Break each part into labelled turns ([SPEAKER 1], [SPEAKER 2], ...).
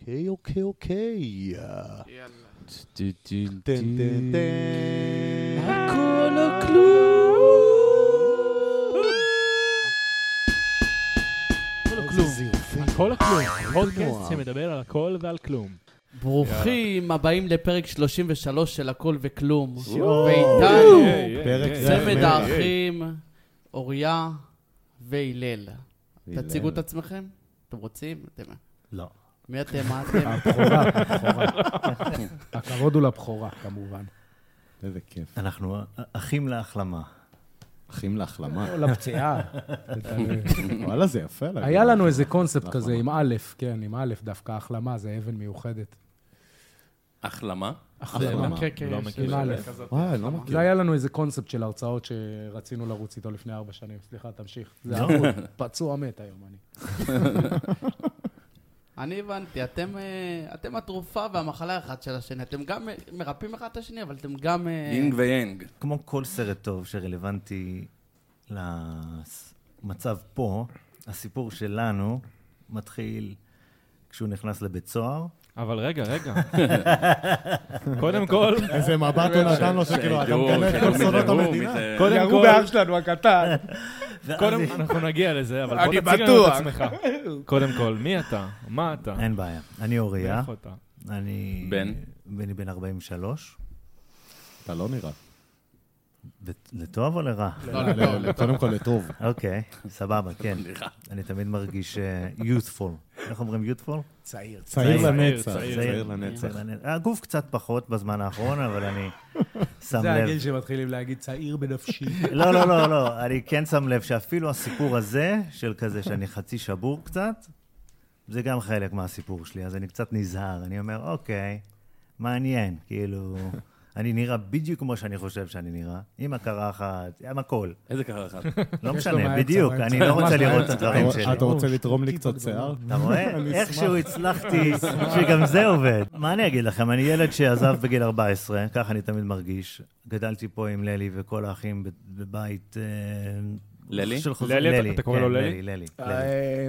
[SPEAKER 1] אוקיי, אוקיי, אוקיי.
[SPEAKER 2] יאללה.
[SPEAKER 1] טן, טן, טן.
[SPEAKER 3] הכל או כלום.
[SPEAKER 2] הכל או
[SPEAKER 1] איזה
[SPEAKER 2] כלום.
[SPEAKER 1] זיופים.
[SPEAKER 3] הכל או כלום.
[SPEAKER 1] נורא.
[SPEAKER 3] פודקאסט שמדבר על הכל ועל כלום.
[SPEAKER 4] ברוכים הבאים לפרק 33 של הכל וכלום.
[SPEAKER 5] אה,
[SPEAKER 1] יואו.
[SPEAKER 4] ואיתנו
[SPEAKER 2] היי, היי,
[SPEAKER 1] פרק
[SPEAKER 2] היי.
[SPEAKER 1] זה
[SPEAKER 4] צמד
[SPEAKER 1] היי,
[SPEAKER 4] האחים אוריה והלל. תציגו את עצמכם? אתם רוצים? אתם-
[SPEAKER 6] לא.
[SPEAKER 4] מי אתם? מה אתם?
[SPEAKER 7] הבכורה, הבכורה. הכבוד הוא לבכורה, כמובן.
[SPEAKER 8] איזה כיף.
[SPEAKER 6] אנחנו אחים להחלמה.
[SPEAKER 8] אחים להחלמה.
[SPEAKER 7] או לפציעה.
[SPEAKER 8] וואלה, זה יפה. להגיד.
[SPEAKER 7] היה לנו איזה קונספט
[SPEAKER 8] נכון.
[SPEAKER 7] כזה עם א', כן, עם א', דווקא החלמה, זה אבן מיוחדת.
[SPEAKER 5] החלמה?
[SPEAKER 7] החלמה.
[SPEAKER 4] כן, כן,
[SPEAKER 3] לא
[SPEAKER 4] יש.
[SPEAKER 3] מכיר.
[SPEAKER 7] עם א'.
[SPEAKER 2] כזאת.
[SPEAKER 8] וואי, לא מכיר.
[SPEAKER 7] זה היה לנו איזה קונספט של הרצאות שרצינו לרוץ איתו לפני ארבע שנים. סליחה, תמשיך. זה ארוך, פצוע מת היום, אני.
[SPEAKER 4] אני הבנתי, אתם, אה, אתם התרופה והמחלה האחת של השני. אתם גם אה, מרפאים אחד את השני, אבל אתם גם... אה,
[SPEAKER 5] יינג ויאנג.
[SPEAKER 6] כמו כל סרט טוב שרלוונטי למצב פה, הסיפור שלנו מתחיל כשהוא נכנס לבית סוהר.
[SPEAKER 3] אבל רגע, רגע. קודם כל,
[SPEAKER 8] איזה מבט הוא נתן לו
[SPEAKER 6] כאילו,
[SPEAKER 8] שכאילו, אתה מגלה את כל סודות המדינה.
[SPEAKER 3] קודם כל,
[SPEAKER 7] שלנו הקטן.
[SPEAKER 6] ואז
[SPEAKER 3] קודם,
[SPEAKER 6] היא-
[SPEAKER 3] אנחנו נגיע לזה, אבל
[SPEAKER 2] אני
[SPEAKER 3] בוא תציג לנו את
[SPEAKER 2] בטוח.
[SPEAKER 3] עצמך. קודם כל, מי אתה? מה אתה?
[SPEAKER 6] אין בעיה. אני אוריה,
[SPEAKER 3] איך אתה?
[SPEAKER 6] אני...
[SPEAKER 5] בן?
[SPEAKER 6] בני בן 43.
[SPEAKER 8] אתה לא נראה.
[SPEAKER 6] ו- לטוב או לרע?
[SPEAKER 4] לא, לא, לא, לא.
[SPEAKER 8] קודם כל לטוב.
[SPEAKER 6] אוקיי, סבבה, כן. אני תמיד מרגיש אה, youthful. איך אומרים youthful?
[SPEAKER 8] צעיר
[SPEAKER 7] צעיר.
[SPEAKER 6] צעיר,
[SPEAKER 8] לנצח.
[SPEAKER 3] צעיר.
[SPEAKER 8] צעיר לנצח.
[SPEAKER 6] הגוף קצת פחות בזמן האחרון, אבל אני שם לב.
[SPEAKER 7] זה הגיל שמתחילים להגיד צעיר בנפשי.
[SPEAKER 6] לא, לא, לא, לא, אני כן שם לב שאפילו הסיפור הזה, של כזה שאני חצי שבור קצת, זה גם חלק מהסיפור שלי, אז אני קצת נזהר. אני אומר, אוקיי, מעניין, כאילו, אני נראה בדיוק כמו שאני חושב שאני נראה, עם הקרחת, עם הכל.
[SPEAKER 5] איזה ככה אחת.
[SPEAKER 6] לא
[SPEAKER 7] לו
[SPEAKER 6] משנה,
[SPEAKER 7] מהאמצע,
[SPEAKER 6] בדיוק,
[SPEAKER 7] מהאמצע.
[SPEAKER 6] אני לא רוצה
[SPEAKER 7] ממש
[SPEAKER 6] לראות את
[SPEAKER 7] מהאמצע.
[SPEAKER 6] הדברים
[SPEAKER 8] אתה-
[SPEAKER 6] שלי.
[SPEAKER 8] אתה רוצה לתרום לי קצת שיער?
[SPEAKER 6] אתה רואה? איכשהו הצלחתי, שגם זה עובד. מה אני אגיד לכם, אני ילד שעזב בגיל 14, ככה אני תמיד מרגיש. גדלתי פה עם ללי וכל האחים בב- בבית... אה,
[SPEAKER 5] ללי?
[SPEAKER 6] של חוזר-
[SPEAKER 3] ללי, אתה- אתה קורא לו
[SPEAKER 6] כן,
[SPEAKER 3] ללי?
[SPEAKER 6] ללי, ללי. ללי.
[SPEAKER 7] אה,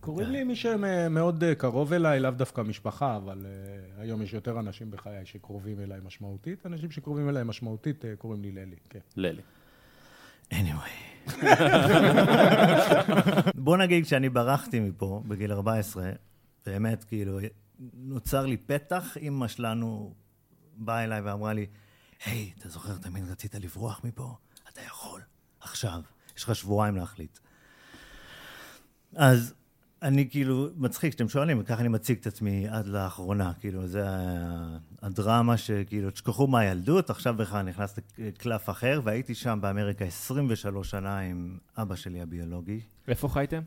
[SPEAKER 7] קוראים לי מי שמאוד אה, קרוב אליי, לאו דווקא משפחה, אבל אה, היום יש יותר אנשים בחיי שקרובים אליי משמעותית. אנשים שקרובים אליי משמעותית אה, קוראים לי ללי, כן.
[SPEAKER 5] ללי.
[SPEAKER 6] anyway. בוא נגיד כשאני ברחתי מפה, בגיל 14, באמת, כאילו, נוצר לי פתח, אמא שלנו באה אליי ואמרה לי, היי, אתה זוכר, תמיד רצית לברוח מפה? אתה יכול, עכשיו. יש לך שבועיים להחליט. אז אני כאילו, מצחיק שאתם שואלים, ככה אני מציג את עצמי עד לאחרונה, כאילו, זה ה- הדרמה שכאילו, תשכחו מהילדות, עכשיו בכלל נכנס לקלף אחר, והייתי שם באמריקה 23 שנה עם אבא שלי הביולוגי,
[SPEAKER 3] איפה חייתם?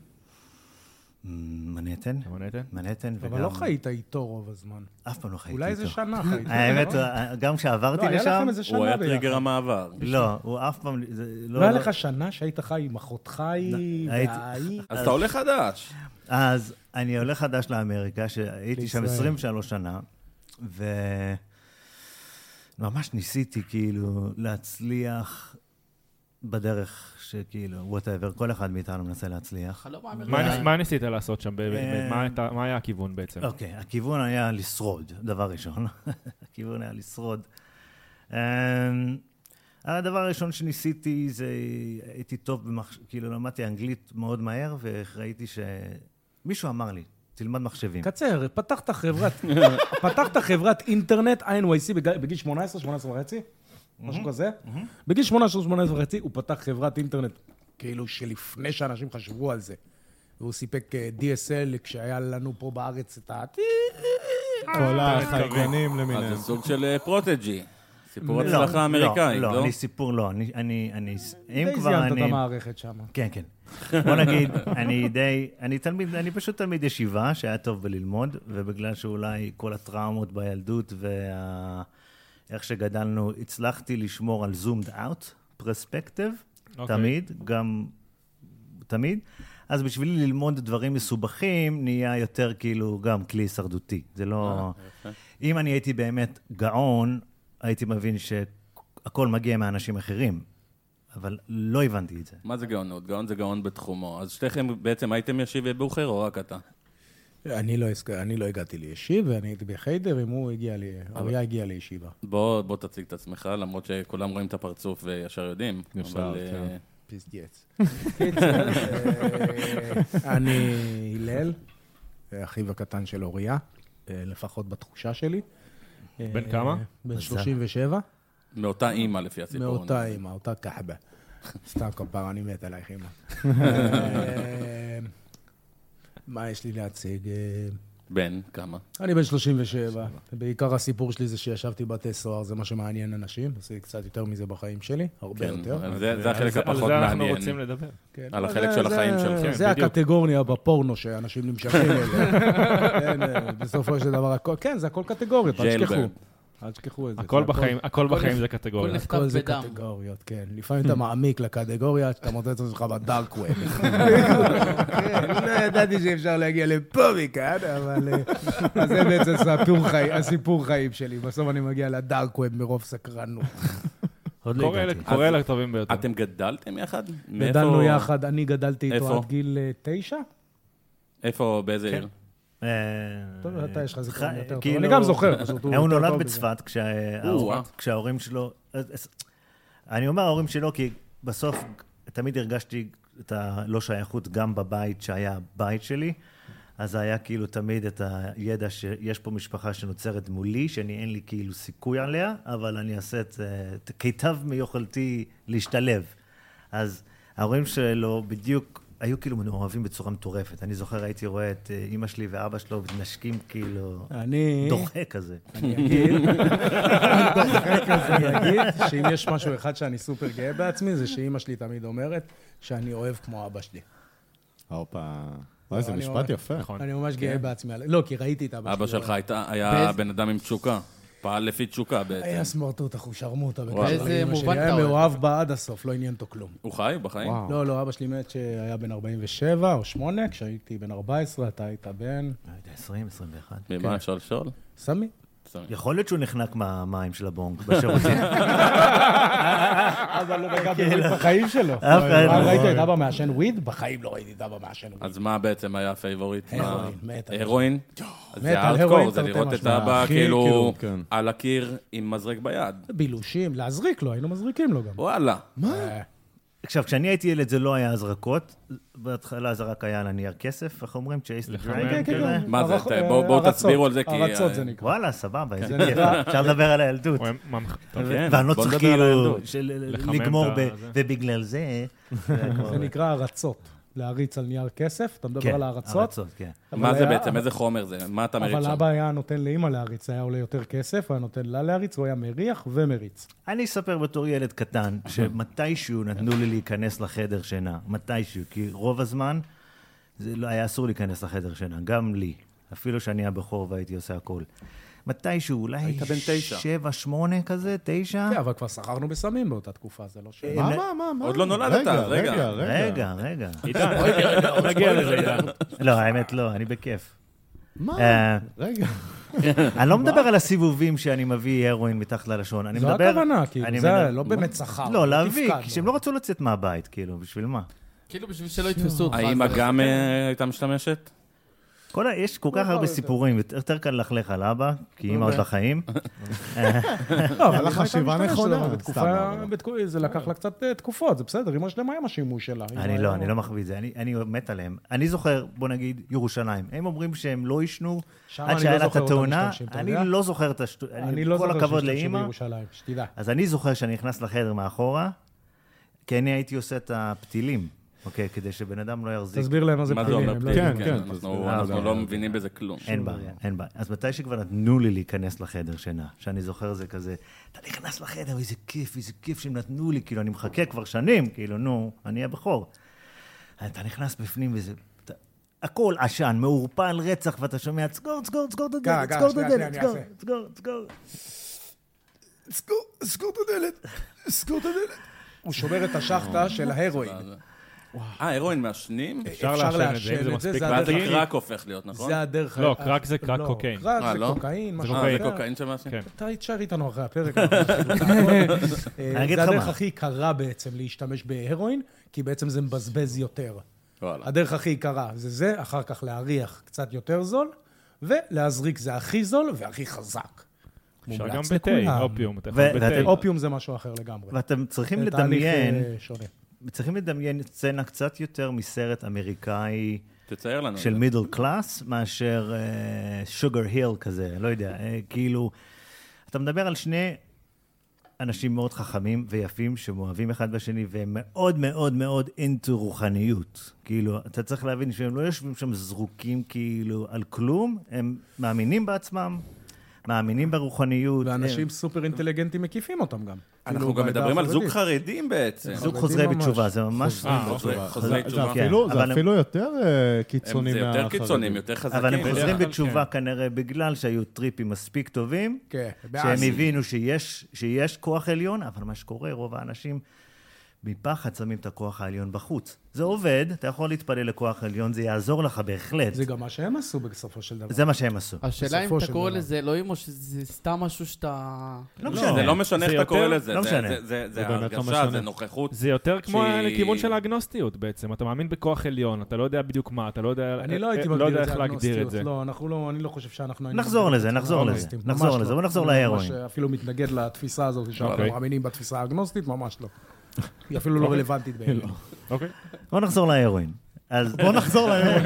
[SPEAKER 6] מ- מנהטן,
[SPEAKER 3] מנהטן?
[SPEAKER 6] מנהטן, וגם...
[SPEAKER 7] אבל לא חיית איתו רוב הזמן.
[SPEAKER 6] אף פעם לא חייתי
[SPEAKER 7] אולי איזה
[SPEAKER 6] איתו.
[SPEAKER 7] שנה חיית.
[SPEAKER 6] האמת,
[SPEAKER 7] לא?
[SPEAKER 6] גם
[SPEAKER 7] לא,
[SPEAKER 6] כשעברתי
[SPEAKER 7] היה
[SPEAKER 6] לשם,
[SPEAKER 7] לכם איזה שנה
[SPEAKER 5] הוא היה
[SPEAKER 7] ביחד.
[SPEAKER 5] טריגר המעבר.
[SPEAKER 6] לא, הוא אף פעם, זה-
[SPEAKER 7] לא היה לך שנה שהיית חי עם אחותך היא,
[SPEAKER 6] הייתי-
[SPEAKER 7] והיא?
[SPEAKER 5] אז אתה עולה חדש.
[SPEAKER 6] אז אני עולה חדש לאמריקה, שהייתי שם
[SPEAKER 7] לישראל.
[SPEAKER 6] 23 שנה, וממש ניסיתי כאילו להצליח בדרך שכאילו, וואטאבר, כל אחד מאיתנו מנסה להצליח.
[SPEAKER 4] חלום
[SPEAKER 3] מה
[SPEAKER 4] האמריקאי.
[SPEAKER 3] ניס- מה ניסית לעשות שם באמת?
[SPEAKER 6] אה,
[SPEAKER 3] מה הייתה- מה היה הכיוון בעצם?
[SPEAKER 6] אוקיי, הכיוון היה לשרוד, דבר ראשון. הכיוון היה לשרוד. אמ, הדבר הראשון שניסיתי זה, הייתי טוב במחש... כאילו למדתי אנגלית מאוד מהר, וראיתי ש... מישהו אמר לי, תלמד מחשבים.
[SPEAKER 7] קצר, פתחת חברת, פתחת חברת אינטרנט INYC בג- בגיל 18, 18 וחצי,
[SPEAKER 6] Mm-hmm.
[SPEAKER 7] משהו כזה. בגיל 18, 18 וחצי הוא פתח חברת אינטרנט, כאילו שלפני שאנשים חשבו על זה. והוא סיפק אה, DSL כשהיה לנו פה בארץ את ה...
[SPEAKER 8] כל החלקונים
[SPEAKER 5] אז
[SPEAKER 8] למיניהם.
[SPEAKER 5] זה סוג של אה, פרוטג'י. סיפור
[SPEAKER 6] לא,
[SPEAKER 5] הצלחה אמריקאית,
[SPEAKER 6] לא,
[SPEAKER 5] לא?
[SPEAKER 6] לא, אני סיפור לא. אני, אני, אני, אם
[SPEAKER 7] די
[SPEAKER 6] כבר
[SPEAKER 7] זיינת את
[SPEAKER 6] אני...
[SPEAKER 7] המערכת שם.
[SPEAKER 6] כן, כן. בוא נגיד, אני די, אני תלמיד, אני פשוט תלמיד ישיבה שהיה טוב בללמוד, ובגלל שאולי כל הטראומות בילדות וה... איך שגדלנו, הצלחתי לשמור על זומד אאוט, פרספקטיב,
[SPEAKER 3] אוקיי.
[SPEAKER 6] תמיד, גם תמיד. אז בשבילי ללמוד דברים מסובכים, נהיה יותר כאילו גם כלי הישרדותי. זה לא... אם אני הייתי באמת גאון, הייתי מבין שהכל מגיע מאנשים אחרים, אבל לא הבנתי את זה.
[SPEAKER 5] מה זה גאונות? גאון זה גאון בתחומו. אז שתיכם בעצם הייתם ישיב בבוכר או רק אתה?
[SPEAKER 7] אני לא, הסק... אני לא הגעתי לישיב, ואני הייתי בחיידר, אם הוא הגיע ל... אריה הגיע לישיבה.
[SPEAKER 5] בוא בוא תציג את עצמך, למרות שכולם רואים את הפרצוף וישר יודעים.
[SPEAKER 8] ישר,
[SPEAKER 5] אבל, אה,
[SPEAKER 8] כן.
[SPEAKER 7] פיסדיאץ. אה, אני הלל, אחיו הקטן של אוריה, אה, לפחות בתחושה שלי. אה,
[SPEAKER 3] בן כמה?
[SPEAKER 7] בן 37,
[SPEAKER 5] מאותה אימא לפי הסיפור.
[SPEAKER 7] מאותה אימא, אותה כחבה. סתם כפר, אני מת עלייך אימא. אה, מה יש לי להציג? אה,
[SPEAKER 5] בן, כמה?
[SPEAKER 7] אני בן 37. בעיקר הסיפור שלי זה שישבתי בבתי סוהר, זה מה שמעניין אנשים. עשיתי קצת יותר מזה בחיים שלי, הרבה
[SPEAKER 5] כן,
[SPEAKER 7] יותר.
[SPEAKER 5] אבל זה זה
[SPEAKER 3] על
[SPEAKER 5] החלק
[SPEAKER 3] זה-
[SPEAKER 5] הפחות
[SPEAKER 3] על זה אנחנו
[SPEAKER 5] מעניין.
[SPEAKER 3] רוצים לדבר.
[SPEAKER 7] כן.
[SPEAKER 5] על
[SPEAKER 7] לא,
[SPEAKER 5] החלק
[SPEAKER 7] זה-
[SPEAKER 5] של
[SPEAKER 7] זה-
[SPEAKER 5] החיים שלכם.
[SPEAKER 7] זה
[SPEAKER 3] בדיוק.
[SPEAKER 7] הקטגוריה בפורנו שאנשים נמשכים אליה. כן, אה, בסופו של דבר, הכל- כן, זה הכל קטגוריות, אל
[SPEAKER 5] Jailbird.
[SPEAKER 7] תשכחו. אל תשכחו את זה.
[SPEAKER 3] הכל
[SPEAKER 7] זה
[SPEAKER 3] בחיים, הכל בחיים זה
[SPEAKER 4] הכל
[SPEAKER 3] קטגוריה.
[SPEAKER 4] נכתב
[SPEAKER 7] הכל זה
[SPEAKER 4] בדם.
[SPEAKER 7] קטגוריות, כן. לפעמים אתה מעמיק לקטגוריה עד שאתה מוצא את עצמך בדארק ווב. לא ידעתי שאפשר להגיע לפה מכאן, אבל... אה, אז זה בעצם סיפור חיים- הסיפור חיים שלי. בסוף אני מגיע לדארק ווב מרוב סקרנות.
[SPEAKER 6] עוד לא
[SPEAKER 3] קורא ל-
[SPEAKER 6] הגעתי.
[SPEAKER 5] אז-
[SPEAKER 3] קורא לכתבים ביותר.
[SPEAKER 5] אתם גדלתם יחד? מאיפה-
[SPEAKER 7] גדלנו יחד, אני גדלתי
[SPEAKER 5] איפה?
[SPEAKER 7] איתו עד גיל אה, תשע.
[SPEAKER 5] איפה, באיזה
[SPEAKER 6] כן.
[SPEAKER 5] עיר?
[SPEAKER 6] אה,
[SPEAKER 7] טוב, אתה לא- יש לך זיכרון
[SPEAKER 6] ח-
[SPEAKER 7] יותר טוב.
[SPEAKER 6] כאילו-
[SPEAKER 7] אני גם זוכר, פשוט
[SPEAKER 6] הוא
[SPEAKER 7] יותר
[SPEAKER 6] נולד
[SPEAKER 7] טוב אה. בזה.
[SPEAKER 6] בצפת כשה-
[SPEAKER 5] או-אה.
[SPEAKER 6] כשההורים שלו... אה, אני אומר ההורים שלו כי בסוף תמיד הרגשתי את הלא שייכות גם בבית שהיה הבית שלי. אז היה כאילו תמיד את הידע שיש פה משפחה שנוצרת מולי, שאני אין לי כאילו סיכוי עליה, אבל אני אעשה את, אה, את כיטב מיכולתי להשתלב. אז ההורים שלו בדיוק היו כאילו מאוהבים בצורה מטורפת. אני זוכר הייתי רואה את אה, אימא שלי ואבא שלו מתנשקים כאילו...
[SPEAKER 7] אני...
[SPEAKER 6] דוחה כזה.
[SPEAKER 7] אני אגיד, אני אגיד שאם יש משהו אחד שאני סופר גאה בעצמי, זה שאימא שלי תמיד אומרת שאני אוהב כמו אבא שלי.
[SPEAKER 8] הופה. וואי, אה, זה
[SPEAKER 7] אני
[SPEAKER 8] משפט
[SPEAKER 7] אומר-
[SPEAKER 8] יפה.
[SPEAKER 7] אני ממש גאה בעצמי. על- לא, כי ראיתי את אבא שלי.
[SPEAKER 5] אבא שלך הייתה- היה
[SPEAKER 7] באיזה-
[SPEAKER 5] בן אדם עם תשוקה. פעל לפי תשוקה
[SPEAKER 7] היה
[SPEAKER 5] בעצם.
[SPEAKER 7] אה, סמרטוט, אחושרמוטה. בקשר
[SPEAKER 4] באיזה
[SPEAKER 7] לאמא שלי.
[SPEAKER 4] מובן
[SPEAKER 7] היה
[SPEAKER 4] אתה אוהב?
[SPEAKER 7] מאוהב בה עד הסוף, לא עניין אותו כלום.
[SPEAKER 5] הוא חי? הוא בחיים?
[SPEAKER 8] וואו.
[SPEAKER 7] לא, לא, אבא שלי מת שהיה בן 47 או 8, כשהייתי בן 14, אתה היית בן...
[SPEAKER 6] לא יודע, 20, 21.
[SPEAKER 7] כן.
[SPEAKER 5] ממה אפשר לשאול?
[SPEAKER 7] סמי.
[SPEAKER 6] יכול להיות שהוא נחנק מהמים של הבונק בשירותים.
[SPEAKER 7] אבל לא נגע בוויד בחיים שלו.
[SPEAKER 6] אחד
[SPEAKER 7] מה,
[SPEAKER 6] לא.
[SPEAKER 7] ראית את אבא מעשן וויד? בחיים לא ראיתי את אבא מעשן וויד.
[SPEAKER 5] אז מה בעצם היה הפייבוריט?
[SPEAKER 7] הרואין,
[SPEAKER 5] מה-
[SPEAKER 7] מת על
[SPEAKER 5] הרואין? אז
[SPEAKER 7] מת
[SPEAKER 5] זה
[SPEAKER 7] על
[SPEAKER 5] הארדקור,
[SPEAKER 7] הרואין,
[SPEAKER 5] זה
[SPEAKER 7] תרתי
[SPEAKER 5] לראות את
[SPEAKER 7] משמע.
[SPEAKER 5] אבא
[SPEAKER 8] הכי,
[SPEAKER 5] כאילו
[SPEAKER 8] כאילו, כן.
[SPEAKER 5] על הקיר עם מזרק ביד.
[SPEAKER 7] בילושים, להזריק לו, היינו מזריקים לו גם. אה,
[SPEAKER 5] וואלה.
[SPEAKER 7] מה?
[SPEAKER 6] עכשיו, כשאני הייתי ילד זה לא היה הזרקות. בהתחלה זה רק היה על הנייר כסף, איך אומרים? צ'ייס
[SPEAKER 7] כן, כן, כן.
[SPEAKER 5] מה זה,
[SPEAKER 7] הרח-
[SPEAKER 5] ת- בואו- בואו
[SPEAKER 7] הרצות,
[SPEAKER 5] תסבירו על זה, כי-
[SPEAKER 7] הרצות
[SPEAKER 5] כן.
[SPEAKER 7] זה נקרא.
[SPEAKER 6] כאילו. וואלה, סבבה, איזה כיף. אפשר לדבר על הילדות.
[SPEAKER 3] הוא ממח- טוב,
[SPEAKER 5] כן,
[SPEAKER 6] ואני לא
[SPEAKER 5] בוא
[SPEAKER 6] צריך
[SPEAKER 5] נדבר על
[SPEAKER 6] כאילו
[SPEAKER 5] הילדות.
[SPEAKER 6] של-
[SPEAKER 3] לחמם
[SPEAKER 6] לגמור
[SPEAKER 3] את
[SPEAKER 6] ב...
[SPEAKER 3] הזה.
[SPEAKER 6] ובגלל זה...
[SPEAKER 7] זה נקרא הרצות. להריץ על נייר כסף, אתה מדבר
[SPEAKER 6] אוקיי. כן,
[SPEAKER 7] על ההרצות.
[SPEAKER 6] הרצות, כן.
[SPEAKER 7] אבל
[SPEAKER 5] מה זה
[SPEAKER 7] היה-
[SPEAKER 5] בעצם? איזה חומר זה? מה אתה מריץ
[SPEAKER 7] אבל
[SPEAKER 5] שם?
[SPEAKER 7] אבא היה נותן לאימא להריץ, היה עולה יותר כסף, היה נותן לה להריץ, הוא היה מריח ומריץ.
[SPEAKER 6] אני אספר בתור ילד קטן, שמתישהו נתנו לי להיכנס לחדר שינה, מתישהו, כי רוב הזמן זה לא היה אסור להיכנס לחדר שינה, גם לי, אפילו שאני הבכור והייתי עושה הכל. מתישהו, אולי
[SPEAKER 5] בן תשע.
[SPEAKER 6] שבע, שמונה כזה, תשע?
[SPEAKER 7] כן, אבל כבר סחרנו בסמים באותה תקופה, זה לא ש...
[SPEAKER 6] אה,
[SPEAKER 8] מה,
[SPEAKER 6] נ-
[SPEAKER 8] מה, מה, מה?
[SPEAKER 5] עוד לא נולדת, אז רגע.
[SPEAKER 8] רגע, רגע.
[SPEAKER 6] רגע, רגע.
[SPEAKER 3] עידן, נגיע לזה, עידן.
[SPEAKER 6] לא, האמת לא, אני בכיף.
[SPEAKER 8] מה?
[SPEAKER 6] אה,
[SPEAKER 8] רגע.
[SPEAKER 6] אני לא מדבר על הסיבובים שאני מביא הרואין מתחת ללשון, אני
[SPEAKER 7] זו
[SPEAKER 6] מדבר...
[SPEAKER 7] הכוונה,
[SPEAKER 6] אני
[SPEAKER 7] כאילו, זה
[SPEAKER 6] מדבר-
[SPEAKER 7] לא באמת שכר.
[SPEAKER 6] לא, להביא,
[SPEAKER 7] תפקדנו.
[SPEAKER 6] כי שהם לא רצו לצאת מהבית, כאילו, בשביל מה?
[SPEAKER 4] כאילו בשביל שלא יתפסו אותך.
[SPEAKER 5] האמא
[SPEAKER 4] אז
[SPEAKER 7] כן.
[SPEAKER 4] זה-
[SPEAKER 5] גם אה, הייתה משתמשת?
[SPEAKER 6] כל ה...
[SPEAKER 7] לא
[SPEAKER 6] יש כל כך הרבה סיפורים, יותר- יותר קל ללכלך על אבא, כי
[SPEAKER 7] אוקיי.
[SPEAKER 6] אימא עוד בחיים.
[SPEAKER 7] לא,
[SPEAKER 8] היה
[SPEAKER 7] אבל
[SPEAKER 8] לה
[SPEAKER 7] אם הייתה
[SPEAKER 8] חשיבה
[SPEAKER 7] משתמשת,
[SPEAKER 8] נכונה.
[SPEAKER 7] אבל
[SPEAKER 8] סתם,
[SPEAKER 7] בתקופה,
[SPEAKER 8] אבל-
[SPEAKER 7] בתקו- זה לקח לה קצת אה, תקופות, זה בסדר, אמא שלהם היה השימוש שלה.
[SPEAKER 6] אני לא, אני לא מחביא את זה, אני- אני מת עליהם. אני זוכר, בוא נגיד, ירושלים. הם אומרים שהם לא עישנו
[SPEAKER 7] שם
[SPEAKER 6] עד
[SPEAKER 7] אני
[SPEAKER 6] שהיה
[SPEAKER 7] לא
[SPEAKER 6] לה את
[SPEAKER 7] זוכר אותם
[SPEAKER 6] התאונה,
[SPEAKER 7] משתמשים, אתה
[SPEAKER 6] אני
[SPEAKER 7] יודע?
[SPEAKER 6] לא זוכר את השטו...
[SPEAKER 7] אני לא
[SPEAKER 6] כל
[SPEAKER 7] זוכר
[SPEAKER 6] הכבוד
[SPEAKER 7] שהשתמשו
[SPEAKER 6] לאימא.
[SPEAKER 7] בירושלים, שתדע.
[SPEAKER 6] אז אני זוכר שאני נכנס לחדר מאחורה, כי אני הייתי עושה את הפתילים, אוקיי? כדי שבן אדם לא יחזיק.
[SPEAKER 7] תסביר להם מה זה לא
[SPEAKER 5] מה זה אומר
[SPEAKER 7] פתילים.
[SPEAKER 5] פתיל?
[SPEAKER 8] כן,
[SPEAKER 5] כן,
[SPEAKER 8] כן,
[SPEAKER 5] אנחנו
[SPEAKER 8] תסביר.
[SPEAKER 5] אנחנו לא מבינים בזה כלום.
[SPEAKER 7] אה,
[SPEAKER 6] אין בעיה, אין בעיה. אז מתי שכבר נתנו לי להיכנס לחדר שינה, שאני זוכר זה כזה, אתה נכנס לחדר, איזה כיף, איזה כיף שהם נתנו לי, כאילו, אני מחכה כבר שנים, כאילו, נו, אני הבכור. אתה נכנס בפנים וזה... אתה- הכל עשן, מעורפל רצח, ואתה שומע, תסגור, תסגור, תסגור את
[SPEAKER 7] ככה,
[SPEAKER 6] הדלת, תסגור את
[SPEAKER 7] שנייה,
[SPEAKER 6] הדלת,
[SPEAKER 7] שנייה,
[SPEAKER 6] תסגור,
[SPEAKER 7] אני
[SPEAKER 6] תסגור, תסגור.
[SPEAKER 7] סגור את הדלת, סגור את הדלת. הוא שומר את השחטה של ההרואין.
[SPEAKER 5] אה, הרואין מעשנים?
[SPEAKER 3] אפשר לעשן את זה, אם זה מספיק.
[SPEAKER 7] זה
[SPEAKER 5] ואז
[SPEAKER 7] הדרך-
[SPEAKER 5] הקרק הופך להיות, נכון?
[SPEAKER 7] זה הדרך...
[SPEAKER 3] לא,
[SPEAKER 7] ה-
[SPEAKER 3] קרק זה קרק קוקיין.
[SPEAKER 7] לא,
[SPEAKER 5] אה,
[SPEAKER 7] קרק זה
[SPEAKER 5] לא?
[SPEAKER 7] קוקאין, משהו
[SPEAKER 5] אה,
[SPEAKER 3] קוקאין.
[SPEAKER 5] זה קוקאין שמעשנים?
[SPEAKER 3] כן.
[SPEAKER 7] אתה תישאר איתנו אחרי הפרק.
[SPEAKER 6] אני אגיד
[SPEAKER 7] זה
[SPEAKER 6] לך
[SPEAKER 7] הדרך
[SPEAKER 6] מה.
[SPEAKER 7] הכי קרה בעצם להשתמש בהרואין, כי בעצם זה מבזבז יותר.
[SPEAKER 5] וואלה.
[SPEAKER 7] הדרך הכי יקרה זה זה, אחר כך להריח קצת יותר זול, ולהזריק זה הכי זול והכי חזק.
[SPEAKER 3] אפשר
[SPEAKER 7] מומלץ
[SPEAKER 3] גם בתה,
[SPEAKER 7] לכולם.
[SPEAKER 3] אופיום. אתה
[SPEAKER 6] ו-
[SPEAKER 3] יכול בתה.
[SPEAKER 6] ואתם-
[SPEAKER 7] אופיום זה משהו אחר לגמרי.
[SPEAKER 6] ואתם צריכים
[SPEAKER 7] זה תהליך,
[SPEAKER 6] לדמיין,
[SPEAKER 7] אה, שונה.
[SPEAKER 6] צריכים לדמיין סצנה קצת יותר מסרט אמריקאי
[SPEAKER 5] תצייר לנו.
[SPEAKER 6] של מידל קלאס, מאשר שוגר היל כזה, לא יודע, אה, כאילו, אתה מדבר על שני אנשים מאוד חכמים ויפים שמאוהבים אחד בשני, והם מאוד מאוד מאוד אינטו רוחניות. כאילו, אתה צריך להבין שהם לא יושבים שם זרוקים כאילו על כלום, הם מאמינים בעצמם, מאמינים ברוחניות.
[SPEAKER 7] ואנשים
[SPEAKER 6] הם-
[SPEAKER 7] סופר אינטליגנטים מקיפים אותם גם.
[SPEAKER 5] אנחנו
[SPEAKER 7] כאילו,
[SPEAKER 5] גם
[SPEAKER 7] בעדה
[SPEAKER 5] מדברים על זוג
[SPEAKER 7] החרדית.
[SPEAKER 5] חרדים בעצם.
[SPEAKER 6] זוג
[SPEAKER 7] חרדים
[SPEAKER 6] חוזרי
[SPEAKER 7] ממש.
[SPEAKER 6] בתשובה, זה ממש... לא.
[SPEAKER 5] אה,
[SPEAKER 6] זוג-
[SPEAKER 5] חוזרי-
[SPEAKER 8] זה-
[SPEAKER 5] חוזרי
[SPEAKER 8] זה
[SPEAKER 5] תשובה.
[SPEAKER 6] כן,
[SPEAKER 8] אפילו-
[SPEAKER 6] אבל
[SPEAKER 8] זה
[SPEAKER 6] הם-
[SPEAKER 8] אפילו יותר אה,
[SPEAKER 5] הם-
[SPEAKER 8] קיצוני
[SPEAKER 5] זה יותר
[SPEAKER 8] מהחרדים.
[SPEAKER 5] קיצוני, הם יותר חזקים.
[SPEAKER 6] אבל הם חוזרים
[SPEAKER 5] בדרך כלל.
[SPEAKER 6] בתשובה כנראה בגלל שהיו טריפים מספיק טובים,
[SPEAKER 7] כן,
[SPEAKER 6] שהם
[SPEAKER 7] ואז-
[SPEAKER 6] הבינו שיש, שיש כוח עליון, אבל מה שקורה, רוב האנשים מפחד שמים את הכוח העליון בחוץ. זה עובד, אתה יכול להתפלל לכוח עליון, זה יעזור לך בהחלט.
[SPEAKER 7] זה גם מה שהם עשו בסופו של דבר.
[SPEAKER 6] זה מה שהם עשו.
[SPEAKER 4] השאלה אם
[SPEAKER 7] בסופו
[SPEAKER 4] אתה
[SPEAKER 7] של
[SPEAKER 4] קורא
[SPEAKER 7] דבר.
[SPEAKER 4] לזה אלוהים או שזה סתם משהו שאתה...
[SPEAKER 5] לא,
[SPEAKER 6] לא
[SPEAKER 5] זה לא משנה
[SPEAKER 3] זה
[SPEAKER 5] איך אתה קורא
[SPEAKER 3] יותר-
[SPEAKER 5] לזה.
[SPEAKER 6] לא
[SPEAKER 5] זה-
[SPEAKER 6] משנה.
[SPEAKER 5] זה- זה- זה
[SPEAKER 3] באמת לא
[SPEAKER 5] הרגשה,
[SPEAKER 3] משנה.
[SPEAKER 5] זה נוכחות.
[SPEAKER 3] זה יותר כמו
[SPEAKER 5] שהיא-
[SPEAKER 3] לכיוון של האגנוסטיות בעצם. אתה מאמין בכוח עליון, אתה לא יודע בדיוק מה, אתה לא יודע
[SPEAKER 7] אני
[SPEAKER 3] אה,
[SPEAKER 7] לא הייתי
[SPEAKER 3] אה, לא
[SPEAKER 7] מגדיר
[SPEAKER 3] יודע
[SPEAKER 7] את זה
[SPEAKER 3] איך להגדיר את
[SPEAKER 7] אגנוסטיות,
[SPEAKER 3] זה.
[SPEAKER 7] לא, אנחנו לא, אני לא חושב שאנחנו... היינו
[SPEAKER 6] נחזור
[SPEAKER 7] מגדירים
[SPEAKER 6] לזה,
[SPEAKER 7] את עצמנו
[SPEAKER 6] נחזור לזה,
[SPEAKER 7] אגנוסטים,
[SPEAKER 6] נחזור
[SPEAKER 7] ממש
[SPEAKER 6] לזה,
[SPEAKER 7] לא.
[SPEAKER 6] בוא נחזור
[SPEAKER 7] אני
[SPEAKER 6] להרואין.
[SPEAKER 7] ממש אפילו מתנגד לתפיסה הזאת, שאנחנו
[SPEAKER 3] אוקיי.
[SPEAKER 7] מאמינים בתפיסה האגנוסטית, ממש לא. היא אפילו לא רלוונטית בעינינו.
[SPEAKER 3] אוקיי.
[SPEAKER 6] בואו נחזור להרואין. אז
[SPEAKER 3] בוא נחזור לאירוע.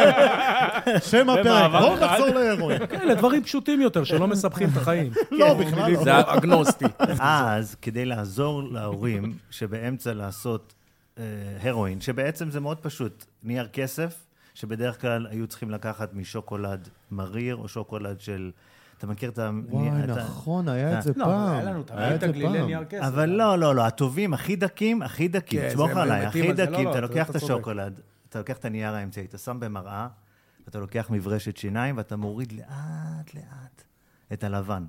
[SPEAKER 8] שם הפרק,
[SPEAKER 3] במעבר
[SPEAKER 8] בואו
[SPEAKER 3] חד.
[SPEAKER 8] נחזור לאירועים.
[SPEAKER 7] כן, לדברים פשוטים יותר, שלא מסבכים את החיים.
[SPEAKER 8] לא, בכלל לא.
[SPEAKER 7] זה אגנוסטי.
[SPEAKER 6] כן. אז כדי לעזור להורים שבאמצע לעשות אה, הרואין, שבעצם זה מאוד פשוט, נייר כסף, שבדרך כלל היו צריכים לקחת משוקולד מריר או שוקולד של... אתה מכיר את ה...
[SPEAKER 8] וואי,
[SPEAKER 6] ני- אתה-
[SPEAKER 8] נכון, היה את זה
[SPEAKER 7] לא, אבל היה
[SPEAKER 8] פעם.
[SPEAKER 7] לנו את
[SPEAKER 8] היה את זה
[SPEAKER 7] הגלילי
[SPEAKER 8] פעם.
[SPEAKER 7] נייר כסף.
[SPEAKER 6] אבל לא, לא, לא, הטובים, הכי דקים, הכי דקים,
[SPEAKER 7] כן,
[SPEAKER 6] תסמוך
[SPEAKER 7] זה- הם
[SPEAKER 6] עליי, הכי
[SPEAKER 7] מתים על זה, לא,
[SPEAKER 6] דקים,
[SPEAKER 7] לא,
[SPEAKER 6] אתה
[SPEAKER 7] אתה-
[SPEAKER 6] לוקח את
[SPEAKER 7] אתה צודק.
[SPEAKER 6] השוקולד, אתה לוקח את הנייר האמצעי, אתה שם במראה, אתה לוקח מברשת שיניים ואתה מוריד לאט-לאט את הלבן.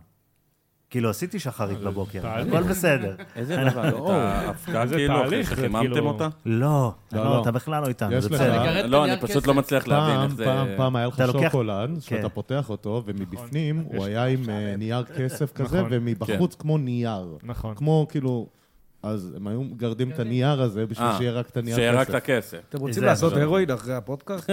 [SPEAKER 6] כאילו, עשיתי
[SPEAKER 7] אה,
[SPEAKER 6] שחרית בבוקר,
[SPEAKER 3] תהליך.
[SPEAKER 6] הכל בסדר.
[SPEAKER 5] איזה דבר, את ההפקעה
[SPEAKER 3] איזה
[SPEAKER 5] כאילו, אחרי
[SPEAKER 3] תהליך, זה
[SPEAKER 5] שחיממתם
[SPEAKER 3] כאילו-
[SPEAKER 5] אותה?
[SPEAKER 6] לא,
[SPEAKER 8] לא,
[SPEAKER 6] לא,
[SPEAKER 8] לא.
[SPEAKER 6] אתה בכלל לא איתנו,
[SPEAKER 8] יש
[SPEAKER 6] זה
[SPEAKER 8] לך-
[SPEAKER 6] בסדר.
[SPEAKER 4] לגרד את
[SPEAKER 5] לא, אני
[SPEAKER 4] הנייר
[SPEAKER 5] פשוט
[SPEAKER 4] כסף.
[SPEAKER 5] לא מצליח להבין איך
[SPEAKER 8] פעם,
[SPEAKER 5] זה...
[SPEAKER 8] פעם, פעם היה לך
[SPEAKER 6] אתה לוקח-
[SPEAKER 8] שוקולד, שאתה
[SPEAKER 6] כן.
[SPEAKER 8] פותח אותו, ומבפנים הוא היה עם אה, נייר כסף כזה,
[SPEAKER 3] נכון.
[SPEAKER 8] ומבחוץ כמו נייר.
[SPEAKER 3] נכון.
[SPEAKER 8] כמו כאילו, אז הם היו מגרדים את הנייר הזה בשביל
[SPEAKER 5] אה,
[SPEAKER 8] שיהיה רק את הנייר
[SPEAKER 5] שיהיה רק
[SPEAKER 8] כסף.
[SPEAKER 5] את הכסף.
[SPEAKER 7] אתם רוצים
[SPEAKER 6] זה
[SPEAKER 7] לעשות
[SPEAKER 6] אגנוסטי.
[SPEAKER 7] הרואיד אחרי הפודקאסט?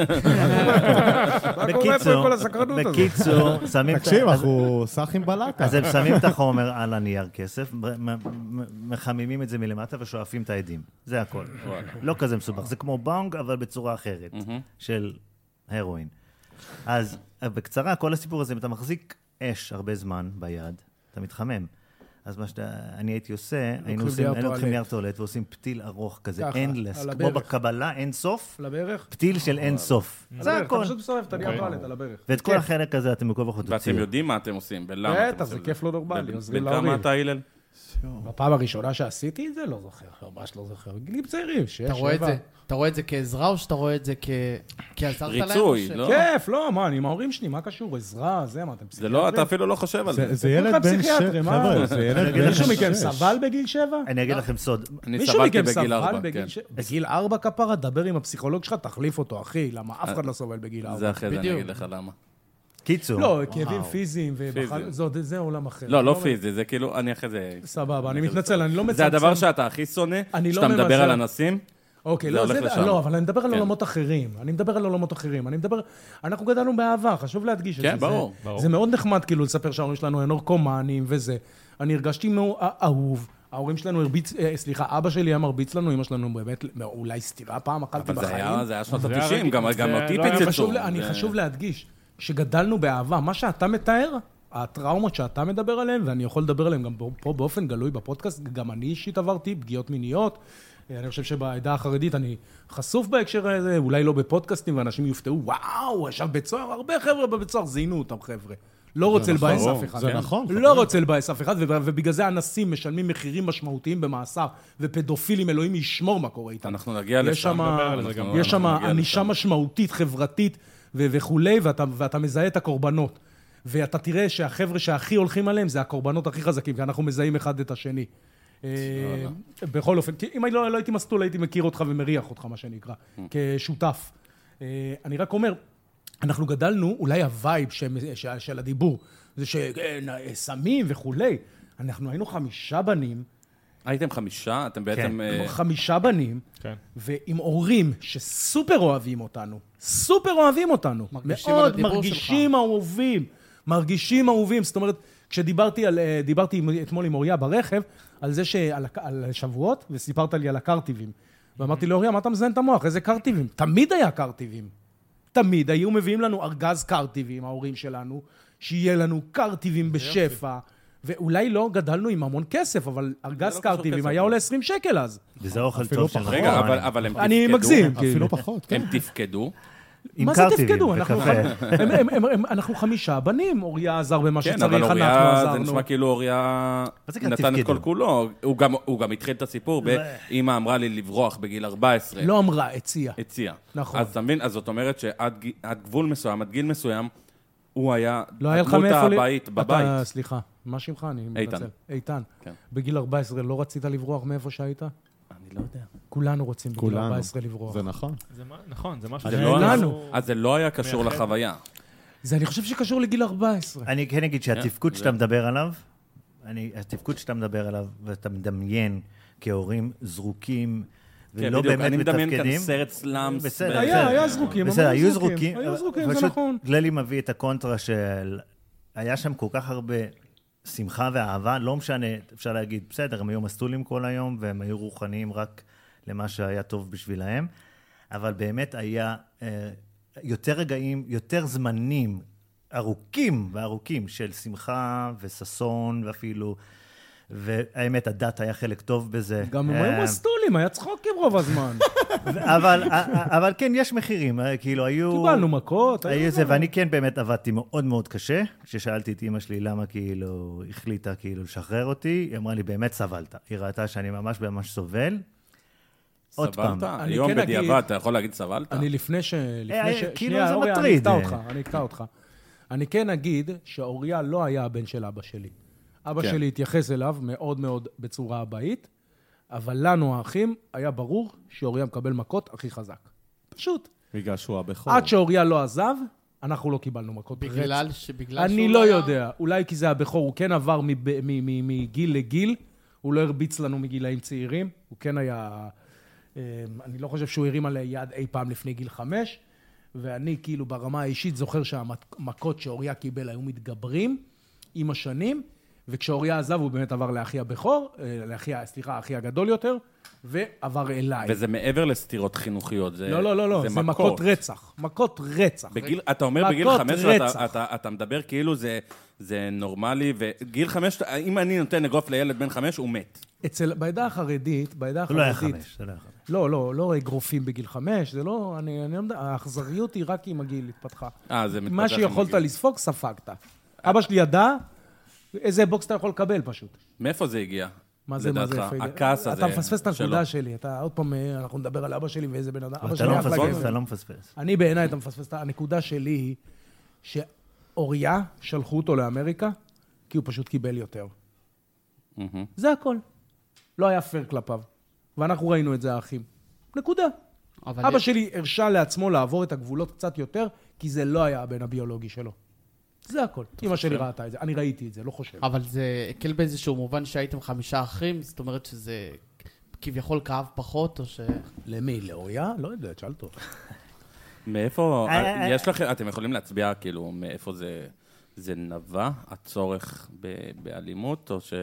[SPEAKER 7] מה קורה פה עם
[SPEAKER 6] בקיצור,
[SPEAKER 7] כל הסקרנות הזאת?
[SPEAKER 6] בקיצור, שמים... את-
[SPEAKER 8] תקשיב,
[SPEAKER 6] אז-
[SPEAKER 8] אנחנו סאחים בלטה.
[SPEAKER 6] אז הם שמים את החומר על הנייר כסף, מ- מ- מ- מחממים את זה מלמטה ושואפים את העדים. זה הכל. לא כזה מסובך. זה כמו באונג, אבל בצורה אחרת, של הרואין. אז אה, בקצרה, כל הסיפור הזה, אם אתה מחזיק אש הרבה זמן ביד, אתה מתחמם. אז מה שאני הייתי עושה, היינו
[SPEAKER 7] נייר
[SPEAKER 6] עושים- היינו
[SPEAKER 7] טואלט.
[SPEAKER 6] לוקחים נייר טואלט ועושים פתיל ארוך כזה,
[SPEAKER 7] ככה,
[SPEAKER 6] endless,
[SPEAKER 7] על
[SPEAKER 6] כמו
[SPEAKER 7] הברך.
[SPEAKER 6] בקבלה, אין סוף,
[SPEAKER 7] לברך?
[SPEAKER 6] פתיל של אין סוף. זה
[SPEAKER 7] אתה
[SPEAKER 6] הכל.
[SPEAKER 7] פשוט כן. מסובב את
[SPEAKER 5] אוקיי.
[SPEAKER 7] הנייר טואלט על הברך.
[SPEAKER 6] ואת
[SPEAKER 5] כן.
[SPEAKER 6] כל החלק הזה אתם בכל זאת
[SPEAKER 5] ואתם
[SPEAKER 6] תוציאו.
[SPEAKER 5] יודעים מה אתם עושים, ולמה אתם
[SPEAKER 7] בטח,
[SPEAKER 5] עושים
[SPEAKER 7] זה
[SPEAKER 5] את
[SPEAKER 7] כיף לא נורמלי,
[SPEAKER 5] ב-
[SPEAKER 7] עוזרים
[SPEAKER 5] בן כמה
[SPEAKER 7] להורים.
[SPEAKER 5] אתה, הלל?
[SPEAKER 7] בפעם הראשונה שעשיתי את זה, לא זוכר, ממש לא זוכר. גילים צעירים, שש, שבע.
[SPEAKER 4] אתה רואה את זה? אתה רואה את זה כעזרה או שאתה רואה את זה כ... כי עזרת להם?
[SPEAKER 5] ריצוי,
[SPEAKER 4] ש-
[SPEAKER 5] לא?
[SPEAKER 7] כיף, לא, מה, אני עם ההורים שלי, מה קשור? עזרה, זה, מה, אתם
[SPEAKER 5] זה
[SPEAKER 7] פסיכיאטרים?
[SPEAKER 5] לא, אתה אפילו לא חושב על זה.
[SPEAKER 8] זה- זה
[SPEAKER 7] כולכם
[SPEAKER 8] ילד בן שש,
[SPEAKER 7] פסיכיאטרים, אה?
[SPEAKER 8] חבר'ה, זה ילד בן
[SPEAKER 7] מישהו
[SPEAKER 8] שש.
[SPEAKER 7] מכם סבל בגיל שבע?
[SPEAKER 6] אני אגיד לכם סוד,
[SPEAKER 5] אני
[SPEAKER 7] מישהו
[SPEAKER 5] סבלתי
[SPEAKER 7] מכם
[SPEAKER 5] בגיל
[SPEAKER 7] סבל
[SPEAKER 5] ארבע,
[SPEAKER 7] בגיל
[SPEAKER 5] כן.
[SPEAKER 7] שבע? בגיל ארבע כפרה, דבר עם הפסיכולוג שלך, תחליף אותו, אחי, למה אף אחד לא סובל בגיל ארבע.
[SPEAKER 5] זה אחרי זה, אני
[SPEAKER 4] בדיוק.
[SPEAKER 5] אגיד לך למה.
[SPEAKER 7] כן,
[SPEAKER 6] קיצור.
[SPEAKER 7] לא, כאבים פיזיים, ובחל-
[SPEAKER 5] פיזיים.
[SPEAKER 7] זה עוד- זה עולם אחר.
[SPEAKER 5] לא, לא פיזי, זה כאילו, אני אחרי זה...
[SPEAKER 7] סבבה, אני מתנצל, אני לא מצמצם.
[SPEAKER 5] זה הדבר שאתה הכי שונא,
[SPEAKER 7] אני לא
[SPEAKER 5] שאתה מדבר
[SPEAKER 7] מבזל.
[SPEAKER 5] על אנסים,
[SPEAKER 7] אוקיי,
[SPEAKER 5] זה
[SPEAKER 7] לא,
[SPEAKER 5] הולך
[SPEAKER 7] זה,
[SPEAKER 5] לשם.
[SPEAKER 7] לא, אבל אני מדבר על
[SPEAKER 5] כן.
[SPEAKER 7] עולמות אחרים. אני מדבר על עולמות אחרים. אני מדבר... אנחנו גדלנו באהבה, חשוב להדגיש את
[SPEAKER 5] כן,
[SPEAKER 7] זה.
[SPEAKER 5] ברור,
[SPEAKER 7] זה,
[SPEAKER 3] ברור.
[SPEAKER 7] זה מאוד נחמד כאילו לספר שההורים שלנו הם נורקומנים וזה. אני הרגשתי מאו- אה- אהוב. ההורים שלנו הרביץ... אה, סליחה, אבא שלי היה מרביץ לנו, אמא שלנו באמת, אולי סטירה פעם אכלתי
[SPEAKER 5] אבל
[SPEAKER 7] בחיים.
[SPEAKER 5] זה היה- זה היה שנות
[SPEAKER 3] זה היה
[SPEAKER 5] ה-90,
[SPEAKER 3] רגיל,
[SPEAKER 5] גם
[SPEAKER 3] זה
[SPEAKER 5] גם אותי
[SPEAKER 3] לא היה
[SPEAKER 7] אני
[SPEAKER 5] פיצצו.
[SPEAKER 7] חשוב, לה- אני
[SPEAKER 5] זה-
[SPEAKER 7] חשוב להדגיש שגדלנו באהבה. מה שאתה מתאר, הטראומות שאתה מדבר עליהן, ואני יכול לדבר עליהן גם פה באופן גלוי בפודקאסט, גם אני אישית עברתי פגיעות מיניות. אני חושב שבעדה החרדית אני חשוף בהקשר הזה, אולי לא בפודקאסטים, ואנשים יופתעו, וואו, הוא ישב בית סוהר, הרבה חבר'ה בבית סוהר זיינו אותם, חבר'ה. לא רוצה לבאס
[SPEAKER 8] ברור,
[SPEAKER 7] אף אחד.
[SPEAKER 8] זה
[SPEAKER 7] כן?
[SPEAKER 8] נכון,
[SPEAKER 7] לא רוצה לבאס אף אחד, וב- ובגלל זה אנסים משלמים מחירים משמעותיים במאסר, ופדופילים, אלוהים ישמור מה קורה איתם.
[SPEAKER 5] אנחנו נגיע לשם.
[SPEAKER 7] יש שם
[SPEAKER 3] נדבר על זה גם.
[SPEAKER 5] אנחנו-
[SPEAKER 7] יש שם
[SPEAKER 5] אנחנו נגיע
[SPEAKER 7] ענישה
[SPEAKER 5] לשם.
[SPEAKER 7] משמעותית, חברתית ו- וכולי, ואתה, ואתה מזהה את הקורבנות. ואתה תראה שהחבר'ה שהכי הולכים עליהם זה הקורבנות הכי חזקים, כי אנחנו מזהים אחד את השני. אה, בכל אופן, כי אם אני לא, לא הייתי מסטול, הייתי מכיר אותך ומריח אותך, מה שנקרא,
[SPEAKER 3] Mm.
[SPEAKER 7] כשותף. אה, אני רק אומר, אנחנו גדלנו, אולי הווייב של, של, של אה, הדיבור, זה שסמים וכולי. אנחנו היינו חמישה בנים,
[SPEAKER 5] הייתם חמישה,
[SPEAKER 7] כן,
[SPEAKER 5] אתם בעצם... אה,
[SPEAKER 7] חמישה בנים,
[SPEAKER 3] כן.
[SPEAKER 7] ועם הורים שסופר אוהבים אותנו, סופר אוהבים אותנו.
[SPEAKER 4] מרגישים על
[SPEAKER 7] מאוד
[SPEAKER 4] הדיבור
[SPEAKER 7] מרגישים אהובים, מרגישים אהובים. זאת אומרת, כשדיברתי על, אה, דיברתי עם- אתמול עם אוריה ברכב, על זה ש... על, הק- על שבועות, וסיפרת לי על הקרטיבים. ואמרתי לאוריה, מה אתה מזיין את המוח? איזה קרטיבים? תמיד היה קרטיבים. תמיד היו מביאים לנו ארגז קרטיבים, ההורים שלנו, שיהיה לנו קרטיבים בשפע. ואולי לא גדלנו עם המון כסף, אבל ארגז
[SPEAKER 5] לא קשור
[SPEAKER 7] קרטיבים
[SPEAKER 5] כסף.
[SPEAKER 7] היה עולה 20 שקל אז.
[SPEAKER 6] וזה אוכל
[SPEAKER 8] אפילו
[SPEAKER 7] לא
[SPEAKER 6] טוב של
[SPEAKER 8] פחות.
[SPEAKER 5] רגע,
[SPEAKER 6] רחוב.
[SPEAKER 5] אבל- אבל הם תפקדו.
[SPEAKER 7] נכון. אני מגזים. כאילו.
[SPEAKER 8] אפילו פחות, כן.
[SPEAKER 5] הם תפקדו.
[SPEAKER 6] עם
[SPEAKER 7] מה זה
[SPEAKER 6] קרטיבים
[SPEAKER 7] תפקדו? אנחנו
[SPEAKER 6] וקפה.
[SPEAKER 7] חמ- הם- הם- הם- הם- אנחנו חמישה בנים, אוריה עזר במה
[SPEAKER 5] כן,
[SPEAKER 7] שצריך,
[SPEAKER 5] אבל
[SPEAKER 7] אנחנו
[SPEAKER 5] אוריה, זה
[SPEAKER 7] עזרנו.
[SPEAKER 5] נשמע כאילו אוריה
[SPEAKER 6] מה זה כאן
[SPEAKER 5] נתן את
[SPEAKER 6] תפקדו?
[SPEAKER 7] כאילו?
[SPEAKER 5] כל כולו. הוא גם- הוא גם התחיל את הסיפור ב... אמא אמרה לי לברוח בגיל 14.
[SPEAKER 7] לא אמרה, הציעה.
[SPEAKER 5] הציע.
[SPEAKER 7] נכון.
[SPEAKER 5] אז אתה מבין? אז זאת אומרת שעד גי- עד גבול מסוים, עד גיל מסוים, הוא היה
[SPEAKER 7] לא היה לך
[SPEAKER 5] הדמות
[SPEAKER 7] מאיפה... ל-
[SPEAKER 5] הבית
[SPEAKER 7] אתה-
[SPEAKER 5] בבית.
[SPEAKER 7] סליחה, מה שמך? אני
[SPEAKER 5] איתן.
[SPEAKER 7] מתנצל. איתן.
[SPEAKER 5] כן.
[SPEAKER 7] בגיל 14 לא רצית לברוח מאיפה שהיית?
[SPEAKER 5] אני לא יודע.
[SPEAKER 7] כולנו רוצים בגיל
[SPEAKER 8] כולנו.
[SPEAKER 7] 14 לברוח.
[SPEAKER 8] זה נכון.
[SPEAKER 3] זה מה- נכון, זה משהו...
[SPEAKER 5] זה
[SPEAKER 3] ש- אה,
[SPEAKER 5] לא-
[SPEAKER 7] לנו.
[SPEAKER 5] אז זה לא היה קשור
[SPEAKER 3] מאחד.
[SPEAKER 5] לחוויה.
[SPEAKER 7] זה אני חושב שקשור לגיל 14.
[SPEAKER 6] אני כן אגיד שהתפקוד שאתה מדבר עליו, אני, התפקוד שאתה מדבר עליו, ואתה מדמיין כהורים זרוקים,
[SPEAKER 5] כן,
[SPEAKER 6] ולא
[SPEAKER 5] בדיוק.
[SPEAKER 6] באמת
[SPEAKER 5] אני מדמיין כאן
[SPEAKER 6] מתפקדים.
[SPEAKER 5] סרט סלאמס.
[SPEAKER 6] בסדר,
[SPEAKER 5] ב-
[SPEAKER 6] אה, בסדר.
[SPEAKER 7] היה, היה זרוקים,
[SPEAKER 6] בסדר,
[SPEAKER 7] אבל
[SPEAKER 6] היו זרוקים.
[SPEAKER 7] כן, היו
[SPEAKER 6] אבל-
[SPEAKER 7] זרוקים,
[SPEAKER 6] אבל
[SPEAKER 7] זה
[SPEAKER 6] פשוט
[SPEAKER 7] נכון.
[SPEAKER 6] גללי מביא את הקונטרה של... היה שם כל כך הרבה שמחה ואהבה, לא משנה, אפשר להגיד, בסדר, הם היו מסטולים כל היום, והם היו רוחניים רק למה שהיה טוב בשבילהם, אבל באמת היה אה, יותר רגעים, יותר זמנים ארוכים וארוכים של שמחה וששון ואפילו... והאמת, הדת היה חלק טוב בזה.
[SPEAKER 7] גם הם היו
[SPEAKER 6] אה,
[SPEAKER 7] מסטולים, היה צחוקים רוב הזמן.
[SPEAKER 6] אבל, אבל כן, יש מחירים, אה, כאילו, היו...
[SPEAKER 7] קיבלנו מכות. היה-
[SPEAKER 6] היו זה, ואני כן באמת עבדתי מאוד מאוד קשה. כששאלתי את אימא שלי למה כאילו החליטה כאילו לשחרר אותי, היא אמרה לי, באמת סבלת. היא ראתה שאני ממש ממש סובל. עוד פעם.
[SPEAKER 5] סבלת?
[SPEAKER 7] אני
[SPEAKER 5] היום
[SPEAKER 7] כן אגיד-
[SPEAKER 5] בדיעבד אתה יכול להגיד סבלת?
[SPEAKER 7] אני לפני ש... לפני
[SPEAKER 6] אה,
[SPEAKER 7] ש...
[SPEAKER 6] כאילו
[SPEAKER 7] שנייה,
[SPEAKER 6] זה
[SPEAKER 7] אוריה, אני
[SPEAKER 6] מטריד.
[SPEAKER 7] אקטע אותך, אני אקטע אותך. אני כן אגיד שאוריה לא היה הבן של אבא שלי. אבא
[SPEAKER 5] כן.
[SPEAKER 7] שלי התייחס אליו מאוד מאוד בצורה אבאית, אבל לנו, האחים, היה ברור שאוריה מקבל מכות הכי חזק. פשוט.
[SPEAKER 8] בגלל שהוא הבכור.
[SPEAKER 7] עד שאוריה לא עזב, אנחנו לא קיבלנו מכות.
[SPEAKER 4] בגלל
[SPEAKER 7] רצח.
[SPEAKER 4] ש... בגלל
[SPEAKER 7] אני
[SPEAKER 4] שהוא
[SPEAKER 7] לא
[SPEAKER 4] היה-
[SPEAKER 7] יודע. אולי כי זה הבכור, הוא כן עבר מב- מ- מ- מגיל לגיל, הוא לא הרביץ לנו מגילאים צעירים, הוא כן היה... אמ, אני לא חושב שהוא הרים עלי יד אי פעם לפני גיל חמש, ואני כאילו ברמה האישית זוכר שהמכות שאוריה קיבל היו מתגברים עם השנים, וכשאוריה עזב הוא באמת עבר לאחי הבכור, אה, לאחי, ה- סליחה, האחי הגדול יותר, ועבר אליי.
[SPEAKER 5] וזה מעבר לסתירות חינוכיות. זה-
[SPEAKER 7] לא, לא, לא, לא, זה מכות רצח. מכות רצח.
[SPEAKER 5] בגיל, אתה אומר בגיל
[SPEAKER 7] מכות
[SPEAKER 5] 15,
[SPEAKER 7] רצח.
[SPEAKER 5] אתה, אתה, אתה מדבר כאילו זה, זה נורמלי, וגיל 5, אם אני נותן אגרוף לילד בן 5, הוא מת.
[SPEAKER 7] אצל, בעדה החרדית, בעדה
[SPEAKER 6] זה לא היה
[SPEAKER 7] החרדית,
[SPEAKER 6] חמש, זה לא היה חמש.
[SPEAKER 7] לא, לא, לא אגרופים בגיל חמש, זה לא, אני, אני לא יודע, האכזריות היא רק עם הגיל התפתחה.
[SPEAKER 5] אה, זה מתפתח
[SPEAKER 7] מה
[SPEAKER 5] עם
[SPEAKER 7] שיכולת
[SPEAKER 5] הגיל.
[SPEAKER 7] לספוג, ספגת. אבא שלי ידע איזה בוקס אתה יכול לקבל פשוט.
[SPEAKER 5] מאיפה זה הגיע?
[SPEAKER 7] מה זה, מה
[SPEAKER 5] לדעתך?
[SPEAKER 7] זה, פייגל?
[SPEAKER 5] הכעס הזה
[SPEAKER 7] אתה מפספס את
[SPEAKER 5] שלו.
[SPEAKER 7] הנקודה שלי, אתה עוד פעם, אה, אנחנו נדבר על אבא שלי ואיזה בן אדם. אבא
[SPEAKER 6] אתה
[SPEAKER 7] שלי
[SPEAKER 6] לא
[SPEAKER 7] אחלה
[SPEAKER 6] מפספס,
[SPEAKER 7] גבר.
[SPEAKER 6] אתה לא מפספס.
[SPEAKER 7] אני בעיניי, אתה מפספס את הנקודה שלי היא שאוריה, שלחו אותו לאמריקה, כי הוא פשוט קיבל יותר.
[SPEAKER 5] מהמם.
[SPEAKER 7] זה הכל. לא היה פייר כלפיו. ואנחנו ראינו את זה, האחים. נקודה.
[SPEAKER 4] אבל
[SPEAKER 7] אבא שלי הרשה לעצמו לעבור את הגבולות קצת יותר, כי זה לא היה הבן הביולוגי שלו. זה הכל. אמא שלי ראתה את זה, אני ראיתי את זה, לא חושב.
[SPEAKER 4] אבל זה הקל באיזשהו מובן שהייתם חמישה אחים, זאת אומרת שזה כביכול כאב פחות, או ש...
[SPEAKER 7] למי? לאוריה? לא יודע, תשאל אותו.
[SPEAKER 5] מאיפה,
[SPEAKER 6] אה, אה,
[SPEAKER 5] יש לכם, אתם יכולים להצביע כאילו מאיפה זה, זה נבע, הצורך ב, באלימות, או ש...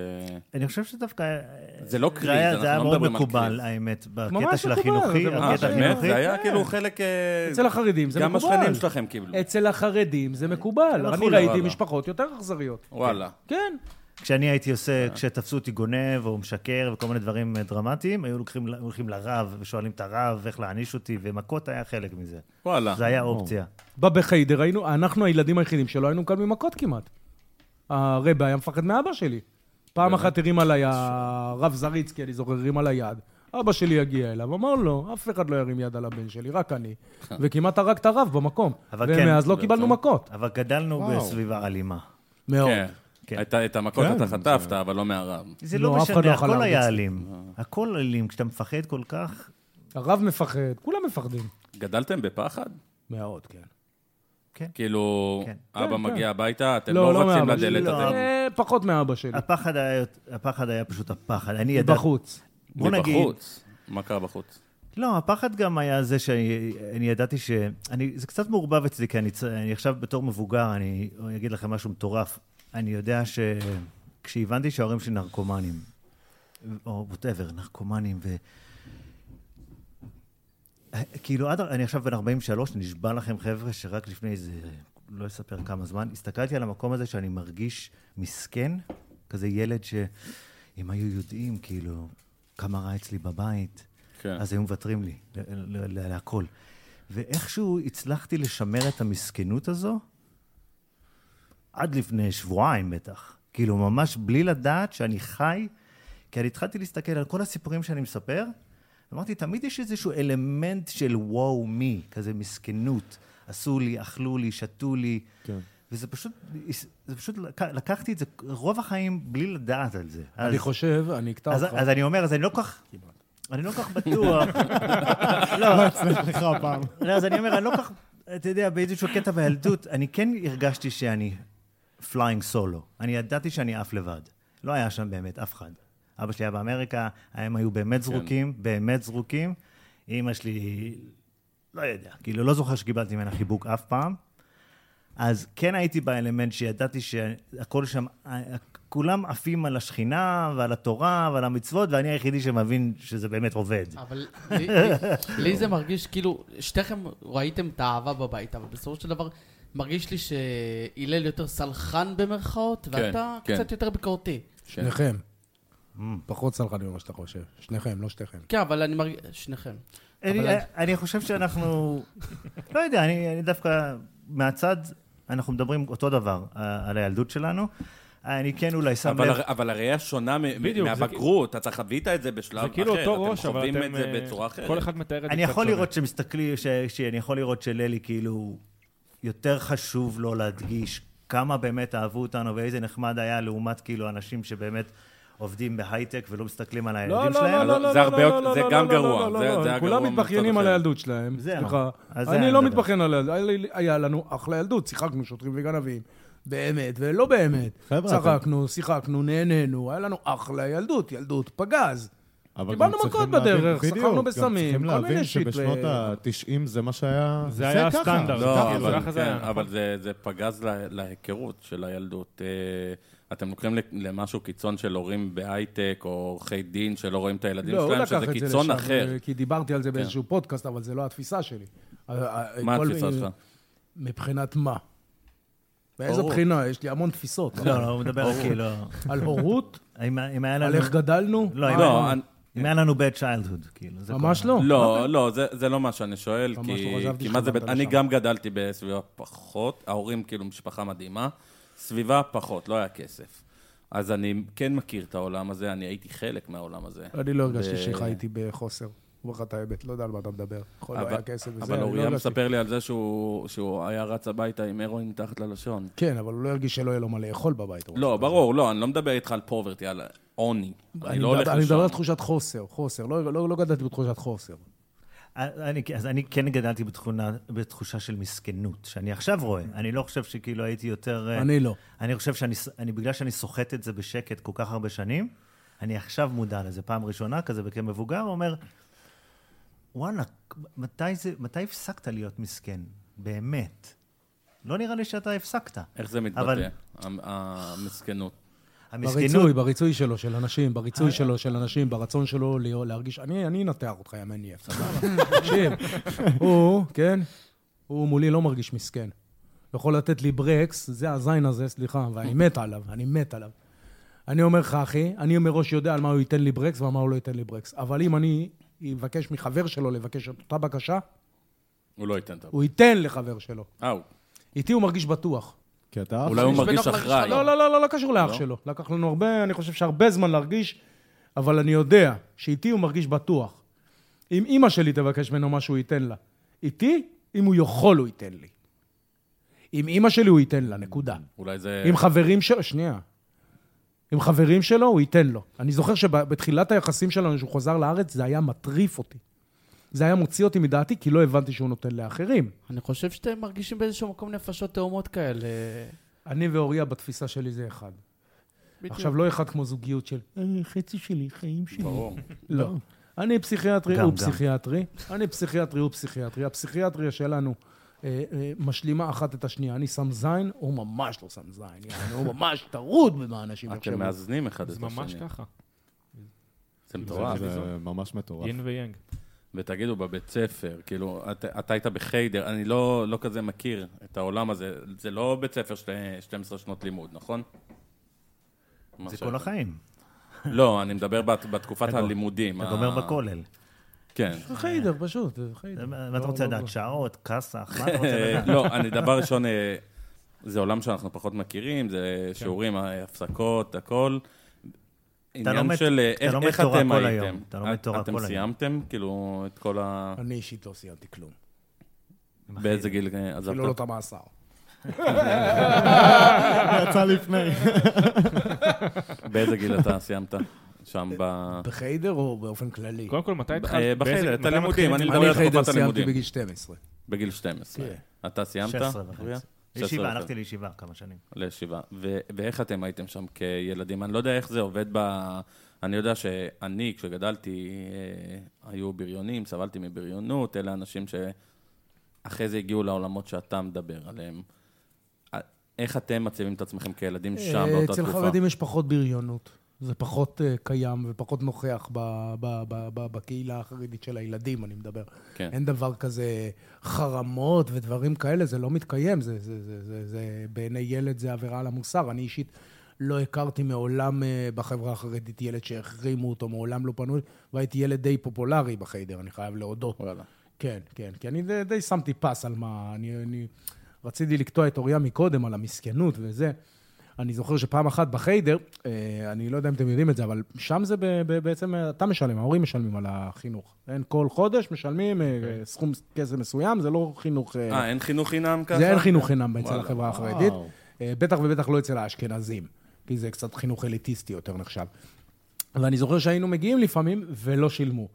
[SPEAKER 6] אני חושב שדווקא... אה,
[SPEAKER 5] זה לא קריז,
[SPEAKER 6] זה היה-
[SPEAKER 5] אנחנו
[SPEAKER 6] זה היה
[SPEAKER 5] לא
[SPEAKER 6] מאוד
[SPEAKER 5] מדברים על
[SPEAKER 6] מקובל,
[SPEAKER 5] קריז.
[SPEAKER 6] האמת, בקטע
[SPEAKER 7] ממש
[SPEAKER 6] של
[SPEAKER 7] מקובל,
[SPEAKER 6] החינוכי.
[SPEAKER 7] זה
[SPEAKER 5] אה,
[SPEAKER 6] הקטע
[SPEAKER 7] ממש
[SPEAKER 5] באמת?
[SPEAKER 6] החינוכי.
[SPEAKER 5] זה היה כאילו חלק... אה,
[SPEAKER 7] כן. אצל החרדים זה
[SPEAKER 5] גם
[SPEAKER 7] מקובל.
[SPEAKER 5] השכנים שלכם קיבלו.
[SPEAKER 7] אצל החרדים זה מקובל. אני
[SPEAKER 5] לכו
[SPEAKER 7] ראיתי
[SPEAKER 5] לרבה.
[SPEAKER 7] משפחות יותר אכזריות.
[SPEAKER 5] וואלה.
[SPEAKER 7] כן.
[SPEAKER 6] כשאני הייתי עושה,
[SPEAKER 5] אה.
[SPEAKER 6] כשתפסו אותי גונב או משקר וכל מיני דברים אה, דרמטיים, היו לוקחים ל- הולכים לרב ושואלים את הרב איך להעניש אותי, ומכות היה חלק מזה.
[SPEAKER 5] וואלה.
[SPEAKER 6] זה היה אופציה.
[SPEAKER 7] בא בחיידר, היינו, אנחנו הילדים היחידים שלא היינו כאן ממכות כמעט. הרבה היה מפחד מאבא שלי. פעם אחת הרים עליי הרב זריצקי, אני זוכר, הרים עליי יד. אבא שלי יגיע אליו, אמר לו, אף אחד לא ירים יד על הבן שלי, רק אני. וכמעט הרג את הרב במקום.
[SPEAKER 6] כן. אבל כן.
[SPEAKER 7] ומאז לא קיבלנו מכות.
[SPEAKER 6] אבל גדלנו
[SPEAKER 8] וואו.
[SPEAKER 6] בסביבה אלימה.
[SPEAKER 7] מאוד.
[SPEAKER 5] כן.
[SPEAKER 6] כן.
[SPEAKER 5] הייתה- את המכות
[SPEAKER 8] כן,
[SPEAKER 5] אתה
[SPEAKER 8] זה-
[SPEAKER 5] חטפת, אבל לא מהרב.
[SPEAKER 6] זה
[SPEAKER 7] לא,
[SPEAKER 6] לא
[SPEAKER 7] אף אחד לא
[SPEAKER 6] משנה,
[SPEAKER 7] יכול
[SPEAKER 6] הכל
[SPEAKER 7] להרביץ
[SPEAKER 6] היה
[SPEAKER 7] לי.
[SPEAKER 6] אלים. הכל אלים, כשאתה מפחד כל כך,
[SPEAKER 7] הרב מפחד, כולם מפחדים.
[SPEAKER 5] גדלתם בפחד?
[SPEAKER 7] מאוד, כן.
[SPEAKER 6] כן.
[SPEAKER 5] כאילו,
[SPEAKER 6] כן.
[SPEAKER 5] אבא
[SPEAKER 7] כן, כן.
[SPEAKER 5] מגיע הביתה, אתם
[SPEAKER 7] לא,
[SPEAKER 5] לא
[SPEAKER 7] לא
[SPEAKER 5] רצים
[SPEAKER 7] מאבא שלי,
[SPEAKER 5] לדלת
[SPEAKER 6] לא.
[SPEAKER 5] אתם.
[SPEAKER 7] אה, פחות מאבא שלי.
[SPEAKER 6] הפחד היה, יות- הפחד היה פשוט הפחד. אני ידעתי...
[SPEAKER 7] בחוץ.
[SPEAKER 6] בוא נגיד...
[SPEAKER 5] מבחוץ. מה קרה בחוץ?
[SPEAKER 6] לא, הפחד גם היה זה שאני אני ידעתי ש... אני, זה קצת מעורבב אצלי, כי אני, צ- אני עכשיו בתור מבוגר, אני אני אגיד לכם משהו מטורף. אני יודע ש... כשהבנתי שההורים שלי נרקומנים, או ווטאבר, נרקומנים, ו... כאילו, עד, אני עכשיו בן 43, נשבע לכם, חבר'ה, שרק לפני איזה, לא אספר כמה זמן, הסתכלתי על המקום הזה שאני מרגיש מסכן, כזה ילד שאם היו יודעים, כאילו, כמה רע אצלי בבית,
[SPEAKER 5] כן.
[SPEAKER 6] אז היו מוותרים לי, ל- ל- ל- להכל. ואיכשהו הצלחתי לשמר את המסכנות הזו, עד לפני שבועיים בטח. כאילו, ממש בלי לדעת שאני חי, כי אני התחלתי להסתכל על כל הסיפורים שאני מספר, אמרתי, תמיד יש איזשהו אלמנט של וואו מי, כזה מסכנות. עשו לי, אכלו לי, שתו לי. כן. וזה פשוט, זה פשוט, לק- לקחתי את זה רוב החיים בלי לדעת על זה.
[SPEAKER 7] אני חושב, אני אקטע
[SPEAKER 6] אז,
[SPEAKER 7] אותך.
[SPEAKER 6] אז אני אומר, אז אני לא כל כך... אני לא כל כך בטוח. לא,
[SPEAKER 8] לך הפעם.
[SPEAKER 6] לא, אז אני אומר, אני לא כל כך... אתה יודע, באיזשהו קטע בילדות, אני כן הרגשתי שאני פליינג סולו. אני ידעתי שאני עף לבד. לא היה שם באמת אף אחד. אבא שלי היה באמריקה, הם היו באמת זרוקים, באמת זרוקים. אימא שלי, לא יודע, כאילו, לא זוכר שקיבלתי ממנה חיבוק אף פעם. אז כן הייתי באלמנט שידעתי שהכל שם, כולם עפים על השכינה ועל התורה ועל המצוות, ואני היחידי שמבין שזה באמת עובד.
[SPEAKER 4] אבל לי- לי- לי זה מרגיש כאילו, שתיכם ראיתם את האהבה בבית, אבל בסופו של דבר מרגיש לי שהלל יותר סלחן במרכאות, ואתה
[SPEAKER 5] כן.
[SPEAKER 4] קצת יותר ביקורתי.
[SPEAKER 5] כן.
[SPEAKER 7] שניכם.
[SPEAKER 6] כן.
[SPEAKER 7] פחות סלחנים ממה שאתה חושב. שניכם, לא שתיכם.
[SPEAKER 4] כן, אבל אני מרגיש... שניכם.
[SPEAKER 6] אני,
[SPEAKER 4] אבל-
[SPEAKER 6] אני חושב שאנחנו... לא יודע, אני, אני דווקא מהצד, אנחנו מדברים אותו דבר אה, על הילדות שלנו. אני כן אולי שם
[SPEAKER 5] אבל
[SPEAKER 6] לב...
[SPEAKER 5] הר- אבל הראייה שונה מ- מ-
[SPEAKER 3] בדיוק, זה
[SPEAKER 5] מהבגרות, אתה חווית את זה בשלב
[SPEAKER 3] זה
[SPEAKER 5] אחר.
[SPEAKER 3] כאילו אותו ראש, אבל אתם...
[SPEAKER 5] אה, אתם חווים את זה
[SPEAKER 3] אה,
[SPEAKER 5] בצורה אחרת.
[SPEAKER 3] כל אחד מתאר את זה קצת
[SPEAKER 6] אני יכול
[SPEAKER 3] שונה.
[SPEAKER 6] לראות שמסתכלים, ש- שאני יכול לראות שללי כאילו, יותר חשוב לו להדגיש כמה באמת אהבו אותנו ואיזה נחמד היה לעומת כאילו אנשים שבאמת עובדים בהייטק ולא מסתכלים על הילדים שלהם.
[SPEAKER 5] לא, זה הרבה יותר- זה גם
[SPEAKER 7] לא,
[SPEAKER 5] גרוע. זה- זה הגרוע
[SPEAKER 7] כולם
[SPEAKER 5] מהצד
[SPEAKER 7] מתבכיינים
[SPEAKER 5] אחר.
[SPEAKER 7] על הילדות שלהם.
[SPEAKER 6] זה
[SPEAKER 7] סליחה.
[SPEAKER 6] אמר. אז זה
[SPEAKER 7] אני
[SPEAKER 6] אני
[SPEAKER 7] לא
[SPEAKER 6] מדבר.
[SPEAKER 7] מתבכיין על הילדות. היה לי- היה לנו אחלה ילדות, שיחקנו שוטרים וגנבים. באמת ולא באמת.
[SPEAKER 8] חבר'ה, אתם-
[SPEAKER 7] צחקנו, שיחקנו, נהנינו, היה לנו אחלה ילדות, ילדות פגז.
[SPEAKER 8] אבל גם
[SPEAKER 7] קיבלנו
[SPEAKER 8] צריכים
[SPEAKER 7] מכות
[SPEAKER 8] להבין-
[SPEAKER 7] בדרך,
[SPEAKER 8] בדיוק,
[SPEAKER 7] סחרנו
[SPEAKER 8] גם
[SPEAKER 7] בסמים,
[SPEAKER 8] צריכים
[SPEAKER 7] כל
[SPEAKER 8] להבין
[SPEAKER 7] מיני שיט ל-
[SPEAKER 8] שבשנות ה-90 זה מה שהיה...
[SPEAKER 3] זה היה
[SPEAKER 8] ככה.
[SPEAKER 3] הסטנדרט.
[SPEAKER 5] לא,
[SPEAKER 3] ככה זה,
[SPEAKER 5] אבל
[SPEAKER 3] ככה זה
[SPEAKER 5] כן,
[SPEAKER 3] היה, נכון?
[SPEAKER 5] אבל זה- זה פגז לה- להיכרות של הילדות. אה, אתם לוקחים ל- למשהו קיצון של הורים בהייטק, או עורכי דין שלא רואים את הילדים
[SPEAKER 7] לא, הוא
[SPEAKER 5] שלהם,
[SPEAKER 7] לקח
[SPEAKER 5] שזה
[SPEAKER 7] את זה
[SPEAKER 5] קיצון
[SPEAKER 7] לשם,
[SPEAKER 5] אחר. כן.
[SPEAKER 7] אה, כי דיברתי על זה באיזשהו פודקאסט, אבל זה לא התפיסה שלי. אה,
[SPEAKER 3] אה,
[SPEAKER 5] מה התפיסה שלך?
[SPEAKER 7] מבחינת מה? באיזו
[SPEAKER 5] הורות.
[SPEAKER 7] בחינה? יש לי המון תפיסות.
[SPEAKER 6] לא, לא, הוא מדבר על כאילו...
[SPEAKER 7] על הורות,
[SPEAKER 6] אם אם היה
[SPEAKER 7] על
[SPEAKER 6] לנו...
[SPEAKER 7] איך גדלנו.
[SPEAKER 6] לא, אם-
[SPEAKER 5] לא, אני-
[SPEAKER 6] אם היה לנו bad childhood, כאילו. זה
[SPEAKER 7] ממש
[SPEAKER 6] כל-
[SPEAKER 7] לא.
[SPEAKER 5] לא, לא, זה- זה לא מה שאני שואל,
[SPEAKER 7] ממש
[SPEAKER 5] כי-
[SPEAKER 7] לא חשבתי
[SPEAKER 5] כי מה זה...
[SPEAKER 7] שחזרת
[SPEAKER 5] בית- אני
[SPEAKER 7] לשם.
[SPEAKER 5] גם גדלתי בסביבה פחות, ההורים כאילו משפחה מדהימה, סביבה פחות, לא היה כסף. אז אני כן מכיר את העולם הזה, אני הייתי חלק מהעולם הזה.
[SPEAKER 7] אני לא הרגשתי
[SPEAKER 5] ו-
[SPEAKER 7] שחייתי בחוסר. אומר לך את האמת, לא יודע על מה אתה מדבר. יכול לא
[SPEAKER 5] אבל-
[SPEAKER 7] היה כסף וזה,
[SPEAKER 5] אבל
[SPEAKER 7] אני לא
[SPEAKER 5] אוריה
[SPEAKER 7] הרגשתי.
[SPEAKER 5] מספר לי על זה שהוא שהוא היה רץ הביתה עם הרואין מתחת ללשון.
[SPEAKER 7] כן, אבל הוא לא הרגיש שלא יהיה לו מה לאכול בבית. הוא
[SPEAKER 5] לא,
[SPEAKER 7] רצה.
[SPEAKER 5] ברור, לא, אני לא מדבר איתך על פוברטי, על עוני. אני לא
[SPEAKER 7] מדבר-
[SPEAKER 5] הולך
[SPEAKER 7] אני מדבר על
[SPEAKER 5] לשם.
[SPEAKER 7] תחושת חוסר, חוסר. לא לא- לא גדלתי בתחושת חוסר.
[SPEAKER 6] אני, אז אני כן גדלתי בתכונה, בתחושה של מסכנות, שאני עכשיו רואה. אני לא חושב שכאילו הייתי יותר... אה,
[SPEAKER 7] Mm. אני לא.
[SPEAKER 6] אני חושב שאני, אני, בגלל שאני סוחט את זה בשקט כל כך הרבה שנים, אני עכשיו מודע לזה. פעם ראשונה, כזה כמבוגר, אומר, וואלה, מתי, זה, מתי הפסקת להיות מסכן? באמת. לא נראה לי שאתה הפסקת.
[SPEAKER 5] איך זה
[SPEAKER 6] אבל-
[SPEAKER 5] מתבטא, המ- המסכנות?
[SPEAKER 6] המסכנות...
[SPEAKER 7] בריצוי, בריצוי שלו, של אנשים, בריצוי שלו, של אנשים, ברצון שלו ל- להרגיש... אני אני אנתח אותך, יא מניאק, סבבה? תקשיב, הוא, כן, הוא מולי לא מרגיש מסכן. יכול לתת לי ברקס, זה הזין הזה, סליחה, ואני מת עליו, אני מת עליו. אני אומר לך, אחי, אני מראש יודע על מה הוא ייתן לי ברקס ועל מה הוא לא ייתן לי ברקס. אבל אם אני אבקש מחבר שלו לבקש את אותה בקשה,
[SPEAKER 5] הוא לא ייתן טוב.
[SPEAKER 7] הוא ייתן לחבר שלו.
[SPEAKER 5] אה, הוא-
[SPEAKER 7] איתי הוא מרגיש בטוח.
[SPEAKER 8] כי אתה אח
[SPEAKER 5] אולי הוא
[SPEAKER 4] יש
[SPEAKER 5] מרגיש
[SPEAKER 4] בטח להרגיש
[SPEAKER 5] אחראי.
[SPEAKER 7] לא, לא, לא, לא, לא קשור לאח
[SPEAKER 5] לא?
[SPEAKER 7] שלו. לקח לנו הרבה, אני חושב שהרבה זמן להרגיש, אבל אני יודע שאיתי הוא מרגיש בטוח. אם אימא שלי תבקש ממנו משהו, הוא ייתן לה. איתי, אם הוא יכול, הוא ייתן לי. אם אימא שלי, הוא ייתן לה, נקודה.
[SPEAKER 5] אולי זה...
[SPEAKER 7] עם חברים שלו, שנייה. עם חברים שלו, הוא ייתן לו. אני זוכר שבתחילת היחסים שלנו, כשהוא חזר לארץ, זה היה מטריף אותי. זה היה מוציא אותי מדעתי, כי לא הבנתי שהוא נותן לאחרים.
[SPEAKER 4] אני חושב שאתם מרגישים באיזשהו מקום נפשות תאומות כאלה.
[SPEAKER 7] אני ואוריה בתפיסה שלי זה אחד.
[SPEAKER 4] בדיוק.
[SPEAKER 7] עכשיו, לא אחד כמו זוגיות של, "אה, חצי שלי, חיים שלי.
[SPEAKER 5] ברור.
[SPEAKER 7] לא. אני פסיכיאטרי,
[SPEAKER 6] גם,
[SPEAKER 7] הוא
[SPEAKER 6] גם.
[SPEAKER 7] פסיכיאטרי. אני פסיכיאטרי, הוא פסיכיאטרי. הפסיכיאטריה שלנו אה, אה, משלימה אחת את השנייה. אני שם זין, הוא ממש לא שם זין. יעני, הוא ממש טרוד במה אנשים
[SPEAKER 5] אתם
[SPEAKER 7] יחשבו.
[SPEAKER 5] מאזנים אחד את
[SPEAKER 3] זה
[SPEAKER 5] השני.
[SPEAKER 3] ממש ככה.
[SPEAKER 5] זה מטורף.
[SPEAKER 8] זה ממש מטורף.
[SPEAKER 3] יין ויאנג.
[SPEAKER 5] ותגידו, בבית ספר, כאילו, אתה, אתה היית בחיידר, אני לא, לא כזה מכיר את העולם הזה, זה לא בית ספר של 12 שנות לימוד, נכון? מה
[SPEAKER 6] זה
[SPEAKER 5] שאתה-
[SPEAKER 6] כל החיים.
[SPEAKER 5] לא, אני מדבר בת, בתקופת
[SPEAKER 6] אתה גומר-
[SPEAKER 5] הלימודים.
[SPEAKER 6] אתה
[SPEAKER 5] ה-
[SPEAKER 6] גומר בכולל.
[SPEAKER 5] כן.
[SPEAKER 7] זה חיידר, פשוט, זה חיידר.
[SPEAKER 6] מה אתה
[SPEAKER 7] לא-
[SPEAKER 6] רוצה
[SPEAKER 7] לא-
[SPEAKER 6] לדעת?
[SPEAKER 7] לא.
[SPEAKER 6] שעות, כסח, מה אתה רוצה לדעת?
[SPEAKER 5] אה, לא, אני דבר ראשון, אה, זה עולם שאנחנו פחות מכירים,
[SPEAKER 6] כן.
[SPEAKER 5] זה שיעורים, אה, הפסקות, הכל.
[SPEAKER 6] לומד-
[SPEAKER 5] עניין של אה,
[SPEAKER 6] אתה
[SPEAKER 5] איך
[SPEAKER 6] לומד
[SPEAKER 5] איך
[SPEAKER 6] תורה
[SPEAKER 5] אתם
[SPEAKER 6] כל היום.
[SPEAKER 5] הייתם.
[SPEAKER 6] אתה לומד
[SPEAKER 5] את-
[SPEAKER 6] תורה כל
[SPEAKER 5] אתם
[SPEAKER 6] היום.
[SPEAKER 5] סיימתם, כאילו, את כל ה...
[SPEAKER 7] אני אישית לא סיימתי כלום.
[SPEAKER 5] באיזה גיל אה,
[SPEAKER 7] אפילו לא את
[SPEAKER 5] עזבת?
[SPEAKER 7] המאסר.
[SPEAKER 8] יצא לפני.
[SPEAKER 5] באיזה גיל אתה סיימת? שם ב...
[SPEAKER 7] בחיידר או באופן כללי?
[SPEAKER 3] קודם כל, מתי התחלת?
[SPEAKER 5] אה,
[SPEAKER 3] באיזה-
[SPEAKER 5] בחדר, את
[SPEAKER 3] מתי
[SPEAKER 5] הלימודים,
[SPEAKER 3] מתחילים?
[SPEAKER 5] אני מדבר
[SPEAKER 7] אני
[SPEAKER 5] על
[SPEAKER 7] חיידר
[SPEAKER 5] תקופת
[SPEAKER 7] סיימתי
[SPEAKER 5] הלימודים.
[SPEAKER 7] בגיל 12.
[SPEAKER 5] בגיל 12.
[SPEAKER 7] כן.
[SPEAKER 5] אתה סיימת? אוקיי.
[SPEAKER 6] 16 וחצי.
[SPEAKER 5] אוריה? 16
[SPEAKER 6] ישיבה,
[SPEAKER 5] וחצי.
[SPEAKER 6] הלכתי לישיבה כמה שנים.
[SPEAKER 5] לישיבה. ו- ואיך אתם הייתם שם כילדים? אני לא יודע איך זה עובד ב... אני יודע שאני, כשגדלתי, אה, היו בריונים, סבלתי מבריונות, אלה אנשים שאחרי זה הגיעו לעולמות שאתה מדבר עליהם. אה, איך אתם מציבים את עצמכם כילדים שם
[SPEAKER 7] אה,
[SPEAKER 5] באותה
[SPEAKER 7] אצל
[SPEAKER 5] תקופה?
[SPEAKER 7] חרדים יש פחות בריונות. זה פחות אה, קיים ופחות נוכח ב- ב- ב- ב- בקהילה החרדית של הילדים, אני מדבר.
[SPEAKER 5] כן.
[SPEAKER 7] אין דבר כזה חרמות ודברים כאלה, זה לא מתקיים. זה, זה, זה, זה, זה, בעיני ילד זה עבירה על המוסר. אני אישית לא הכרתי מעולם אה, בחברה החרדית ילד שהחרימו אותו, מעולם לא פנו, לי, והייתי ילד די פופולרי בחיידר, אני חייב להודות.
[SPEAKER 5] וואלה.
[SPEAKER 7] כן, כן, כי אני די, די שמתי פס על מה... אני, אני רציתי לקטוע את אוריה מקודם על המסכנות וזה. אני זוכר שפעם אחת בחיידר, אה, אני לא יודע אם אתם יודעים את זה, אבל שם זה ב, ב, בעצם, אה, אתה משלם, ההורים משלמים על החינוך. אין, כל חודש משלמים אה, סכום כסף מסוים, זה לא חינוך... אה,
[SPEAKER 5] אה, אין חינוך חינם ככה?
[SPEAKER 7] זה אין חינוך חינם אצל
[SPEAKER 5] וואלה,
[SPEAKER 7] החברה החרדית. אה, בטח ובטח לא אצל האשכנזים, כי זה קצת חינוך אליטיסטי יותר נחשב. ואני זוכר שהיינו מגיעים לפעמים ולא שילמו.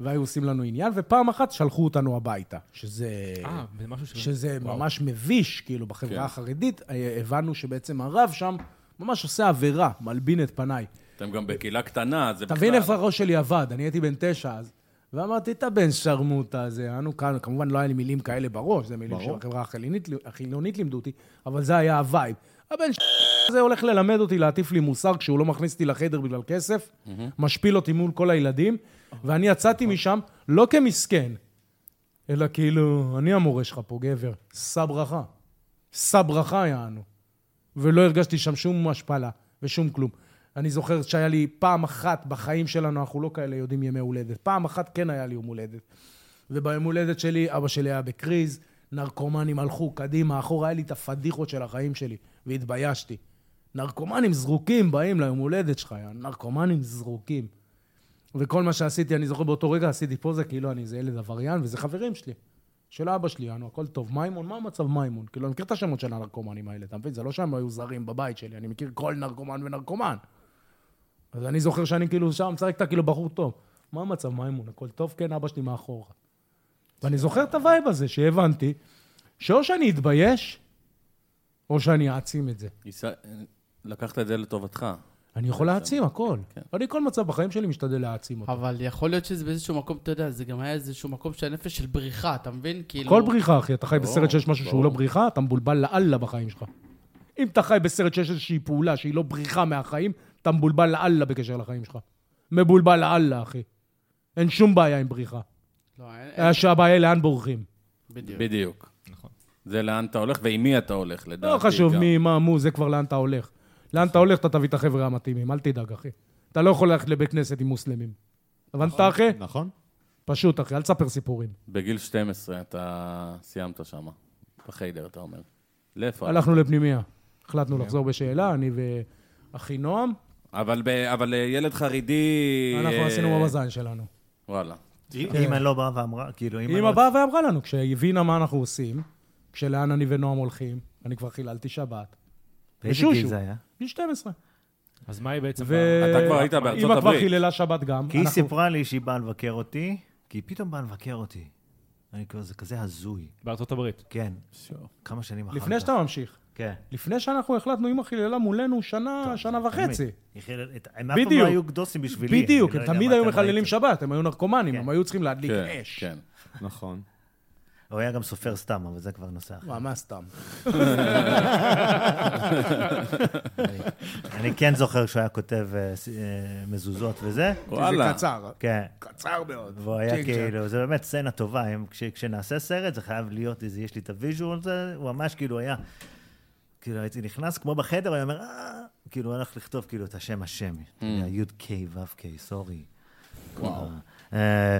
[SPEAKER 7] והיו עושים לנו עניין, ופעם אחת שלחו אותנו הביתה, שזה...
[SPEAKER 3] אה, זה משהו ש...
[SPEAKER 7] שזה ממש מביש, כאילו, בחברה
[SPEAKER 5] כן.
[SPEAKER 7] החרדית. אה, הבנו שבעצם הרב שם ממש עושה עבירה, מלבין את פניי.
[SPEAKER 5] אתם גם בקהילה קטנה, אז זה בכלל... לא.
[SPEAKER 7] תבין איפה הראש שלי עבד, אני הייתי בן תשע אז. ואמרתי, אתה בן שרמוטה הזה, אנו כאן, כמובן לא היה לי מילים כאלה בראש, זה מילים
[SPEAKER 8] ברור.
[SPEAKER 7] שהחברה החילונית, החילונית לימדו אותי, אבל זה היה הווייב. הבן ש... הזה הולך ללמד אותי להטיף לי מוסר כשהוא לא מכניס אותי לחדר בגלל כסף, משפיל אותי מול כל הילדים, ואני יצאתי משם לא כמסכן, אלא כאילו, אני המורה שלך פה, גבר, שא ברכה. שא ברכה יענו. ולא הרגשתי שם שום השפלה ושום כלום. אני זוכר שהיה לי פעם אחת בחיים שלנו, אנחנו לא כאלה יודעים ימי הולדת. פעם אחת כן היה לי יום הולדת. וביום הולדת שלי, אבא שלי היה בקריז, נרקומנים הלכו קדימה, אחורה, היה לי את הפדיחות של החיים שלי, והתביישתי. נרקומנים זרוקים באים ליום הולדת שלך, יא, נרקומנים זרוקים. וכל מה שעשיתי, אני זוכר באותו רגע עשיתי פוזה, כאילו אני איזה ילד עבריין, וזה חברים שלי. של אבא שלי, יענו, הכל טוב. מימון, מה המצב מימון? כאילו, אני מכיר את השמות של הנרקומנים האלה, אתה מבין? זה לא שהם היו זרים בבית שלי, אני מכיר כל נרקומן ונרקומן. אז אני זוכר שאני כאילו שם משחק אתה כאילו בחור טוב. מה המצב מימון? הכל טוב? כן, אבא שלי מאחורה. ואני זוכר את הווייב הזה שהבנתי, שאו שאני אתבייש, או שאני אעצים את זה.
[SPEAKER 5] ישראל- לקחת את זה לטובתך.
[SPEAKER 7] אני יכול להעצים הכל.
[SPEAKER 5] כן.
[SPEAKER 7] אני כל מצב בחיים שלי משתדל להעצים אותו.
[SPEAKER 4] אבל יכול להיות שזה באיזשהו מקום, אתה יודע, זה גם היה איזשהו מקום של נפש של בריחה, אתה מבין? כאילו...
[SPEAKER 7] כל בריחה, אחי. אתה חי בסרט שיש משהו
[SPEAKER 5] ברור.
[SPEAKER 7] שהוא לא בריחה, אתה מבולבל לאללה בחיים שלך. אם אתה חי בסרט שיש איזושהי פעולה שהיא לא בריחה מהחיים, אתה מבולבל לאללה בקשר לחיים שלך. מבולבל לאללה, אחי. אין שום בעיה עם בריחה.
[SPEAKER 4] לא, אין- אין-
[SPEAKER 7] אה, שהבעיה היא לאן בורחים.
[SPEAKER 4] בדיוק.
[SPEAKER 5] בדיוק.
[SPEAKER 3] נכון.
[SPEAKER 5] זה לאן אתה הולך ועם מי אתה הולך, לדעתי.
[SPEAKER 7] לא חשוב
[SPEAKER 5] גם.
[SPEAKER 7] מי, מה, מו, זה כבר לאן אתה הולך. לאן אתה הולך, אתה תביא את החבר'ה המתאימים, אל תדאג, אחי. אתה לא יכול ללכת לבית כנסת עם מוסלמים. הבנת, אחי?
[SPEAKER 8] נכון?
[SPEAKER 7] פשוט, אחי, אל תספר סיפורים.
[SPEAKER 5] בגיל 12 אתה סיימת שם, בחיידר, אתה אומר. לאיפה?
[SPEAKER 7] הלכנו לפנימיה. החלטנו לחזור בשאלה, אני ואחי נועם,
[SPEAKER 5] אבל, ב... אבל אה, ילד חרדי...
[SPEAKER 7] אנחנו
[SPEAKER 5] אה,
[SPEAKER 7] עשינו במזל שלנו.
[SPEAKER 5] וואלה.
[SPEAKER 6] אמא לא באה ואמרה, כאילו, אמא
[SPEAKER 7] אמא
[SPEAKER 6] לא...
[SPEAKER 7] באה ואמרה לנו, כשהיא הבינה מה אנחנו עושים, כשלאן אני ונועם הולכים, אני כבר חיללתי שבת.
[SPEAKER 6] באיזה
[SPEAKER 7] ושושו.
[SPEAKER 6] גיל זה היה?
[SPEAKER 7] גיל 12.
[SPEAKER 3] אז מה היא בעצם...
[SPEAKER 7] ו-
[SPEAKER 5] אתה כבר היית בארצות
[SPEAKER 7] אמא כבר
[SPEAKER 5] הברית.
[SPEAKER 7] חיללה שבת גם.
[SPEAKER 6] כי היא
[SPEAKER 7] אנחנו-
[SPEAKER 6] סיפרה לי שהיא באה לבקר אותי, כי פתאום בא לבקר אותי. אני כאילו, זה כזה הזוי.
[SPEAKER 7] בארצות הברית.
[SPEAKER 6] כן. כמה שנים אחר כך.
[SPEAKER 7] לפני שאתה ממשיך.
[SPEAKER 6] כן.
[SPEAKER 7] לפני שאנחנו החלטנו, אמא חיללה מולנו שנה, שנה וחצי.
[SPEAKER 6] תמיד. היא חילל- את- הם אף פעם לא היו גדוסים בשבילי.
[SPEAKER 7] בדיוק,
[SPEAKER 6] אני
[SPEAKER 7] הם
[SPEAKER 6] לא יודע
[SPEAKER 7] תמיד
[SPEAKER 6] מה
[SPEAKER 7] היו
[SPEAKER 6] אתם
[SPEAKER 7] מחללים
[SPEAKER 6] ראיתם.
[SPEAKER 7] שבת, הם היו נרקומנים, הם היו צריכים להדליק
[SPEAKER 5] כן,
[SPEAKER 7] אש.
[SPEAKER 5] כן.
[SPEAKER 8] נכון.
[SPEAKER 6] הוא היה גם סופר סתם, אבל זה כבר נושא אחר.
[SPEAKER 7] מה, מה סתם?
[SPEAKER 6] אני- אני כן זוכר שהוא היה כותב אה, ס- אה, מזוזות וזה.
[SPEAKER 5] וואלה.
[SPEAKER 7] זה קצר,
[SPEAKER 6] כן.
[SPEAKER 7] קצר מאוד.
[SPEAKER 6] והוא היה
[SPEAKER 7] צ'יק צ'אק.
[SPEAKER 6] כאילו, זה באמת סצנה טובה, הם, כש, כשנעשה סרט זה חייב להיות איזה, יש לי את הוויז'ואל הזה, הוא ממש כאילו היה, כאילו הייתי נכנס כמו בחדר, הוא היה אומר, "אה", כאילו הוא הלך לכתוב כאילו את השם השמי, אתה יודע, יוד קיי וו קיי, סורי.
[SPEAKER 5] וואו.
[SPEAKER 6] כאילו. אה,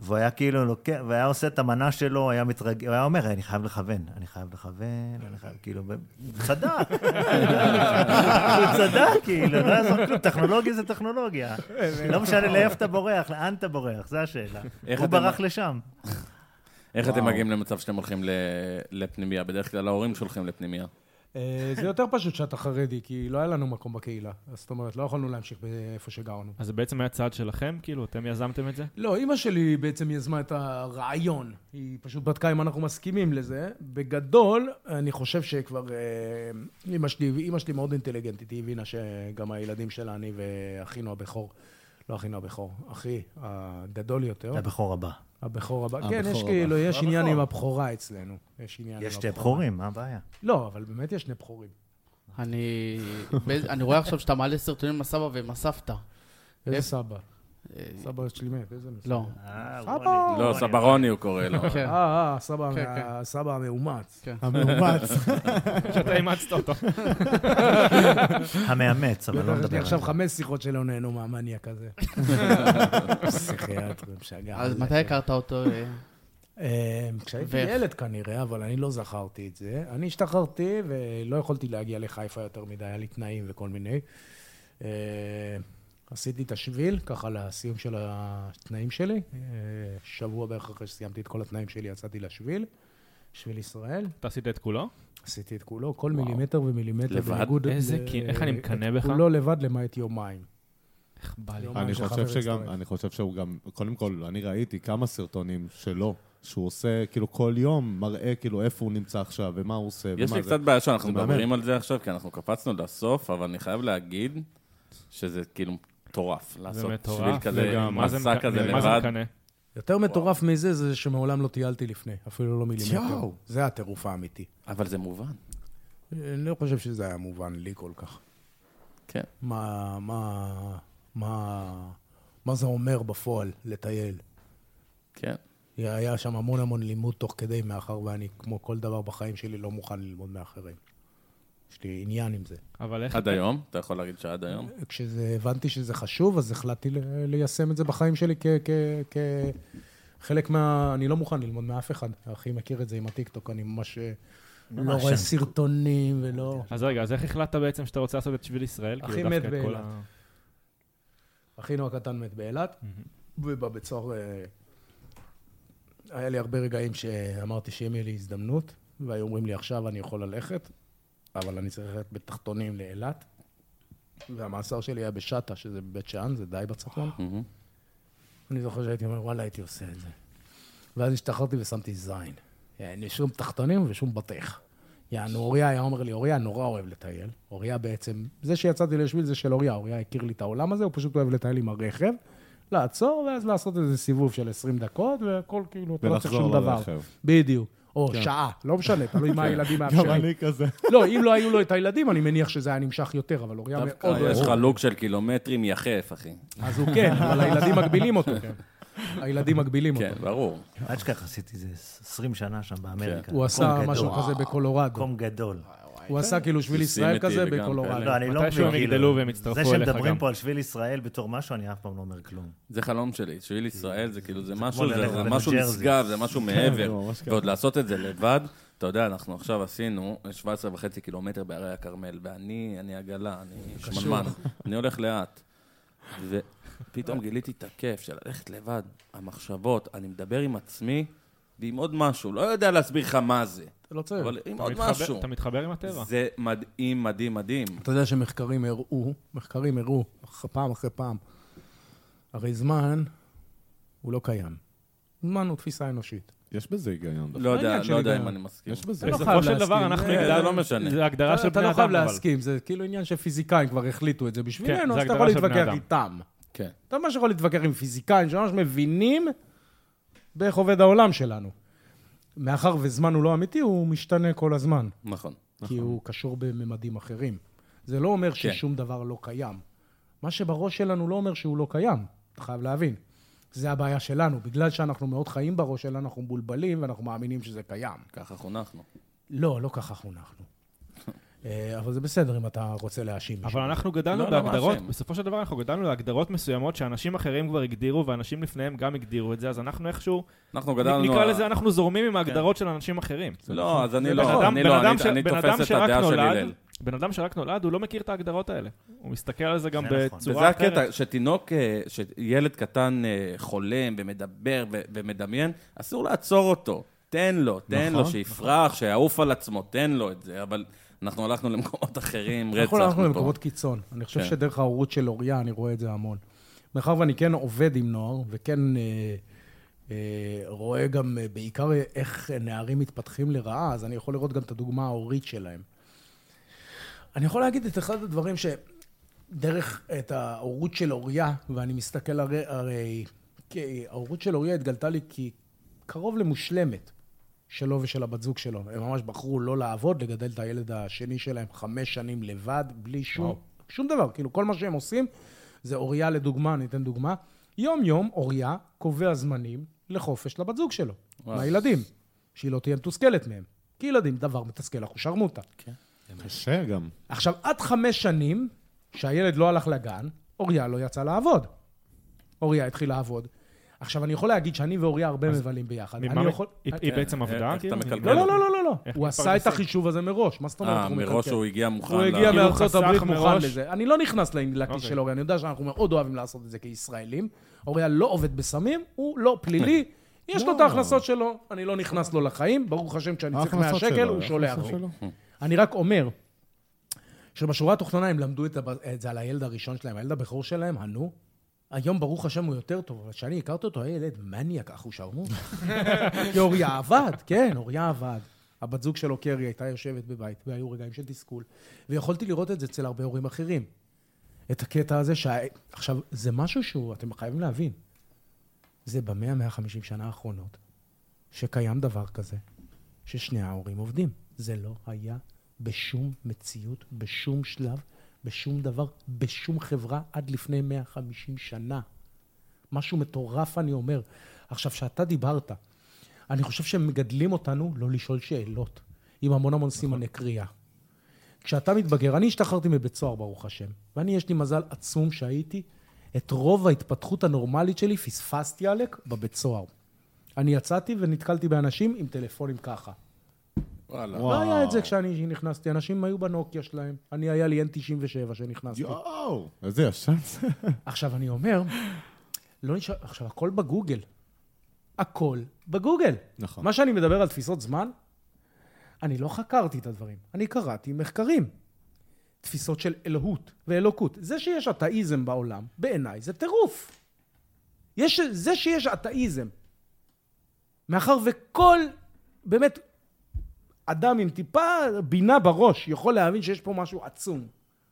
[SPEAKER 6] והוא היה כאילו לוקח, והיה עושה את המנה שלו, הוא היה מתרג... הוא היה אומר, אני חייב לכוון, אני חייב לכוון, אני חייב, כאילו, ב- הוא צדק, הוא צדק, כאילו, לא יעזור כלום, טכנולוגיה זה טכנולוגיה. לא משנה לאיפה אתה בורח, לאן אתה בורח, זו השאלה.
[SPEAKER 5] איך
[SPEAKER 6] הוא
[SPEAKER 5] אתם-
[SPEAKER 6] ברח לשם.
[SPEAKER 5] איך אתם מגיעים למצב שאתם הולכים ל- לפנימייה? בדרך כלל ההורים שולחים לפנימייה.
[SPEAKER 7] אה, זה יותר פשוט שאתה חרדי, כי לא היה לנו מקום בקהילה. אז זאת אומרת, לא יכולנו להמשיך באיפה שגרנו.
[SPEAKER 3] אז זה בעצם היה צעד שלכם? כאילו, אתם יזמתם את זה?
[SPEAKER 7] לא, אימא שלי בעצם יזמה את הרעיון. היא פשוט בדקה אם אנחנו מסכימים לזה. בגדול, אני חושב שכבר... אה, אימא שלי, אימא שלי מאוד אינטליגנטית, היא הבינה שגם הילדים שלה, אני ואחינו הבכור, לא אחינו הבכור, אחי הגדול יותר,
[SPEAKER 6] לבכור הבא.
[SPEAKER 7] אה, הבכור הבא. כן, יש
[SPEAKER 8] הבכור
[SPEAKER 7] כאילו, יש
[SPEAKER 6] הבכור.
[SPEAKER 7] עניין עם הבכורה אצלנו. יש עניין עם
[SPEAKER 6] יש שתי
[SPEAKER 7] הבכורה.
[SPEAKER 6] בכורים, מה הבעיה?
[SPEAKER 7] לא, אבל באמת יש שני בכורים.
[SPEAKER 4] אני... באיז- אני רואה עכשיו שאתה מעלה סרטונים עם הסבא ועם הסבתא.
[SPEAKER 7] איזה
[SPEAKER 4] אה,
[SPEAKER 7] סבא?
[SPEAKER 4] אה,
[SPEAKER 7] סבא שלי מת, איזה מסבא?
[SPEAKER 4] לא.
[SPEAKER 6] אה,
[SPEAKER 7] סבא.
[SPEAKER 6] רוני,
[SPEAKER 5] לא,
[SPEAKER 6] רוני, רוני.
[SPEAKER 5] סברוני הוא קורא לו.
[SPEAKER 4] כן,
[SPEAKER 7] אה, אה, סבא
[SPEAKER 4] כן,
[SPEAKER 7] מה- סבא המאומץ.
[SPEAKER 8] המאומץ.
[SPEAKER 3] שאתה אימצת אותו.
[SPEAKER 6] המאמץ, אבל לא
[SPEAKER 7] יש
[SPEAKER 6] נדבר
[SPEAKER 7] לי
[SPEAKER 6] על זה.
[SPEAKER 7] עכשיו חמש שיחות שלא נהנו מהמניאק הזה. פסיכיאטר, משגע.
[SPEAKER 4] אז מתי הכרת אותו? אה?
[SPEAKER 7] אה, כשהייתי
[SPEAKER 4] ואיך?
[SPEAKER 7] ילד כנראה, אבל אני לא זכרתי את זה. אני השתחררתי ולא יכולתי להגיע לחיפה יותר מדי, היה לי תנאים וכל מיני. אה, עשיתי את השביל, ככה לסיום של התנאים שלי. אה, שבוע בערך אחרי שסיימתי את כל התנאים שלי, יצאתי לשביל, שביל ישראל.
[SPEAKER 3] אתה עשית את כולו?
[SPEAKER 7] עשיתי את כולו, כל מילימטר ומילימטר.
[SPEAKER 5] לבד?
[SPEAKER 7] בניגוד-
[SPEAKER 3] איזה
[SPEAKER 7] אה,
[SPEAKER 3] כי- איך אני מקנא בך?
[SPEAKER 7] את כולו לבד למעט יומיים.
[SPEAKER 3] איך בא לי?
[SPEAKER 7] יומיים
[SPEAKER 8] אני
[SPEAKER 7] של
[SPEAKER 8] חושב
[SPEAKER 7] חבר
[SPEAKER 8] שגם,
[SPEAKER 7] הצטרף.
[SPEAKER 8] אני חושב שהוא גם, קודם כל, אני ראיתי כמה סרטונים שלו, שהוא עושה, כאילו, כל יום מראה, כאילו, איפה הוא נמצא עכשיו, ומה הוא עושה,
[SPEAKER 5] יש לי
[SPEAKER 8] ומה זה.
[SPEAKER 5] קצת בעיה שאנחנו
[SPEAKER 8] זה מהמם.
[SPEAKER 5] מדברים על זה עכשיו, כי אנחנו קפצנו לסוף, אבל אני חייב להגיד שזה כאילו מטורף לעשות
[SPEAKER 3] מטורף.
[SPEAKER 5] שביל כזה,
[SPEAKER 8] לגמרי.
[SPEAKER 3] מה זה
[SPEAKER 5] מסע
[SPEAKER 3] מקנא?
[SPEAKER 5] כזה
[SPEAKER 3] מה זה
[SPEAKER 5] לבד.
[SPEAKER 3] מקנא?
[SPEAKER 7] יותר מטורף מזה זה שמעולם לא טיילתי לפני, אפילו לא מילימטר. זה הטירוף האמיתי.
[SPEAKER 5] אבל זה מובן.
[SPEAKER 7] אני לא חושב שזה היה מובן לי כל כך.
[SPEAKER 5] כן.
[SPEAKER 7] מה, מה, מה, מה זה אומר בפועל לטייל.
[SPEAKER 5] כן.
[SPEAKER 7] היה שם המון המון לימוד תוך כדי, מאחר ואני, כמו כל דבר בחיים שלי, לא מוכן ללמוד מאחרים. יש לי עניין עם זה.
[SPEAKER 3] אבל איך...
[SPEAKER 5] עד היום? אתה יכול להגיד שעד היום?
[SPEAKER 7] כשהבנתי שזה חשוב, אז החלטתי ל- ליישם את זה בחיים שלי כ... כ... כ... חלק מה... אני לא מוכן ללמוד מאף אחד. אחי מכיר את זה עם הטיקטוק, אני ממש אה, לא
[SPEAKER 6] ממש
[SPEAKER 7] רואה
[SPEAKER 6] שם.
[SPEAKER 7] סרטונים ולא...
[SPEAKER 3] אז רגע, אז איך החלטת בעצם שאתה רוצה לעשות את שביל ישראל?
[SPEAKER 7] אחי
[SPEAKER 3] כאילו,
[SPEAKER 7] מת
[SPEAKER 3] דווקא את כל
[SPEAKER 7] באילת.
[SPEAKER 3] ה-
[SPEAKER 6] כן.
[SPEAKER 7] אחינו הקטן מת באילת, ובבית סוהר אה, היה לי הרבה רגעים שאמרתי שאם יהיה לי הזדמנות, והיו אומרים לי עכשיו אני יכול ללכת, אבל אני צריך ללכת בתחתונים לאילת, והמאסר שלי היה בשטה, שזה בבית שאן, זה די בצפון.
[SPEAKER 5] מהמם.
[SPEAKER 7] אני זוכר שהייתי אומר, וואלה, הייתי עושה את זה. ואז השתחררתי ושמתי זין. אה, אין שום תחתונים ושום בטיח. יענו, אוריה היה אומר לי, אוריה נורא אוהב לטייל. אוריה בעצם, זה שיצאתי לשביל זה של אוריה, אוריה הכיר לי את העולם הזה, הוא פשוט אוהב לטייל עם הרכב, לעצור, ואז לעשות איזה סיבוב של 20 דקות, והכל כאילו, אתה לא צריך
[SPEAKER 8] ולחזור
[SPEAKER 7] שום דבר.
[SPEAKER 8] לרכב. כן.
[SPEAKER 7] בדיוק. או שעה, לא משנה, תלוי מה הילדים
[SPEAKER 8] גם
[SPEAKER 7] מאפשרים.
[SPEAKER 8] אני כזה.
[SPEAKER 7] לא, אם לא היו לו את הילדים, אני מניח שזה היה נמשך יותר, אבל אוריה מאוד
[SPEAKER 5] דווקא
[SPEAKER 7] אוהב.
[SPEAKER 5] יש
[SPEAKER 3] לא.
[SPEAKER 8] לא-
[SPEAKER 5] לך לוק של קילומטרים יחף, אחי.
[SPEAKER 3] נכון.
[SPEAKER 7] אז הוא כן, אבל הילדים מגבילים אותו. כן. הילדים מגבילים אותו.
[SPEAKER 5] כן, ברור.
[SPEAKER 6] אל תשכח, עשיתי איזה 20 שנה שם באמריקה.
[SPEAKER 7] כן. הוא עשה
[SPEAKER 6] מקום
[SPEAKER 7] משהו
[SPEAKER 6] גדול.
[SPEAKER 7] כזה בקולורדו.
[SPEAKER 6] מקום גדול.
[SPEAKER 7] הוא
[SPEAKER 6] כן.
[SPEAKER 7] עשה כאילו שביל
[SPEAKER 5] ניסים
[SPEAKER 7] ישראל
[SPEAKER 5] איתי
[SPEAKER 7] כזה
[SPEAKER 5] וגם
[SPEAKER 7] בקולורדו.
[SPEAKER 6] לא, אני
[SPEAKER 3] מתישהו
[SPEAKER 6] לא מבין,
[SPEAKER 3] הם
[SPEAKER 6] כאילו,
[SPEAKER 3] יגדלו והם יצטרפו
[SPEAKER 6] זה
[SPEAKER 3] אליך
[SPEAKER 6] שמדברים
[SPEAKER 3] גם.
[SPEAKER 6] פה על שביל ישראל בתור משהו, אני אף פעם לא אומר כלום.
[SPEAKER 5] זה חלום שלי, שביל ישראל זה כאילו, זה משהו,
[SPEAKER 6] כמו
[SPEAKER 5] זה
[SPEAKER 6] ללכת
[SPEAKER 5] זה
[SPEAKER 6] בניו
[SPEAKER 5] משהו
[SPEAKER 6] ג'רזי.
[SPEAKER 5] נשגב, זה משהו מעבר.
[SPEAKER 8] ממש ככה.
[SPEAKER 5] ועוד לעשות את זה לבד, אתה יודע, אנחנו עכשיו עשינו 17 וחצי קילומטר בהרי הכרמל, ואני, אני עגלה, אני שמנמן, אני הולך לאט. ופתאום גיליתי את הכיף של ללכת לבד, המחשבות, אני מדבר עם עצמי ועם עוד משהו, לא יודע להסביר לך מה זה,
[SPEAKER 7] לא צריך.
[SPEAKER 5] אבל עם
[SPEAKER 3] אתה
[SPEAKER 5] עוד
[SPEAKER 3] מתחבר-
[SPEAKER 5] משהו.
[SPEAKER 3] אתה מתחבר עם הטבע.
[SPEAKER 5] זה מדהים, מדהים, מדהים.
[SPEAKER 7] אתה יודע שמחקרים הראו, מחקרים הראו, אח- פעם אחרי פעם, הרי זמן הוא לא קיים. זמן הוא תפיסה אנושית.
[SPEAKER 8] יש בזה היגיון.
[SPEAKER 5] לא יודע-
[SPEAKER 7] העניין של
[SPEAKER 5] לא יודע
[SPEAKER 7] היגיון.
[SPEAKER 5] אם אני מסכים.
[SPEAKER 8] יש בזה.
[SPEAKER 7] אתה לא חייב
[SPEAKER 3] בסופו של
[SPEAKER 7] להסכים.
[SPEAKER 3] דבר אנחנו
[SPEAKER 5] זה לא
[SPEAKER 3] הגדרנו-
[SPEAKER 5] משנה.
[SPEAKER 3] זה הגדרה
[SPEAKER 7] אתה-
[SPEAKER 3] של בני
[SPEAKER 7] אתה
[SPEAKER 3] אדם.
[SPEAKER 7] לא חייב
[SPEAKER 3] אבל.
[SPEAKER 7] להסכים, זה כאילו עניין שפיזיקאים כבר החליטו את זה
[SPEAKER 3] כן,
[SPEAKER 7] בשבילנו,
[SPEAKER 3] זה
[SPEAKER 7] אז אתה
[SPEAKER 3] הגדרה
[SPEAKER 7] יכול
[SPEAKER 3] של בני
[SPEAKER 7] להתווכח
[SPEAKER 3] אדם.
[SPEAKER 7] איתם.
[SPEAKER 5] כן.
[SPEAKER 7] אתה ממש יכול להתווכח עם פיזיקאים שממש מבינים באיך עובד העולם שלנו. מאחר וזמן הוא לא אמיתי, הוא משתנה כל הזמן,
[SPEAKER 5] נכון.
[SPEAKER 7] כי הוא קשור בממדים אחרים. זה לא
[SPEAKER 3] כן.
[SPEAKER 7] אומר ששום דבר לא קיים. מה שבראש שלנו לא אומר שהוא לא קיים, אתה חייב להבין. זה הבעיה שלנו, בגלל שאנחנו מאוד חיים בראש שלנו, אנחנו מבולבלים ואנחנו מאמינים שזה קיים.
[SPEAKER 5] ככה חונכנו.
[SPEAKER 7] לא, לא ככה חונכנו. אה, אבל זה בסדר אם אתה רוצה להאשים מישהו.
[SPEAKER 3] אבל אנחנו גדלנו
[SPEAKER 5] לא, לא
[SPEAKER 3] בהגדרות,
[SPEAKER 5] מאשים.
[SPEAKER 3] בסופו של דבר אנחנו גדלנו להגדרות מסוימות שאנשים אחרים כבר הגדירו ואנשים לפניהם גם הגדירו את זה, אז אנחנו איכשהו,
[SPEAKER 5] אנחנו גדלנו... כן.
[SPEAKER 3] נקרא לזה, אנחנו זורמים עם ההגדרות של אנשים אחרים.
[SPEAKER 7] נכון.
[SPEAKER 5] לא, אז אני
[SPEAKER 3] בן
[SPEAKER 5] לא,
[SPEAKER 3] אדם-
[SPEAKER 5] אני
[SPEAKER 3] בן
[SPEAKER 5] לא,
[SPEAKER 3] אדם
[SPEAKER 5] אני-
[SPEAKER 3] ש-
[SPEAKER 5] אני
[SPEAKER 3] בן
[SPEAKER 5] תופס
[SPEAKER 3] אדם
[SPEAKER 5] את
[SPEAKER 3] שרק
[SPEAKER 5] הדעה של
[SPEAKER 3] נולד-
[SPEAKER 5] הלל.
[SPEAKER 3] בן אדם שרק נולד, הוא לא מכיר את ההגדרות האלה. הוא מסתכל על זה גם
[SPEAKER 6] זה נכון.
[SPEAKER 3] בצורה
[SPEAKER 5] וזה
[SPEAKER 3] אחרת.
[SPEAKER 5] הקטע, שתינוק, אה, שילד קטן אה, חולם ומדבר ו- ומדמיין, אסור לעצור אותו. תן לו, תן
[SPEAKER 7] נכון,
[SPEAKER 5] לו, שיפרח, שיעוף על עצמו, תן לו את זה. אבל אנחנו הלכנו למקומות אחרים, רצח.
[SPEAKER 7] אנחנו הלכנו
[SPEAKER 5] מפה.
[SPEAKER 7] למקומות קיצון. אני חושב
[SPEAKER 5] כן.
[SPEAKER 7] שדרך ההורות של אוריה, אני רואה את זה המון. מאחר ואני כן עובד עם נוער, וכן אה, אה, רואה גם אה, בעיקר אה, איך נערים מתפתחים לרעה, אז אני יכול לראות גם את הדוגמה ההורית שלהם. אני יכול להגיד את אחד הדברים ש... דרך את ההורות של אוריה, ואני מסתכל הרי... הרי כי ההורות של אוריה התגלתה לי כקרוב למושלמת שלו ושל הבת זוג שלו. הם ממש בחרו לא לעבוד, לגדל את הילד השני שלהם חמש שנים לבד, בלי שום, שום דבר. כאילו, כל מה שהם עושים זה אוריה לדוגמה, אני אתן דוגמה. יום-יום אוריה קובע זמנים לחופש לבת זוג שלו, מהילדים, שהיא לא תהיה מתוסכלת מהם. כי ילדים, דבר מתסכל, אנחנו שרמוטה.
[SPEAKER 8] קשה גם.
[SPEAKER 7] עכשיו, עד חמש שנים שהילד לא הלך לגן, אוריה לא יצא לעבוד. אוריה התחיל לעבוד. עכשיו, אני יכול להגיד שאני ואוריה הרבה מבלים ביחד.
[SPEAKER 3] ממה
[SPEAKER 7] אני
[SPEAKER 3] מ-
[SPEAKER 7] יכול... אוקיי.
[SPEAKER 3] היא- היא בעצם
[SPEAKER 5] איך-
[SPEAKER 3] עבדה?
[SPEAKER 5] איך
[SPEAKER 3] כאילו?
[SPEAKER 5] אתה
[SPEAKER 3] אני-
[SPEAKER 5] מקלקל?
[SPEAKER 7] לא, לא, לא, לא, לא, לא.
[SPEAKER 3] איך
[SPEAKER 7] הוא עשה את
[SPEAKER 3] מתפרנסים?
[SPEAKER 7] החישוב הזה מראש. מה זאת אומרת?
[SPEAKER 5] אה,
[SPEAKER 7] הוא
[SPEAKER 5] מראש
[SPEAKER 7] מקלקל?
[SPEAKER 5] הוא הגיע מוכן.
[SPEAKER 7] הוא
[SPEAKER 5] ל-
[SPEAKER 7] הגיע
[SPEAKER 3] כאילו
[SPEAKER 7] מארצות
[SPEAKER 3] חסך
[SPEAKER 7] הברית מוכן
[SPEAKER 3] מראש.
[SPEAKER 7] לזה. אני לא נכנס לנקטי
[SPEAKER 3] אוקיי.
[SPEAKER 7] של אוריה, אני יודע שאנחנו מאוד אוהבים לעשות את זה כישראלים. אוריה לא עובד בסמים, הוא לא פלילי. יש
[SPEAKER 3] לא.
[SPEAKER 7] לו את ההכנסות שלו, אני לא נכנס לו לחיים. ברוך השם, כשאני צריך 100
[SPEAKER 8] ההכנסות
[SPEAKER 7] שקל,
[SPEAKER 8] שלו,
[SPEAKER 7] הוא שולח
[SPEAKER 8] ההכנסות
[SPEAKER 7] לי.
[SPEAKER 8] שלו.
[SPEAKER 7] אני רק אומר שבשורה התחתונה הם למדו את הב- את זה על הילד הראשון שלהם, הילד הבכור שלהם, הנו. היום, ברוך השם, הוא יותר טוב, אבל כשאני הכרתי אותו, היה ילד מניאק, אחושרמוט. כי אוריה עבד, כן, אוריה עבד. הבת זוג שלו, קרי, הייתה יושבת בבית, והיו רגעים של תסכול. ויכולתי לראות את זה אצל הרבה הורים אחרים. את הקטע הזה שה... עכשיו, זה משהו שהוא, אתם חייבים להבין, זה במאה, 150 שנה האחרונות, שקיים דבר כזה, ששני ההורים עובדים. זה לא היה בשום מציאות, בשום שלב, בשום דבר, בשום חברה עד לפני 150 שנה. משהו מטורף, אני אומר. עכשיו, שאתה דיברת, אני חושב שהם מגדלים אותנו לא לשאול שאלות, עם המון המון סימני קריאה. כשאתה מתבגר, אני השתחררתי מבית סוהר, ברוך השם, ואני, יש לי מזל עצום שהייתי, את רוב ההתפתחות הנורמלית שלי פספסתי עלק בבית סוהר. אני יצאתי ונתקלתי באנשים עם טלפונים ככה.
[SPEAKER 5] וואלה.
[SPEAKER 7] לא היה את זה כשאני נכנסתי, אנשים היו בנוקיה שלהם. אני, היה לי N97 שנכנסתי.
[SPEAKER 8] יואו, איזה ישן זה.
[SPEAKER 7] עכשיו, אני אומר, לא נשאר, עכשיו, הכל בגוגל. הכל בגוגל.
[SPEAKER 8] נכון.
[SPEAKER 7] מה שאני מדבר על תפיסות זמן, אני לא חקרתי את הדברים, אני קראתי מחקרים. תפיסות של אלוהות ואלוקות. זה שיש אתאיזם בעולם, בעיניי זה טירוף. יש, זה שיש אתאיזם, מאחר וכל, באמת, אדם עם טיפה בינה בראש יכול להבין שיש פה משהו עצום.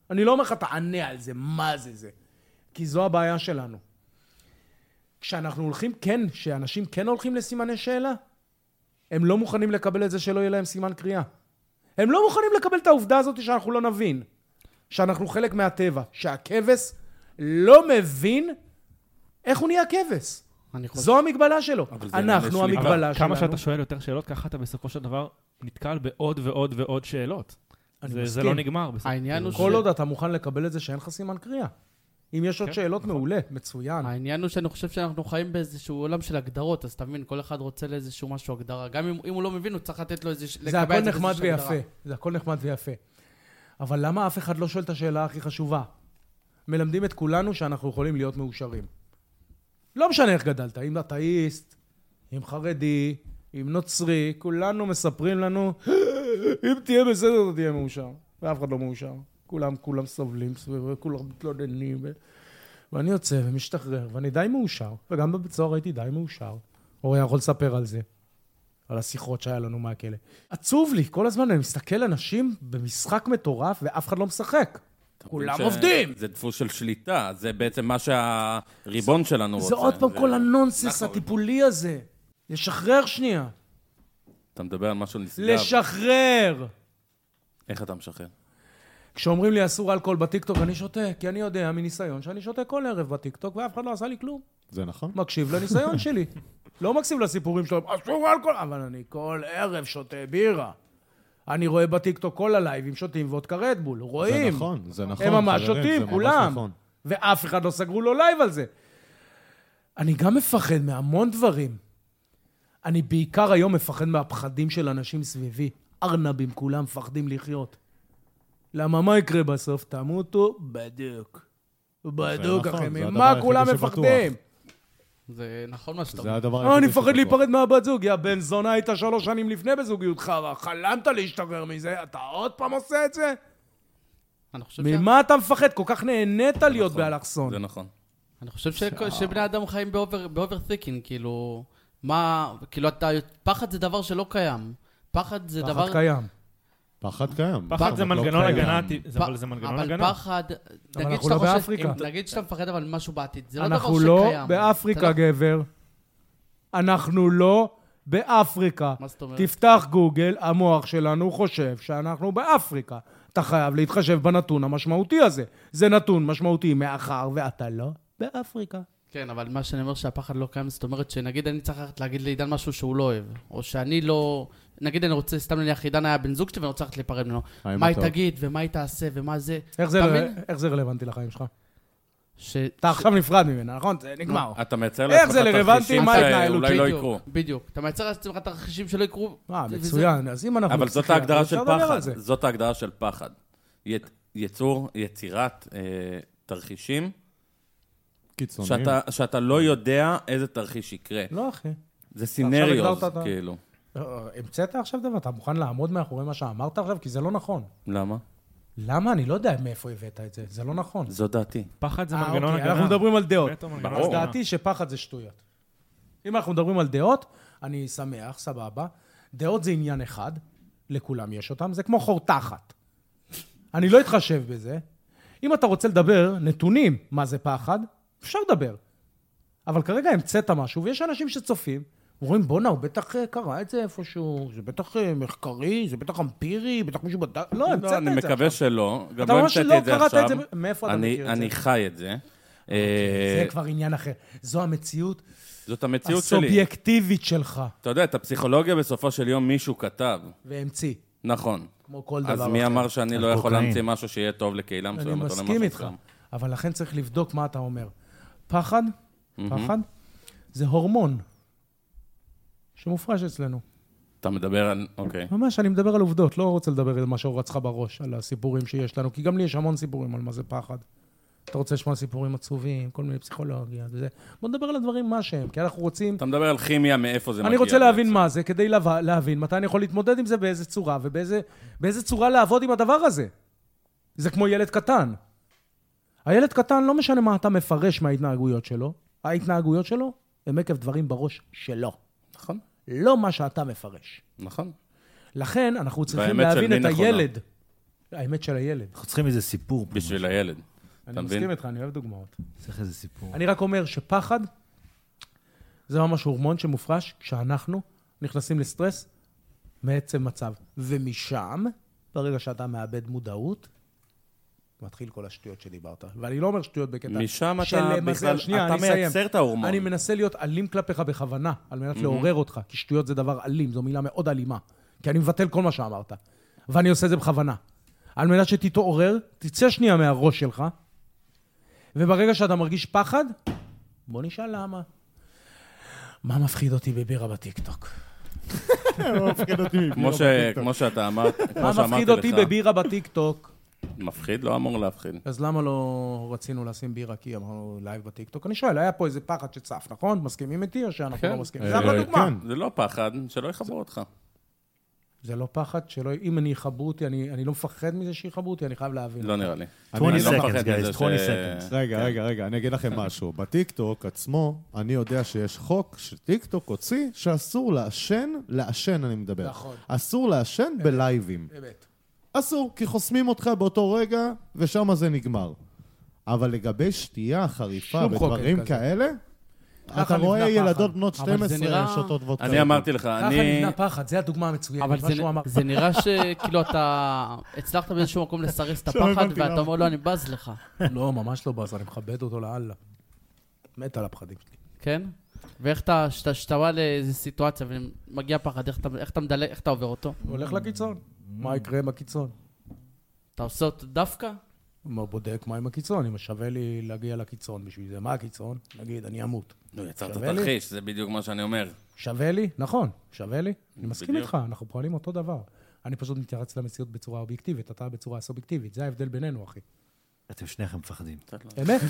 [SPEAKER 7] אני לא אומר לך, תענה על זה, מה זה זה. כי זו הבעיה שלנו. כשאנחנו הולכים, כן, שאנשים כן הולכים לסימני שאלה, הם לא מוכנים לקבל את זה שלא יהיה להם סימן קריאה. הם לא מוכנים לקבל את העובדה הזאת שאנחנו לא נבין, שאנחנו חלק מהטבע, שהכבש לא מבין איך הוא נהיה כבש.
[SPEAKER 4] אני חושב-
[SPEAKER 7] זו המגבלה שלו.
[SPEAKER 5] אבל זה
[SPEAKER 7] אנחנו
[SPEAKER 5] עניין לשליטה.
[SPEAKER 7] המגבלה
[SPEAKER 3] אבל
[SPEAKER 7] שלנו.
[SPEAKER 3] כמה שאתה שואל יותר שאלות, ככה אתה בסופו של דבר נתקל בעוד ועוד ועוד שאלות.
[SPEAKER 7] אני
[SPEAKER 3] זה- זה
[SPEAKER 7] מסכים.
[SPEAKER 3] לא נגמר. בסופו של
[SPEAKER 4] העניין הוא
[SPEAKER 3] דבר.
[SPEAKER 7] כל עוד אתה מוכן לקבל את זה שאין לך סימן קריאה. אם יש עוד
[SPEAKER 3] כן,
[SPEAKER 7] שאלות, מעולה, מצוין.
[SPEAKER 4] העניין הוא שאני חושב שאנחנו חיים באיזשהו עולם של הגדרות, אז אתה מבין, כל אחד רוצה לאיזשהו משהו הגדרה. גם אם, אם הוא לא מבין, הוא צריך לתת לו איזה...
[SPEAKER 7] זה הכל נחמד ויפה, זה הכל נחמד ויפה. אבל למה אף אחד לא שואל את השאלה הכי חשובה? מלמדים את כולנו שאנחנו יכולים להיות מאושרים. לא משנה איך גדלת, אם אתאיסט, אם חרדי, אם נוצרי, כולנו מספרים לנו, "אה, אם תהיה בסדר, אתה תהיה מאושר. ואף אחד לא מאושר. כולם, כולם סובלים, סביב, כולם מתלוננים. ו- ואני יוצא ומשתחרר, ואני די מאושר, וגם בבית סוהר הייתי די מאושר. אורי יכול לספר על זה, על השיחות שהיה לנו מהכלא. עצוב לי, כל הזמן אני מסתכל על אנשים במשחק מטורף ואף אחד לא משחק. כולם
[SPEAKER 5] ש-
[SPEAKER 7] עובדים!
[SPEAKER 5] זה דפוס של שליטה, זה בעצם מה שהריבון שלנו רוצה.
[SPEAKER 7] זה עוד פעם כל הנונסנס
[SPEAKER 5] אנחנו-
[SPEAKER 7] הטיפולי הזה. לשחרר שנייה.
[SPEAKER 5] אתה מדבר על משהו נשגב.
[SPEAKER 7] לשחרר!
[SPEAKER 5] איך אתה משחרר?
[SPEAKER 7] כשאומרים לי אסור אלכוהול בטיקטוק, אני שותק, כי אני יודע מניסיון שאני שותק כל ערב בטיקטוק, ואף אחד לא עשה לי כלום.
[SPEAKER 8] זה נכון.
[SPEAKER 7] מקשיב לניסיון שלי. לא מקשיב לסיפורים שלהם, אסור אלכוהול, אבל אני כל ערב שותה בירה. אני רואה בטיקטוק כל הלייבים שותים וודקה רדבול,
[SPEAKER 8] זה
[SPEAKER 7] רואים.
[SPEAKER 8] נכון, זה נכון,
[SPEAKER 7] הם ממש
[SPEAKER 8] חברים, זה
[SPEAKER 7] שותים,
[SPEAKER 8] ממש
[SPEAKER 7] כולם.
[SPEAKER 8] נכון.
[SPEAKER 7] ואף אחד לא סגרו לו לייב על זה. אני גם מפחד מהמון דברים. אני בעיקר היום מפחד מהפחדים של אנשים סביבי. ארנבים כולם מפחדים לחיות. למה מה יקרה בסוף? תמותו? בדוק. בדוק,
[SPEAKER 8] נכון,
[SPEAKER 7] אחי,
[SPEAKER 8] זה הדבר
[SPEAKER 7] ממה
[SPEAKER 8] היחידי
[SPEAKER 7] כולם
[SPEAKER 8] שבטוח.
[SPEAKER 7] מפחדים?
[SPEAKER 4] זה נכון מה שאתה
[SPEAKER 8] זה
[SPEAKER 4] אומר.
[SPEAKER 8] הדבר
[SPEAKER 7] אה, אני
[SPEAKER 8] היחידי שבטוח.
[SPEAKER 7] מפחד להיפרד מהבת זוג. יא בן זונה, היית שלוש שנים לפני בזוגיות אבל חלמת להשתחרר מזה, אתה עוד פעם עושה את זה?
[SPEAKER 4] אני חושב שה-
[SPEAKER 7] ממה אתה מפחד? כל כך נהנית להיות באלכסון.
[SPEAKER 5] זה נכון.
[SPEAKER 4] אני חושב שכל- שבני אדם חיים באובר תיקין, כאילו... מה... כאילו אתה... פחד זה דבר שלא קיים. פחד זה דבר...
[SPEAKER 7] פחד קיים.
[SPEAKER 8] פחד קיים.
[SPEAKER 3] פחד זה
[SPEAKER 8] לא
[SPEAKER 3] מנגנון
[SPEAKER 8] קיים.
[SPEAKER 3] הגנה, טי-
[SPEAKER 4] פ-
[SPEAKER 3] אבל זה מנגנון
[SPEAKER 4] אבל
[SPEAKER 3] הגנה.
[SPEAKER 4] פחד... נגיד
[SPEAKER 7] אנחנו
[SPEAKER 4] שאתה
[SPEAKER 7] לא
[SPEAKER 4] חושב-
[SPEAKER 7] באפריקה.
[SPEAKER 4] אם- נגיד שאתה מפחד אבל משהו בעתיד, זה לא דבר שקיים.
[SPEAKER 7] אנחנו לא
[SPEAKER 4] אתה
[SPEAKER 7] באפריקה, גבר. אנחנו לא באפריקה.
[SPEAKER 4] מה זאת אומרת?
[SPEAKER 7] תפתח גוגל, המוח שלנו חושב שאנחנו באפריקה. אתה חייב להתחשב בנתון המשמעותי הזה. זה נתון משמעותי מאחר ואתה לא באפריקה.
[SPEAKER 4] כן, אבל מה שאני אומר שהפחד לא קיים, זאת אומרת שנגיד אני צריך ללכת להגיד לעידן משהו שהוא לא אוהב, או שאני לא... נגיד אני רוצה, סתם נניח, עידן היה בן זוג שלי ואני רוצה ללכת להיפרד ממנו.
[SPEAKER 8] האם
[SPEAKER 4] מה היא
[SPEAKER 8] אתה-
[SPEAKER 4] תגיד, ומה היא תעשה, ומה זה.
[SPEAKER 7] איך זה
[SPEAKER 4] אתה
[SPEAKER 7] ר-
[SPEAKER 4] מבין?
[SPEAKER 7] איך זה רלוונטי לחיים שלך?
[SPEAKER 4] ש...
[SPEAKER 7] אתה עכשיו נפרד ממנה, נכון? זה נגמר.
[SPEAKER 5] אתה מייצר
[SPEAKER 7] איך
[SPEAKER 5] לעצמך
[SPEAKER 7] זה רלוונטי?
[SPEAKER 5] תרחישים
[SPEAKER 7] מה ההתנהלות?
[SPEAKER 5] שאולי לא
[SPEAKER 4] בדיוק,
[SPEAKER 5] יקרו.
[SPEAKER 4] בדיוק. אתה מייצר לעצמך תרחישים שלא יקרו.
[SPEAKER 7] אה,
[SPEAKER 4] וזה-
[SPEAKER 7] מצוין. אז אם אנחנו...
[SPEAKER 5] אבל זאת
[SPEAKER 7] פסיכיאטרים,
[SPEAKER 5] ההגדרה של
[SPEAKER 7] אפשר לדבר
[SPEAKER 5] פחד.
[SPEAKER 7] על זה.
[SPEAKER 5] זאת ההגדרה של פחד. ית- יצור, יצירת אה, תרחישים,
[SPEAKER 8] קיצוניים.
[SPEAKER 5] שאתה- שאתה לא יודע איזה תרחיש יקרה.
[SPEAKER 7] לא, אחי.
[SPEAKER 5] זה
[SPEAKER 7] הגדרת
[SPEAKER 5] סינריוז,
[SPEAKER 7] את ה-
[SPEAKER 5] כאילו.
[SPEAKER 7] אה, המצאת עכשיו דבר? אתה מוכן לעמוד מאחורי מה שאמרת עכשיו? כי זה לא נכון.
[SPEAKER 5] למה?
[SPEAKER 7] למה? אני לא יודע מאיפה הבאת את זה. זה לא נכון.
[SPEAKER 5] זו דעתי.
[SPEAKER 3] פחד זה
[SPEAKER 7] אה,
[SPEAKER 3] מנגנון
[SPEAKER 7] אוקיי,
[SPEAKER 3] הגנה.
[SPEAKER 7] אנחנו מדברים על דעות.
[SPEAKER 3] נטו מנגנון
[SPEAKER 5] ברור.
[SPEAKER 7] אז
[SPEAKER 3] הגנה.
[SPEAKER 7] דעתי שפחד זה שטויות. אם אנחנו מדברים על דעות, אני שמח, סבבה. דעות זה עניין אחד, לכולם יש אותם, זה כמו חור תחת. אני לא אתחשב בזה. אם אתה רוצה לדבר נתונים מה זה פחד, אפשר לדבר. אבל כרגע המצאת משהו, ויש אנשים שצופים, אומרים, בואנה, הוא בטח אה, קרא את זה איפשהו, זה בטח אה, מחקרי, זה בטח אמפירי, בטח מישהו בדק... לא, המצאת את זה
[SPEAKER 5] לא,
[SPEAKER 7] עכשיו.
[SPEAKER 5] אני מקווה שלא. גם
[SPEAKER 7] אתה
[SPEAKER 5] לא
[SPEAKER 7] ממש
[SPEAKER 5] המצאתי
[SPEAKER 7] לא
[SPEAKER 5] את זה
[SPEAKER 7] קראת את
[SPEAKER 5] עכשיו.
[SPEAKER 7] זה, מאיפה אתה
[SPEAKER 5] אני-
[SPEAKER 7] מכיר את
[SPEAKER 5] אני
[SPEAKER 7] זה? אוקיי,
[SPEAKER 5] חי את זה. אה,
[SPEAKER 7] זה כבר עניין אחר. זו המציאות
[SPEAKER 5] זאת המציאות שלי.
[SPEAKER 7] הסובייקטיבית שלך,
[SPEAKER 5] אתה יודע, את הפסיכולוגיה בסופו של יום מישהו כתב.
[SPEAKER 7] והמציא,
[SPEAKER 5] נכון.
[SPEAKER 7] כמו כל דבר
[SPEAKER 5] אז
[SPEAKER 7] אחר.
[SPEAKER 5] מי אמר שאני לא יכול
[SPEAKER 6] הקוקאין.
[SPEAKER 5] להמציא משהו שיהיה טוב לקהילה מסוימת?
[SPEAKER 7] אני
[SPEAKER 5] או
[SPEAKER 7] מסכים
[SPEAKER 5] למשהו
[SPEAKER 7] איתך,
[SPEAKER 5] מסוים?
[SPEAKER 7] אבל לכן צריך לבדוק מה אתה אומר. פחד, פחד, זה הורמון שמופרש אצלנו.
[SPEAKER 5] אתה מדבר על... אוקיי.
[SPEAKER 7] ממש, אני מדבר על עובדות, לא רוצה לדבר על מה שרץ לך בראש, על הסיפורים שיש לנו, כי גם לי יש המון סיפורים על מה זה פחד. אתה רוצה לשמוע סיפורים עצובים, כל מיני פסיכולוגיה וזה. בוא נדבר על הדברים מה שהם, כי אנחנו רוצים
[SPEAKER 5] אתה מדבר על כימיה, מאיפה זה מגיע.
[SPEAKER 7] אני רוצה להבין
[SPEAKER 5] בעצם.
[SPEAKER 7] מה זה, כדי לב- להבין מתי אני יכול להתמודד עם זה, באיזה צורה, ובאיזה באיזה צורה לעבוד עם הדבר הזה. זה כמו ילד קטן. הילד קטן, לא משנה מה אתה מפרש מההתנהגויות שלו, ההתנהגויות שלו הם עקב דברים בראש שלו.
[SPEAKER 5] נכון,
[SPEAKER 7] לא מה שאתה מפרש.
[SPEAKER 5] נכון.
[SPEAKER 7] לכן, אנחנו צריכים
[SPEAKER 5] והאמת של
[SPEAKER 7] להבין
[SPEAKER 5] מי
[SPEAKER 7] את
[SPEAKER 5] נכונה?
[SPEAKER 7] הילד. האמת של הילד.
[SPEAKER 6] אנחנו צריכים איזה סיפור. פה.
[SPEAKER 5] בשביל הילד.
[SPEAKER 7] אני
[SPEAKER 5] אתה מבין?
[SPEAKER 7] מסכים איתך, אני אוהב דוגמאות.
[SPEAKER 6] צריך איזה סיפור.
[SPEAKER 7] אני רק אומר שפחד זה ממש הורמון שמופרש כשאנחנו נכנסים לסטרס מעצם מצב. ומשם, ברגע שאתה מאבד מודעות, מתחיל כל השטויות שדיברת. ואני לא אומר שטויות בקטע
[SPEAKER 5] משם
[SPEAKER 7] של
[SPEAKER 5] אתה
[SPEAKER 7] למזל-
[SPEAKER 5] בכלל-
[SPEAKER 7] שנייה,
[SPEAKER 5] אתה
[SPEAKER 7] אני אסיים.
[SPEAKER 5] מייצר את ההורמון. Mhm.
[SPEAKER 7] אני מנסה להיות אלים כלפיך בכוונה, על מנת לעורר אותך, כי שטויות זה דבר אלים, זו מילה מאוד אלימה. כי אני מבטל כל מה שאמרת, ואני עושה את זה בכוונה. על מנת שתתעורר, תצא שנייה מהראש שלך, וברגע שאתה מרגיש פחד, בוא נשאל למה. מה מפחיד אותי בבירה בטיקטוק?
[SPEAKER 5] כמו ש- כמו שאתה אמרת, כמו
[SPEAKER 7] לא מה
[SPEAKER 5] שאמרתי
[SPEAKER 7] מפחיד
[SPEAKER 5] לך.
[SPEAKER 7] אותי בבירה בטיקטוק?
[SPEAKER 5] מפחיד? לא אמור להפחיד.
[SPEAKER 7] אז למה לא רצינו לשים בירה כי אמרנו לייב בטיקטוק? אני שואל, היה פה איזה פחד שצף, נכון? מסכימים איתי או שאנחנו
[SPEAKER 4] כן.
[SPEAKER 7] לא מסכימים?
[SPEAKER 8] אה,
[SPEAKER 7] זה אחלה דוגמה.
[SPEAKER 8] כן.
[SPEAKER 5] זה לא פחד, שלא יחברו אותך.
[SPEAKER 7] זה לא פחד שלא... אם אני יכבו אותי, אני, אני לא מפחד מזה שיכבו אותי, אני חייב להבין.
[SPEAKER 5] לא נראה לי.
[SPEAKER 6] 20
[SPEAKER 5] אני לא
[SPEAKER 6] seconds,
[SPEAKER 5] מפחד
[SPEAKER 6] guys,
[SPEAKER 5] מזה
[SPEAKER 6] 20
[SPEAKER 5] ש-
[SPEAKER 6] seconds.
[SPEAKER 8] רגע, רגע, רגע, אני אגיד לכם משהו. בטיקטוק עצמו, אני יודע שיש חוק שטיקטוק הוציא שאסור לעשן, לעשן אני מדבר.
[SPEAKER 7] נכון.
[SPEAKER 8] אסור לעשן בלייבים.
[SPEAKER 7] באמת.
[SPEAKER 8] אסור, כי חוסמים אותך באותו רגע, ושם זה נגמר. אבל לגבי שתייה חריפה
[SPEAKER 7] שום חוק אין
[SPEAKER 8] ודברים
[SPEAKER 7] כזה.
[SPEAKER 8] כאלה, אתה
[SPEAKER 7] ככה
[SPEAKER 8] רואה
[SPEAKER 7] נבנה פחד.
[SPEAKER 8] ילדות בנות
[SPEAKER 4] אבל זה
[SPEAKER 8] 12
[SPEAKER 4] נראה-
[SPEAKER 8] שותות וודקה.
[SPEAKER 5] אני אמרתי לך,
[SPEAKER 7] ככה
[SPEAKER 5] אני...
[SPEAKER 7] נבנה פחד, זו הדוגמה המצוינת,
[SPEAKER 4] אבל
[SPEAKER 7] מה
[SPEAKER 4] זה-
[SPEAKER 7] שהוא אמר.
[SPEAKER 4] זה נראה שכאילו אתה הצלחת באיזשהו מקום לסרס את
[SPEAKER 8] לא
[SPEAKER 4] הפחד,
[SPEAKER 8] הבנתי למה.
[SPEAKER 4] ואתה אומר לו, אני בז לך,
[SPEAKER 7] לא, ממש לא באז, אני מכבד אותו לאללה. מת על הפחדים שלי.
[SPEAKER 4] כן? ואיך אתה, כשאתה- כשאתה בא לאיזו סיטואציה ומגיע פחד, איך אתה- איך אתה מדלג, איך אתה עובר אותו?
[SPEAKER 7] הולך לקיצון. מה יקרה עם הקיצון?
[SPEAKER 4] אתה עושה אותו דווקא?
[SPEAKER 7] מה בודק מה עם הקיצון, אם שווה לי להגיע לקיצון בשביל זה. מה הקיצון? נגיד, אני אמות.
[SPEAKER 5] נו, יצרת
[SPEAKER 7] שווה לי?
[SPEAKER 5] תרחיש, זה בדיוק מה שאני אומר.
[SPEAKER 7] שווה לי? נכון, שווה לי. אני מסכים
[SPEAKER 5] בדיוק.
[SPEAKER 7] איתך, אנחנו פועלים אותו דבר. אני פשוט מתייחס למציאות בצורה אובייקטיבית, אתה בצורה סובייקטיבית, זה ההבדל בינינו, אחי.
[SPEAKER 6] אתם שניכם מפחדים.
[SPEAKER 7] אמת?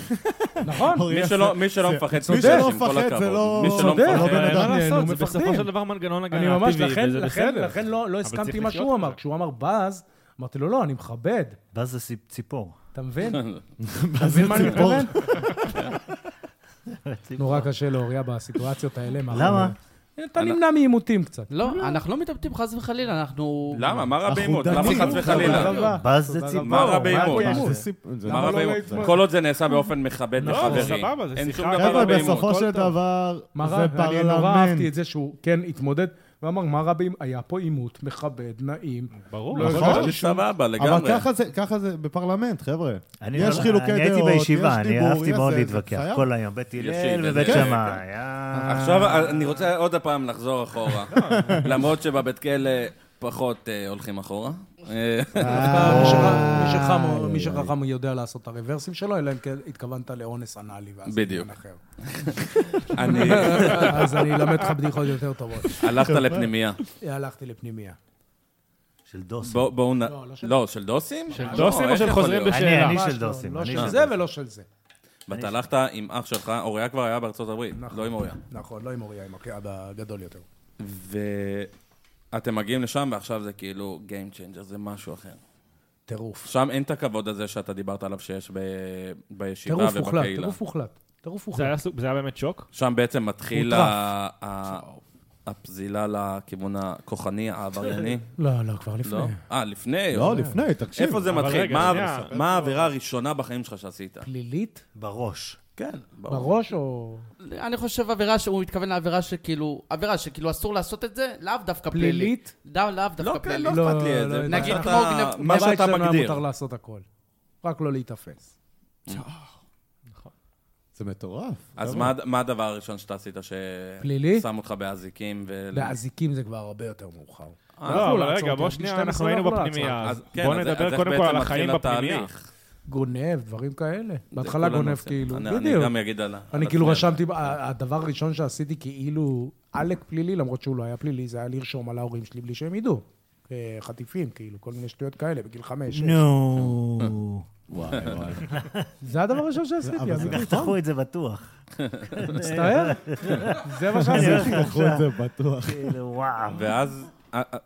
[SPEAKER 7] נכון.
[SPEAKER 8] אורי,
[SPEAKER 5] מי
[SPEAKER 8] יפה.
[SPEAKER 5] שלא- מי שלא
[SPEAKER 8] זה-
[SPEAKER 5] מפחד,
[SPEAKER 8] מי
[SPEAKER 5] צודק,
[SPEAKER 8] שלא
[SPEAKER 5] עם כל
[SPEAKER 8] מפחד
[SPEAKER 5] הכבוד.
[SPEAKER 8] זה לא...
[SPEAKER 5] מי שלא
[SPEAKER 7] צודק.
[SPEAKER 5] מפחד-
[SPEAKER 8] לא בן
[SPEAKER 3] אין מה
[SPEAKER 8] אדם.
[SPEAKER 7] נו,
[SPEAKER 3] לעשות, זה
[SPEAKER 7] מפחדים.
[SPEAKER 3] בסופו של דבר מנגנון
[SPEAKER 7] אני
[SPEAKER 3] הגנה
[SPEAKER 7] ממש,
[SPEAKER 3] טבעי,
[SPEAKER 7] לכן,
[SPEAKER 3] וזה
[SPEAKER 7] לכן,
[SPEAKER 3] בסדר.
[SPEAKER 7] לכן לא לא
[SPEAKER 3] צריך
[SPEAKER 7] הסכמתי עם מה
[SPEAKER 3] לחיות
[SPEAKER 7] שהוא
[SPEAKER 3] ככה.
[SPEAKER 7] אמר. כשהוא אמר באז, אמרתי לו, לא, אני מכבד.
[SPEAKER 6] באז זה ציפ- ציפור.
[SPEAKER 7] אתה מבין?
[SPEAKER 8] מה
[SPEAKER 7] אתה
[SPEAKER 8] זה
[SPEAKER 7] מבין מה אני
[SPEAKER 8] ציפור?
[SPEAKER 7] מתכוון? נורא קשה להוריה בסיטואציות האלה. מה-
[SPEAKER 6] למה?
[SPEAKER 7] אתה נמנע מעימותים קצת.
[SPEAKER 4] לא, אנחנו לא מתאבטים חס וחלילה, אנחנו...
[SPEAKER 5] למה? מה רע באימות?
[SPEAKER 8] אנחנו
[SPEAKER 5] למה חס
[SPEAKER 8] דנים,
[SPEAKER 7] לא,
[SPEAKER 5] וחלילה?
[SPEAKER 8] תודה רבה.
[SPEAKER 6] באז זה ציפור.
[SPEAKER 5] מה רע באימות?
[SPEAKER 6] הקטע?
[SPEAKER 8] זה סיפ- זה
[SPEAKER 5] מה
[SPEAKER 8] לא
[SPEAKER 5] רע באימות?
[SPEAKER 8] להתמודד.
[SPEAKER 5] כל עוד זה נעשה באופן מכבד
[SPEAKER 3] לא, זה
[SPEAKER 5] וחברי.
[SPEAKER 3] סבבה, זה
[SPEAKER 5] אין
[SPEAKER 3] שיחה.
[SPEAKER 5] שום דבר
[SPEAKER 8] חבר'ה,
[SPEAKER 5] רע באימות.
[SPEAKER 8] בסופו
[SPEAKER 7] הכל
[SPEAKER 8] של
[SPEAKER 7] טוב.
[SPEAKER 8] דבר,
[SPEAKER 7] מה רע?
[SPEAKER 8] זה
[SPEAKER 7] אני נורא אהבתי את
[SPEAKER 8] פרלמנט.
[SPEAKER 7] זה שהוא כן התמודד, ואמר, מה רע אם היה פה עימות מכבד, נעים.
[SPEAKER 3] ברור.
[SPEAKER 7] לא
[SPEAKER 3] נכון.
[SPEAKER 8] יכול
[SPEAKER 5] זה סבבה,
[SPEAKER 8] אבל
[SPEAKER 5] לגמרי.
[SPEAKER 8] ככה זה- ככה זה בפרלמנט, חבר'ה.
[SPEAKER 6] אני
[SPEAKER 8] יש
[SPEAKER 6] לא-
[SPEAKER 8] חילוקי דעות,
[SPEAKER 6] אני הייתי בישיבה,
[SPEAKER 8] יש
[SPEAKER 6] אני
[SPEAKER 8] דיבור,
[SPEAKER 6] אהבתי
[SPEAKER 8] יש
[SPEAKER 6] מאוד
[SPEAKER 8] זה,
[SPEAKER 6] להתווכח,
[SPEAKER 8] חייב.
[SPEAKER 6] כל היום, בית
[SPEAKER 5] ישיב,
[SPEAKER 6] הלל ובית
[SPEAKER 5] כן.
[SPEAKER 6] שמאי.
[SPEAKER 5] עכשיו אני רוצה עוד הפעם לחזור אחורה.
[SPEAKER 3] לא,
[SPEAKER 5] למרות שבבית כלא פחות אה, הולכים אחורה. אה,
[SPEAKER 7] מי שחכם- מי שחכם- מי שחכם יודע לעשות את הרוורסים שלו, אלא אם כן התכוונת לאונס אנאלי. ואז זה
[SPEAKER 5] בדיוק.
[SPEAKER 7] עניין אחר.
[SPEAKER 5] אני...
[SPEAKER 7] אז אני אלמד לך בדיחות יותר טובות.
[SPEAKER 5] הלכת לפנימייה.
[SPEAKER 7] הלכתי לפנימיה.
[SPEAKER 6] של דוס.
[SPEAKER 5] בואו בואו נ...
[SPEAKER 7] לא, לא של-
[SPEAKER 5] לא, של דוסים? של
[SPEAKER 3] דוסים או של חוזרים
[SPEAKER 6] אני,
[SPEAKER 3] בשאלה?
[SPEAKER 6] אני
[SPEAKER 7] ממש
[SPEAKER 6] של
[SPEAKER 7] לא,
[SPEAKER 6] דוסים.
[SPEAKER 7] לא
[SPEAKER 6] אני
[SPEAKER 7] של
[SPEAKER 6] של
[SPEAKER 7] זה
[SPEAKER 6] דוסים.
[SPEAKER 7] ולא של זה.
[SPEAKER 5] ואתה הלכת עם אח שלך, אוריה כבר היה בארצות הברית, לא עם אוריה.
[SPEAKER 7] נכון, לא עם אוריה, עם אחי אבא גדול יותר.
[SPEAKER 5] ואתם מגיעים לשם, ועכשיו זה כאילו Game Changer, זה משהו אחר.
[SPEAKER 7] טירוף.
[SPEAKER 5] שם אין את הכבוד הזה שאתה דיברת עליו שיש ב- בישיבה
[SPEAKER 7] טירוף מוחלט,
[SPEAKER 5] ובקהילה.
[SPEAKER 7] טירוף מוחלט. טירוף
[SPEAKER 3] זה
[SPEAKER 7] מוחלט.
[SPEAKER 3] היה סוג- זה היה באמת שוק?
[SPEAKER 5] שם בעצם מתחיל
[SPEAKER 7] מוטרף.
[SPEAKER 5] ה- ה- הפזילה לכיוון הכוחני, העברייני.
[SPEAKER 7] לא, לא, כבר לפני.
[SPEAKER 5] לא? אה, לפני?
[SPEAKER 8] לא,
[SPEAKER 5] אוקיי.
[SPEAKER 8] לפני, תקשיב.
[SPEAKER 5] איפה זה
[SPEAKER 3] אבל
[SPEAKER 5] מתחיל?
[SPEAKER 3] רגע,
[SPEAKER 5] מה-
[SPEAKER 3] שנייה.
[SPEAKER 5] מה העבירה הראשונה בחיים שלך
[SPEAKER 7] לא,
[SPEAKER 5] שעשית?
[SPEAKER 7] פלילית?
[SPEAKER 6] בראש.
[SPEAKER 5] כן, ברור.
[SPEAKER 7] בראש או...
[SPEAKER 4] אני חושב עבירה שהוא מתכוון לעבירה שכאילו, עבירה שכאילו אסור לעשות את זה, לאו דווקא פלילית.
[SPEAKER 7] פלילית?
[SPEAKER 4] לא, לאו
[SPEAKER 5] לא,
[SPEAKER 4] דווקא
[SPEAKER 5] כן, לא
[SPEAKER 4] פלילית.
[SPEAKER 5] אכפת לי את
[SPEAKER 7] לא,
[SPEAKER 5] זה.
[SPEAKER 7] לא,
[SPEAKER 5] מה
[SPEAKER 4] נגיד
[SPEAKER 5] שאתה-
[SPEAKER 4] כמו גנב-
[SPEAKER 5] מה שאתה
[SPEAKER 7] בבית שלנו היה מותר
[SPEAKER 5] מגדיר.
[SPEAKER 7] לעשות הכל. רק לא להיתפס.
[SPEAKER 8] זה מטורף.
[SPEAKER 5] אז
[SPEAKER 8] חבר'ה.
[SPEAKER 5] מה- מה הדבר הראשון שאתה עשית ש...
[SPEAKER 7] פלילי?
[SPEAKER 5] שם אותך באזיקים ו...
[SPEAKER 7] באזיקים זה כבר הרבה יותר מאוחר.
[SPEAKER 5] אה,
[SPEAKER 3] לא, אבל
[SPEAKER 7] לעצור
[SPEAKER 3] רגע,
[SPEAKER 7] אותו.
[SPEAKER 3] בוא שנייה,
[SPEAKER 7] ב-12
[SPEAKER 3] אנחנו היינו
[SPEAKER 7] לא לעצור
[SPEAKER 3] בפנימייה.
[SPEAKER 5] אז
[SPEAKER 3] אז
[SPEAKER 5] כן,
[SPEAKER 3] בוא
[SPEAKER 5] אז- אז
[SPEAKER 3] נדבר
[SPEAKER 5] איך
[SPEAKER 3] קודם
[SPEAKER 5] בעצם
[SPEAKER 3] כל על
[SPEAKER 5] מתחיל
[SPEAKER 3] החיים בפנימייה.
[SPEAKER 5] התהליך?
[SPEAKER 7] גונב, דברים כאלה. בהתחלה
[SPEAKER 5] כולנו
[SPEAKER 7] גונב
[SPEAKER 5] עושים.
[SPEAKER 7] כאילו,
[SPEAKER 5] אני-
[SPEAKER 7] בדיוק.
[SPEAKER 5] אני גם אגיד על ה... על
[SPEAKER 7] אני כאילו
[SPEAKER 5] עצמי.
[SPEAKER 7] רשמתי, ה- הדבר הראשון שעשיתי כאילו עלק פלילי, למרות שהוא לא היה פלילי, זה היה לרשום על ההורים שלי בלי שהם ידעו. אה, חטיפים, כאילו, כל מיני שטויות כאלה, בגיל חמש. שש.
[SPEAKER 6] נו.
[SPEAKER 8] וואי, וואי.
[SPEAKER 7] זה הדבר הראשון שעשיתי,
[SPEAKER 8] אבל
[SPEAKER 7] אז
[SPEAKER 8] זה
[SPEAKER 6] תחתכו את זה בטוח.
[SPEAKER 7] מצטער. זה מה
[SPEAKER 6] אני
[SPEAKER 7] שעשיתי.
[SPEAKER 6] הולך
[SPEAKER 8] תיקחו את
[SPEAKER 6] עכשיו.
[SPEAKER 8] זה בטוח.
[SPEAKER 6] כאילו, וואו.
[SPEAKER 5] ואז... אה, אה,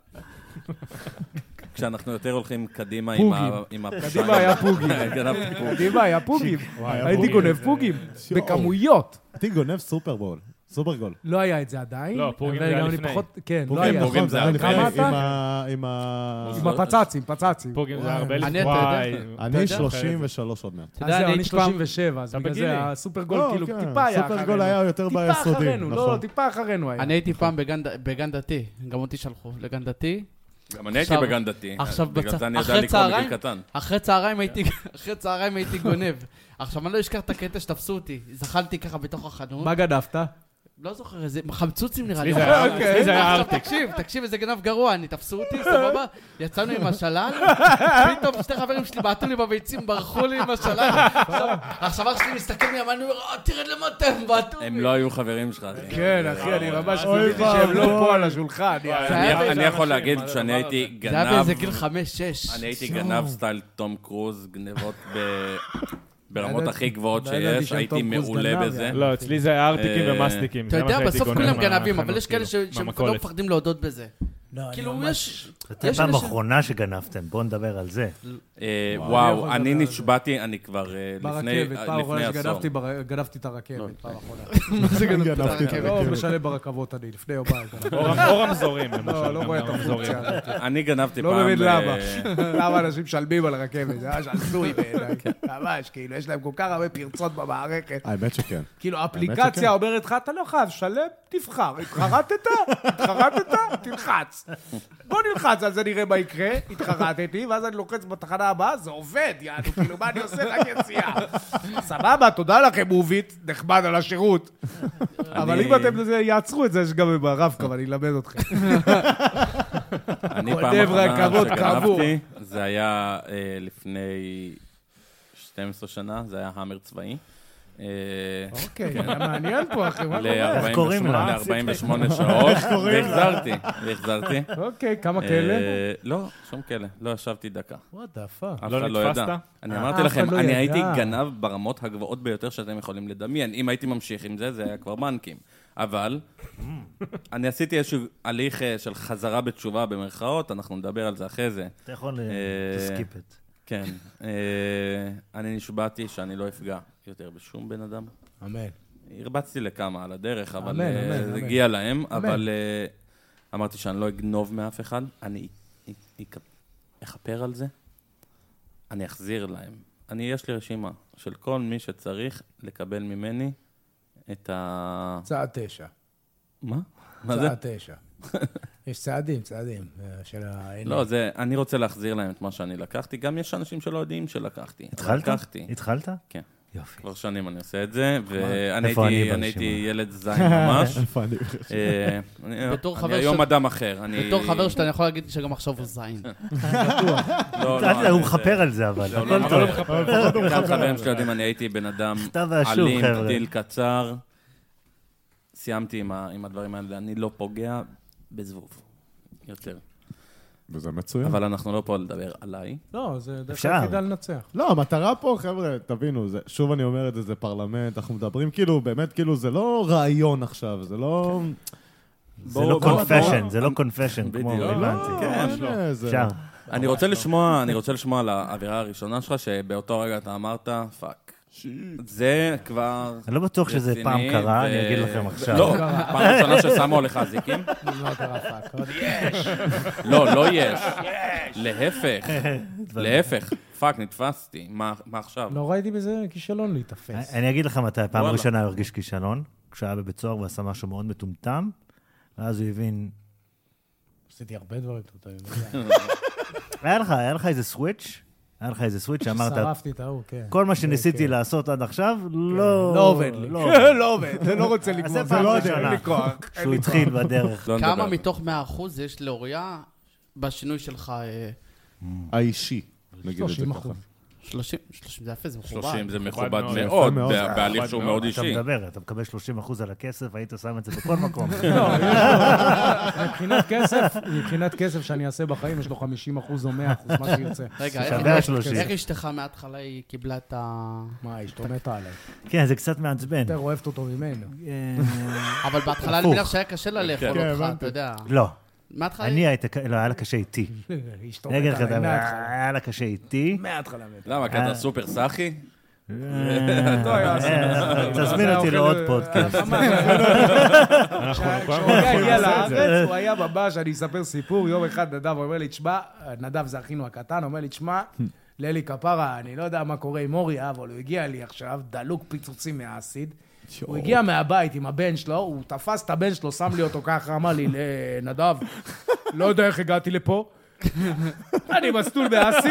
[SPEAKER 5] כשאנחנו יותר הולכים קדימה עם
[SPEAKER 7] פוגים.
[SPEAKER 5] ה... עם הפשעים. כן,
[SPEAKER 7] קדימה היה פוגים.
[SPEAKER 5] גנבתי פוג.
[SPEAKER 7] קדימה, היה פוגים. הייתי גונב פוגים, בכמויות.
[SPEAKER 8] הייתי גונב סופרבול. סופרגול.
[SPEAKER 7] לא היה את זה עדיין.
[SPEAKER 3] לא, פורים
[SPEAKER 7] אבל
[SPEAKER 3] זה היה
[SPEAKER 7] גם אני
[SPEAKER 3] לפני.
[SPEAKER 7] פחות- כן, לא
[SPEAKER 8] פורים,
[SPEAKER 7] היה.
[SPEAKER 8] נכון, זה היה
[SPEAKER 5] זה
[SPEAKER 8] לפני,
[SPEAKER 7] כמה
[SPEAKER 8] עם
[SPEAKER 7] אתה?
[SPEAKER 8] ה- עם ה...
[SPEAKER 7] עם הפצצים, פצצים.
[SPEAKER 3] פוגים זה
[SPEAKER 7] וואי,
[SPEAKER 3] הרבה
[SPEAKER 4] אני,
[SPEAKER 3] לפני.
[SPEAKER 4] אתה
[SPEAKER 3] וואי. אתה
[SPEAKER 8] אני
[SPEAKER 3] יודע?
[SPEAKER 8] 33 עוד מעט.
[SPEAKER 4] אתה
[SPEAKER 7] אז
[SPEAKER 4] יודע,
[SPEAKER 7] זהו,
[SPEAKER 4] אני
[SPEAKER 7] אני
[SPEAKER 4] הייתי פעם...
[SPEAKER 7] 37, אז
[SPEAKER 3] אתה
[SPEAKER 7] בגלל
[SPEAKER 3] בגילי.
[SPEAKER 7] זה הסופרגול
[SPEAKER 8] לא,
[SPEAKER 7] כאילו
[SPEAKER 8] כן,
[SPEAKER 7] טיפה היה אחרינו.
[SPEAKER 8] סופרגול היה יותר
[SPEAKER 7] טיפה
[SPEAKER 8] ביסודי,
[SPEAKER 7] אחרינו, לא,
[SPEAKER 8] נכון.
[SPEAKER 7] טיפה אחרינו היה.
[SPEAKER 4] אני
[SPEAKER 3] נכון.
[SPEAKER 4] הייתי פעם בגן ד- בגן דתי, גם אותי שלחו לגן דתי.
[SPEAKER 5] גם אני הייתי
[SPEAKER 4] עכשיו-
[SPEAKER 5] בגן דתי.
[SPEAKER 4] עכשיו
[SPEAKER 5] בגלל
[SPEAKER 4] בצ-
[SPEAKER 5] זה אני יודע
[SPEAKER 4] אחרי
[SPEAKER 5] לקרוא
[SPEAKER 4] צהריים?
[SPEAKER 5] מגיל קטן.
[SPEAKER 4] אחרי צהריים הייתי,
[SPEAKER 3] כן.
[SPEAKER 4] אחרי צהריים הייתי גונב. עכשיו, אני לא אשכח את הקטע שתפסו אותי. זחלתי ככה בתוך החנות.
[SPEAKER 7] מה גנבת?
[SPEAKER 4] לא זוכר איזה, חמצוצים נראה לי.
[SPEAKER 3] אצלי זה היה-
[SPEAKER 4] אוקיי.
[SPEAKER 3] אצלי זה היה
[SPEAKER 4] עכשיו,
[SPEAKER 3] ארטיק.
[SPEAKER 4] תקשיב, תקשיב, איזה גנב גרוע, אני תפסו אותי, סבבה? יצאנו עם השלל, פתאום שתי חברים שלי בעטו לי בביצים, ברחו לי עם השלל. עכשיו- עכשיו אח שלי מסתכל לי, אבל אני אומר, "אה, תראה למטה, הם בעטו לי.
[SPEAKER 5] הם לא היו חברים שלך. אחי.
[SPEAKER 7] כן, אחי, אני ממש
[SPEAKER 8] אוי
[SPEAKER 7] קיוויתי שהם לא
[SPEAKER 8] ואבוי.
[SPEAKER 7] פה על השולחן.
[SPEAKER 4] זה
[SPEAKER 5] אני-
[SPEAKER 4] היה באיזה
[SPEAKER 5] אני יכול להגיד שאני הייתי
[SPEAKER 4] זה היה באיזה
[SPEAKER 5] גנב...
[SPEAKER 4] גיל חמש-שש.
[SPEAKER 5] אני הייתי גנב סטייל תום קרוז, גנבות ב- ברמות הכי גבוהות
[SPEAKER 7] לא ידעתי
[SPEAKER 5] שיש,
[SPEAKER 7] שהם
[SPEAKER 5] הייתי
[SPEAKER 7] תום קרוז
[SPEAKER 5] מעולה
[SPEAKER 7] גנב,
[SPEAKER 5] בזה.
[SPEAKER 7] יאללה.
[SPEAKER 3] לא, אצלי זה היה ארטיקים
[SPEAKER 5] אה,
[SPEAKER 3] ומסטיקים.
[SPEAKER 4] אתה
[SPEAKER 3] זה מה
[SPEAKER 4] יודע,
[SPEAKER 3] שהייתי
[SPEAKER 4] בסוף
[SPEAKER 3] גונב
[SPEAKER 4] כולם
[SPEAKER 3] מהחנות,
[SPEAKER 4] גנבים, אבל יש כאלה ש-
[SPEAKER 3] כאילו,
[SPEAKER 4] שהם לא
[SPEAKER 3] מהמכולת.
[SPEAKER 4] מפחדים להודות בזה.
[SPEAKER 7] לא,
[SPEAKER 4] כאילו, יש...
[SPEAKER 6] מתי
[SPEAKER 4] יש
[SPEAKER 6] פעם
[SPEAKER 4] אנשים-
[SPEAKER 6] אחרונה שגנבתם? בואו נדבר על זה.
[SPEAKER 5] אה,
[SPEAKER 7] אני
[SPEAKER 5] וואו,
[SPEAKER 7] יכול
[SPEAKER 5] אני
[SPEAKER 7] לדבר על
[SPEAKER 5] נשבעתי, אני כבר אה, לפני
[SPEAKER 7] ברכבת, פעם
[SPEAKER 5] לפני
[SPEAKER 7] אחרונה
[SPEAKER 5] עשור.
[SPEAKER 7] שגנבתי בר- גנבתי את הרכבת, פעם אחרונה.
[SPEAKER 4] מה זה גנבת את
[SPEAKER 8] גנבתי את
[SPEAKER 4] הרכבת?
[SPEAKER 7] לא משנה ברכבות אני, לפני יומיים. גנבתי.
[SPEAKER 3] או- או רמזורים, למשל.
[SPEAKER 7] לא, לא
[SPEAKER 3] גם
[SPEAKER 7] רואה את
[SPEAKER 3] רמזורים.
[SPEAKER 7] הפונקציה הזאת.
[SPEAKER 5] אני גנבתי פעם...
[SPEAKER 7] לא מבין
[SPEAKER 5] אה,
[SPEAKER 7] למה. למה אנשים משלמים על רכבת, זה ממש הזוי בעיניי. ממש, כאילו, יש להם כל כך הרבה פרצות במערכת.
[SPEAKER 8] האמת שכן.
[SPEAKER 7] כאילו,
[SPEAKER 8] שכן.
[SPEAKER 7] האפליקציה אומרת לך, אתה לא חייב לשלם, תבחר. התחרטת? התחרטת? תלחץ. בוא נלחץ על זה, נראה מה יקרה. התחרטתי, ואז אני לוחץ בתחנה הבאה, זה עובד, יענו, כאילו, מה אני עושה? רק יציאה. סבבה, תודה לכם, מובית, נחמד על השירות. אבל
[SPEAKER 5] אני-
[SPEAKER 7] אם אתם לזה- יעצרו את זה, יש גם ברב-קו, אני אלמד אתכם.
[SPEAKER 5] אני
[SPEAKER 7] כותב
[SPEAKER 5] פעם אחרונה
[SPEAKER 7] רכבות, כאמור.
[SPEAKER 5] שגנבתי, זה היה אה, לפני 12 שנה, זה היה האמר צבאי. אה,
[SPEAKER 7] אוקיי, היה מעניין פה, אחי, מה קורה?
[SPEAKER 5] ל-
[SPEAKER 6] קוראים לה?
[SPEAKER 5] 48 שעות, והחזרתי, והחזרתי.
[SPEAKER 7] אוקיי, כמה כאלה?
[SPEAKER 5] אה, לא, שום כלא, לא ישבתי דקה.
[SPEAKER 7] וואט דה פאק.
[SPEAKER 5] אף
[SPEAKER 3] לא
[SPEAKER 5] אחד לא
[SPEAKER 3] נתפסת?
[SPEAKER 5] ידע. אני אמרתי
[SPEAKER 7] אף אחד
[SPEAKER 5] לכם,
[SPEAKER 7] לא
[SPEAKER 5] אני
[SPEAKER 7] ידע.
[SPEAKER 5] הייתי גנב ברמות הגבוהות ביותר שאתם יכולים לדמיין. אם הייתי ממשיך עם זה, זה היה כבר בנקים. אבל
[SPEAKER 7] Mm.
[SPEAKER 5] אני עשיתי איזשהו הליך אה, של חזרה בתשובה במרכאות, אנחנו נדבר על זה אחרי זה.
[SPEAKER 6] אתה יכול
[SPEAKER 5] אה,
[SPEAKER 6] לסקיפ את.
[SPEAKER 5] כן. אה, אני נשבעתי שאני לא אפגע יותר בשום בן אדם.
[SPEAKER 7] אמן.
[SPEAKER 5] הרבצתי לכמה על הדרך, אבל
[SPEAKER 7] אמן,
[SPEAKER 5] אה,
[SPEAKER 7] אמן,
[SPEAKER 5] זה
[SPEAKER 7] אמן.
[SPEAKER 5] הגיע להם, אבל אה, אמרתי שאני לא אגנוב מאף אחד, אני אי- אי- אכפר על זה, אני אחזיר להם. אני, יש לי רשימה של כל מי שצריך לקבל ממני את ה...
[SPEAKER 7] צעד תשע.
[SPEAKER 5] מה? מה זה?
[SPEAKER 7] צעד תשע. יש צעדים, צעדים. אה, של ה...
[SPEAKER 5] לא, זה, אני רוצה להחזיר להם את מה שאני לקחתי, גם יש אנשים שלא יודעים שלקחתי. אבל
[SPEAKER 6] התחלת?
[SPEAKER 5] לקחתי.
[SPEAKER 6] התחלת?
[SPEAKER 5] כן.
[SPEAKER 6] יופי.
[SPEAKER 5] כבר שנים אני עושה את זה, ואני
[SPEAKER 6] איפה אני
[SPEAKER 5] הייתי- אני
[SPEAKER 6] ברשימה?
[SPEAKER 5] הייתי ילד זין ממש.
[SPEAKER 8] איפה אני?
[SPEAKER 5] אה, אני
[SPEAKER 4] בתור
[SPEAKER 5] אני
[SPEAKER 4] חבר
[SPEAKER 5] היום
[SPEAKER 4] של-
[SPEAKER 5] אדם אחר. אני-
[SPEAKER 4] בתור חבר שאתה יכול להגיד שגם עכשיו הוא זין.
[SPEAKER 5] לא, לא,
[SPEAKER 6] אל- הוא
[SPEAKER 5] אני-
[SPEAKER 6] מכפר על זה, אבל.
[SPEAKER 5] לא, לא,
[SPEAKER 6] הכל
[SPEAKER 5] לא,
[SPEAKER 6] טוב.
[SPEAKER 5] לא מכפר. גם חברים שלי יודעים, אני הייתי בן אדם
[SPEAKER 6] כתב האשום,
[SPEAKER 5] אלים,
[SPEAKER 6] חבר'ה.
[SPEAKER 5] טיל קצר. סיימתי עם ה- עם הדברים האלה, אני לא פוגע בזבוב. יותר.
[SPEAKER 8] וזה מצוין.
[SPEAKER 5] אבל אנחנו לא פה לדבר עליי.
[SPEAKER 7] לא, זה דרך
[SPEAKER 6] אפשר.
[SPEAKER 7] היחידה לנצח.
[SPEAKER 8] לא, המטרה פה, חבר'ה, תבינו, זה, שוב אני אומר את זה, זה פרלמנט, אנחנו מדברים כאילו, באמת, כאילו, זה לא רעיון עכשיו, זה לא...
[SPEAKER 6] זה לא
[SPEAKER 5] בואו-
[SPEAKER 6] קונפשן,
[SPEAKER 5] בואו-
[SPEAKER 6] זה לא קונפשן, כמו
[SPEAKER 5] בדיוק. לא,
[SPEAKER 6] הבנתי.
[SPEAKER 8] כן,
[SPEAKER 5] ממש
[SPEAKER 8] לא. איזה-
[SPEAKER 6] אפשר.
[SPEAKER 5] אני רוצה לשמוע, אני רוצה לשמוע על האווירה הראשונה שלך, שבאותו רגע אתה אמרת, פאק. זה כבר...
[SPEAKER 6] אני לא בטוח שזה פעם
[SPEAKER 5] רציני,
[SPEAKER 6] קרה,
[SPEAKER 5] ו-
[SPEAKER 6] אני אגיד לכם עכשיו.
[SPEAKER 5] לא, פעם ראשונה ששמו עליך אזיקים?
[SPEAKER 7] לא,
[SPEAKER 5] לא, לא יש. להפך, להפך. פאק, נתפסתי. מה מה עכשיו?
[SPEAKER 7] לא ראיתי בזה כישלון להיתפס.
[SPEAKER 6] אני אגיד לך מתי, הפעם
[SPEAKER 5] וואלה.
[SPEAKER 6] הראשונה הוא הרגיש כישלון, כשהוא היה בבית סוהר ועשה משהו מאוד מטומטם, ואז הוא הבין...
[SPEAKER 7] עשיתי הרבה דברים טובים.
[SPEAKER 6] היה לך, היה לך איזה סוויץ', היה לך איזה סוויץ' שאמרת,
[SPEAKER 7] שרפתי את ההוא, כן.
[SPEAKER 6] כל מה שניסיתי לעשות עד עכשיו, לא...
[SPEAKER 7] לא עובד לי.
[SPEAKER 6] לא עובד.
[SPEAKER 7] לא עובד, זה לא רוצה
[SPEAKER 6] אז זה
[SPEAKER 7] לגמור.
[SPEAKER 6] פעם
[SPEAKER 7] זה- אין
[SPEAKER 6] ראשונה,
[SPEAKER 7] לי כוח. אין
[SPEAKER 6] שהוא
[SPEAKER 7] לי
[SPEAKER 6] התחיל בדרך.
[SPEAKER 5] לא נדבר.
[SPEAKER 4] כמה מתוך 100% יש לאוריה בשינוי שלך? אה,
[SPEAKER 8] האישי, נגיד את זה
[SPEAKER 7] 30
[SPEAKER 8] ככה.
[SPEAKER 7] אחוז.
[SPEAKER 4] 30, 30 זה יפה, זה מכובד.
[SPEAKER 5] 30 זה מכובד
[SPEAKER 3] מכובד מאוד.
[SPEAKER 5] מאוד,
[SPEAKER 8] יפה מאוד.
[SPEAKER 5] בה- בהליך שהוא מאוד
[SPEAKER 6] אתה
[SPEAKER 5] אישי.
[SPEAKER 6] מדבר, אתה מקבל 30% על הכסף, היית שם את זה בכל מקום.
[SPEAKER 7] מבחינת כסף, מבחינת כסף שאני אעשה בחיים, יש לו 50 אחוז או 100 אחוז, מה שירצה.
[SPEAKER 4] רגע, איך-
[SPEAKER 6] שווה
[SPEAKER 4] איך-
[SPEAKER 6] ה-30.
[SPEAKER 4] איך אשתך מההתחלה היא קיבלה את ה...
[SPEAKER 7] מה, אשתו מתה עליי.
[SPEAKER 6] כן, זה קצת מעצבן.
[SPEAKER 7] יותר אוהבת אותו ממנו.
[SPEAKER 6] אה,
[SPEAKER 4] אבל בהתחלה אני
[SPEAKER 6] הפוך.
[SPEAKER 4] מניח שהיה קשה לה לאכול
[SPEAKER 8] כן,
[SPEAKER 4] אותך,
[SPEAKER 8] הבנתי.
[SPEAKER 4] אתה יודע.
[SPEAKER 6] לא,
[SPEAKER 4] מההתחלה
[SPEAKER 6] אני הייתי, ק- לא, היה לה קשה איתי.
[SPEAKER 7] אשתו
[SPEAKER 6] אני אגיד לך
[SPEAKER 7] מתה
[SPEAKER 6] את
[SPEAKER 7] עליי
[SPEAKER 6] האמת,
[SPEAKER 7] מההתחלה.
[SPEAKER 6] היה לה קשה איתי.
[SPEAKER 7] מההתחלה מתה.
[SPEAKER 5] למה, כי אתה סופר סאחי?
[SPEAKER 6] אה,
[SPEAKER 7] לא היה
[SPEAKER 6] אה, תזמין
[SPEAKER 7] זה
[SPEAKER 6] אותי
[SPEAKER 7] האוכל-
[SPEAKER 6] לעוד פודקאסט.
[SPEAKER 7] כשהוא הגיע לארץ, הוא היה ממש, אני אספר סיפור, יום אחד נדב אומר לי, תשמע, נדב זה אחינו הקטן, אומר לי, תשמע, ללי כפרה, אני לא יודע מה קורה עם אוריה, אבל הוא הגיע לי עכשיו, דלוק פיצוצים מהאסיד. הוא הגיע מהבית עם הבן שלו, הוא תפס את הבן שלו, שם לי אותו ככה, אמר לי, "אה, נדב, לא יודע איך הגעתי לפה. אני מסלול באסי,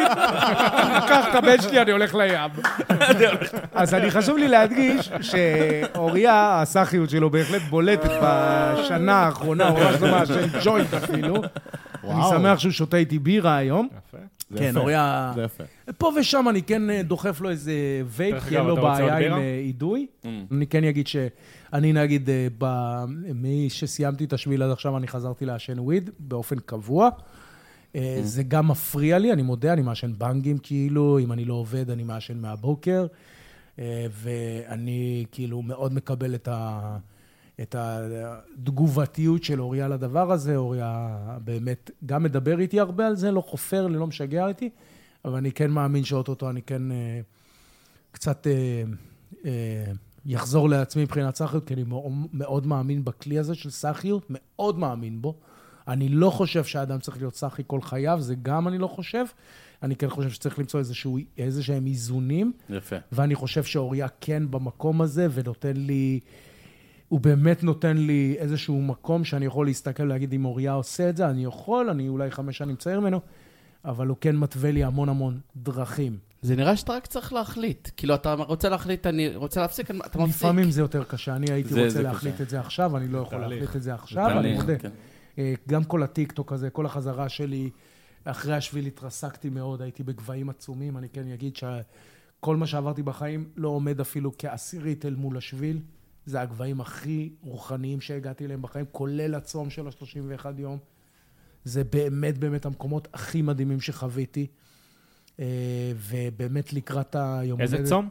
[SPEAKER 7] קח את הבן שלי, אני הולך לים. אז אני חשוב לי להדגיש שאוריה, הסאחיות שלו בהחלט בולטת בשנה האחרונה, הוא ממש לא מעשן ג'וינט אפילו. אני
[SPEAKER 8] וואו.
[SPEAKER 7] שמח שהוא שותה איתי בירה היום.
[SPEAKER 8] זה
[SPEAKER 7] כן,
[SPEAKER 8] יפה,
[SPEAKER 7] אוריה...
[SPEAKER 8] זה יפה.
[SPEAKER 7] פה ושם אני כן אה, דוחף לו איזה וייפ,
[SPEAKER 3] דרך
[SPEAKER 7] כי אין
[SPEAKER 3] אגב,
[SPEAKER 7] לו
[SPEAKER 3] אתה רוצה עוד
[SPEAKER 7] בעיה עם
[SPEAKER 3] בירה?
[SPEAKER 7] אה, אידוי. אני כן אגיד שאני נגיד, אה, ב- משסיימתי את השביל עד עכשיו, אני חזרתי לעשן וויד באופן קבוע. אה, זה גם מפריע לי, אני מודה, אני מעשן בנגים כאילו, אם אני לא עובד, אני מעשן מהבוקר. אה, ואני כאילו מאוד מקבל את ה... את התגובתיות של אוריה לדבר הזה. אוריה באמת גם מדבר איתי הרבה על זה, לא חופר לי, לא משגע אותי, אבל אני כן מאמין שאו-טו-טו אני כן אה, קצת אה, אה, יחזור לעצמי מבחינת סחיות, כי אני מאוד- מאוד מאמין בכלי הזה של סחיות, מאוד מאמין בו. אני לא חושב שהאדם צריך להיות סחי כל חייו, זה גם אני לא חושב. אני כן חושב שצריך למצוא איזשהו, איזה שהם איזונים.
[SPEAKER 5] יפה.
[SPEAKER 7] ואני חושב שאוריה כן במקום הזה, ונותן לי... הוא באמת נותן לי איזשהו מקום שאני יכול להסתכל ולהגיד, אם אוריה עושה את זה, אני יכול, אני אולי חמש שנים צעיר ממנו, אבל הוא כן מתווה לי המון המון דרכים.
[SPEAKER 4] זה נראה שאתה רק צריך להחליט. כאילו, אתה רוצה להחליט, אני רוצה להפסיק, אני- אתה מפסיק.
[SPEAKER 7] לפעמים זה יותר קשה, אני הייתי
[SPEAKER 5] זה-
[SPEAKER 7] רוצה
[SPEAKER 5] זה
[SPEAKER 7] להחליט
[SPEAKER 5] קשה.
[SPEAKER 7] את זה עכשיו, אני לא יכול
[SPEAKER 3] תהליך.
[SPEAKER 7] להחליט את זה עכשיו, אני
[SPEAKER 5] תהליך,
[SPEAKER 7] מודה.
[SPEAKER 5] כן.
[SPEAKER 7] אה, גם כל הטיקטוק הזה, כל החזרה שלי, אחרי השביל התרסקתי מאוד, הייתי בגבהים עצומים, אני כן אגיד שכל מה שעברתי בחיים לא עומד אפילו כעשירית אל מול השביל. זה הגבהים הכי רוחניים שהגעתי אליהם בחיים, כולל הצום של ה-31 יום. זה באמת באמת המקומות הכי מדהימים שחוויתי. אה, ובאמת לקראת היום
[SPEAKER 3] איזה צום?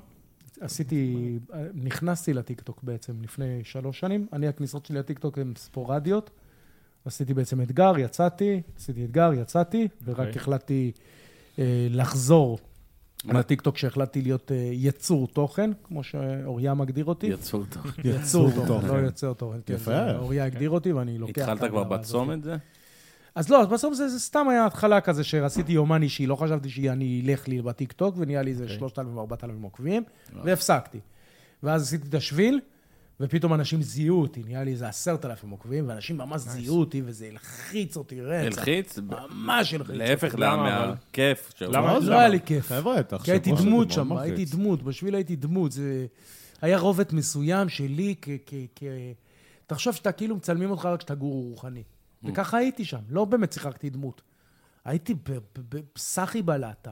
[SPEAKER 7] עשיתי, נכנסתי לטיקטוק בעצם לפני שלוש שנים. אני, הכניסות שלי לטיקטוק הן ספורדיות. עשיתי בעצם אתגר, יצאתי, עשיתי אתגר, יצאתי, ורק
[SPEAKER 3] אוקיי.
[SPEAKER 7] החלטתי אה, לחזור
[SPEAKER 5] מה-
[SPEAKER 7] לטיקטוק כשהחלטתי להיות אה, יצור תוכן, כמו שאוריה מגדיר אותי.
[SPEAKER 5] יצאו אותו.
[SPEAKER 7] יצור תוכן.
[SPEAKER 8] תוכן.
[SPEAKER 7] לא יוצר תוכן. כן,
[SPEAKER 8] יפה.
[SPEAKER 7] זה אוריה הגדיר אותי ואני לוקח... את
[SPEAKER 5] התחלת כבר
[SPEAKER 7] ההגדרה הזאת.
[SPEAKER 5] בצומת זה?
[SPEAKER 7] אז לא, אז בסוף זה, זה סתם היה התחלה כזה שרציתי יומן אישי, לא חשבתי שאני אלך לי בטיקטוק, ונהיה לי איזה
[SPEAKER 3] אוקיי.
[SPEAKER 7] 3,000 או 4,000 עוקבים,
[SPEAKER 3] לא.
[SPEAKER 7] והפסקתי. ואז עשיתי את השביל, ופתאום אנשים זיהו אותי, נהיה לי איזה 10,000 עוקבים, ואנשים ממש זיהו אותי, וזה הלחיץ אותי רצח.
[SPEAKER 5] הלחיץ?
[SPEAKER 7] ממש הלחיץ.
[SPEAKER 5] להפך,
[SPEAKER 3] למה, אבל?
[SPEAKER 5] מהכיף. שהוא-
[SPEAKER 3] למה?
[SPEAKER 7] לא היה לי כיף.
[SPEAKER 8] חבר'ה, תחשבו
[SPEAKER 7] כי הייתי
[SPEAKER 8] שזה
[SPEAKER 7] דמות
[SPEAKER 8] מאוד
[SPEAKER 7] שם,
[SPEAKER 8] מלחיץ.
[SPEAKER 7] הייתי דמות, בשביל הייתי דמות. זה היה רובד מסוים שלי כ... כ, כ... תחשוב שאתה כאילו מצלמים אותך רק כשאתה גורו רוחני. וככה הייתי שם, לא באמת שיחקתי דמות. הייתי בסאחי בלטה.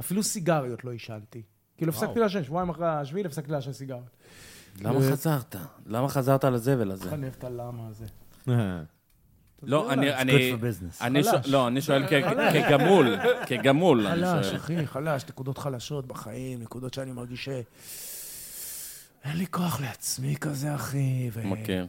[SPEAKER 7] אפילו סיגריות לא עישנתי. כאילו הפסקתי לעשן, שבועיים אחרי השביעי הפסקתי לעשן סיגריות.
[SPEAKER 5] למה חזרת? למה חזרת לזבל הזה?
[SPEAKER 7] חנב את הלמה הזה.
[SPEAKER 8] אה.
[SPEAKER 5] לא, אני... אני-
[SPEAKER 6] Good for business.
[SPEAKER 5] אני
[SPEAKER 7] חלש.
[SPEAKER 5] שואל- לא, אני שואל כ- כגמול, כגמול, אני
[SPEAKER 7] חלש,
[SPEAKER 5] שואל.
[SPEAKER 7] אחי, חלש, נקודות חלשות בחיים, נקודות שאני מרגיש ש... אין לי כוח לעצמי כזה, אחי. ו-
[SPEAKER 5] מכיר.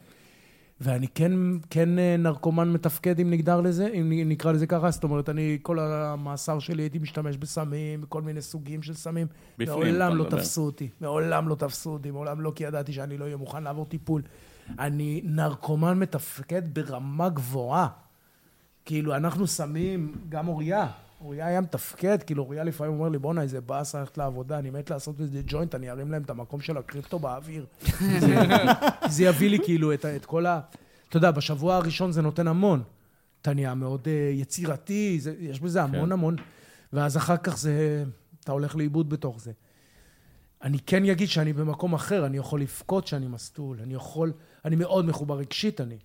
[SPEAKER 7] ואני כן, כן אה, נרקומן מתפקד, אם נגדר לזה, אם נקרא לזה ככה, זאת אומרת, אני, כל המאסר שלי הייתי משתמש בסמים, בכל מיני סוגים של סמים.
[SPEAKER 5] בפנים, אתה
[SPEAKER 7] מעולם לא
[SPEAKER 5] מדבר.
[SPEAKER 7] תפסו אותי, מעולם לא תפסו אותי, מעולם לא כי ידעתי שאני לא אהיה מוכן לעבור טיפול. אני נרקומן מתפקד ברמה גבוהה. כאילו, אנחנו שמים, גם אוריה, אוריה היה מתפקד, כאילו, אוריה לפעמים אומר לי, בואנה, איזה באסה ללכת לעבודה, אני מת לעשות איזה ג'וינט, אני ארים להם את המקום של הקריפטו באוויר. זה- זה יביא לי כאילו את, ה- את כל ה... אתה יודע, בשבוע הראשון זה נותן המון. אתה נהיה מאוד אה, יצירתי, זה, יש
[SPEAKER 5] כן.
[SPEAKER 7] בזה המון המון, ואז אחר כך זה... אתה הולך לאיבוד בתוך זה. אני כן אגיד שאני במקום אחר, אני יכול לבכות שאני מסטול, אני יכול... אני מאוד מחובר רגשית, אני.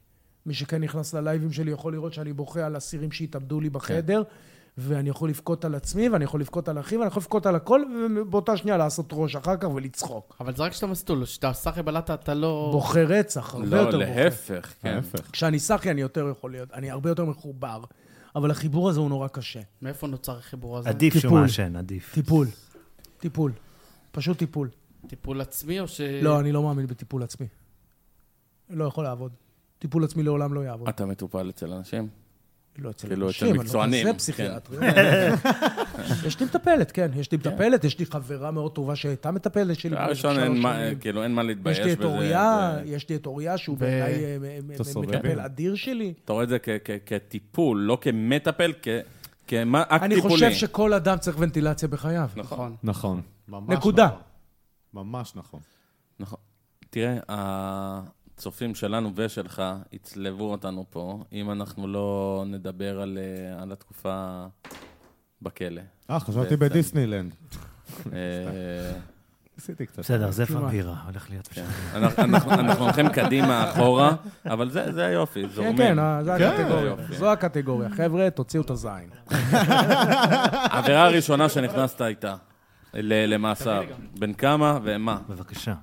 [SPEAKER 7] מי שכן נכנס ללייבים שלי יכול לראות שאני בוכה על אסירים שהתאבדו לי בחדר,
[SPEAKER 5] כן.
[SPEAKER 7] ואני יכול לבכות על עצמי, ואני יכול לבכות על אחי, ואני יכול לבכות על הכל, ובאותה שנייה לעשות ראש אחר כך ולצחוק.
[SPEAKER 4] אבל זה רק כשאתה מסטול, כשאתה סחי בלטה, אתה לא...
[SPEAKER 7] בוכה רצח, הרבה יותר
[SPEAKER 5] לא,
[SPEAKER 7] בוכה.
[SPEAKER 5] להפך, כן.
[SPEAKER 8] ההפך.
[SPEAKER 7] כשאני סחי אני יותר יכול להיות, אני הרבה יותר מחובר, אבל החיבור הזה הוא נורא קשה.
[SPEAKER 4] מאיפה נוצר החיבור הזה?
[SPEAKER 6] עדיף שהוא
[SPEAKER 7] טיפול.
[SPEAKER 6] מעשן, עדיף.
[SPEAKER 7] טיפול. טיפול. פשוט טיפול.
[SPEAKER 4] טיפול עצמי או ש...
[SPEAKER 5] אה.
[SPEAKER 7] לא, אני לא מאמין בטיפול עצמי. לא יכול לעבוד. טיפול עצמי לעולם לא יעבוד.
[SPEAKER 5] אתה מטופל אצל אנשים?
[SPEAKER 7] לא אצל
[SPEAKER 5] כאילו, אה, אצל
[SPEAKER 7] אנשים, אני לא
[SPEAKER 5] מקצוענים,
[SPEAKER 7] כזה
[SPEAKER 5] כן.
[SPEAKER 7] פסיכיאטרי. יש לי מטפלת, כן. יש לי מטפלת, יש לי חברה מאוד טובה שהייתה מטפלת שלי. במשך
[SPEAKER 5] הראשון,
[SPEAKER 7] שלוש
[SPEAKER 5] אין מה-
[SPEAKER 7] שנים.
[SPEAKER 5] כאילו, אין מה להתבייש
[SPEAKER 7] יש
[SPEAKER 5] בזה. אה,
[SPEAKER 7] לי את אוריה,
[SPEAKER 5] זה-
[SPEAKER 7] יש לי את אוריה, שהוא
[SPEAKER 4] ו-
[SPEAKER 7] בעיניי אה, אה,
[SPEAKER 8] אתה סובל.
[SPEAKER 7] מטפל אדיר שלי.
[SPEAKER 5] אתה רואה את זה כ- כ- כטיפול, לא כמטפל, כ- כמה- אקט
[SPEAKER 7] אני
[SPEAKER 5] טיפולי.
[SPEAKER 7] חושב שכל אדם צריך ונטילציה בחייו.
[SPEAKER 4] נכון.
[SPEAKER 8] נכון. ממש
[SPEAKER 7] נקודה.
[SPEAKER 5] לא.
[SPEAKER 8] נכון. ממש נכון.
[SPEAKER 5] נכון. תראה, הצופים שלנו ושלך יצלבו אותנו פה, אם אנחנו לא נדבר על, אה, על התקופה בכלא.
[SPEAKER 8] אה, חשבתי
[SPEAKER 5] בעצם.
[SPEAKER 8] בדיסנילנד.
[SPEAKER 5] אה,
[SPEAKER 8] עשיתי קצת.
[SPEAKER 6] בסדר, זה פמפירה, הולך להיות פשוט.
[SPEAKER 5] כן. אנחנו- אנחנו אנחנו הולכים קדימה, אחורה, אבל זה זה היופי,
[SPEAKER 7] כן,
[SPEAKER 5] זורמים.
[SPEAKER 7] כן, אה, זו
[SPEAKER 5] יופי.
[SPEAKER 7] הקטגוריה. זו הקטגוריה. חבר'ה, תוציאו את הזין.
[SPEAKER 5] העבירה הראשונה שנכנסת הייתה ל- למאסר. בן כמה ומה?
[SPEAKER 6] בבקשה.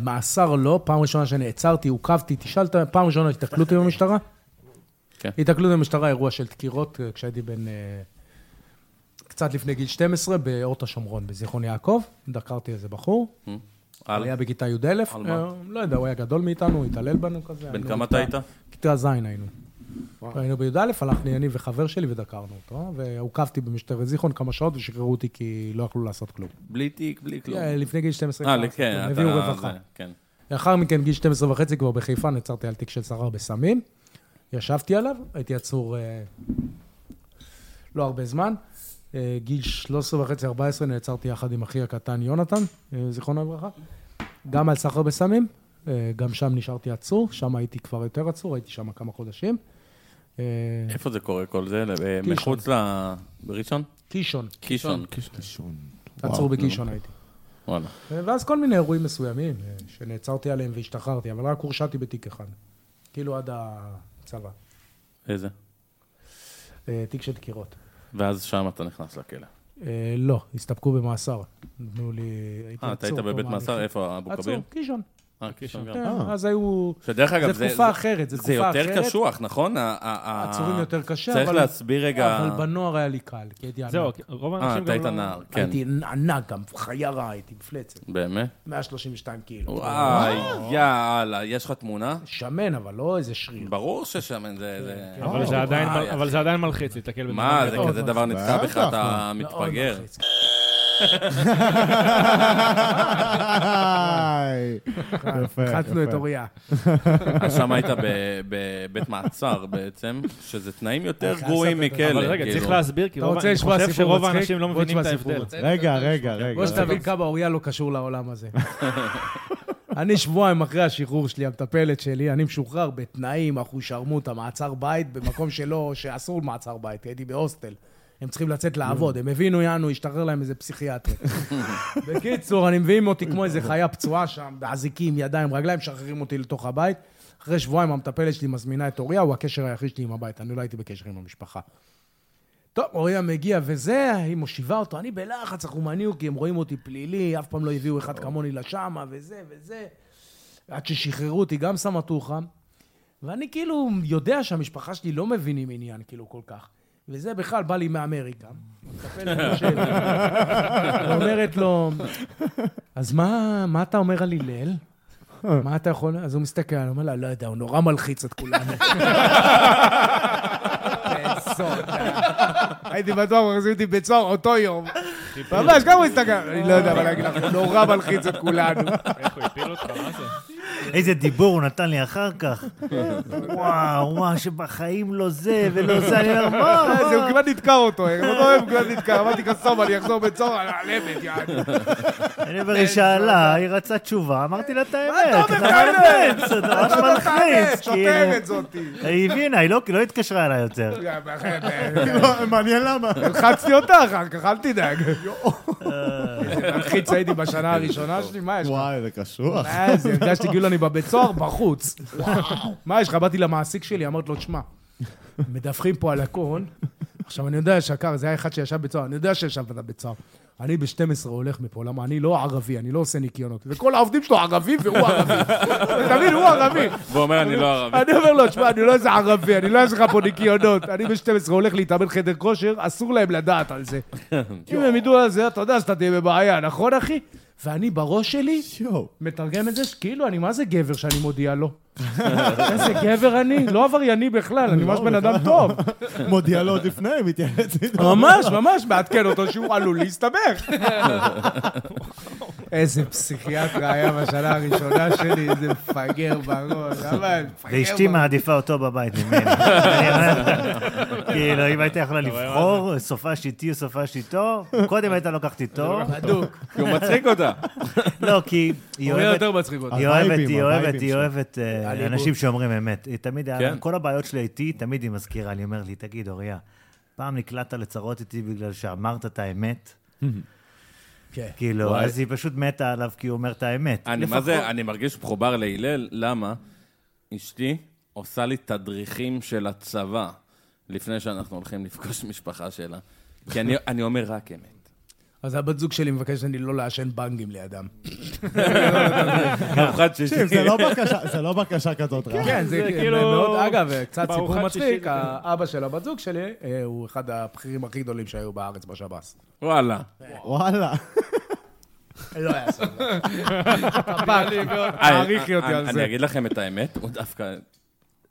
[SPEAKER 7] מאסר לא, פעם ראשונה שנעצרתי, עוכבתי, תשאלת, פעם ראשונה התקללות עם המשטרה?
[SPEAKER 5] כן.
[SPEAKER 7] התקללות עם המשטרה, אירוע של דקירות, אה, כשהייתי בן... אה, קצת לפני גיל 12, באורט השומרון, בזיכרון יעקב. דקרתי איזה בחור.
[SPEAKER 5] על?
[SPEAKER 7] היה בכיתה י"א.
[SPEAKER 5] על מה?
[SPEAKER 7] אה, לא יודע, הוא היה גדול מאיתנו, הוא התעלל בנו כזה.
[SPEAKER 5] בן
[SPEAKER 7] היינו
[SPEAKER 5] כמה אתה היית?
[SPEAKER 7] בכיתה- כיתה ז' היינו. היינו בי"א, הלכנו אני וחבר שלי ודקרנו אותו, והוקפתי במשטרת זיכרון כמה שעות ושחררו אותי כי לא יכלו לעשות כלום.
[SPEAKER 5] בלי תיק, בלי כלום.
[SPEAKER 7] אה, לפני גיל 12
[SPEAKER 5] אה,
[SPEAKER 7] כבר,
[SPEAKER 5] כן, אתה...
[SPEAKER 7] הביאו רווחה.
[SPEAKER 5] זה, כן.
[SPEAKER 7] לאחר מכן, גיל 12 וחצי, כבר בחיפה, נעצרתי על תיק של סחר בסמים. ישבתי עליו, הייתי עצור אה, לא הרבה זמן. אה, גיל 13 וחצי, 14, נעצרתי יחד עם אחי הקטן יונתן, אה, זיכרונו לברכה. גם על סחר בסמים, אה, גם שם נשארתי עצור, שם הייתי כבר יותר עצור, הייתי שם כמה חודשים. אה,
[SPEAKER 5] איפה זה קורה כל זה? אה,
[SPEAKER 7] קישון.
[SPEAKER 5] מחוץ ל... בראשון?
[SPEAKER 7] קישון,
[SPEAKER 5] קישון.
[SPEAKER 7] עצור
[SPEAKER 5] וואו,
[SPEAKER 7] בקישון הייתי.
[SPEAKER 5] וואלה.
[SPEAKER 7] ואז כל מיני אירועים מסוימים אה, שנעצרתי עליהם והשתחררתי, אבל רק הורשעתי בתיק אחד. כאילו עד הצבא.
[SPEAKER 5] איזה?
[SPEAKER 7] אה, תיק של דקירות.
[SPEAKER 5] ואז שם אתה נכנס לכלא.
[SPEAKER 7] אה, לא, הסתפקו במאסר. נתנו לי... הייתי
[SPEAKER 5] אה, אתה היית
[SPEAKER 7] עצור
[SPEAKER 5] בבית
[SPEAKER 7] כמה
[SPEAKER 5] מאסר?
[SPEAKER 7] הליכים.
[SPEAKER 5] איפה? אבו כביר?
[SPEAKER 7] עצור, קישון.
[SPEAKER 5] אה, קישון גם.
[SPEAKER 7] כן, אז היו...
[SPEAKER 5] שדרך אגב,
[SPEAKER 7] זה תקופה אחרת, זה
[SPEAKER 5] זה
[SPEAKER 7] תקופה אחרת.
[SPEAKER 5] יותר קשוח, נכון? ה- ה- ה-
[SPEAKER 7] עצורים יותר קשה,
[SPEAKER 5] צריך
[SPEAKER 7] אבל-
[SPEAKER 5] להסביר רגע...
[SPEAKER 7] אבל בנוער היה לי קל, כי הייתי ענק.
[SPEAKER 3] זהו, רוב
[SPEAKER 5] אה,
[SPEAKER 3] האנשים
[SPEAKER 5] אתה
[SPEAKER 3] גם
[SPEAKER 5] היית
[SPEAKER 3] לא...
[SPEAKER 5] נער, כן.
[SPEAKER 7] הייתי ענק גם, חיה רעה, הייתי מפלצת.
[SPEAKER 5] באמת?
[SPEAKER 7] 132 קילו.
[SPEAKER 5] וואי,
[SPEAKER 7] אה.
[SPEAKER 5] יאללה, יש לך תמונה?
[SPEAKER 7] שמן, אבל לא איזה שריר.
[SPEAKER 5] ברור ששמן זה...
[SPEAKER 7] כן,
[SPEAKER 5] זה-
[SPEAKER 3] אבל זה עדיין-
[SPEAKER 5] וואי,
[SPEAKER 3] אבל זה עדיין מלחיץ להתקל בזה.
[SPEAKER 5] מה, זה
[SPEAKER 7] מאוד
[SPEAKER 5] כזה דבר נתקע בך, אתה
[SPEAKER 7] לא.
[SPEAKER 5] מתפגר.
[SPEAKER 7] מאוד מלחיץ.
[SPEAKER 8] היי. יפה,
[SPEAKER 7] חצנו את
[SPEAKER 8] יפה.
[SPEAKER 7] אוריה. לא.
[SPEAKER 5] אז שם היית ב- בבית מעצר בעצם, שזה תנאים יותר
[SPEAKER 7] אה,
[SPEAKER 5] גרועים
[SPEAKER 7] חסמת את
[SPEAKER 5] מכלא.
[SPEAKER 7] זה.
[SPEAKER 3] אבל רגע,
[SPEAKER 5] כאילו.
[SPEAKER 3] צריך להסביר, כי
[SPEAKER 7] אתה
[SPEAKER 3] רוב-
[SPEAKER 7] רוצה
[SPEAKER 3] אני
[SPEAKER 7] לשמוע
[SPEAKER 3] חושב
[SPEAKER 7] סיפור
[SPEAKER 3] שרוב
[SPEAKER 7] מצחיק?
[SPEAKER 3] האנשים לא
[SPEAKER 7] בוא
[SPEAKER 3] מבינים את
[SPEAKER 7] תשמע סיפור
[SPEAKER 3] ההבדל.
[SPEAKER 7] מצחיק.
[SPEAKER 8] רגע, רגע, רגע.
[SPEAKER 7] בוא שתבין כמה אוריה לא קשור לעולם הזה. אני שבועיים אחרי השחרור שלי, המטפלת שלי, אני משוחרר בתנאים, אחושרמוטה, מעצר בית, במקום שלא, שאסור מעצר בית, הייתי בהוסטל. הם צריכים לצאת לעבוד, הם הבינו, יענו, השתחרר להם איזה פסיכיאטר. בקיצור, אני מביאים אותי כמו איזה חיה פצועה שם, באזיקים, ידיים, רגליים, משחררים אותי לתוך הבית. אחרי שבועיים המטפלת שלי מזמינה את אוריה, הוא הקשר היחיד שלי עם הבית, אני לא הייתי בקשר עם המשפחה. טוב, אוריה מגיע וזה, היא מושיבה אותו, אני בלחץ, אנחנו מניעו כי הם רואים אותי פלילי, אף פעם לא הביאו אחד כמוני לשמה, וזה וזה. עד ששחררו אותי, גם סמטוחה. ואני כאילו יודע שהמשפחה שלי לא מבינים עניין, כאילו, כל כך. וזה בכלל בא לי מאמריקה. מטפלת יושבת, ואומרת לו, אז מה, מה אתה אומר על הלל? מה אתה יכול... אז הוא מסתכל, הוא אומר לה, לא יודע, הוא נורא מלחיץ את כולנו. הייתי בטוח, מכניסים אותי בית סוהר אותו יום. ממש, כמה הוא הסתכל? אני לא יודע מה להגיד לך, נורא מלחיץ את כולנו.
[SPEAKER 3] איך הוא הפיל אותך, מה זה?
[SPEAKER 6] איזה דיבור הוא נתן לי אחר כך. וואו, וואו, שבחיים לא זה ולא זה, אני אומר, מה,
[SPEAKER 9] אז הוא
[SPEAKER 6] מה?
[SPEAKER 9] כמעט נתקע אותו,
[SPEAKER 7] אה?
[SPEAKER 9] באותו
[SPEAKER 7] לא
[SPEAKER 9] יום הוא כמעט נתקע, אמרתי כסום, אני אחזור בית סוהר, על הלמת, יענו.
[SPEAKER 6] אני אומר, היא שאלה, היא רצתה תשובה, אמרתי לה את האמת. זה מלחיץ, זה ממש
[SPEAKER 8] לא
[SPEAKER 6] מלחיץ, כאילו.
[SPEAKER 9] שוטרת זאתי.
[SPEAKER 6] היא הבינה, היא לא- לא התקשרה אליי יותר.
[SPEAKER 8] לא, מעניין למה.
[SPEAKER 9] הלחצתי אותה אחר כך, אל תדאג.
[SPEAKER 7] מלחיץ הייתי בשנה הראשונה שלי, מה יש לך?
[SPEAKER 8] וואי, זה קשוח.
[SPEAKER 7] אז הרגשתי כאילו אני בבית סוהר בחוץ. מה יש לך? באתי למעסיק שלי, אמרתי לו, תשמע, מדווחים פה על הקון. עכשיו, אני יודע שקר, זה היה אחד שישב בית סוהר, אני יודע שישבת בבית סוהר. אני ב-12 הולך מפה, למה? אני לא ערבי, אני לא עושה ניקיונות. וכל העובדים שלו ערבים והוא ערבי. אתה מבין, הוא ערבי.
[SPEAKER 5] והוא אומר, אני לא ערבי.
[SPEAKER 7] אני אומר לו, תשמע, אני לא איזה ערבי, אני לא אעשה לך פה ניקיונות. אני ב-12 הולך להתאמן חדר כושר, אסור להם לדעת על זה. אם הם ידעו על זה, אתה יודע שאתה תהיה בבעיה, נכון, אחי? ואני בראש שלי
[SPEAKER 8] יואו.
[SPEAKER 7] מתרגם את זה שכאילו אני מה זה גבר שאני מודיע לו. איזה גבר אני, לא עברייני בכלל, אני ממש בן אדם טוב.
[SPEAKER 8] מודיע לו עוד לפני, מתייעץ איתו.
[SPEAKER 7] ממש, ממש, מעדכן אותו שהוא עלול להסתבך. איזה פסיכיאטר היה בשנה הראשונה שלי, איזה מפגר בראש, כן, אבל מפגר
[SPEAKER 6] ואשתי מעדיפה אותו בבית ממני. אני אומר, כאילו, אם הייתה יכולה לבחור, סופש איתי או סופש איתו, קודם הייתה לוקחת איתו.
[SPEAKER 7] בדוק.
[SPEAKER 5] כי הוא מצחיק אותה.
[SPEAKER 6] לא, כי היא
[SPEAKER 7] הוא היה
[SPEAKER 6] אוהבת...
[SPEAKER 7] יותר מצחיק אותי.
[SPEAKER 6] היא אוהבת,
[SPEAKER 8] הווייבים,
[SPEAKER 6] היא אוהבת,
[SPEAKER 8] הווייבים
[SPEAKER 6] היא
[SPEAKER 8] שלו.
[SPEAKER 6] אוהבת אה,
[SPEAKER 7] אני
[SPEAKER 6] אנשים שאומרים אמת. היא תמיד, היה-
[SPEAKER 5] כן.
[SPEAKER 6] כל הבעיות שלה איתי, תמיד היא מזכירה לי, אומרת לי, תגיד, אוריה, פעם נקלעת לצרות איתי בגלל שאמרת את האמת?
[SPEAKER 7] כן.
[SPEAKER 6] כאילו,
[SPEAKER 5] וואי.
[SPEAKER 6] אז היא פשוט מתה עליו כי הוא אומר את האמת.
[SPEAKER 5] אני, מה זה, אני מרגיש מחובר להלל, למה? אשתי עושה לי תדריכים של הצבא לפני שאנחנו הולכים לפגוש משפחה שלה. כי אני, אני אומר רק אמת.
[SPEAKER 7] אז הבת זוג שלי מבקשת ממני לא לעשן בנגים לידם.
[SPEAKER 5] ארוחת שישי.
[SPEAKER 8] תקשיב, זה לא בקשה- זה לא בקשה כזאת רעה.
[SPEAKER 7] כן, זה
[SPEAKER 3] זה
[SPEAKER 7] כאילו...
[SPEAKER 3] כאילו-
[SPEAKER 7] מאוד, אגב, קצת
[SPEAKER 3] בארוחת
[SPEAKER 7] סיפור
[SPEAKER 3] שישי
[SPEAKER 7] מצחיק,
[SPEAKER 3] לפני.
[SPEAKER 7] האבא של הבת זוג שלי אה, הוא אחד הבכירים הכי גדולים שהיו בארץ בשב"ס.
[SPEAKER 5] וואלה.
[SPEAKER 8] וואלה.
[SPEAKER 6] לא היה סבבה.
[SPEAKER 7] תעריכי אותי
[SPEAKER 5] אה, אני-
[SPEAKER 7] על זה.
[SPEAKER 5] אני אגיד לכם את האמת, הוא דווקא...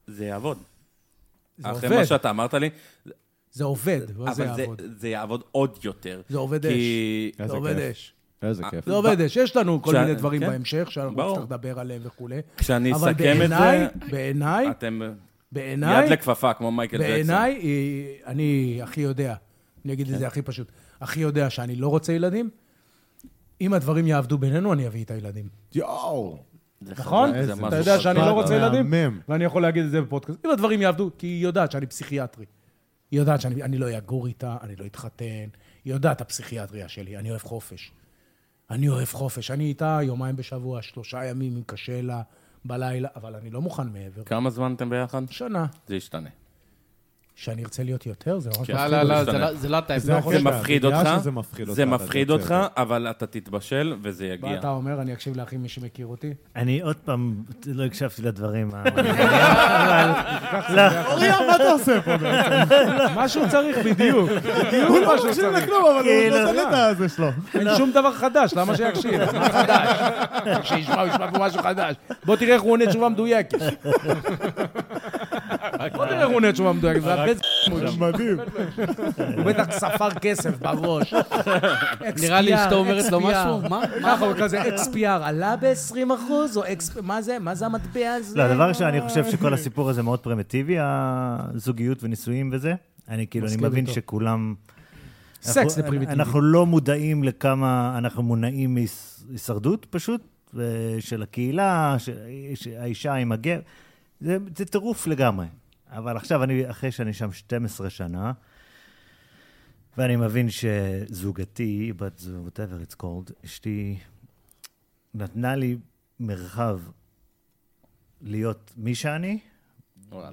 [SPEAKER 5] זה יעבוד.
[SPEAKER 7] זה
[SPEAKER 5] אחרי
[SPEAKER 7] עובד.
[SPEAKER 5] מה שאתה אמרת לי,
[SPEAKER 7] זה עובד, לא זה
[SPEAKER 5] אבל זה-
[SPEAKER 7] יעבוד.
[SPEAKER 5] זה יעבוד עוד יותר.
[SPEAKER 7] זה עובד אש.
[SPEAKER 5] כי...
[SPEAKER 8] איזה
[SPEAKER 7] זה עובד אה, לא.
[SPEAKER 8] כיף.
[SPEAKER 7] אש.
[SPEAKER 8] איזה כיף.
[SPEAKER 7] זה עובד אש. יש לנו כל
[SPEAKER 5] כשה-
[SPEAKER 7] מיני דברים
[SPEAKER 5] כן.
[SPEAKER 7] בהמשך שאנחנו
[SPEAKER 5] ברור.
[SPEAKER 7] נצטרך לדבר עליהם וכולי.
[SPEAKER 5] כשאני
[SPEAKER 7] אבל
[SPEAKER 5] אסכם את
[SPEAKER 7] בעיניי,
[SPEAKER 5] זה,
[SPEAKER 7] בעיניי,
[SPEAKER 5] אתם
[SPEAKER 7] בעיניי,
[SPEAKER 5] יד לכפפה, כמו מייקל ג'קסון.
[SPEAKER 7] בעיניי, היא- אני הכי יודע, אני
[SPEAKER 5] כן.
[SPEAKER 7] אגיד את זה הכי פשוט, הכי יודע שאני לא רוצה ילדים. אם הדברים יעבדו בינינו, אני אביא את הילדים.
[SPEAKER 8] יואו!
[SPEAKER 5] זה
[SPEAKER 7] נכון?
[SPEAKER 5] חבל, זה
[SPEAKER 8] איזה-
[SPEAKER 5] משהו
[SPEAKER 7] אתה יודע שאני לא
[SPEAKER 8] חבל,
[SPEAKER 7] רוצה ילדים?
[SPEAKER 8] מהמם.
[SPEAKER 7] ואני יכול להגיד את זה בפודקאסט. אם הדברים יעבדו, כי היא יודעת שאני פסיכיאטרי. היא יודעת שאני אני לא אגור איתה, אני לא אתחתן. היא יודעת הפסיכיאטריה שלי, אני אוהב חופש. אני אוהב חופש. אני איתה יומיים בשבוע, שלושה ימים, אם קשה לה, בלילה, אבל אני לא מוכן מעבר.
[SPEAKER 5] כמה זמן אתם ביחד?
[SPEAKER 7] שנה.
[SPEAKER 5] זה ישתנה.
[SPEAKER 7] שאני ארצה להיות יותר, זה ממש...
[SPEAKER 5] כן.
[SPEAKER 4] לא, לא, לא, זה לא- זה לא הטייפ.
[SPEAKER 8] זה
[SPEAKER 5] זה
[SPEAKER 8] הקטע,
[SPEAKER 5] מפחיד
[SPEAKER 8] בגלל
[SPEAKER 5] אותך,
[SPEAKER 8] שזה מפחיד אותך.
[SPEAKER 5] זה
[SPEAKER 8] אתה
[SPEAKER 5] מפחיד
[SPEAKER 8] יוצא.
[SPEAKER 5] אותך, אבל אתה תתבשל וזה
[SPEAKER 7] מה
[SPEAKER 5] יגיע.
[SPEAKER 7] אתה אומר? אני אקשיב לאחי, מי שמכיר אותי.
[SPEAKER 6] אני עוד פעם לא הקשבתי לדברים. ה- אבל- לא,
[SPEAKER 8] אוריה, מה אתה עושה פה?
[SPEAKER 7] מה שהוא צריך בדיוק. בדיוק מה שהוא
[SPEAKER 8] לא מקשיב
[SPEAKER 7] צריך.
[SPEAKER 8] לכלום, אבל הוא
[SPEAKER 6] כאילו,
[SPEAKER 8] נותן את הזה שלו.
[SPEAKER 7] אין שום דבר חדש, למה שיקשיב? מה חדש? שישמע, הוא ישמע פה משהו חדש. בוא תראה איך הוא עונה תשובה מדויקת. בוא תראה איך הוא עונה תשובה מדויקת. זה הבן ז- הוא
[SPEAKER 6] לא,
[SPEAKER 8] זה מדהים.
[SPEAKER 7] הוא בטח ספר כסף בראש.
[SPEAKER 4] נראה לי
[SPEAKER 6] אה,
[SPEAKER 4] שאתה אומרת לו
[SPEAKER 7] XPR.
[SPEAKER 4] משהו, מה? מה?
[SPEAKER 7] ככה, הוא כזה XPR, עלה ב-20 אחוז? או XPR, מה זה? מה זה המטבע הזה?
[SPEAKER 6] לא, דבר ראשון, אני חושב שכל הסיפור הזה מאוד פרימיטיבי, הזוגיות ונישואים וזה. אני כאילו, אני
[SPEAKER 7] מסכים
[SPEAKER 6] מבין
[SPEAKER 7] איתו.
[SPEAKER 6] שכולם... אנחנו-
[SPEAKER 7] סקס זה פרימיטיבי.
[SPEAKER 6] אנחנו לא מודעים לכמה אנחנו מונעים מהישרדות פשוט, ו- של הקהילה, של של האישה עם הגר. זה זה טירוף לגמרי. אבל עכשיו, אני, אחרי שאני שם 12 שנה, ואני מבין שזוגתי, בת זוג, whatever it's called, אשתי, נתנה לי מרחב להיות מי שאני,
[SPEAKER 5] וואלה.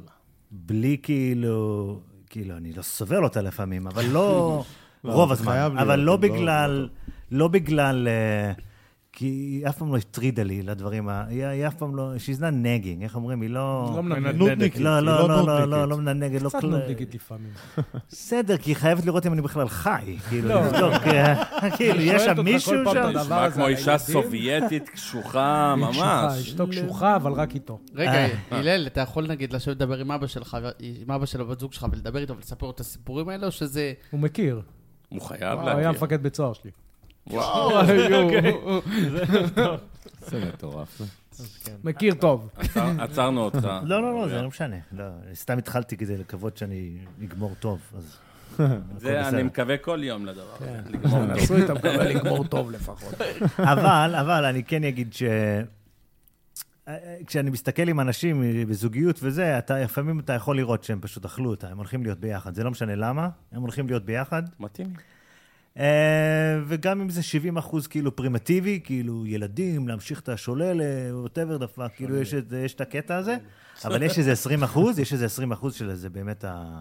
[SPEAKER 6] בלי כאילו, כאילו, אני לא סובל אותה לפעמים, אבל לא רוב
[SPEAKER 8] זה חייב
[SPEAKER 6] הזמן.
[SPEAKER 8] להיות,
[SPEAKER 6] אבל
[SPEAKER 8] אבל
[SPEAKER 6] לא
[SPEAKER 8] לא-
[SPEAKER 6] בגלל, לא בגלל, אה, כי היא אף פעם לא הטרידה לי לדברים ה... היא- היא אף פעם לא, she's not nagging, איך אומרים? היא לא...
[SPEAKER 7] לא מנדנדת.
[SPEAKER 8] נודניקית.
[SPEAKER 6] לא,
[SPEAKER 8] היא
[SPEAKER 6] לא, לא, לא,
[SPEAKER 8] נודניקית.
[SPEAKER 6] לא, לא מנגד, לא
[SPEAKER 7] קצת
[SPEAKER 6] כלל-
[SPEAKER 7] נודניקית לפעמים.
[SPEAKER 6] בסדר, כי היא חייבת לראות אם אני בכלל חי. כאילו,
[SPEAKER 7] לא.
[SPEAKER 6] לבדוק, אה, כאילו,
[SPEAKER 7] שואלת
[SPEAKER 6] יש שם
[SPEAKER 7] אותך
[SPEAKER 6] מישהו
[SPEAKER 7] כל פעם את
[SPEAKER 6] שם?
[SPEAKER 7] הדבר
[SPEAKER 5] נשמע
[SPEAKER 7] הזה
[SPEAKER 5] כמו
[SPEAKER 7] על
[SPEAKER 5] אישה
[SPEAKER 7] הילדים.
[SPEAKER 5] סובייטית קשוחה
[SPEAKER 7] היא קשוחה,
[SPEAKER 5] ממש.
[SPEAKER 7] אשתו קשוחה, אבל רק איתו.
[SPEAKER 4] רגע,
[SPEAKER 6] אה.
[SPEAKER 4] הלל, אתה יכול נגיד לשבת לדבר עם אבא שלך, ו- עם אבא של הבת זוג שלך ולדבר איתו ולספר לו את הסיפורים האלה, או שזה...
[SPEAKER 7] הוא מכיר.
[SPEAKER 5] הוא חייב
[SPEAKER 7] הוא אה, היה
[SPEAKER 5] להכיר.
[SPEAKER 7] מפקד בית סוהר שלי.
[SPEAKER 5] אוקיי.
[SPEAKER 8] זה מטורף.
[SPEAKER 7] מכיר טוב.
[SPEAKER 5] עצר- עצרנו אותך.
[SPEAKER 6] לא, לא, לא, זה לא משנה. לא, סתם התחלתי כדי לקוות שאני אגמור טוב, אז...
[SPEAKER 5] זה
[SPEAKER 6] הכל
[SPEAKER 5] אני
[SPEAKER 6] בסדר.
[SPEAKER 5] מקווה כל יום לדבר הזה. לגמור.
[SPEAKER 7] נסו איתם כבר לגמור טוב לפחות.
[SPEAKER 6] אבל, אבל אני כן אגיד ש... כשאני מסתכל עם אנשים בזוגיות וזה, אתה, לפעמים אתה יכול לראות שהם פשוט אכלו אותה, הם הולכים להיות ביחד. זה לא משנה למה, הם הולכים להיות ביחד.
[SPEAKER 5] מתאים.
[SPEAKER 6] אה, וגם אם זה 70 אחוז כאילו פרימיטיבי, כאילו ילדים, להמשיך את השולל, אה, ווטאבר דפק, כאילו יש את, יש את הקטע הזה, אבל יש איזה 20 אחוז, יש איזה 20 אחוז של זה באמת ה...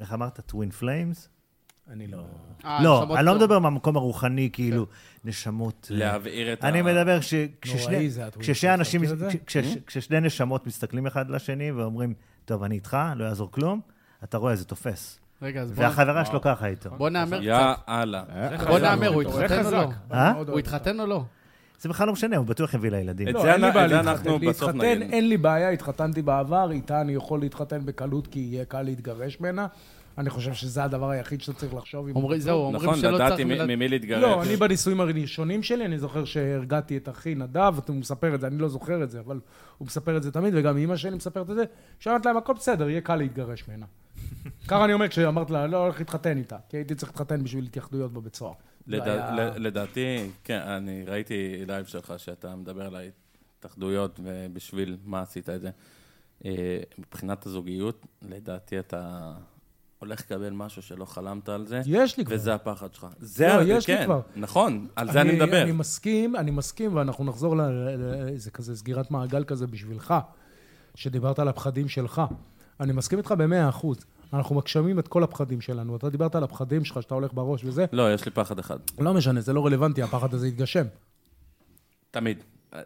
[SPEAKER 6] איך אמרת? טווין פליימס?
[SPEAKER 7] אני לא...
[SPEAKER 4] אה,
[SPEAKER 6] לא,
[SPEAKER 4] נשמות
[SPEAKER 6] אני לא
[SPEAKER 4] טוב.
[SPEAKER 6] מדבר מהמקום הרוחני, כאילו, נשמות... אה,
[SPEAKER 5] להבעיר את ה...
[SPEAKER 6] אני מדבר ש- כששני-
[SPEAKER 7] כן. נוראי זה הטוויט,
[SPEAKER 6] כששני אנשים,
[SPEAKER 7] אתה מכיר את זה?
[SPEAKER 6] כש- כש- כששני נשמות מסתכלים אחד לשני ואומרים, טוב, אני איתך, לא יעזור כלום, אתה רואה, זה תופס.
[SPEAKER 4] רגע, אז בוא-
[SPEAKER 6] והחברה שלו ככה איתו.
[SPEAKER 4] בוא נאמר קצת.
[SPEAKER 5] יאללה.
[SPEAKER 4] בוא נאמר, הוא
[SPEAKER 7] זה
[SPEAKER 4] התחתן או לא?
[SPEAKER 7] חזק.
[SPEAKER 6] אה?
[SPEAKER 7] מאוד
[SPEAKER 4] הוא
[SPEAKER 7] אוהב.
[SPEAKER 4] התחתן או לא?
[SPEAKER 6] זה בכלל לא משנה, הוא בטוח יביא לילדים.
[SPEAKER 5] את
[SPEAKER 7] לא,
[SPEAKER 5] זה
[SPEAKER 7] אין לי
[SPEAKER 5] אנ-
[SPEAKER 7] בעיה
[SPEAKER 5] את זה
[SPEAKER 7] להתחתן.
[SPEAKER 5] אנחנו בסוף
[SPEAKER 7] להתחתן,
[SPEAKER 5] נגיד.
[SPEAKER 7] אין לי בעיה, התחתנתי בעבר, איתה אני יכול להתחתן בקלות, כי יהיה קל להתגרש ממנה. אני חושב שזה הדבר היחיד שאתה צריך לחשוב. אם-
[SPEAKER 4] אומרים- זהו, אומרים
[SPEAKER 5] נכון,
[SPEAKER 4] שלא צריך...
[SPEAKER 5] לדעתי
[SPEAKER 4] מלד-
[SPEAKER 5] ממי להתגרש.
[SPEAKER 7] לא, אני בנישואים הראשונים שלי, אני זוכר שהרגעתי את אחי נדב, הוא מספר את זה, אני לא זוכר את זה, אבל הוא מספר את זה תמיד, וגם אימא שלי מספרת את זה, שאמרת להם, הכל בסדר, יהיה קל להתגרש ממנה. ככה אני אומר כשאמרת לה, לא, הולך להתחתן איתה, כי הייתי צריך להתחתן בשביל התייחדויות בבית סוהר.
[SPEAKER 5] לדע-
[SPEAKER 7] זה היה-
[SPEAKER 5] ל- לדעתי, כן, אני ראיתי לייב שלך שאתה מדבר על ההתאחדויות ובשביל מה עשית את זה. אה, מבחינת הזוגיות, לדעתי אתה הולך לקבל משהו שלא חלמת על זה,
[SPEAKER 7] יש לי כבר.
[SPEAKER 5] וזה הפחד שלך. זה,
[SPEAKER 7] לא,
[SPEAKER 5] ה-
[SPEAKER 7] יש לי
[SPEAKER 5] כן,
[SPEAKER 7] כבר.
[SPEAKER 5] נכון, על זה אני
[SPEAKER 7] אני
[SPEAKER 5] מדבר.
[SPEAKER 7] מסכים, אני מסכים, ואנחנו נחזור ל- ל- ל- זה כזה סגירת מעגל כזה בשבילך, שדיברת על הפחדים שלך. אני מסכים איתך במאה אחוז. אנחנו מגשמים את כל הפחדים שלנו. אתה דיברת על הפחדים שלך, שאתה הולך בראש וזה.
[SPEAKER 5] לא, יש לי פחד אחד.
[SPEAKER 7] לא משנה, זה לא רלוונטי, הפחד הזה יתגשם.
[SPEAKER 5] תמיד.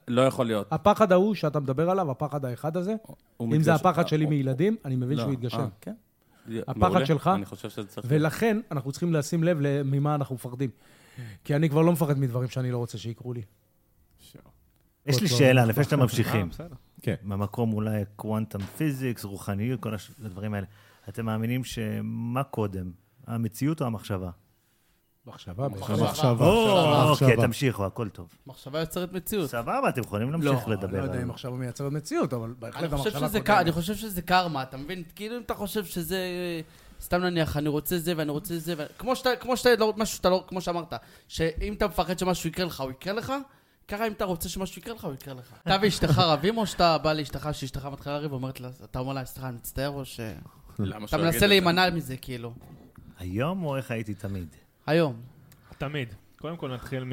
[SPEAKER 5] לא יכול להיות.
[SPEAKER 7] הפחד ההוא שאתה מדבר עליו, הפחד האחד הזה,
[SPEAKER 5] הוא
[SPEAKER 7] אה, אם זה
[SPEAKER 5] מתגשם.
[SPEAKER 7] הפחד שלי
[SPEAKER 5] הוא-
[SPEAKER 7] מילדים, אני מבין
[SPEAKER 5] לא.
[SPEAKER 7] שהוא
[SPEAKER 5] אה,
[SPEAKER 7] יתגשם.
[SPEAKER 5] כן.
[SPEAKER 7] הפחד
[SPEAKER 5] מעולה.
[SPEAKER 7] שלך,
[SPEAKER 5] אני חושב שזה צריך...
[SPEAKER 7] ולכן אנחנו צריכים לשים לב ל- ממה אנחנו מפחדים. כי אני כבר לא מפחד מדברים שאני לא רוצה שיקרו לי. אה,
[SPEAKER 6] יש לי
[SPEAKER 7] אותו-
[SPEAKER 6] שאלה, לפני שאתם ממשיכים.
[SPEAKER 3] בסדר.
[SPEAKER 6] במקום אולי קוונטום פיזיקס, רוחניות, כל הש- הדברים האלה. אתם מאמינים שמה קודם, המציאות או המחשבה?
[SPEAKER 7] מחשבה, מחשבה.
[SPEAKER 8] המחשבה.
[SPEAKER 6] או, אוקיי,
[SPEAKER 8] המחשבה.
[SPEAKER 6] תמשיכו, הכל טוב.
[SPEAKER 4] מחשבה יוצרת מציאות.
[SPEAKER 6] סבבה, אתם יכולים להמשיך
[SPEAKER 7] אני לא
[SPEAKER 6] לדבר.
[SPEAKER 7] יודע
[SPEAKER 6] על-
[SPEAKER 7] אם עכשיו הוא מייצר מציאות, אבל
[SPEAKER 4] אני
[SPEAKER 7] בהחלט
[SPEAKER 4] חושב,
[SPEAKER 7] המחשבה
[SPEAKER 4] שזה
[SPEAKER 7] קודמת.
[SPEAKER 4] ק... אני חושב שזה קרמה, אתה מבין? כאילו אם אתה חושב שזה... אה, סתם נניח, אני רוצה זה ואני רוצה זה, ו... כמו שאתה, כמו שאתה, לא, משהו שאתה לא, כמו שאמרת, שאם אתה מפחד שמשהו יקרה לך, הוא יקרה לך, ככה אם אתה רוצה שמשהו יקרה לך, הוא יקרה לך. אתה ואשתך רבים, או שאתה בא לאשתך, שאשתך מתחילה לריב, ואומרת לה, אתה אומר לה, סליחה, אני מצטער, או ש...
[SPEAKER 5] למה
[SPEAKER 4] אתה
[SPEAKER 5] שהוא יגיד
[SPEAKER 4] מנסה
[SPEAKER 5] את זה?
[SPEAKER 4] להימנע מזה, כאילו.
[SPEAKER 6] היום או איך הייתי תמיד?
[SPEAKER 4] היום.
[SPEAKER 3] תמיד. קודם כל נתחיל מ...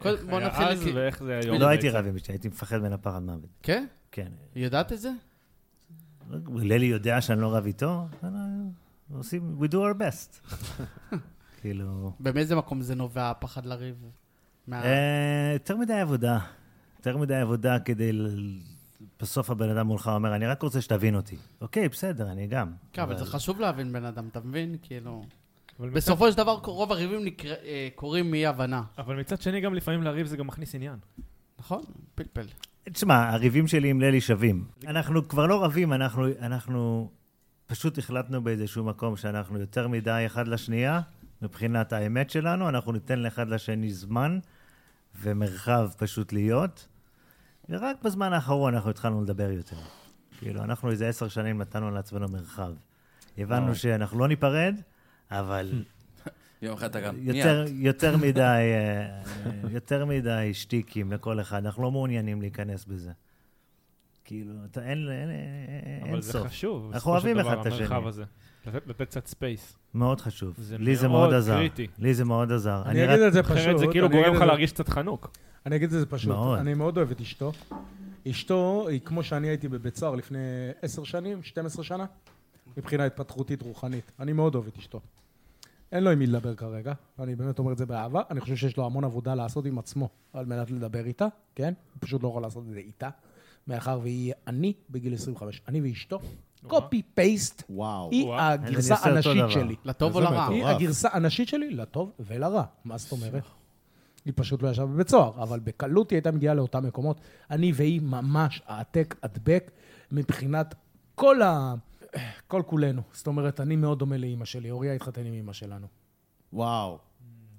[SPEAKER 4] קודם-
[SPEAKER 3] איך
[SPEAKER 4] בוא
[SPEAKER 3] היה
[SPEAKER 4] נתחיל
[SPEAKER 3] אז
[SPEAKER 4] כי-
[SPEAKER 3] ואיך זה היום.
[SPEAKER 6] לא הייתי
[SPEAKER 3] בעצם.
[SPEAKER 6] רב עם אשתי, הייתי מפחד מן הפחד מוות.
[SPEAKER 4] כן?
[SPEAKER 6] כן.
[SPEAKER 4] ידעת את זה?
[SPEAKER 6] ללי יודע שאני לא רב איתו, אנחנו עושים, we do our best. כאילו...
[SPEAKER 4] באיזה מקום זה נובע, הפחד לריב? מה...
[SPEAKER 6] אה, יותר מדי עבודה. יותר מדי עבודה כדי... ל- בסוף הבן אדם מולך אומר, אני רק רוצה שתבין אותי. אוקיי, בסדר, אני גם.
[SPEAKER 4] כן, אבל זה חשוב להבין בן אדם, אתה מבין? כאילו...
[SPEAKER 3] אבל מצד-
[SPEAKER 4] בסופו של דבר, רוב הריבים נקרא- אה, קורים מאי-הבנה.
[SPEAKER 3] אבל מצד שני, גם לפעמים לריב זה גם מכניס עניין.
[SPEAKER 4] נכון? פלפל.
[SPEAKER 6] תשמע, הריבים שלי עם ללי שווים. אנחנו כבר לא רבים, אנחנו, אנחנו פשוט החלטנו באיזשהו מקום שאנחנו יותר מדי אחד לשנייה, מבחינת האמת שלנו, אנחנו ניתן לאחד לשני זמן ומרחב פשוט להיות, ורק בזמן האחרון אנחנו התחלנו לדבר יותר. כאילו, אנחנו איזה עשר שנים נתנו לעצמנו מרחב. הבנו שאנחנו לא ניפרד, אבל
[SPEAKER 5] יום אחד אתה גם...
[SPEAKER 6] יותר,
[SPEAKER 5] מיד.
[SPEAKER 6] יותר מדי, אה, יותר מדי שטיקים לכל אחד, אנחנו לא מעוניינים להיכנס בזה. כאילו, אתה, אין, אין, אין,
[SPEAKER 3] אבל
[SPEAKER 6] אין
[SPEAKER 3] זה
[SPEAKER 6] סוף.
[SPEAKER 3] חשוב.
[SPEAKER 6] אנחנו אוהבים אחד את השני.
[SPEAKER 3] המרחב הזה. לתת- לתת קצת ספייס.
[SPEAKER 6] מאוד חשוב.
[SPEAKER 3] זה
[SPEAKER 6] לי זה
[SPEAKER 3] מאוד
[SPEAKER 6] מאוד עזר.
[SPEAKER 3] קריטי.
[SPEAKER 6] לי זה מאוד עזר.
[SPEAKER 7] אני אגיד את זה פשוט.
[SPEAKER 3] אחרת זה כאילו
[SPEAKER 7] אני אגיד
[SPEAKER 3] גורם
[SPEAKER 7] את
[SPEAKER 3] לך
[SPEAKER 7] זה-
[SPEAKER 3] להרגיש קצת חנוק.
[SPEAKER 7] אני אגיד את זה פשוט.
[SPEAKER 6] מאוד.
[SPEAKER 7] אני מאוד אוהב את אשתו. אשתו היא כמו שאני הייתי בביצר לפני עשר שנים, 12 שנה, מבחינה התפתחותית רוחנית. אני מאוד אוהב את אשתו. אין לו עם מי לדבר כרגע, אני באמת אומר את זה באהבה. אני חושב שיש לו המון עבודה לעשות עם עצמו על מנת לדבר איתה, כן? הוא פשוט לא יכול לעשות את זה איתה, מאחר והיא אני בגיל 25. אני ואשתו, קופי פייסט,
[SPEAKER 8] וואו.
[SPEAKER 7] היא
[SPEAKER 3] וואו.
[SPEAKER 7] הגרסה
[SPEAKER 6] אני עושה אותו
[SPEAKER 7] הנשית
[SPEAKER 6] דבר.
[SPEAKER 7] שלי.
[SPEAKER 4] לטוב או
[SPEAKER 8] איזה
[SPEAKER 4] לרע.
[SPEAKER 8] מטורף.
[SPEAKER 7] היא הגרסה הנשית שלי, לטוב ולרע. מה זאת אומרת? היא פשוט לא ישבה בבית סוהר, אבל בקלות היא הייתה מגיעה לאותם מקומות. אני והיא ממש העתק הדבק מבחינת כל ה... כל כולנו. זאת אומרת, אני מאוד דומה לאימא שלי. אוריה התחתן עם אימא שלנו.
[SPEAKER 8] וואו.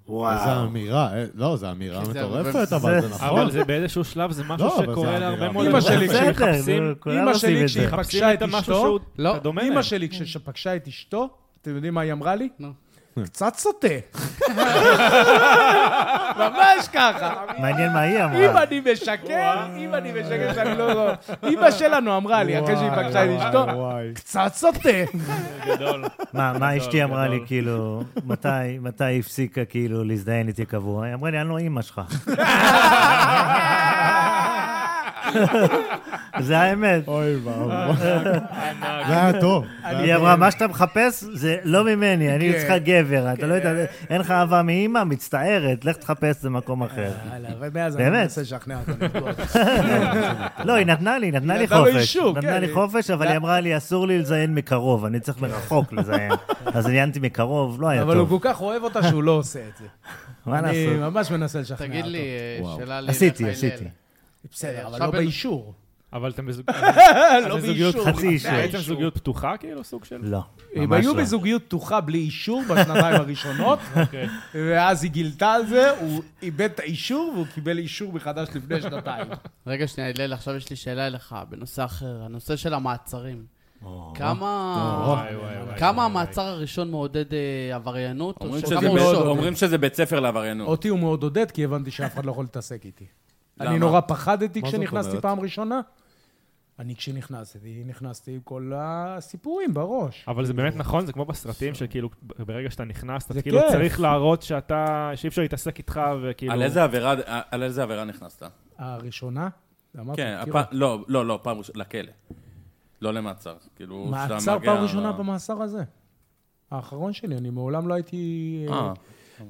[SPEAKER 8] איזה אמירה. אה, לא, זו אמירה
[SPEAKER 4] כי זה-
[SPEAKER 8] מטורפת,
[SPEAKER 4] זה-
[SPEAKER 8] אבל זה נכון.
[SPEAKER 3] אבל זה באיזשהו שלב, זה משהו
[SPEAKER 8] לא, אבל זה
[SPEAKER 3] שקורה
[SPEAKER 8] אמירה.
[SPEAKER 3] להרבה מאוד...
[SPEAKER 7] אימא
[SPEAKER 3] אנשים
[SPEAKER 7] שלי,
[SPEAKER 6] בסדר,
[SPEAKER 3] שמחפשים-
[SPEAKER 6] נו, כולם
[SPEAKER 7] אימא
[SPEAKER 6] עושים
[SPEAKER 7] שלי,
[SPEAKER 6] את זה.
[SPEAKER 7] כשהיא פגשה את
[SPEAKER 3] איתם משהו
[SPEAKER 7] אשתו,
[SPEAKER 3] שהוא-
[SPEAKER 4] לא.
[SPEAKER 3] אתה דומה להם.
[SPEAKER 7] אימא שלי, כשפגשה את אשתו, אתם יודעים מה היא אמרה לי?
[SPEAKER 4] נו.
[SPEAKER 7] קצת סוטה. ממש ככה.
[SPEAKER 6] מעניין מה היא
[SPEAKER 7] אם
[SPEAKER 6] אמרה.
[SPEAKER 7] אני משקר, אם אני משקר שאני לא... לא- אמא שלנו אמרה לי, אחרי שהיא פגשה את אשתו,
[SPEAKER 8] וואי.
[SPEAKER 7] קצת סוטה.
[SPEAKER 3] גדול.
[SPEAKER 6] מה, מה אשתי אמרה לי,
[SPEAKER 3] גדול.
[SPEAKER 6] כאילו, מתי, מתי היא הפסיקה כאילו להזדיין איתי קבוע? היא אמרה לי, אני לא אימא שלך. זה האמת.
[SPEAKER 8] אוי ואבוי. זה היה טוב. זה היה
[SPEAKER 6] היא
[SPEAKER 8] טוב.
[SPEAKER 6] אמרה, מה שאתה מחפש זה לא ממני, אני
[SPEAKER 7] כן.
[SPEAKER 6] צריכה גבר, אתה לא יודע, אין לך אהבה מאימא, מצטערת, לך תחפש במקום אחר.
[SPEAKER 7] יאללה, ומאז
[SPEAKER 6] באמת.
[SPEAKER 7] אני מנסה לשכנע אותם. לקנות.
[SPEAKER 6] לא, היא נתנה לי, נתנה לי
[SPEAKER 7] נתנה לו
[SPEAKER 6] חופש.
[SPEAKER 7] אישור,
[SPEAKER 6] נתנה
[SPEAKER 7] כן.
[SPEAKER 6] לי חופש, אבל היא אמרה לי, אסור לי לזיין מקרוב, אני צריך מרחוק לזיין. אז עניינתי מקרוב, לא היה
[SPEAKER 7] אבל הוא
[SPEAKER 6] טוב.
[SPEAKER 7] כל כך אוהב אותה שהוא לא עושה את זה.
[SPEAKER 6] מה
[SPEAKER 7] אני
[SPEAKER 6] לעשות?
[SPEAKER 7] ממש מנסה לשכנע אותו.
[SPEAKER 4] תגיד לי, אה,
[SPEAKER 8] וואו.
[SPEAKER 4] שאלה ל...
[SPEAKER 6] עשיתי,
[SPEAKER 4] לחייל.
[SPEAKER 6] עשיתי.
[SPEAKER 7] בסדר, אבל
[SPEAKER 4] עכשיו
[SPEAKER 7] לא
[SPEAKER 4] ב-
[SPEAKER 7] באישור.
[SPEAKER 3] אבל אתם בזוג...
[SPEAKER 7] לא
[SPEAKER 3] זוגיות
[SPEAKER 7] באישור.
[SPEAKER 6] חצי אישור.
[SPEAKER 4] אה,
[SPEAKER 3] בעצם זוגיות פתוחה, כאילו, סוג של...
[SPEAKER 6] לא,
[SPEAKER 7] הם
[SPEAKER 6] ממש
[SPEAKER 7] היו
[SPEAKER 6] לא.
[SPEAKER 7] בזוגיות פתוחה בלי אישור בשנתיים הראשונות, ואז היא גילתה על זה, הוא איבד את האישור והוא קיבל אישור מחדש לפני שנתיים.
[SPEAKER 4] רגע שנייה, הלל, עכשיו יש לי שאלה אליך, בנושא אחר, הנושא של המעצרים. כמה...
[SPEAKER 3] וואי, וואי, וואי.
[SPEAKER 4] כמה המעצר הראשון מעודד אה, עבריינות? או
[SPEAKER 5] אומרים
[SPEAKER 4] ש-
[SPEAKER 5] שזה
[SPEAKER 4] כמה הוא
[SPEAKER 5] מאוד-
[SPEAKER 7] לא-
[SPEAKER 4] שוק?
[SPEAKER 5] אומרים שזה בית ספר לעבריינות.
[SPEAKER 7] אותי הוא מאוד עודד, כי הבנתי שאף אחד לא יכול להתעסק איתי. אני
[SPEAKER 5] למה?
[SPEAKER 7] נורא פחדתי
[SPEAKER 8] מה זאת
[SPEAKER 7] כשנכנסתי
[SPEAKER 8] אומרת?
[SPEAKER 7] פעם ראשונה. אני כשנכנסתי, נכנסתי עם כל הסיפורים בראש.
[SPEAKER 3] אבל זה באמת נכון, זה כמו בסרטים, שכאילו, ברגע שאתה נכנס, אתה
[SPEAKER 7] זה
[SPEAKER 3] כאילו
[SPEAKER 7] כיף.
[SPEAKER 3] צריך להראות שאתה, שאי אפשר להתעסק איתך, וכאילו...
[SPEAKER 7] כאילו-
[SPEAKER 5] על איזה עבירה- על איזה עבירה נכנסת?
[SPEAKER 7] הראשונה? אמרתי,
[SPEAKER 5] כן,
[SPEAKER 7] אוקיי, כאילו,
[SPEAKER 5] הפ- לא, לא, לא, פעם ראשונה, לכלא. לא למעצר. כאילו, שאתה
[SPEAKER 7] מעצר
[SPEAKER 5] מגיע לא.
[SPEAKER 7] פעם ראשונה
[SPEAKER 5] ל-
[SPEAKER 7] במאסר הזה. האחרון שלי, אני מעולם לא הייתי...
[SPEAKER 5] אה,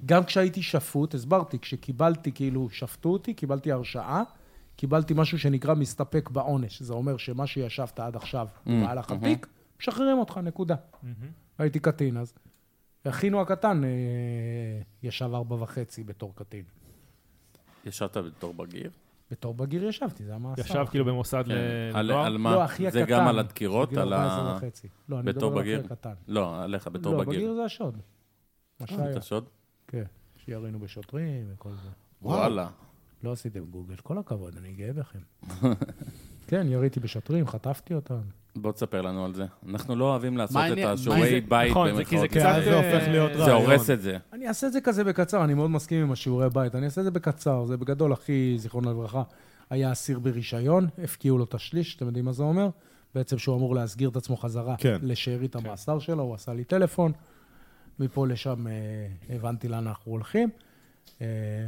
[SPEAKER 7] גם כשהייתי שפוט, הסברתי, כשקיבלתי, כאילו, שפטו אותי, קיבלתי הרשעה, קיבלתי משהו שנקרא מסתפק
[SPEAKER 5] Mm, אוקיי.
[SPEAKER 7] בעונש. זה אומר שמה שישבת עד עכשיו במהלך התיק, משחררים אותך, נקודה. הייתי קטין אז. אחינו הקטן אה, ישב ארבע וחצי בתור קטין.
[SPEAKER 5] ישבת בתור בגיר?
[SPEAKER 7] בתור בגיר ישבתי, זה המאסר.
[SPEAKER 3] ישב כאילו במוסד ל-
[SPEAKER 5] כן. על
[SPEAKER 3] לנוער?
[SPEAKER 5] על
[SPEAKER 7] לא,
[SPEAKER 5] מה?
[SPEAKER 7] אחי
[SPEAKER 5] זה
[SPEAKER 7] הקטן.
[SPEAKER 5] גם על הדקירות?
[SPEAKER 7] בגיל
[SPEAKER 5] על ה...
[SPEAKER 7] 14 וחצי. לא, אני
[SPEAKER 5] בתור
[SPEAKER 7] מדבר על
[SPEAKER 5] בגיר?
[SPEAKER 7] אחי הקטן.
[SPEAKER 5] לא, עליך, בתור
[SPEAKER 7] לא,
[SPEAKER 5] בגיר. אה,
[SPEAKER 7] בגיר זה השוד. מה שהיה.
[SPEAKER 5] אתה שוד?
[SPEAKER 7] כן. שירינו בשוטרים וכל זה.
[SPEAKER 5] וואלה.
[SPEAKER 7] לא עשיתם גוגל, כל הכבוד, אני גאה בכם. כן, יריתי בשוטרים, חטפתי אותם.
[SPEAKER 5] בוא תספר לנו על זה. אנחנו לא אוהבים לעשות
[SPEAKER 4] מה
[SPEAKER 5] את
[SPEAKER 4] עניין- מה זה-
[SPEAKER 5] השיעורי בית
[SPEAKER 3] נכון, זה כי זה
[SPEAKER 5] במרכאות.
[SPEAKER 3] קצת...
[SPEAKER 8] זה הופך להיות
[SPEAKER 5] זה
[SPEAKER 8] רעיון.
[SPEAKER 5] הורס את זה.
[SPEAKER 7] אני אעשה את זה כזה בקצר, אני מאוד מסכים עם השיעורי בית. אני אעשה את זה בקצר, זה בגדול, אחי, זיכרונו לברכה, היה אסיר ברישיון, הפקיעו לו את השליש, אתם יודעים מה זה אומר? בעצם שהוא אמור להסגיר את עצמו חזרה
[SPEAKER 8] כן.
[SPEAKER 7] לשארית המאסר שלו, הוא עשה לי טלפון. מפה לשם אה, הבנתי לאן אנחנו הולכים. אה,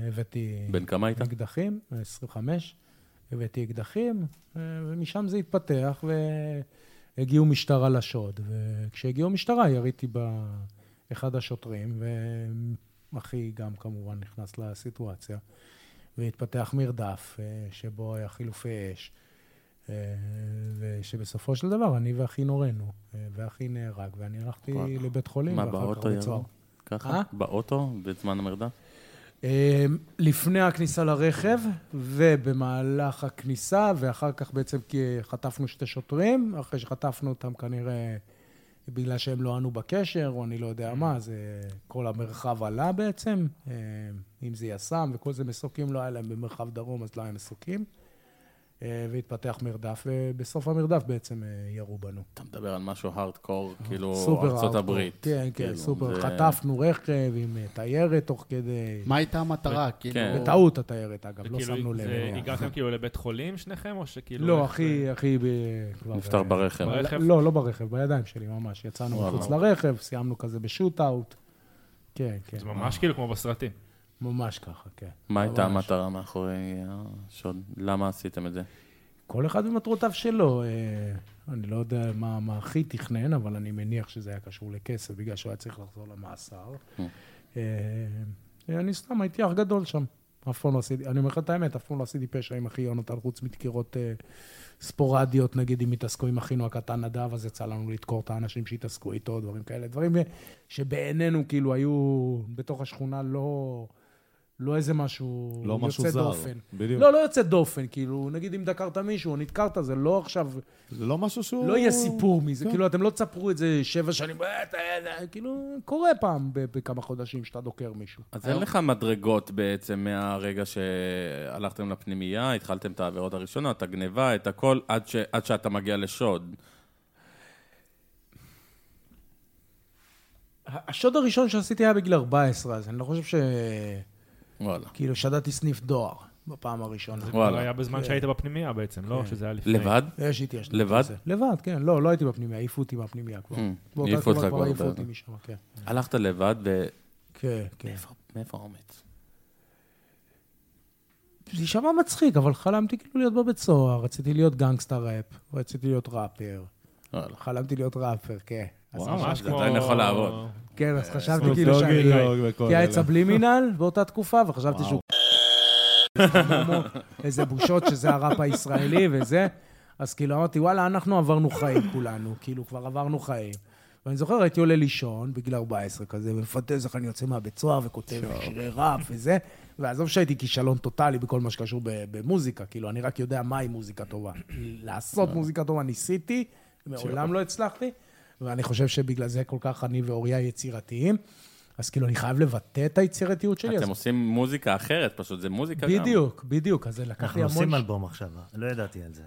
[SPEAKER 7] הבאתי...
[SPEAKER 5] בן כמה היית?
[SPEAKER 7] אקדחים, 25. הבאתי אקדחים, אה, ומשם זה התפתח, והגיעו משטרה לשוד. וכשהגיעו משטרה, יריתי באחד השוטרים, ואחי גם כמובן נכנס לסיטואציה, והתפתח מרדף, אה, שבו היה חילופי אש, אה, ושבסופו של דבר אני ואחי נורנו, אה, ואחי נהרג, ואני הלכתי
[SPEAKER 5] וואלה.
[SPEAKER 7] לבית חולים,
[SPEAKER 5] מה,
[SPEAKER 7] ואחר כך
[SPEAKER 5] באוטו
[SPEAKER 7] לבית סוהר.
[SPEAKER 5] ירו? ככה?
[SPEAKER 7] אה?
[SPEAKER 5] באוטו? בזמן המרדף?
[SPEAKER 7] אה, לפני הכניסה לרכב ובמהלך הכניסה, ואחר כך בעצם כי חטפנו שתי שוטרים, אחרי שחטפנו אותם כנראה בגלל שהם לא ענו בקשר, או אני לא יודע
[SPEAKER 5] Mm.
[SPEAKER 7] מה, זה כל המרחב עלה בעצם, אה, אם זה יס"מ וכל זה מסוקים, לא היה להם במרחב דרום, אז לא היה מסוקים. אה, והתפתח מרדף, ובסוף המרדף בעצם אה, ירו בנו.
[SPEAKER 5] אתה מדבר על משהו הארדקור, כאילו
[SPEAKER 7] אה, סופר
[SPEAKER 5] ארצות
[SPEAKER 7] הארדקור.
[SPEAKER 5] הברית.
[SPEAKER 7] כן, כן,
[SPEAKER 5] כאילו,
[SPEAKER 7] סופר.
[SPEAKER 5] זה-
[SPEAKER 7] חטפנו רכב עם אה, טיירת תוך כדי.
[SPEAKER 4] מה הייתה המטרה? כאילו...
[SPEAKER 5] כן.
[SPEAKER 7] בטעות הטיירת, אגב, לא
[SPEAKER 3] וכאילו,
[SPEAKER 7] שמנו
[SPEAKER 3] זה-
[SPEAKER 7] לב.
[SPEAKER 3] הגעתם כאילו לבית חולים שניכם, או שכאילו...
[SPEAKER 7] לא,
[SPEAKER 3] איך
[SPEAKER 7] אחי, אחי ב- כבר... אה,
[SPEAKER 5] נפטר ברכב.
[SPEAKER 3] ברכב?
[SPEAKER 7] לא, לא ברכב, בידיים שלי ממש. יצאנו
[SPEAKER 5] וואלה.
[SPEAKER 7] מחוץ לרכב, סיימנו כזה בשוט-אאוט. כן, כן,
[SPEAKER 3] זה ממש כאילו כמו בסרטים.
[SPEAKER 7] ממש ככה, כן.
[SPEAKER 5] מה הייתה
[SPEAKER 7] ממש.
[SPEAKER 5] המטרה מאחורי אה, השוד? למה עשיתם את זה?
[SPEAKER 7] כל אחד ומטרותיו שלו. אה, אני לא יודע מה, מה הכי תכנן, אבל אני מניח שזה היה קשור לכסף, בגלל שהוא היה צריך לחזור למאסר.
[SPEAKER 5] Mm.
[SPEAKER 7] אה, אני סתם הייתי אח גדול שם. אף פעם לא עשיתי, אני אומר לך את האמת, אף פעם לא עשיתי פשע עם אחי יונתן, חוץ מדקירות אה, ספורדיות, נגיד אם התעסקו עם אחינו הקטן נדב, אז יצא לנו לדקור את האנשים שהתעסקו איתו, דברים כאלה, דברים אה, שבעינינו כאילו היו בתוך השכונה לא, לא איזה משהו
[SPEAKER 8] לא משהו
[SPEAKER 7] יוצא
[SPEAKER 8] זר.
[SPEAKER 7] דופן.
[SPEAKER 8] בדיוק.
[SPEAKER 7] לא, לא יוצא דופן, כאילו, נגיד אם דקרת מישהו, או נדקרת, זה לא עכשיו,
[SPEAKER 8] זה לא משהו שהוא...
[SPEAKER 7] לא יהיה סיפור מזה,
[SPEAKER 8] כן.
[SPEAKER 7] כאילו, אתם לא תספרו את זה שבע שנים, "אה, אתה יודע", כאילו, קורה פעם ב- בכמה חודשים שאתה דוקר מישהו.
[SPEAKER 5] אז אין לך מדרגות בעצם מהרגע שהלכתם לפנימייה, התחלתם את העבירות הראשונות, את הגניבה, את הכל, עד, ש... עד שאתה מגיע לשוד.
[SPEAKER 7] השוד הראשון שעשיתי היה בגיל 14, אז אני לא חושב ש...
[SPEAKER 5] וואלה.
[SPEAKER 7] כאילו, שדדתי סניף דואר בפעם הראשונה.
[SPEAKER 3] זה כבר
[SPEAKER 5] וואלה.
[SPEAKER 3] היה בזמן שהיית בפנימייה בעצם, לא? שזה היה לפני.
[SPEAKER 5] לבד?
[SPEAKER 7] יש התיישנות.
[SPEAKER 5] לבד?
[SPEAKER 7] כזה. לבד, כן. לא, לא הייתי בפנימיה, העיפו אותי מהפנימיה כבר.
[SPEAKER 5] Mm,
[SPEAKER 7] באותה
[SPEAKER 5] העיפו
[SPEAKER 7] תקופה
[SPEAKER 5] אותך
[SPEAKER 7] כבר
[SPEAKER 5] כבר,
[SPEAKER 7] העיפו
[SPEAKER 5] אתה-
[SPEAKER 7] אותי משם, כן.
[SPEAKER 5] הלכת לבד, ו...
[SPEAKER 7] כן, כן.
[SPEAKER 5] מאיפה האומץ?
[SPEAKER 7] זה יישמע מצחיק, אבל חלמתי כאילו להיות בבית סוהר, רציתי להיות גנגסטה ראפ, רציתי להיות ראפר.
[SPEAKER 5] וואלה.
[SPEAKER 7] חלמתי להיות ראפר, כן. אז
[SPEAKER 5] וואו,
[SPEAKER 3] ממש
[SPEAKER 5] זה
[SPEAKER 3] כמו...
[SPEAKER 5] עדיין יכול לעבוד.
[SPEAKER 7] כן,
[SPEAKER 5] אה,
[SPEAKER 7] אז חשבתי
[SPEAKER 8] סנופ
[SPEAKER 5] לא
[SPEAKER 7] כאילו שאני...
[SPEAKER 8] דוגי דוג וכל
[SPEAKER 7] כי היה
[SPEAKER 8] אלה.
[SPEAKER 7] את סבלימינל באותה תקופה, וחשבתי
[SPEAKER 8] וואו.
[SPEAKER 7] שהוא... כמו איזה בושות שזה הראפ הישראלי וזה. אז כאילו אמרתי, וואלה, אנחנו עברנו חיים כולנו, כאילו כבר עברנו חיים. ואני זוכר, הייתי עולה לישון בגיל 14 כזה, ומפנטז איך אני יוצא מהבית סוהר וכותב שירי ראפ וזה. ועזוב שהייתי כישלון טוטאלי בכל מה שקשור ב- במוזיקה, כאילו, אני רק יודע מהי מוזיקה טובה. לעשות מוזיקה טובה ניסיתי, מעולם לא הצלחתי, ואני חושב שבגלל זה כל כך אני ואוריה יצירתיים. אז כאילו, אני חייב לבטא את היצירתיות שלי. אז
[SPEAKER 5] אתם עושים מוזיקה אחרת, פשוט זה מוזיקה גם.
[SPEAKER 7] בדיוק, בדיוק. אז זה לקח
[SPEAKER 6] אנחנו
[SPEAKER 7] לי המון...
[SPEAKER 6] עושים
[SPEAKER 7] ש-
[SPEAKER 6] אלבום עכשיו, לא ידעתי על זה.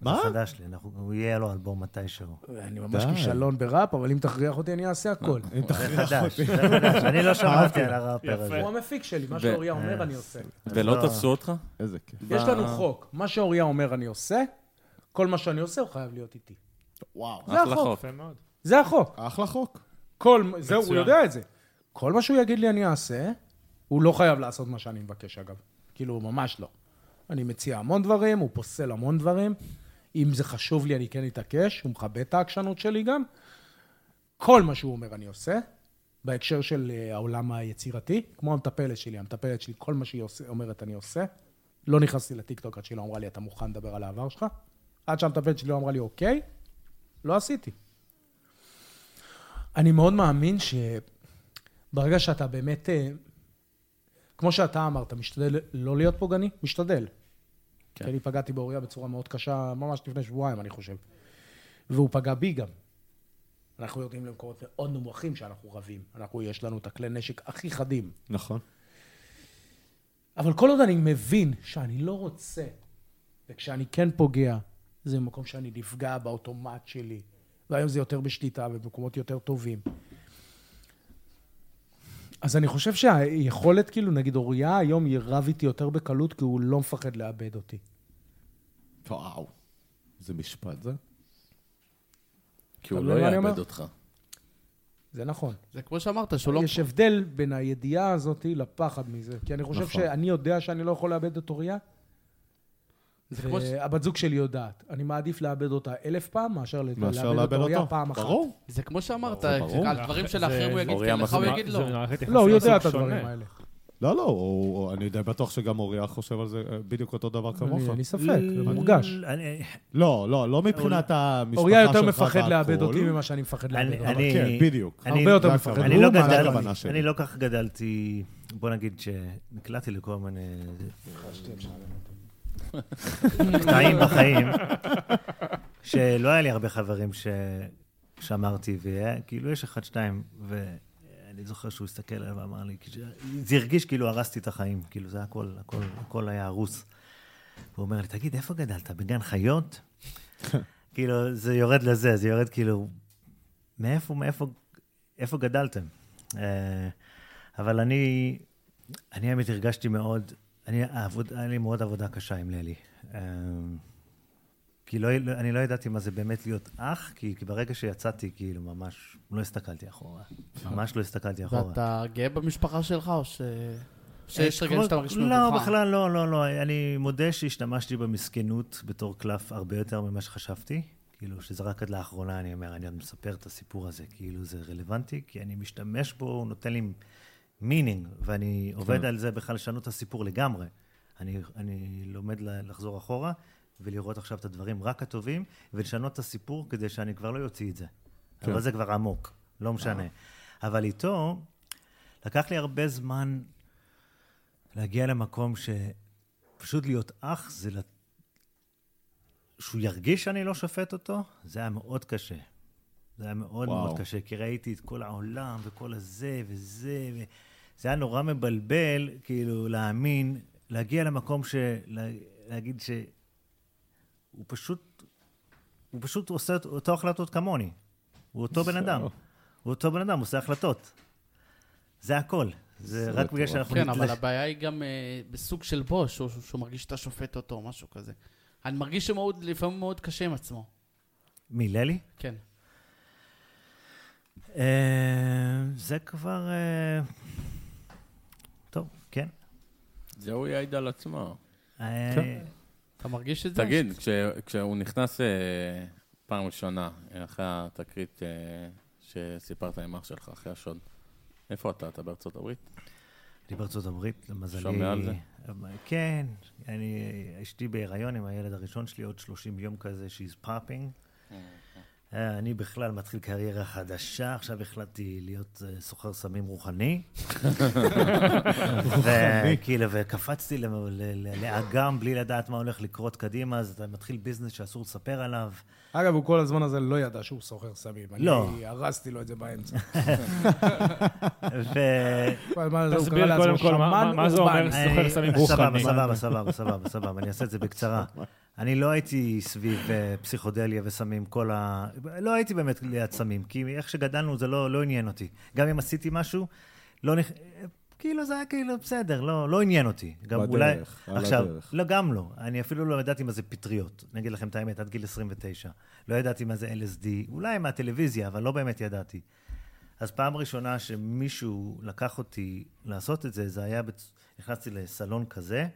[SPEAKER 8] מה?
[SPEAKER 6] זה חדש לי, אנחנו- הוא יהיה לו אלבום מתישהו.
[SPEAKER 7] אני ממש
[SPEAKER 8] די.
[SPEAKER 7] כישלון בראפ, אבל אם תכריח אותי, אני אעשה הכל.
[SPEAKER 6] זה חדש, זה חדש. אני לא שמעתי על הראפר הזה.
[SPEAKER 7] הוא המפיק שלי, מה
[SPEAKER 5] ו-
[SPEAKER 7] שאוריה אומר, אני עושה.
[SPEAKER 5] ולא
[SPEAKER 6] לא.
[SPEAKER 5] תפסו אותך?
[SPEAKER 8] איזה כיף.
[SPEAKER 7] יש לנו חוק, מה שאוריה אומר, אני עושה, כל מה שאני עושה, הוא חייב להיות איתי.
[SPEAKER 8] וואו.
[SPEAKER 7] זה
[SPEAKER 5] אחלה
[SPEAKER 7] החוק.
[SPEAKER 5] חוק.
[SPEAKER 3] יפה מאוד.
[SPEAKER 7] זה החוק.
[SPEAKER 8] אחלה חוק.
[SPEAKER 7] כל... זהו, הוא
[SPEAKER 3] מצוין.
[SPEAKER 7] יודע את זה. כל מה שהוא יגיד לי, אני אעשה, הוא לא חייב לעשות מה שאני מבקש, אגב. כאילו, ממש לא. אני מציע המון דברים, הוא פוסל המון דברים. אם זה חשוב לי, אני כן אתעקש, הוא מכבד את העקשנות שלי גם. כל מה שהוא אומר אני עושה, בהקשר של אה, העולם היצירתי, כמו המטפלת שלי, המטפלת שלי, כל מה שהיא עושה, אומרת אני עושה. לא נכנסתי לטיקטוק עד שהיא לא אמרה לי, אתה מוכן לדבר על העבר שלך? עד שהמטפלת שלי לא אמרה לי, אוקיי, לא עשיתי. אני מאוד מאמין שברגע שאתה באמת, אה, כמו שאתה אמרת, משתדל לא להיות פוגעני, משתדל. כן.
[SPEAKER 5] כן.
[SPEAKER 7] כי אני פגעתי באוריה בצורה מאוד קשה, ממש לפני שבועיים, אני חושב. והוא פגע בי גם. אנחנו יורדים למקומות מאוד נמוכים שאנחנו רבים. אנחנו, יש לנו את הכלי נשק הכי חדים.
[SPEAKER 8] נכון.
[SPEAKER 7] אבל כל עוד אני מבין שאני לא רוצה, וכשאני כן פוגע, זה מקום שאני נפגע באוטומט שלי, והיום זה יותר בשליטה ובמקומות יותר טובים. אז אני חושב שהיכולת, כאילו, נגיד אוריה היום ירב איתי יותר בקלות, כי הוא לא מפחד לאבד אותי.
[SPEAKER 8] וואו. זה משפט זה?
[SPEAKER 5] כי הוא
[SPEAKER 7] אתה
[SPEAKER 5] לא
[SPEAKER 7] מבין מה אני
[SPEAKER 5] יאבד
[SPEAKER 7] אומר?
[SPEAKER 5] אותך.
[SPEAKER 7] זה נכון.
[SPEAKER 4] זה כמו שאמרת, שהוא לא...
[SPEAKER 7] יש הבדל בין הידיעה הזאת לפחד מזה. כי אני חושב
[SPEAKER 8] נכון.
[SPEAKER 7] שאני יודע שאני לא יכול לאבד את אוריה,
[SPEAKER 4] זה כמו ש-
[SPEAKER 7] והבת זוג שלי יודעת. אני מעדיף לאבד אותה אלף פעם, מאשר
[SPEAKER 8] מאשר
[SPEAKER 7] לאבד את
[SPEAKER 8] לאבד
[SPEAKER 7] אוריה
[SPEAKER 8] אותו?
[SPEAKER 7] פעם אחת.
[SPEAKER 8] ברור.
[SPEAKER 4] זה כמו שאמרת,
[SPEAKER 8] ברור, ברור.
[SPEAKER 4] על דברים של האחרים הוא יגיד
[SPEAKER 5] אוריה
[SPEAKER 4] כן, לך הוא
[SPEAKER 5] מסביר.
[SPEAKER 4] יגיד לא.
[SPEAKER 3] זה מערכת יחסים
[SPEAKER 7] לא, הוא יודע
[SPEAKER 3] מסוג
[SPEAKER 7] את הדברים
[SPEAKER 3] שונה.
[SPEAKER 7] האלה.
[SPEAKER 8] לא, לא, הוא- הוא- אני די בטוח שגם אוריה חושב על זה אה, בדיוק אותו דבר כמוך.
[SPEAKER 7] אין לי ספק, זה מורגש.
[SPEAKER 6] אני-
[SPEAKER 8] לא, לא, לא מבחינת המשפחה שלך
[SPEAKER 7] אוריה יותר מפחד
[SPEAKER 8] והכל.
[SPEAKER 7] לאבד אותי ממה שאני מפחד לאבד
[SPEAKER 6] אני-
[SPEAKER 7] אותך.
[SPEAKER 6] אני-
[SPEAKER 8] כן, בדיוק.
[SPEAKER 6] אני-
[SPEAKER 7] הרבה יותר
[SPEAKER 8] זה
[SPEAKER 7] מפחד.
[SPEAKER 8] הכוונה.
[SPEAKER 6] אני לא
[SPEAKER 8] הוא מעלה
[SPEAKER 6] גדלתי,
[SPEAKER 8] הכוונה שלי.
[SPEAKER 6] אני לא כך גדלתי, בוא נגיד שנקלעתי לכל מיני קטעים בחיים, שלא היה לי הרבה חברים ששמרתי, וכאילו כאילו, יש אחד, שתיים, ואני זוכר שהוא הסתכל עליי ואמר לי, זה הרגיש כאילו הרסתי את החיים, כאילו זה הכל, הכל, הכל היה הרוס. הוא אומר לי, תגיד, איפה גדלת? בגן חיות? כאילו, זה יורד לזה, זה יורד כאילו, מאיפה, מאיפה, איפה גדלתם? אה, אבל אני, אני האמת הרגשתי מאוד, אני, העבוד, היה לי מאוד עבודה קשה עם ללי. אה, כי לא, לא- אני לא ידעתי מה זה באמת להיות אח, כי, כי ברגע שיצאתי, כאילו, ממש לא הסתכלתי אחורה. ממש לא הסתכלתי אחורה.
[SPEAKER 4] ואתה גאה במשפחה שלך, או ש... שיש רגעים שאתה מרגיש מבוכה?
[SPEAKER 6] אה, לא, בכלל לא, לא, לא. אני מודה שהשתמשתי במסכנות בתור קלף הרבה יותר ממה שחשבתי. כאילו, שזה רק עד לאחרונה, אני אומר, אני עוד מספר את הסיפור הזה. כאילו, זה רלוונטי, כי אני משתמש בו, הוא נותן לי מינינג, ואני
[SPEAKER 4] כן.
[SPEAKER 6] עובד על זה בכלל לשנות את הסיפור לגמרי. אני, אני לומד ל- לחזור אחורה ולראות עכשיו את הדברים רק הטובים, ולשנות את הסיפור כדי שאני כבר לא אוציא את זה.
[SPEAKER 4] כן.
[SPEAKER 6] אבל זה כבר עמוק, לא
[SPEAKER 4] אה.
[SPEAKER 6] משנה. אבל איתו, לקח לי הרבה זמן להגיע למקום שפשוט להיות אח זה לת... שהוא ירגיש שאני לא שופט אותו, זה היה מאוד קשה. זה היה מאוד
[SPEAKER 8] וואו.
[SPEAKER 6] וואו. מאוד קשה, כי ראיתי את כל העולם וכל הזה וזה, ו... זה היה נורא מבלבל, כאילו, להאמין, להגיע למקום של... לה- להגיד ש... הוא פשוט... הוא פשוט עושה את אותו החלטות כמוני. הוא אותו בן אדם. הוא אותו בן אדם, הוא עושה החלטות. זה הכל. זה רק בגלל שאנחנו
[SPEAKER 4] כן, אבל
[SPEAKER 6] נתלש-
[SPEAKER 4] הבעיה היא גם אה, בסוג של בוש, שהוא- שהוא שהוא מרגיש שאתה שופט אותו, משהו כזה. אני מרגיש שמאוד, לפעמים מאוד קשה עם עצמו.
[SPEAKER 6] מי, ללי?
[SPEAKER 4] כן.
[SPEAKER 6] אה, זה כבר... אה, טוב, כן.
[SPEAKER 5] זה הוא יעיד על עצמו.
[SPEAKER 6] אה,
[SPEAKER 4] אתה מרגיש את זה?
[SPEAKER 5] תגיד, כש- כשהוא נכנס אה, פעם ראשונה, אה, אחרי התקרית אה, שסיפרת עם אח שלך, אחרי השוד, איפה אתה? אתה בארצות הברית?
[SPEAKER 6] אני בארצות הברית, למזלי...
[SPEAKER 5] שומע על זה?
[SPEAKER 6] כן, אני... אשתי בהיריון עם הילד הראשון שלי, עוד 30 יום כזה, she's popping. אה, אני בכלל מתחיל קריירה חדשה, עכשיו החלטתי להיות אה, סוחר סמים רוחני. וכאילו, וקפצתי למ- ל- ל- לאגם בלי לדעת מה הולך לקרות קדימה, אז אתה מתחיל ביזנס שאסור לספר עליו.
[SPEAKER 7] אגב, הוא כל הזמן הזה לא ידע שהוא סוחר סמים.
[SPEAKER 6] לא.
[SPEAKER 7] אני הרסתי לו את זה באמצע.
[SPEAKER 6] ו...
[SPEAKER 7] מה זה, הוא
[SPEAKER 3] תסביר
[SPEAKER 7] קרא לעצמו
[SPEAKER 3] קודם כל מה-
[SPEAKER 7] שמן
[SPEAKER 3] מה- מה זה אומר
[SPEAKER 7] אורבני.
[SPEAKER 3] כן, סוחר
[SPEAKER 6] אה,
[SPEAKER 3] סמים
[SPEAKER 6] סבבה,
[SPEAKER 3] רוחני.
[SPEAKER 6] סבבה, סבבה, סבבה, סבבה, אני אעשה את זה בקצרה. אני לא הייתי סביב אה, פסיכודליה וסמים כל ה... לא הייתי באמת ליד סמים, כי איך שגדלנו זה לא לא עניין אותי. גם אם עשיתי משהו, לא נכ... אה, כאילו זה היה כאילו בסדר, לא לא עניין אותי. גם
[SPEAKER 8] בדרך,
[SPEAKER 6] אולי...
[SPEAKER 8] על
[SPEAKER 6] עכשיו,
[SPEAKER 8] הדרך.
[SPEAKER 6] לא, גם לא. אני אפילו לא ידעתי מה זה פטריות. אני אגיד לכם את האמת, עד גיל 29. לא ידעתי מה זה LSD, אולי מהטלוויזיה, אבל לא באמת ידעתי. אז פעם ראשונה שמישהו לקח אותי לעשות את זה, זה היה, בצ... נכנסתי לסלון כזה,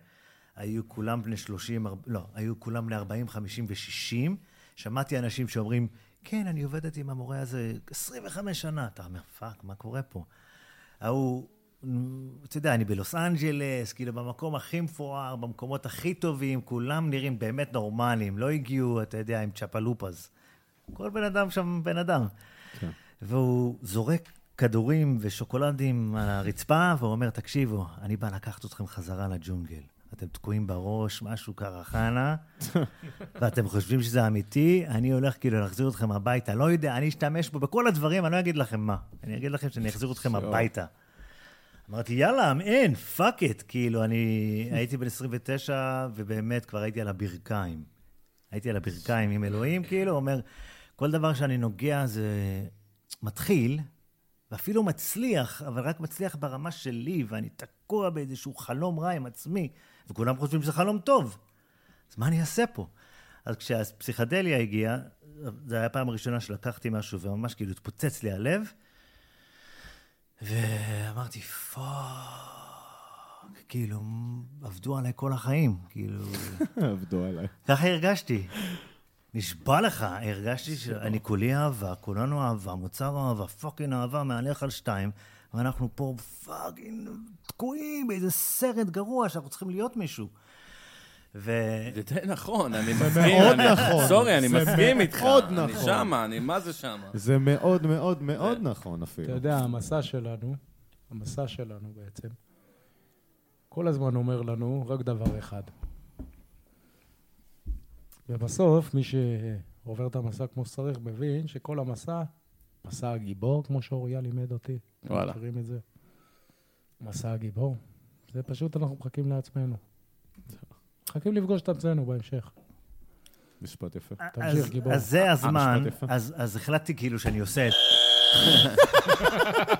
[SPEAKER 6] היו כולם בני 30, ארבע- לא, היו כולם בני 40, 50 ו-60. שמעתי אנשים שאומרים, כן, אני עובדת עם המורה הזה 25 שנה. אתה אומר, פאק, מה קורה פה? ההוא, אתה יודע, אני בלוס אנג'לס, כאילו במקום הכי מפואר, במקומות הכי טובים, כולם נראים באמת נורמליים, לא הגיעו, אתה יודע, עם צ'פלופז. כל בן אדם שם בן אדם. והוא זורק כדורים ושוקולדים על הרצפה, והוא אומר, תקשיבו, אני בא לקחת אתכם חזרה לג'ונגל. אתם תקועים בראש, משהו קרחנה, ואתם חושבים שזה אמיתי, אני הולך כאילו להחזיר אתכם הביתה. לא יודע, אני אשתמש בו בכל הדברים, אני לא אגיד לכם מה. אני אגיד לכם שאני אחזיר אתכם הביתה. אמרתי, יאללה, אמן, פאק את. כאילו, אני הייתי בן 29, ובאמת כבר הייתי על הברכיים. הייתי על הברכיים עם אלוהים, כאילו, אומר, כל דבר שאני נוגע זה מתחיל, ואפילו מצליח, אבל רק מצליח ברמה שלי, ואני תקוע באיזשהו חלום רע עם עצמי, וכולם חושבים שזה חלום טוב. אז מה אני אעשה פה? אז כשהפסיכדליה הגיעה, זו הייתה הפעם הראשונה שלקחתי משהו, וממש כאילו התפוצץ לי הלב, ואמרתי, פאק, כאילו, עבדו עליי כל החיים, כאילו...
[SPEAKER 8] עבדו עליי.
[SPEAKER 6] ככה הרגשתי. נשבע לך, הרגשתי שאני כולי אהבה, כולנו אהבה, מוצר אהבה, פאקינג אהבה, מהלך על שתיים, ואנחנו פה פאקינג תקועים באיזה סרט גרוע שאנחנו צריכים להיות מישהו. ו...
[SPEAKER 5] זה די נכון, אני מסכים.
[SPEAKER 8] מאוד
[SPEAKER 5] אני-
[SPEAKER 8] נכון.
[SPEAKER 5] סורי, אני
[SPEAKER 8] זה
[SPEAKER 5] מסכים איתך.
[SPEAKER 8] מאוד
[SPEAKER 5] אני
[SPEAKER 8] נכון.
[SPEAKER 5] שמה, אני מה זה שמה.
[SPEAKER 8] זה מאוד מאוד מאוד נכון
[SPEAKER 1] אתה
[SPEAKER 8] אפילו.
[SPEAKER 1] יודע, המסע שלנו, המסע שלנו בעצם, כל הזמן אומר לנו רק דבר אחד. ובסוף, מי שעובר את המסע כמו שצריך, מבין שכל המסע, מסע הגיבור, כמו שאוריה לימד אותי. אתם
[SPEAKER 5] וואלה.
[SPEAKER 1] מכירים את זה? מסע הגיבור. זה פשוט אנחנו מחכים לעצמנו. מחכים לפגוש את עצמנו בהמשך.
[SPEAKER 8] משפט יפה.
[SPEAKER 1] תמשיך,
[SPEAKER 6] אז-
[SPEAKER 1] גיבור.
[SPEAKER 6] אז זה הזמן,
[SPEAKER 8] משפט יפה.
[SPEAKER 6] אז אז החלטתי כאילו שאני עושה את זה.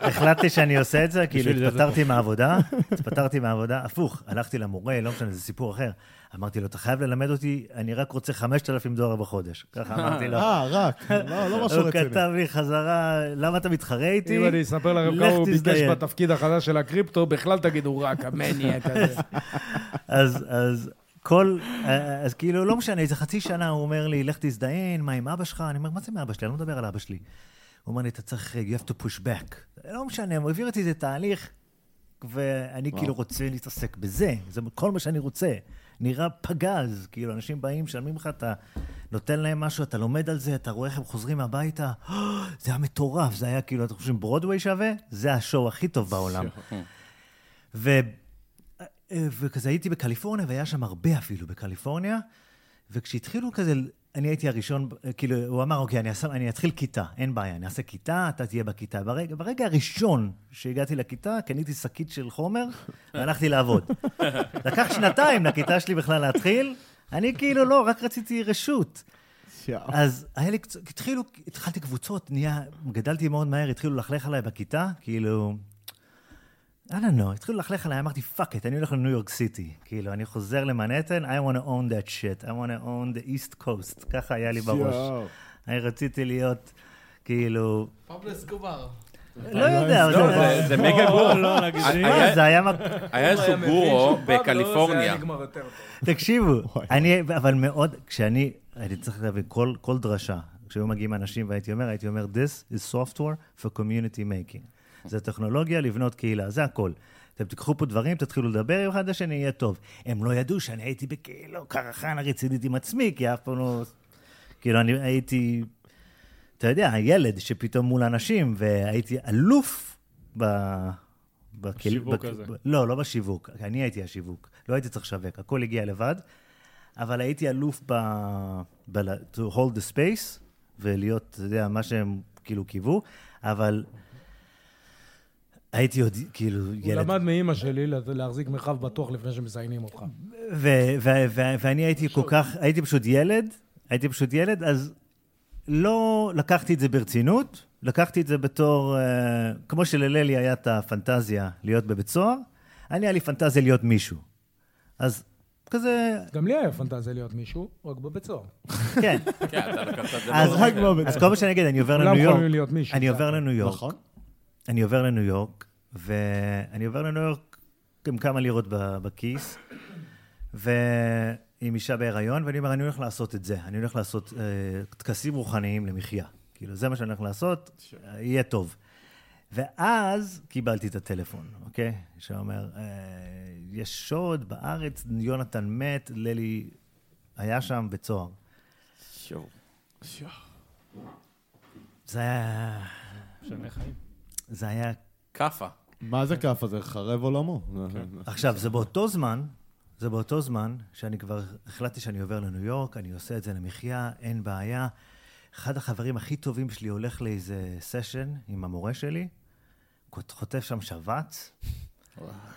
[SPEAKER 6] החלטתי שאני עושה את זה, כאילו התפטרתי מהעבודה, התפטרתי מהעבודה, הפוך, הלכתי למורה, לא משנה, זה סיפור אחר. אמרתי לו, אתה חייב ללמד אותי, אני רק רוצה 5,000 דולר בחודש. ככה אמרתי לו.
[SPEAKER 8] אה, רק, לא לא משהו
[SPEAKER 6] הוא
[SPEAKER 8] רציני.
[SPEAKER 6] כתב לי חזרה, למה אתה מתחרה איתי?
[SPEAKER 2] אם אני אספר לכם
[SPEAKER 6] לך
[SPEAKER 2] כמה הוא ביקש
[SPEAKER 6] תזדיין.
[SPEAKER 2] בתפקיד החדש של הקריפטו, בכלל תגידו רק, המניאק הזה.
[SPEAKER 6] אז, אז כל, אז כאילו, לא משנה, איזה חצי שנה הוא אומר לי, לך תזדיין, מה עם אבא שלך? אני אומר, מה זה מאבא שלי? אני לא מדבר על אבא שלי. הוא אומר לי, אתה צריך, you have to push back. לא משנה, הוא העביר אותי איזה תהליך, ואני כאילו רוצה להתעסק בזה, זה כל מה שאני רוצה. נראה פגז, כאילו, אנשים באים, משלמים לך, אתה נותן להם משהו, אתה לומד על זה, אתה רואה איך הם חוזרים הביתה, זה היה מטורף, זה היה כאילו, אתם חושבים, ברודוויי שווה? זה השואו הכי טוב בעולם. ו... וכזה הייתי בקליפורניה, והיה שם הרבה אפילו בקליפורניה, וכשהתחילו כזה, אני הייתי הראשון, כאילו, הוא אמר, אוקיי, אני, אעשה, אני אתחיל כיתה, אין בעיה, אני אעשה כיתה, אתה תהיה בכיתה. ברגע, ברגע הראשון שהגעתי לכיתה, קניתי שקית של חומר, והלכתי לעבוד. לקח שנתיים לכיתה שלי בכלל להתחיל, אני כאילו לא, רק רציתי רשות.
[SPEAKER 8] יאו.
[SPEAKER 6] אז היה לי, קצ- התחילו, התחלתי קבוצות, נהיה, גדלתי מאוד מהר, התחילו ללכלך עליי בכיתה, כאילו, I don't know, התחילו ללכלך עליי, אמרתי, fuck it, אני הולך לניו יורק סיטי. כאילו, אני חוזר למנהטן, I want to own that shit, I want to own the east coast, ככה היה לי בראש.
[SPEAKER 8] יואו.
[SPEAKER 6] אני רציתי להיות, כאילו,
[SPEAKER 4] פבלו אסקובר.
[SPEAKER 6] לא יודע,
[SPEAKER 5] לא,
[SPEAKER 6] אבל
[SPEAKER 5] זה- זה מגה גור.
[SPEAKER 6] שמע, נכון. זה נכון. היה... מק-
[SPEAKER 5] היה איזשהו גורו בקליפורניה.
[SPEAKER 6] נכון. תקשיבו, אני, אבל מאוד, כשאני, אני צריך להבין, כל, כל דרשה, כשהיו מגיעים אנשים והייתי אומר, הייתי אומר, This is software for community making. זה טכנולוגיה לבנות קהילה, זה הכל. אתם תיקחו פה דברים, תתחילו לדבר עם אחד לשני, יהיה טוב. הם לא ידעו שאני הייתי בכאילו קרחנה רצינית עם עצמי, כי אף פעם לא... כאילו, אני הייתי, אתה יודע, הילד שפתאום מול אנשים, והייתי אלוף ב... בכל-
[SPEAKER 3] בשיווק
[SPEAKER 6] בכ-
[SPEAKER 3] הזה.
[SPEAKER 6] ב- לא, לא בשיווק, אני הייתי השיווק, לא הייתי צריך לשווק, הכל הגיע לבד, אבל הייתי אלוף ב... ב... to hold the space, ולהיות, אתה יודע, מה שהם כאילו קיוו, אבל הייתי עוד כאילו
[SPEAKER 1] הוא
[SPEAKER 6] ילד
[SPEAKER 1] למד מאימא שלי לה- להחזיק מרחב בטוח לפני שמזיינים אותך.
[SPEAKER 6] ו- ו- ו- ואני הייתי כל כך, הייתי פשוט ילד, הייתי פשוט ילד, אז לא לקחתי את זה ברצינות, לקחתי את זה בתור, אה, כמו שלללי היה את הפנטזיה להיות בבית סוהר, אני היה לי פנטזיה להיות מישהו. אז כזה,
[SPEAKER 1] גם לי היה פנטזיה להיות מישהו, רק בבית סוהר.
[SPEAKER 6] כן.
[SPEAKER 5] כן, אתה לקחת את זה. נכון.
[SPEAKER 6] אז
[SPEAKER 5] בראש.
[SPEAKER 6] רק אז כל מה שאני אגיד, אני עובר
[SPEAKER 1] לא כולם
[SPEAKER 6] לניו יורק,
[SPEAKER 1] יכולים להיות מישהו.
[SPEAKER 6] אני עובר
[SPEAKER 1] ככה.
[SPEAKER 6] לניו יורק,
[SPEAKER 8] נכון.
[SPEAKER 6] אני עובר לניו יורק, ואני עובר לניו יורק עם כמה לירות ב- בכיס, ועם אישה בהיריון, ואני אומר, אני הולך לעשות את זה. אני הולך לעשות אה, טקסים רוחניים למחיה. כאילו, זה מה שאני הולך לעשות, אה, יהיה טוב. ואז קיבלתי את הטלפון, אוקיי? שאומר, אה, יש שוד בארץ, יונתן מת, ללי היה שם בצוהר.
[SPEAKER 5] שוב.
[SPEAKER 6] זה היה...
[SPEAKER 3] משנה חיים.
[SPEAKER 6] זה היה...
[SPEAKER 5] כאפה.
[SPEAKER 8] מה זה כף הזה? חרב עולמו.
[SPEAKER 6] עכשיו, זה באותו זמן, זה באותו זמן שאני כבר החלטתי שאני עובר לניו יורק, אני עושה את זה למחיה, אין בעיה. אחד החברים הכי טובים שלי הולך לאיזה סשן עם המורה שלי, כות- חוטף שם שבץ,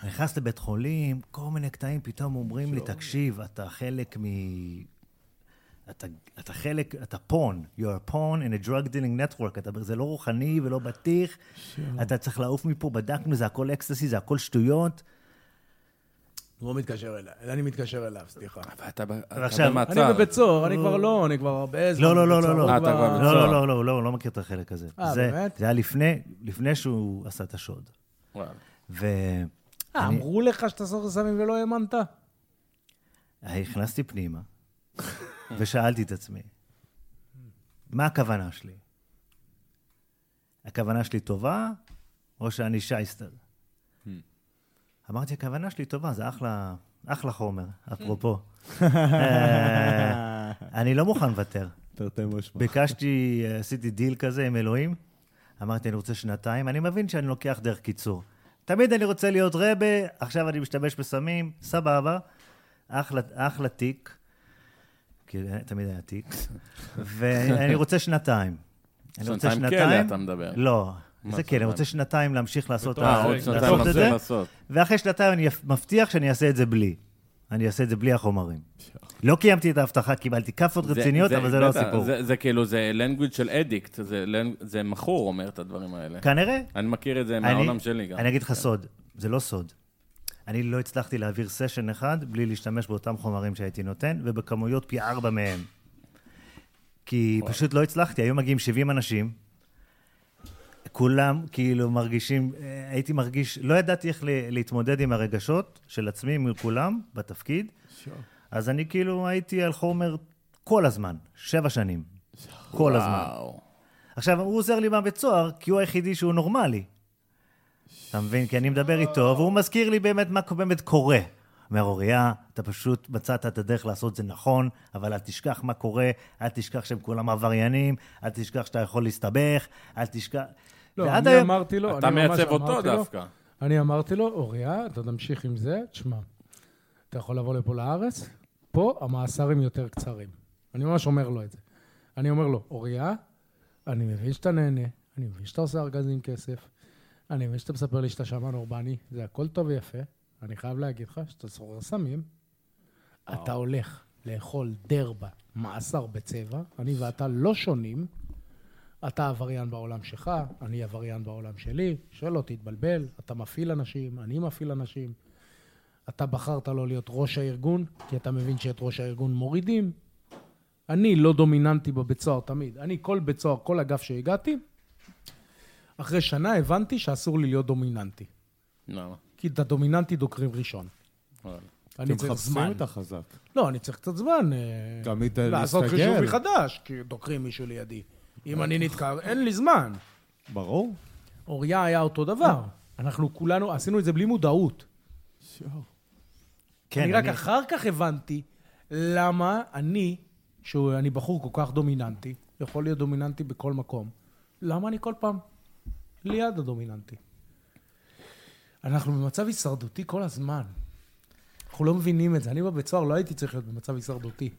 [SPEAKER 6] נכנס לבית חולים, כל מיני קטעים, פתאום אומרים לי, תקשיב, אתה חלק מ... אתה, אתה חלק, אתה פון, you're a pawn in a drug dealing network, אתה, זה לא רוחני ולא בטיח, אתה צריך לעוף מפה, בדקנו, זה הכל אקסטסי, זה הכל שטויות.
[SPEAKER 1] הוא לא מתקשר אליי, אני מתקשר אליו, סליחה.
[SPEAKER 5] אבל אתה ב- אתה
[SPEAKER 6] עכשיו,
[SPEAKER 1] אני
[SPEAKER 5] במעצר.
[SPEAKER 1] בבית סוהר, אני כבר לא, אני כבר הרבה זמן
[SPEAKER 6] לא, לא, לא,
[SPEAKER 1] בבית סוהר,
[SPEAKER 6] לא, לא.
[SPEAKER 5] אה,
[SPEAKER 1] הוא
[SPEAKER 5] אתה כבר
[SPEAKER 6] לא,
[SPEAKER 5] בצוהר.
[SPEAKER 6] לא, לא, לא, הוא לא, הוא לא מכיר את החלק הזה.
[SPEAKER 1] אה,
[SPEAKER 6] זה,
[SPEAKER 1] באמת?
[SPEAKER 6] זה היה לפני, לפני שהוא עשה את השוד.
[SPEAKER 5] וואלה.
[SPEAKER 6] ו...
[SPEAKER 1] אה,
[SPEAKER 6] אני-
[SPEAKER 1] אמרו לך שאתה סוחר סמים ולא האמנת?
[SPEAKER 6] נכנסתי פנימה, ושאלתי את עצמי, מה הכוונה שלי? הכוונה שלי טובה, או שאני שייסטר?
[SPEAKER 5] Hmm.
[SPEAKER 6] אמרתי, הכוונה שלי טובה, זה אחלה, אחלה חומר, אפרופו. אה, אני לא מוכן לוותר.
[SPEAKER 8] תרתי משמע.
[SPEAKER 6] ביקשתי, עשיתי דיל כזה עם אלוהים. אמרתי, אני רוצה שנתיים. אני מבין שאני לוקח דרך קיצור. תמיד אני רוצה להיות רבה, עכשיו אני משתמש בסמים, סבבה. אחלה, אחלה תיק. כי תמיד היה תיק. ואני רוצה שנתיים. אני רוצה
[SPEAKER 5] שנתיים
[SPEAKER 6] שנתיים.
[SPEAKER 5] כלא אתה מדבר.
[SPEAKER 6] לא.
[SPEAKER 5] מה
[SPEAKER 6] זה כן, אני
[SPEAKER 5] שנתיים?
[SPEAKER 6] רוצה שנתיים להמשיך לעשות
[SPEAKER 3] בתור-
[SPEAKER 5] אה,
[SPEAKER 6] ה-
[SPEAKER 5] עוד
[SPEAKER 3] לעשות
[SPEAKER 5] שנתיים
[SPEAKER 6] לעשות את
[SPEAKER 5] נחזור
[SPEAKER 6] זה,
[SPEAKER 5] לעשות.
[SPEAKER 6] ואחרי שנתיים אני יפ- מבטיח שאני אעשה את זה בלי. אני אעשה את זה בלי החומרים. לא קיימתי את ההבטחה, קיבלתי כאפות
[SPEAKER 5] זה-
[SPEAKER 6] רציניות, אבל זה לא
[SPEAKER 5] בטח,
[SPEAKER 6] הסיפור.
[SPEAKER 5] זה- זה כאילו, זה language של אדיקט, זה לנ- זה מכור אומר את הדברים האלה.
[SPEAKER 6] כנראה.
[SPEAKER 5] אני מכיר את זה מהעולם שלי גם.
[SPEAKER 6] כן.
[SPEAKER 5] כן.
[SPEAKER 6] אני אגיד לך סוד, זה לא סוד. אני לא הצלחתי להעביר סשן אחד בלי להשתמש באותם חומרים שהייתי נותן, ובכמויות פי ארבע מהם. כי וואו. פשוט לא הצלחתי, היו מגיעים 70 אנשים, כולם כאילו מרגישים, אה, הייתי מרגיש, לא ידעתי איך ל- להתמודד עם הרגשות של עצמי מול כולם בתפקיד, אז אני כאילו הייתי על חומר כל הזמן, שבע שנים, כל הזמן.
[SPEAKER 5] וואו.
[SPEAKER 6] עכשיו, הוא עוזר לי מהבית סוהר, כי הוא היחידי שהוא נורמלי. אתה מבין? כי אני מדבר איתו, והוא מזכיר לי באמת מה באמת קורה. אומר, אוריה, אתה פשוט מצאת את הדרך לעשות את זה נכון, אבל אל תשכח מה קורה, אל תשכח שהם כולם עבריינים, אל תשכח שאתה יכול להסתבך, אל תשכח...
[SPEAKER 7] לא,
[SPEAKER 6] ועד
[SPEAKER 7] אני
[SPEAKER 6] היום-
[SPEAKER 7] אמרתי לו,
[SPEAKER 5] אתה
[SPEAKER 7] אני ממש
[SPEAKER 5] מייצב אותו
[SPEAKER 1] לא.
[SPEAKER 7] אמרתי לא. לו,
[SPEAKER 5] דווקא.
[SPEAKER 7] אני אמרתי לו, אוריה, אתה תמשיך עם זה, תשמע, אתה יכול לבוא לפה לארץ, פה המאסרים יותר קצרים. אני ממש אומר לו את זה. אני אומר לו, אוריה, אני מבין שאתה נהנה, אני מבין שאתה עושה ארגז עם כסף, אני מבין שאתה מספר לי שאתה שמן אורבני, זה הכל טוב ויפה, אני חייב להגיד לך שאתה סוחר סמים, אתה הולך לאכול דרבה, מאסר בצבע, אני ואתה לא שונים, אתה עבריין בעולם שלך, אני עבריין בעולם שלי, שלא תתבלבל, אתה מפעיל אנשים, אני מפעיל אנשים. אתה בחרת לא להיות ראש הארגון, כי אתה מבין שאת ראש הארגון מורידים. אני לא דומיננטי בבית סוהר תמיד. אני כל בית סוהר, כל אגף שהגעתי, אחרי שנה הבנתי שאסור לי להיות דומיננטי.
[SPEAKER 5] למה?
[SPEAKER 7] כי את הדומיננטי דוקרים ראשון.
[SPEAKER 5] וואלה.
[SPEAKER 7] אני
[SPEAKER 8] אתם
[SPEAKER 7] צריך
[SPEAKER 8] מחפשים
[SPEAKER 7] זמן.
[SPEAKER 8] את החזק.
[SPEAKER 7] לא, אני צריך קצת זמן. אה,
[SPEAKER 8] גם מי ת-
[SPEAKER 7] לעשות
[SPEAKER 8] להסתגל.
[SPEAKER 7] חישוב מחדש, כי דוקרים מישהו לידי. אם אני נתקר, אין לי זמן.
[SPEAKER 8] ברור.
[SPEAKER 7] אוריה היה אותו דבר. אנחנו כולנו עשינו את זה בלי מודעות.
[SPEAKER 6] כן,
[SPEAKER 7] אני רק אחר כך הבנתי למה אני, שאני בחור כל כך דומיננטי, יכול להיות דומיננטי בכל מקום, למה אני כל פעם ליד הדומיננטי. אנחנו במצב הישרדותי כל הזמן. אנחנו לא מבינים את זה. אני בבית סוהר לא הייתי צריך להיות במצב הישרדותי.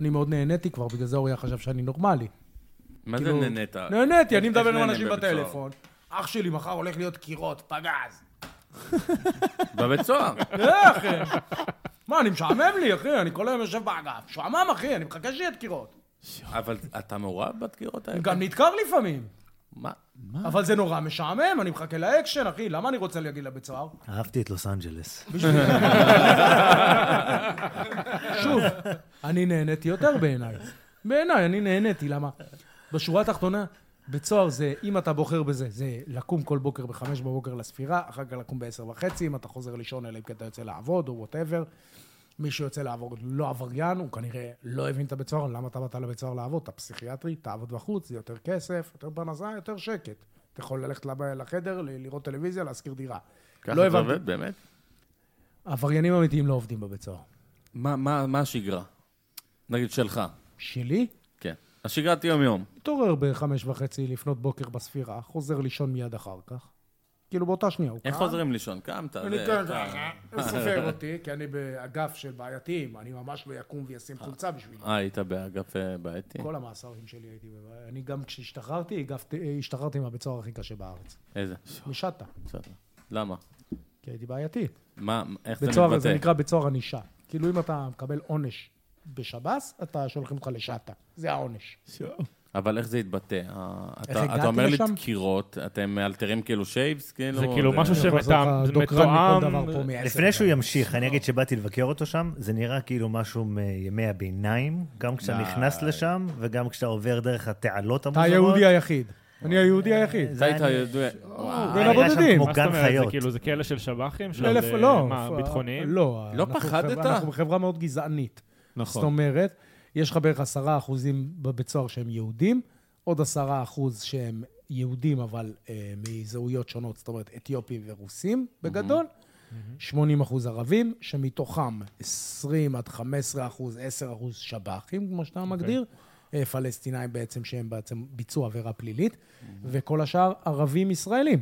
[SPEAKER 7] אני מאוד נהניתי כבר, בגלל זה אוריה חשב שאני נורמלי.
[SPEAKER 5] מה זה
[SPEAKER 7] כאילו,
[SPEAKER 5] נהנית?
[SPEAKER 7] נהניתי, אני
[SPEAKER 5] אה, איך
[SPEAKER 7] מדבר עם
[SPEAKER 5] נהנה
[SPEAKER 7] אנשים
[SPEAKER 5] בבית סוהר?
[SPEAKER 7] בטלפון. אח שלי מחר הולך להיות קירות, פגז.
[SPEAKER 5] בבית סוהר.
[SPEAKER 7] אה, אחי. מה, אני משעמם לי, אחי, אני כל היום יושב באגף. משועמם, אחי, אני מחכה שיהיה דקירות.
[SPEAKER 5] אבל אתה מעורב בדקירות האלה?
[SPEAKER 7] גם לא נדקר לפעמים.
[SPEAKER 5] מה?
[SPEAKER 7] אבל זה נורא משעמם, אני מחכה לאקשן, אחי, למה אני רוצה להגיד לבית סוהר?
[SPEAKER 6] אהבתי את לוס אנג'לס.
[SPEAKER 7] שוב, אני נהניתי יותר בעיניי. בעיניי, אני נהניתי, למה? בשורה התחתונה, בית סוהר זה, אם אתה בוחר בזה, זה לקום כל בוקר בחמש בבוקר לספירה, אחר כך לקום בעשר וחצי, אם אתה חוזר לישון, אלא אם כן אתה יוצא לעבוד, או וואטאבר. מי שיוצא לעבוד לא עבריין, הוא כנראה לא הבין את הבית סוהר, למה אתה באת לבית סוהר לעבוד? אתה פסיכיאטרי, תעבוד בחוץ, זה יותר כסף, יותר פרנסה, יותר שקט. אתה יכול ללכת לב- לחדר, ל- לראות טלוויזיה, להשכיר דירה.
[SPEAKER 5] ככה זה
[SPEAKER 7] הבנתי.
[SPEAKER 5] עובד, באמת?
[SPEAKER 7] עבריינים אמיתיים לא עובדים בבית סוהר.
[SPEAKER 5] מה- מה מה השגרה? נגיד שלך.
[SPEAKER 7] שלי?
[SPEAKER 5] כן. השגרת יום-יום.
[SPEAKER 7] מתעורר בחמש וחצי לפנות בוקר בספירה, חוזר לישון מיד אחר כך. כאילו באותה שנייה הוא קם.
[SPEAKER 5] איך אה, חוזרים לישון? קמת?
[SPEAKER 7] אני
[SPEAKER 5] זה,
[SPEAKER 7] קם
[SPEAKER 5] אתה-
[SPEAKER 7] ככה, הוא סופר אותי, כי אני באגף של בעייתיים, אני ממש לא אקום וישים חולצה בשבילי.
[SPEAKER 5] אה, היית באגף אה, בעייתי?
[SPEAKER 7] כל המאסרים שלי הייתי, בבעיה. אני גם כשהשתחררתי, הגבתי- השתחררתי מהבית סוהר הכי קשה בארץ.
[SPEAKER 5] איזה?
[SPEAKER 7] משטה,
[SPEAKER 5] בסדר. למה?
[SPEAKER 7] כי הייתי בעייתי.
[SPEAKER 5] מה, איך זה
[SPEAKER 7] בית סוהר זה
[SPEAKER 5] מתבטא?
[SPEAKER 7] נקרא בית סוהר ענישה. כאילו אם אתה מקבל עונש בשב"ס, אתה שולחים אותך לשטה. זה העונש.
[SPEAKER 5] אבל איך זה התבטא? אה, אתה-
[SPEAKER 7] הגעתי
[SPEAKER 5] אתה אומר לי
[SPEAKER 7] לשם?
[SPEAKER 5] דקירות, אתם מאלתרים כאילו שייבס? כאילו...
[SPEAKER 3] זה כאילו משהו
[SPEAKER 7] אני יכול לעשות לך
[SPEAKER 3] שמתואם, זה
[SPEAKER 7] דוקרן מכל
[SPEAKER 3] מתואם.
[SPEAKER 7] דבר פה מעשר
[SPEAKER 6] לפני שהוא
[SPEAKER 7] דקות.
[SPEAKER 6] ימשיך, אני אגיד שבאתי לבקר אותו שם, זה נראה כאילו משהו מימי הביניים, גם כשאתה
[SPEAKER 5] די.
[SPEAKER 6] נכנס לשם וגם כשאתה עובר דרך התעלות
[SPEAKER 7] אתה
[SPEAKER 6] המוזרות.
[SPEAKER 7] היהודי היחיד. אני היהודי היחיד.
[SPEAKER 5] אתה
[SPEAKER 6] זה
[SPEAKER 5] היית
[SPEAKER 6] היה-
[SPEAKER 5] ידוע...
[SPEAKER 6] אה,
[SPEAKER 7] בין
[SPEAKER 6] היה שם
[SPEAKER 7] הבודדים.
[SPEAKER 6] כמו
[SPEAKER 3] מה זאת
[SPEAKER 6] גן
[SPEAKER 3] אומרת? זה
[SPEAKER 6] חיות.
[SPEAKER 3] כאילו, זה כלא של שב"חים? של
[SPEAKER 7] אלף,
[SPEAKER 3] אה,
[SPEAKER 7] לא.
[SPEAKER 3] מה,
[SPEAKER 7] אה,
[SPEAKER 3] ביטחוניים?
[SPEAKER 7] לא.
[SPEAKER 5] לא
[SPEAKER 7] אנחנו
[SPEAKER 5] פחדת?
[SPEAKER 7] חברה- אנחנו בחברה מאוד גזענית. זאת
[SPEAKER 8] נכון.
[SPEAKER 7] אומרת, יש לך בערך עשרה אחוזים בבית סוהר שהם יהודים, עוד עשרה אחוז שהם יהודים, אבל אה, מזהויות שונות, זאת אומרת, אתיופים ורוסים בגדול. 80 אחוז ערבים, שמתוכם 20 עד 15 אחוז, 10 אחוז שב"חים, כמו שאתה מגדיר, אה, פלסטינאים בעצם, שהם בעצם ביצעו עבירה פלילית, וכל השאר ערבים ישראלים.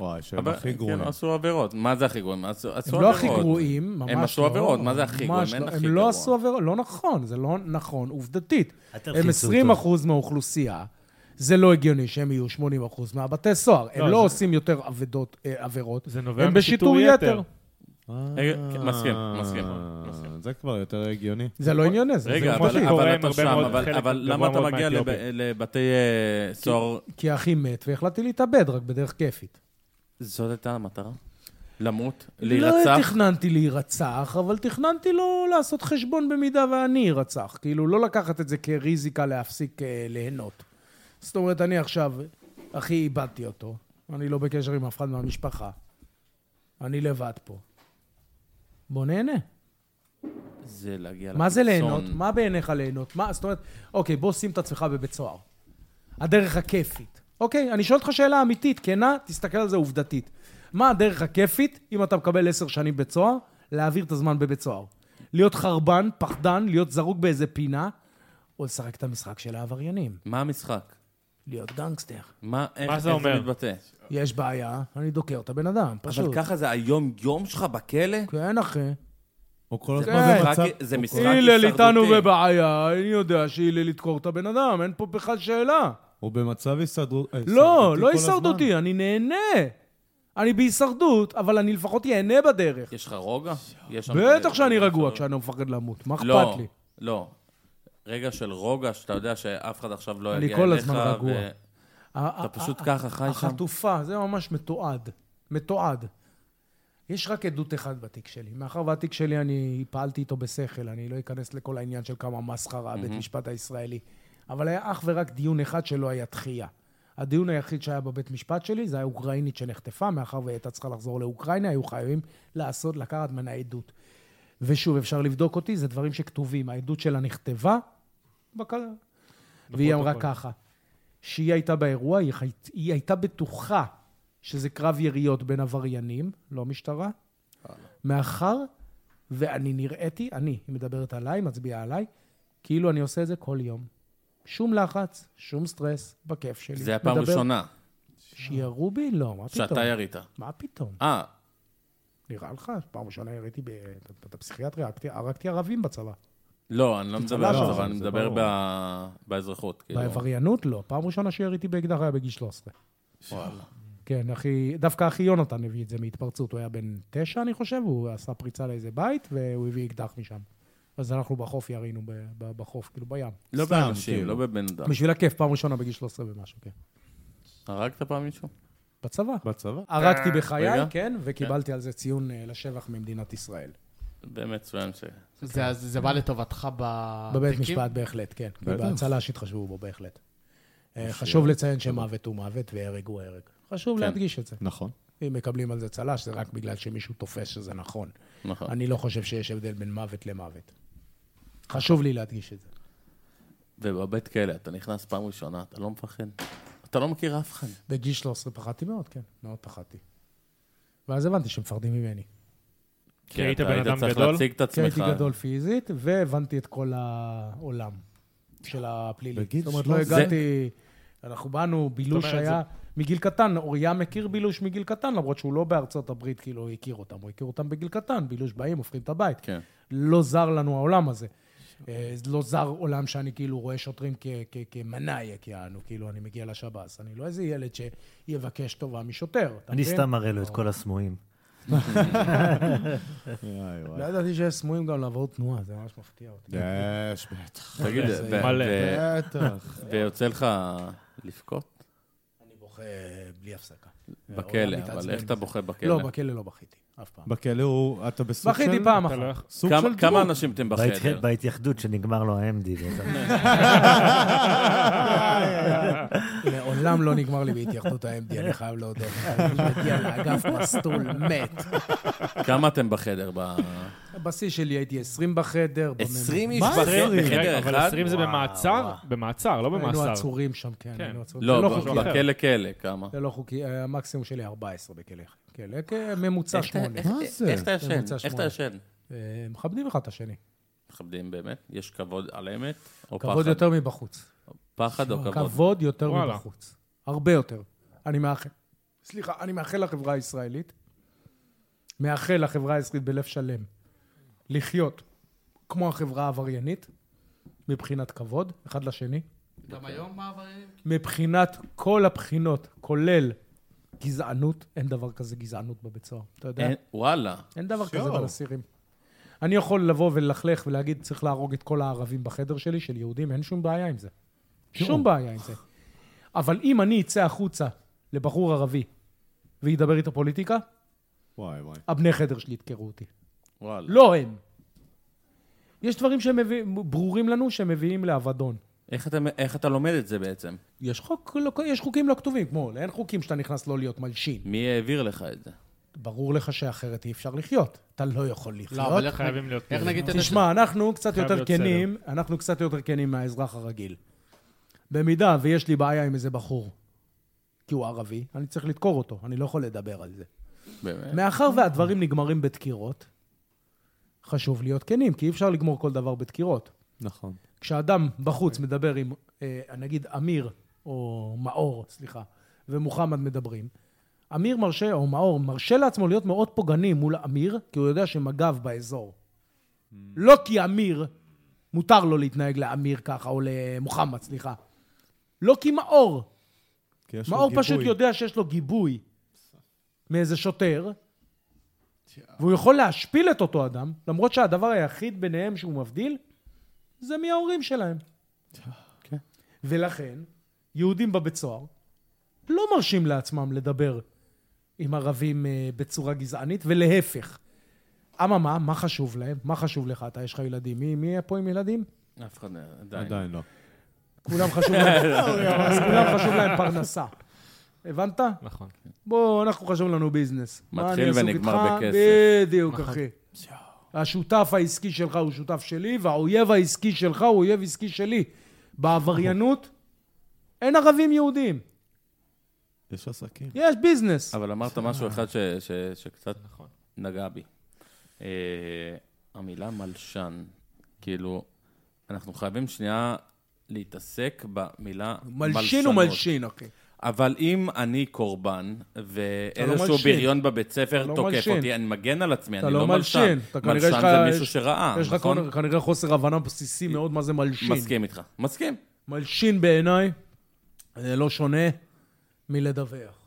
[SPEAKER 8] וואי, שהם
[SPEAKER 5] אבל-
[SPEAKER 8] הכי גרועים.
[SPEAKER 5] כן, עשו עבירות. מה זה הכי גרועים? עשו עשו
[SPEAKER 7] הם
[SPEAKER 5] עבירות.
[SPEAKER 7] לא הכי גרועים, ממש לא.
[SPEAKER 5] הם עשו עבירות, מה זה הכי גרועים?
[SPEAKER 7] ממש
[SPEAKER 5] אין
[SPEAKER 7] לא,
[SPEAKER 5] הכי
[SPEAKER 7] הם
[SPEAKER 5] גרוע.
[SPEAKER 7] לא עשו עבירות, לא נכון, זה לא נכון עובדתית. הם
[SPEAKER 6] אל תלחיצו
[SPEAKER 7] 20
[SPEAKER 6] אותו.
[SPEAKER 7] אחוז מהאוכלוסייה, זה לא הגיוני שהם יהיו 80 אחוז מהבתי סוהר. הם
[SPEAKER 3] לא,
[SPEAKER 7] לא
[SPEAKER 3] זה-
[SPEAKER 7] עושים יותר עבדות, אה, עבירות.
[SPEAKER 3] זה נובע
[SPEAKER 7] הם בשיטור
[SPEAKER 3] משיטור יתר.
[SPEAKER 7] יתר.
[SPEAKER 5] רגע, כן, מסכים,
[SPEAKER 8] אה,
[SPEAKER 5] מסכים, מסכים.
[SPEAKER 8] זה כבר יותר הגיוני.
[SPEAKER 7] זה לא עניוני, זה
[SPEAKER 5] רגע,
[SPEAKER 3] כמו
[SPEAKER 5] אבל-
[SPEAKER 3] שקורה
[SPEAKER 5] אבל
[SPEAKER 3] עם
[SPEAKER 5] אתה
[SPEAKER 3] הרבה
[SPEAKER 5] שם,
[SPEAKER 3] מאוד
[SPEAKER 5] אבל-
[SPEAKER 3] חלק
[SPEAKER 5] אבל
[SPEAKER 3] גבוה
[SPEAKER 5] למה אתה
[SPEAKER 3] מאוד
[SPEAKER 5] מגיע לב-
[SPEAKER 3] מהאתיופים.
[SPEAKER 5] לבתי אה, סוהר?
[SPEAKER 7] כי אחי מת, והחלטתי להתאבד רק בדרך כיפית.
[SPEAKER 5] זאת הייתה המטרה? למות?
[SPEAKER 7] לא
[SPEAKER 5] להירצח?
[SPEAKER 7] תכננתי להירצח, אבל תכננתי לא לעשות חשבון במידה ואני ארצח. כאילו, לא לקחת את זה כריזיקה להפסיק אה, ליהנות. זאת אומרת, אני עכשיו, אחי, איבדתי אותו. אני לא בקשר עם אף אחד מהמשפחה. אני לבד פה. בוא נהנה.
[SPEAKER 5] זה להגיע
[SPEAKER 7] מה זה
[SPEAKER 5] לקיצון.
[SPEAKER 7] ליהנות? מה בעיניך ליהנות? מה, זאת אומרת, אוקיי, בוא שים את עצמך בבית סוהר. הדרך הכיפית. אוקיי, אני שואל אותך שאלה אמיתית, כנה, תסתכל על זה עובדתית. מה הדרך הכיפית, אם אתה מקבל עשר שנים בית סוהר, להעביר את הזמן בבית סוהר? להיות חרבן, פחדן, להיות זרוק באיזה פינה, או לשחק את המשחק של העבריינים,
[SPEAKER 5] מה המשחק?
[SPEAKER 7] להיות גנגסטר.
[SPEAKER 5] מה, איך,
[SPEAKER 3] מה זה
[SPEAKER 5] איך
[SPEAKER 3] אומר?
[SPEAKER 5] מתבטא?
[SPEAKER 7] יש בעיה, אני דוקר את הבן אדם, פשוט.
[SPEAKER 5] אבל ככה זה היום-יום שלך בכלא?
[SPEAKER 7] כן, אחי.
[SPEAKER 8] הוא כל הזמן
[SPEAKER 7] כן.
[SPEAKER 8] במצב...
[SPEAKER 5] רק- זה משחק
[SPEAKER 7] הלל איתנו
[SPEAKER 5] הישרדותי.
[SPEAKER 7] בבעיה, אני יודע שהלל ידקור את הבן אדם, אין פה בכלל שאלה.
[SPEAKER 8] הוא במצב הישרדות...
[SPEAKER 7] לא,
[SPEAKER 8] הישרדותי
[SPEAKER 7] לא
[SPEAKER 8] כל הזמן.
[SPEAKER 7] הישרדותי, אני נהנה. אני בהישרדות, אבל אני לפחות ייהנה בדרך.
[SPEAKER 5] יש לך רוגע? יש שם-
[SPEAKER 7] בטח שאני
[SPEAKER 5] יש
[SPEAKER 7] רגוע
[SPEAKER 5] לך-
[SPEAKER 7] כשאני לא מפחד למות, מה
[SPEAKER 5] לא,
[SPEAKER 7] אכפת לי?
[SPEAKER 5] לא. רגע של רוגע, שאתה יודע שאף אחד עכשיו לא
[SPEAKER 7] אני
[SPEAKER 5] יגיע אליך.
[SPEAKER 7] כל הזמן רגוע.
[SPEAKER 5] ו- אתה פשוט ככה חי שם.
[SPEAKER 7] החטופה, זה ממש מתועד. מתועד. יש רק עדות אחת בתיק שלי. מאחר והתיק שלי, אני פעלתי איתו בשכל, אני לא אכנס לכל העניין של כמה מסחרה, בית משפט הישראלי. אבל היה אך ורק דיון אחד שלא היה דחייה. הדיון היחיד שהיה בבית משפט שלי, זה היה אוקראינית שנחטפה, מאחר והיא הייתה צריכה לחזור לאוקראינה, היו חייבים לעשות, לקחת ממנה עדות. ושוב, אפשר לבדוק אותי, זה דברים שכתובים. העדות שלה נכתבה, בק-
[SPEAKER 5] נכון,
[SPEAKER 7] והיא אמרה ככה, שהיא הייתה באירוע, היא, חי... היא הייתה בטוחה שזה קרב יריות בין עבריינים, לא משטרה, מאחר ואני נראיתי, אני, היא מדברת עליי, מצביעה עליי, כאילו אני עושה את זה כל יום. שום לחץ, שום סטרס, בכיף שלי.
[SPEAKER 5] זה הפעם
[SPEAKER 7] מדבר-
[SPEAKER 5] הראשונה
[SPEAKER 7] שירו בי? לא, מה פתאום?
[SPEAKER 5] שאתה ירית.
[SPEAKER 7] מה פתאום?
[SPEAKER 5] אה,
[SPEAKER 7] נראה לך? פעם ראשונה יריתי ב- ב- בפסיכיאטריה, הרגתי- הרגתי ערבים בצבא.
[SPEAKER 5] לא, אני לא מדבר
[SPEAKER 7] לא,
[SPEAKER 5] על זה,
[SPEAKER 8] זה
[SPEAKER 5] אני מדבר
[SPEAKER 8] ברור.
[SPEAKER 5] ב- באזרחות. כאילו.
[SPEAKER 7] בעבריינות לא. פעם ראשונה שיריתי באקדח היה בגיל 13.
[SPEAKER 5] וואלה.
[SPEAKER 7] כן, אחי, דווקא אחי יונתן הביא את זה מהתפרצות, הוא היה בן תשע, אני חושב, הוא עשה פריצה לאיזה בית, והוא הביא אקדח משם. אז אנחנו בחוף ירינו, ב- ב- בחוף, כאילו בים.
[SPEAKER 5] לא
[SPEAKER 8] סתם,
[SPEAKER 5] באנשים,
[SPEAKER 8] כאילו.
[SPEAKER 5] לא בבן אדם.
[SPEAKER 7] בשביל הכיף, פעם ראשונה בגיל 13 ומשהו, כן.
[SPEAKER 5] הרגת פעם מישהו?
[SPEAKER 7] בצבא.
[SPEAKER 8] בצבא.
[SPEAKER 7] הרגתי
[SPEAKER 5] רגע.
[SPEAKER 7] בחיי, כן, וקיבלתי על זה ציון אה, לשבח ממדינת ישראל.
[SPEAKER 5] באמת, מצוין ש...
[SPEAKER 4] זה אז- זה בא לטובתך
[SPEAKER 5] אה,
[SPEAKER 4] בתיקים?
[SPEAKER 7] בבית משפט בהחלט, כן. כי
[SPEAKER 8] בטח.
[SPEAKER 7] בהצלה שהתחשבו בו בהחלט. אה, חשוב לציין שמוות הוא מוות והרג הוא הרג. חשוב
[SPEAKER 5] כן.
[SPEAKER 7] להדגיש את זה.
[SPEAKER 8] נכון.
[SPEAKER 7] אם מקבלים על זה צל"ש, זה רק בגלל שמישהו תופס שזה נכון.
[SPEAKER 5] נכון.
[SPEAKER 7] אני לא חושב שיש הבדל בין מוות למוות. חשוב לי להדגיש את זה.
[SPEAKER 5] ובבית כלא, אתה נכנס פעם ראשונה, אתה לא מפחד. אתה לא מכיר אף אחד.
[SPEAKER 7] בגיל 13 פחדתי מאוד, כן, מאוד פחדתי. ואז הבנתי שמפחדים ממני.
[SPEAKER 3] כי היית
[SPEAKER 5] כן, אתה
[SPEAKER 3] בן אדם
[SPEAKER 7] כן,
[SPEAKER 5] היית צריך
[SPEAKER 3] גדול?
[SPEAKER 5] להציג את
[SPEAKER 7] כי
[SPEAKER 5] עצמך.
[SPEAKER 7] הייתי גדול פיזית, והבנתי את כל העולם. של הפלילי.
[SPEAKER 8] בגיל
[SPEAKER 7] זאת אומרת, לא
[SPEAKER 8] שלוש עשרה.
[SPEAKER 7] הגעתי... אנחנו באנו, בילוש
[SPEAKER 3] אומרת,
[SPEAKER 7] היה מגיל קטן, אוריה מכיר בילוש מגיל קטן, למרות שהוא לא בארצות הברית, כאילו, הוא הכיר אותם, הוא הכיר אותם בגיל קטן, בילוש באים, הופכים את הבית.
[SPEAKER 5] כן.
[SPEAKER 7] לא זר לנו העולם הזה. אה, זה לא זר עולם שאני כאילו רואה שוטרים כ- כ- כמנאיה, כאילו, כאילו, אני מגיע לשב"ס. אני לא איזה ילד שיבקש טובה משוטר. אתה
[SPEAKER 6] אני
[SPEAKER 7] מבין?
[SPEAKER 6] סתם מראה לו את כל הסמויים.
[SPEAKER 8] וואי,
[SPEAKER 7] לא
[SPEAKER 8] וואי.
[SPEAKER 7] ידעתי שיש סמויים גם לעבור תנועה, זה ממש מפתיע אותי.
[SPEAKER 8] יש, בטח.
[SPEAKER 5] תגיד, ו-
[SPEAKER 3] מלא.
[SPEAKER 5] ו-
[SPEAKER 8] בטח.
[SPEAKER 5] ויוצא לך לבכות
[SPEAKER 7] אני בוכה בלי הפסקה.
[SPEAKER 5] בכלא,
[SPEAKER 7] מתעצבן
[SPEAKER 5] אבל איך
[SPEAKER 7] מזה.
[SPEAKER 5] אתה בוכה בכלא?
[SPEAKER 7] לא, בכלא לא בכיתי, אף פעם.
[SPEAKER 8] בכלא הוא, אתה בסוג של...
[SPEAKER 7] בכיתי פעם
[SPEAKER 3] אתה לא
[SPEAKER 7] אחת.
[SPEAKER 3] יכול-
[SPEAKER 8] סוג
[SPEAKER 5] כמה-
[SPEAKER 8] של
[SPEAKER 5] כמה
[SPEAKER 8] דמות.
[SPEAKER 5] אנשים
[SPEAKER 6] לא
[SPEAKER 5] אתם בחדר?
[SPEAKER 6] בהתח- בהתייחדות שנגמר לו ה-MD. ואתה-
[SPEAKER 5] לא-
[SPEAKER 7] מעולם לא נגמר לי בהתייחדות ה-MD, אני חייב להודות. אני מגיע לאגף מסטול מת.
[SPEAKER 5] כמה אתם בחדר? ב-
[SPEAKER 7] הבשיא שלי הייתי 20 בחדר. בממ-
[SPEAKER 5] 20 איש
[SPEAKER 8] מה
[SPEAKER 5] בחדר
[SPEAKER 8] עשרים?
[SPEAKER 5] בחדר
[SPEAKER 3] כן, אבל
[SPEAKER 5] אחד?
[SPEAKER 3] 20 זה במעצר?
[SPEAKER 7] וואו.
[SPEAKER 3] במעצר, לא
[SPEAKER 7] היינו
[SPEAKER 3] במאסר.
[SPEAKER 7] עצורים שם, כן.
[SPEAKER 3] כן.
[SPEAKER 7] היינו עצורים. זה
[SPEAKER 5] לא,
[SPEAKER 7] חוקי.
[SPEAKER 5] ב- בכלא כלא, כמה?
[SPEAKER 7] זה לא חוקי, המקסימום שלי 14 בכלא. כלא, כ- ממוצע
[SPEAKER 5] איך אתה-
[SPEAKER 7] שמונה.
[SPEAKER 5] איך-
[SPEAKER 8] מה זה?
[SPEAKER 5] אה, איך אתה ישן?
[SPEAKER 7] ממוצע
[SPEAKER 5] איך אתה
[SPEAKER 7] שמונה.
[SPEAKER 5] ישן?
[SPEAKER 7] אה, מכבדים אחד את השני.
[SPEAKER 5] מכבדים באמת? יש כבוד על אמת? או
[SPEAKER 7] כבוד
[SPEAKER 5] לא פחד?
[SPEAKER 7] יותר מבחוץ. אה,
[SPEAKER 5] פחד או כבוד?
[SPEAKER 7] כבוד יותר
[SPEAKER 3] וואלה.
[SPEAKER 7] מבחוץ. הרבה יותר. אני מאחל... סליחה, אני מאחל לחברה הישראלית, מאחל לחברה הישראלית בלב שלם, לחיות כמו החברה העבריינית, מבחינת כבוד, אחד לשני,
[SPEAKER 4] גם היום מעברים?
[SPEAKER 7] מבחינת כל הבחינות, כולל גזענות, אין דבר כזה גזענות בבית סוהר. אתה יודע?
[SPEAKER 5] אין- וואלה.
[SPEAKER 7] אין דבר כזה בין אסירים. אני יכול לבוא וללכלך ולהגיד, צריך להרוג את כל הערבים בחדר שלי, של יהודים, אין שום בעיה עם זה. שום בעיה עם זה. אבל אם אני אצא החוצה לבחור ערבי וידבר איתו פוליטיקה,
[SPEAKER 8] וואי, וואי.
[SPEAKER 7] הבני חדר שלי ידקרו אותי.
[SPEAKER 5] וואלה.
[SPEAKER 7] לא הם. יש דברים שהם מביא- ברורים לנו שהם מביאים לאבדון.
[SPEAKER 5] איך אתה- איך אתה לומד את זה בעצם?
[SPEAKER 7] יש, חוק, לא, יש חוקים לא כתובים, כמו, אין חוקים שאתה נכנס לא להיות מלשין.
[SPEAKER 5] מי העביר לך את זה?
[SPEAKER 7] ברור לך שאחרת אי אפשר לחיות. אתה לא יכול לחיות.
[SPEAKER 4] לא, אבל איך
[SPEAKER 3] חייבים להיות... כאילו-
[SPEAKER 4] איך נגיד את זה?
[SPEAKER 7] תשמע, אנחנו קצת
[SPEAKER 3] חייב
[SPEAKER 7] יותר
[SPEAKER 3] להיות
[SPEAKER 7] כנים, אנחנו קצת יותר כנים מהאזרח הרגיל. במידה ויש לי בעיה עם איזה בחור, כי הוא ערבי, אני צריך לדקור אותו, אני לא יכול לדבר על זה.
[SPEAKER 5] באמת?
[SPEAKER 7] מאחר והדברים נגמרים בדקירות, חשוב להיות כנים, כי אי אפשר לגמור כל דבר בדקירות.
[SPEAKER 8] נכון.
[SPEAKER 7] כשאדם בחוץ מדבר עם, אה, נגיד, אמיר או מאור, סליחה, ומוחמד מדברים, אמיר מרשה, או מאור, מרשה לעצמו להיות מאוד פוגעני מול אמיר, כי הוא יודע שמג"ב באזור.
[SPEAKER 8] Mm.
[SPEAKER 7] לא כי אמיר, מותר לו להתנהג לאמיר ככה, או למוחמד, סליחה. לא כי מאור,
[SPEAKER 8] כי יש לו
[SPEAKER 7] מאור
[SPEAKER 8] גיבוי.
[SPEAKER 7] פשוט יודע שיש לו גיבוי מאיזה שוטר, והוא יכול להשפיל את אותו אדם, למרות שהדבר היחיד ביניהם שהוא מבדיל, זה מההורים שלהם. ולכן, יהודים בבית סוהר לא מרשים לעצמם לדבר עם ערבים אה, בצורה גזענית, ולהפך. אממה, מה חשוב להם? מה חשוב לך? אתה, יש לך ילדים. מי, מי פה עם ילדים?
[SPEAKER 5] אף אחד לא- עדיין.
[SPEAKER 8] עדיין לא.
[SPEAKER 7] כולם חשוב להם, אז כולם חשוב להם פרנסה. הבנת?
[SPEAKER 3] נכון.
[SPEAKER 7] בוא, אנחנו חשוב לנו ביזנס. מה אני
[SPEAKER 5] מתחיל
[SPEAKER 7] עסוק
[SPEAKER 5] ונגמר
[SPEAKER 7] איתך?
[SPEAKER 5] בכסף.
[SPEAKER 7] בדיוק, אחי. השותף העסקי שלך הוא שותף שלי, והאויב העסקי שלך הוא אויב עסקי שלי. בעבריינות אין ערבים יהודים,
[SPEAKER 8] יש עסקים.
[SPEAKER 7] יש ביזנס.
[SPEAKER 5] אבל אמרת משהו אחד ש- ש- שקצת
[SPEAKER 3] נכון.
[SPEAKER 5] נגע בי. אה, המילה מלשן, כאילו, אנחנו חייבים שנייה להתעסק במילה מלשנות.
[SPEAKER 7] מלשין הוא מלשין, אחי.
[SPEAKER 5] אבל אם אני קורבן,
[SPEAKER 7] אתה
[SPEAKER 5] ואיזשהו
[SPEAKER 7] לא
[SPEAKER 5] לא
[SPEAKER 7] מלשין.
[SPEAKER 5] בריון בבית ספר
[SPEAKER 7] אתה לא
[SPEAKER 5] תוקף
[SPEAKER 7] מלשין.
[SPEAKER 5] אותי, אני מגן על עצמי,
[SPEAKER 7] אתה
[SPEAKER 5] אני
[SPEAKER 7] לא
[SPEAKER 5] לא מלשן.
[SPEAKER 7] מלשין. אתה כנראה יש
[SPEAKER 5] מלשן
[SPEAKER 7] לך-
[SPEAKER 5] זה מישהו
[SPEAKER 7] יש-
[SPEAKER 5] שראה,
[SPEAKER 7] יש לך
[SPEAKER 5] נכון?
[SPEAKER 7] כנראה- כנראה חוסר הבנה בסיסי מאוד מה זה מלשין.
[SPEAKER 5] מסכים איתך. מסכים.
[SPEAKER 7] מלשין בעיניי, זה לא שונה מלדווח.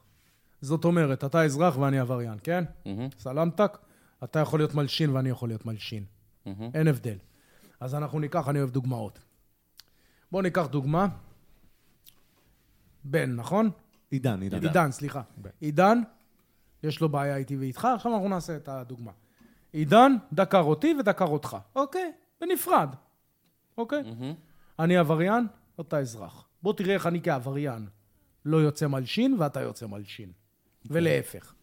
[SPEAKER 7] זאת אומרת, אתה אזרח ואני עבריין, כן?
[SPEAKER 5] מהמם,
[SPEAKER 7] סלמתק, אתה יכול להיות מלשין ואני יכול להיות מלשין.
[SPEAKER 5] מהמם.
[SPEAKER 7] אין הבדל. אז אנחנו ניקח, אני אוהב דוגמאות. בואו ניקח דוגמה. בן, נכון?
[SPEAKER 8] עידן, עידן.
[SPEAKER 7] עידן, סליחה. עידן, יש לו בעיה איתי ואיתך, עכשיו אנחנו נעשה את הדוגמה. עידן דקר אותי ודקר אותך. אוקיי, בנפרד. אוקיי?
[SPEAKER 5] מהמם.
[SPEAKER 7] אני עבריין, אתה אזרח. בוא תראה איך אני כעבריין לא יוצא מלשין ואתה יוצא מלשין. ולהפך.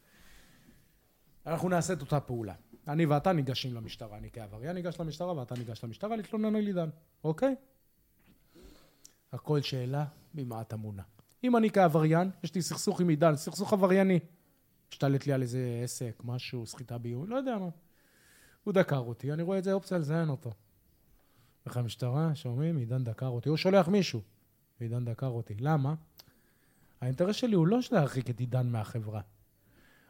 [SPEAKER 7] אנחנו נעשה את אותה פעולה. אני ואתה ניגשים למשטרה. אני כעבריין ניגש למשטרה ואתה ניגש למשטרה להתלונן על עידן, אוקיי? הכל שאלה ממה אתה מונע. אם אני כעבריין, יש לי סכסוך עם עידן, סכסוך עברייני. השתלט לי על איזה עסק, משהו, סחיטה באיום, לא יודע מה. הוא דקר אותי, אני רואה את זה אופציה לזיין אותו. איך המשטרה, שומעים, עידן דקר אותי. הוא שולח מישהו, ועידן דקר אותי. למה? האינטרס שלי הוא לא להרחיק את עידן מהחברה.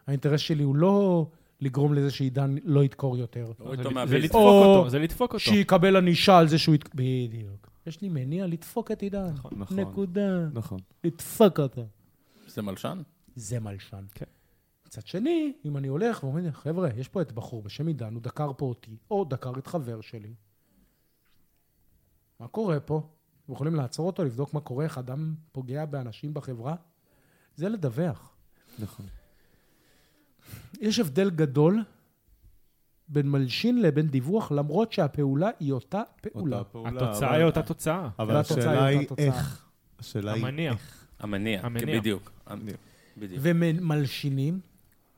[SPEAKER 7] האינטרס שלי הוא לא לגרום לזה שעידן לא ידקור יותר.
[SPEAKER 5] להוריד אותו
[SPEAKER 3] זה- זה
[SPEAKER 5] מהבליץ.
[SPEAKER 3] לדפוק
[SPEAKER 7] או-
[SPEAKER 3] אותו, זה לדפוק אותו.
[SPEAKER 7] שיקבל ענישה על זה שהוא... ית- בדיוק. יש לי מניע לדפוק את עידן.
[SPEAKER 8] נכון.
[SPEAKER 7] נקודה.
[SPEAKER 8] נכון.
[SPEAKER 7] לדפוק אותו.
[SPEAKER 5] זה מלשן?
[SPEAKER 7] זה מלשן.
[SPEAKER 3] כן.
[SPEAKER 7] מצד שני, אם אני הולך ואומר, חבר'ה, יש פה את בחור בשם עידן, הוא דקר פה אותי, או דקר את חבר שלי. מה קורה פה? אתם יכולים לעצור אותו, לבדוק מה קורה, איך אדם פוגע באנשים בחברה? זה לדווח.
[SPEAKER 8] נכון.
[SPEAKER 7] יש הבדל גדול בין מלשין לבין דיווח, למרות שהפעולה היא אותה פעולה.
[SPEAKER 8] אותה פעולה.
[SPEAKER 3] התוצאה
[SPEAKER 8] אבל-
[SPEAKER 3] היא אותה תוצאה.
[SPEAKER 8] אבל
[SPEAKER 7] והתוצאה
[SPEAKER 8] השאלה
[SPEAKER 7] היא
[SPEAKER 8] היא
[SPEAKER 7] אותה תוצאה.
[SPEAKER 8] איך. השאלה היא...
[SPEAKER 3] המניע.
[SPEAKER 5] המניע.
[SPEAKER 3] המניע.
[SPEAKER 5] כן, בדיוק.
[SPEAKER 8] בדיוק.
[SPEAKER 5] בדיוק.
[SPEAKER 7] ומלשינים,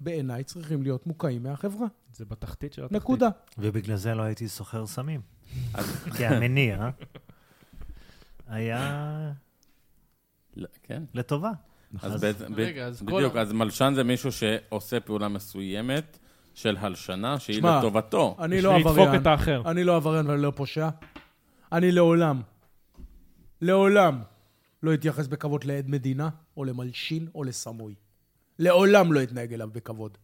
[SPEAKER 7] בעיניי, צריכים להיות מוקעים מהחברה.
[SPEAKER 3] זה בתחתית של התחתית.
[SPEAKER 7] נקודה.
[SPEAKER 6] ובגלל זה לא הייתי סוחר סמים.
[SPEAKER 5] אז-
[SPEAKER 6] כי המניע היה
[SPEAKER 5] לא, כן.
[SPEAKER 6] לטובה.
[SPEAKER 5] אז
[SPEAKER 6] אז-
[SPEAKER 5] בעצם-
[SPEAKER 4] רגע, אז כל
[SPEAKER 5] בדיוק,
[SPEAKER 4] ה-
[SPEAKER 5] אז מלשן זה מישהו שעושה פעולה מסוימת של הלשנה, שהיא
[SPEAKER 7] שמע,
[SPEAKER 5] לטובתו.
[SPEAKER 7] אני
[SPEAKER 3] בשביל
[SPEAKER 7] לא עבריין.
[SPEAKER 3] לדפוק את האחר.
[SPEAKER 7] אני לא עבריין ואני לא פושע. אני לעולם, לעולם, לא אתייחס בכבוד לעד מדינה, או למלשין, או לסמוי. לעולם לא אתנהג אליו בכבוד.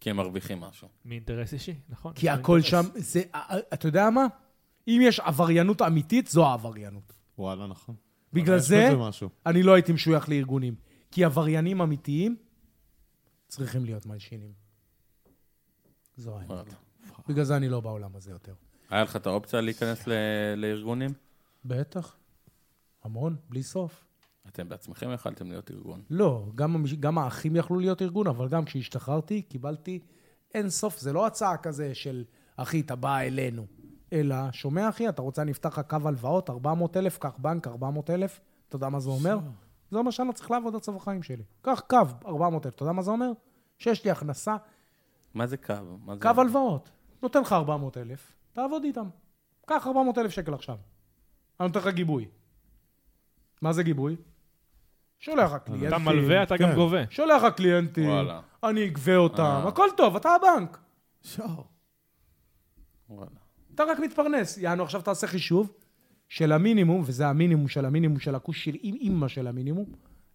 [SPEAKER 5] כי הם מרוויחים משהו.
[SPEAKER 3] מאינטרס אישי, נכון.
[SPEAKER 7] כי
[SPEAKER 3] יש לו
[SPEAKER 7] הכל
[SPEAKER 3] אינטרס.
[SPEAKER 7] שם, זה, אה, אתה יודע מה? אם יש עבריינות אמיתית, זו העבריינות.
[SPEAKER 8] וואלה, נכון.
[SPEAKER 7] בגלל
[SPEAKER 8] אבל יש
[SPEAKER 7] זה,
[SPEAKER 8] בזה משהו.
[SPEAKER 7] אני לא הייתי משוייך לארגונים. כי עבריינים אמיתיים צריכים להיות מלשינים. זו האמת.
[SPEAKER 5] וואלה.
[SPEAKER 7] בגלל זה אני לא בעולם הזה יותר.
[SPEAKER 5] היה לך את האופציה להיכנס ל- לארגונים?
[SPEAKER 7] בטח. המון, בלי סוף.
[SPEAKER 5] אתם בעצמכם יכלתם להיות ארגון.
[SPEAKER 7] לא, גם, המש- גם האחים יכלו להיות ארגון, אבל גם כשהשתחררתי, קיבלתי אין סוף, זה לא הצעה כזה של, אחי, אתה בא אלינו, אלא, שומע, אחי, אתה רוצה, אני אפתח לך קו הלוואות, 400 אלף, קח בנק, 400 אלף, אתה יודע מה זה אומר? זה מה שאני צריך לעבוד עד סוף החיים שלי. קח קו, 400 אלף, אתה יודע מה זה אומר? שיש לי הכנסה,
[SPEAKER 5] מה זה קו? מה זה-
[SPEAKER 3] לא.
[SPEAKER 7] קו הלוואות. נותן לך 400 אלף, תעבוד איתם. קח 400 אלף שקל עכשיו. אני נותן לך גיבוי. מה זה גיבוי? שולח לך קליינטים.
[SPEAKER 3] אתה מלווה, אתה גם
[SPEAKER 8] כן.
[SPEAKER 3] גובה.
[SPEAKER 7] שולח לך קליינטים,
[SPEAKER 5] וואלה.
[SPEAKER 7] אני אגבה אותם,
[SPEAKER 5] אה.
[SPEAKER 7] הכל טוב, אתה הבנק.
[SPEAKER 5] וואלה.
[SPEAKER 7] אתה רק מתפרנס. יענו, עכשיו תעשה חישוב של המינימום, וזה המינימום של המינימום של הכוש של עם אימא של המינימום,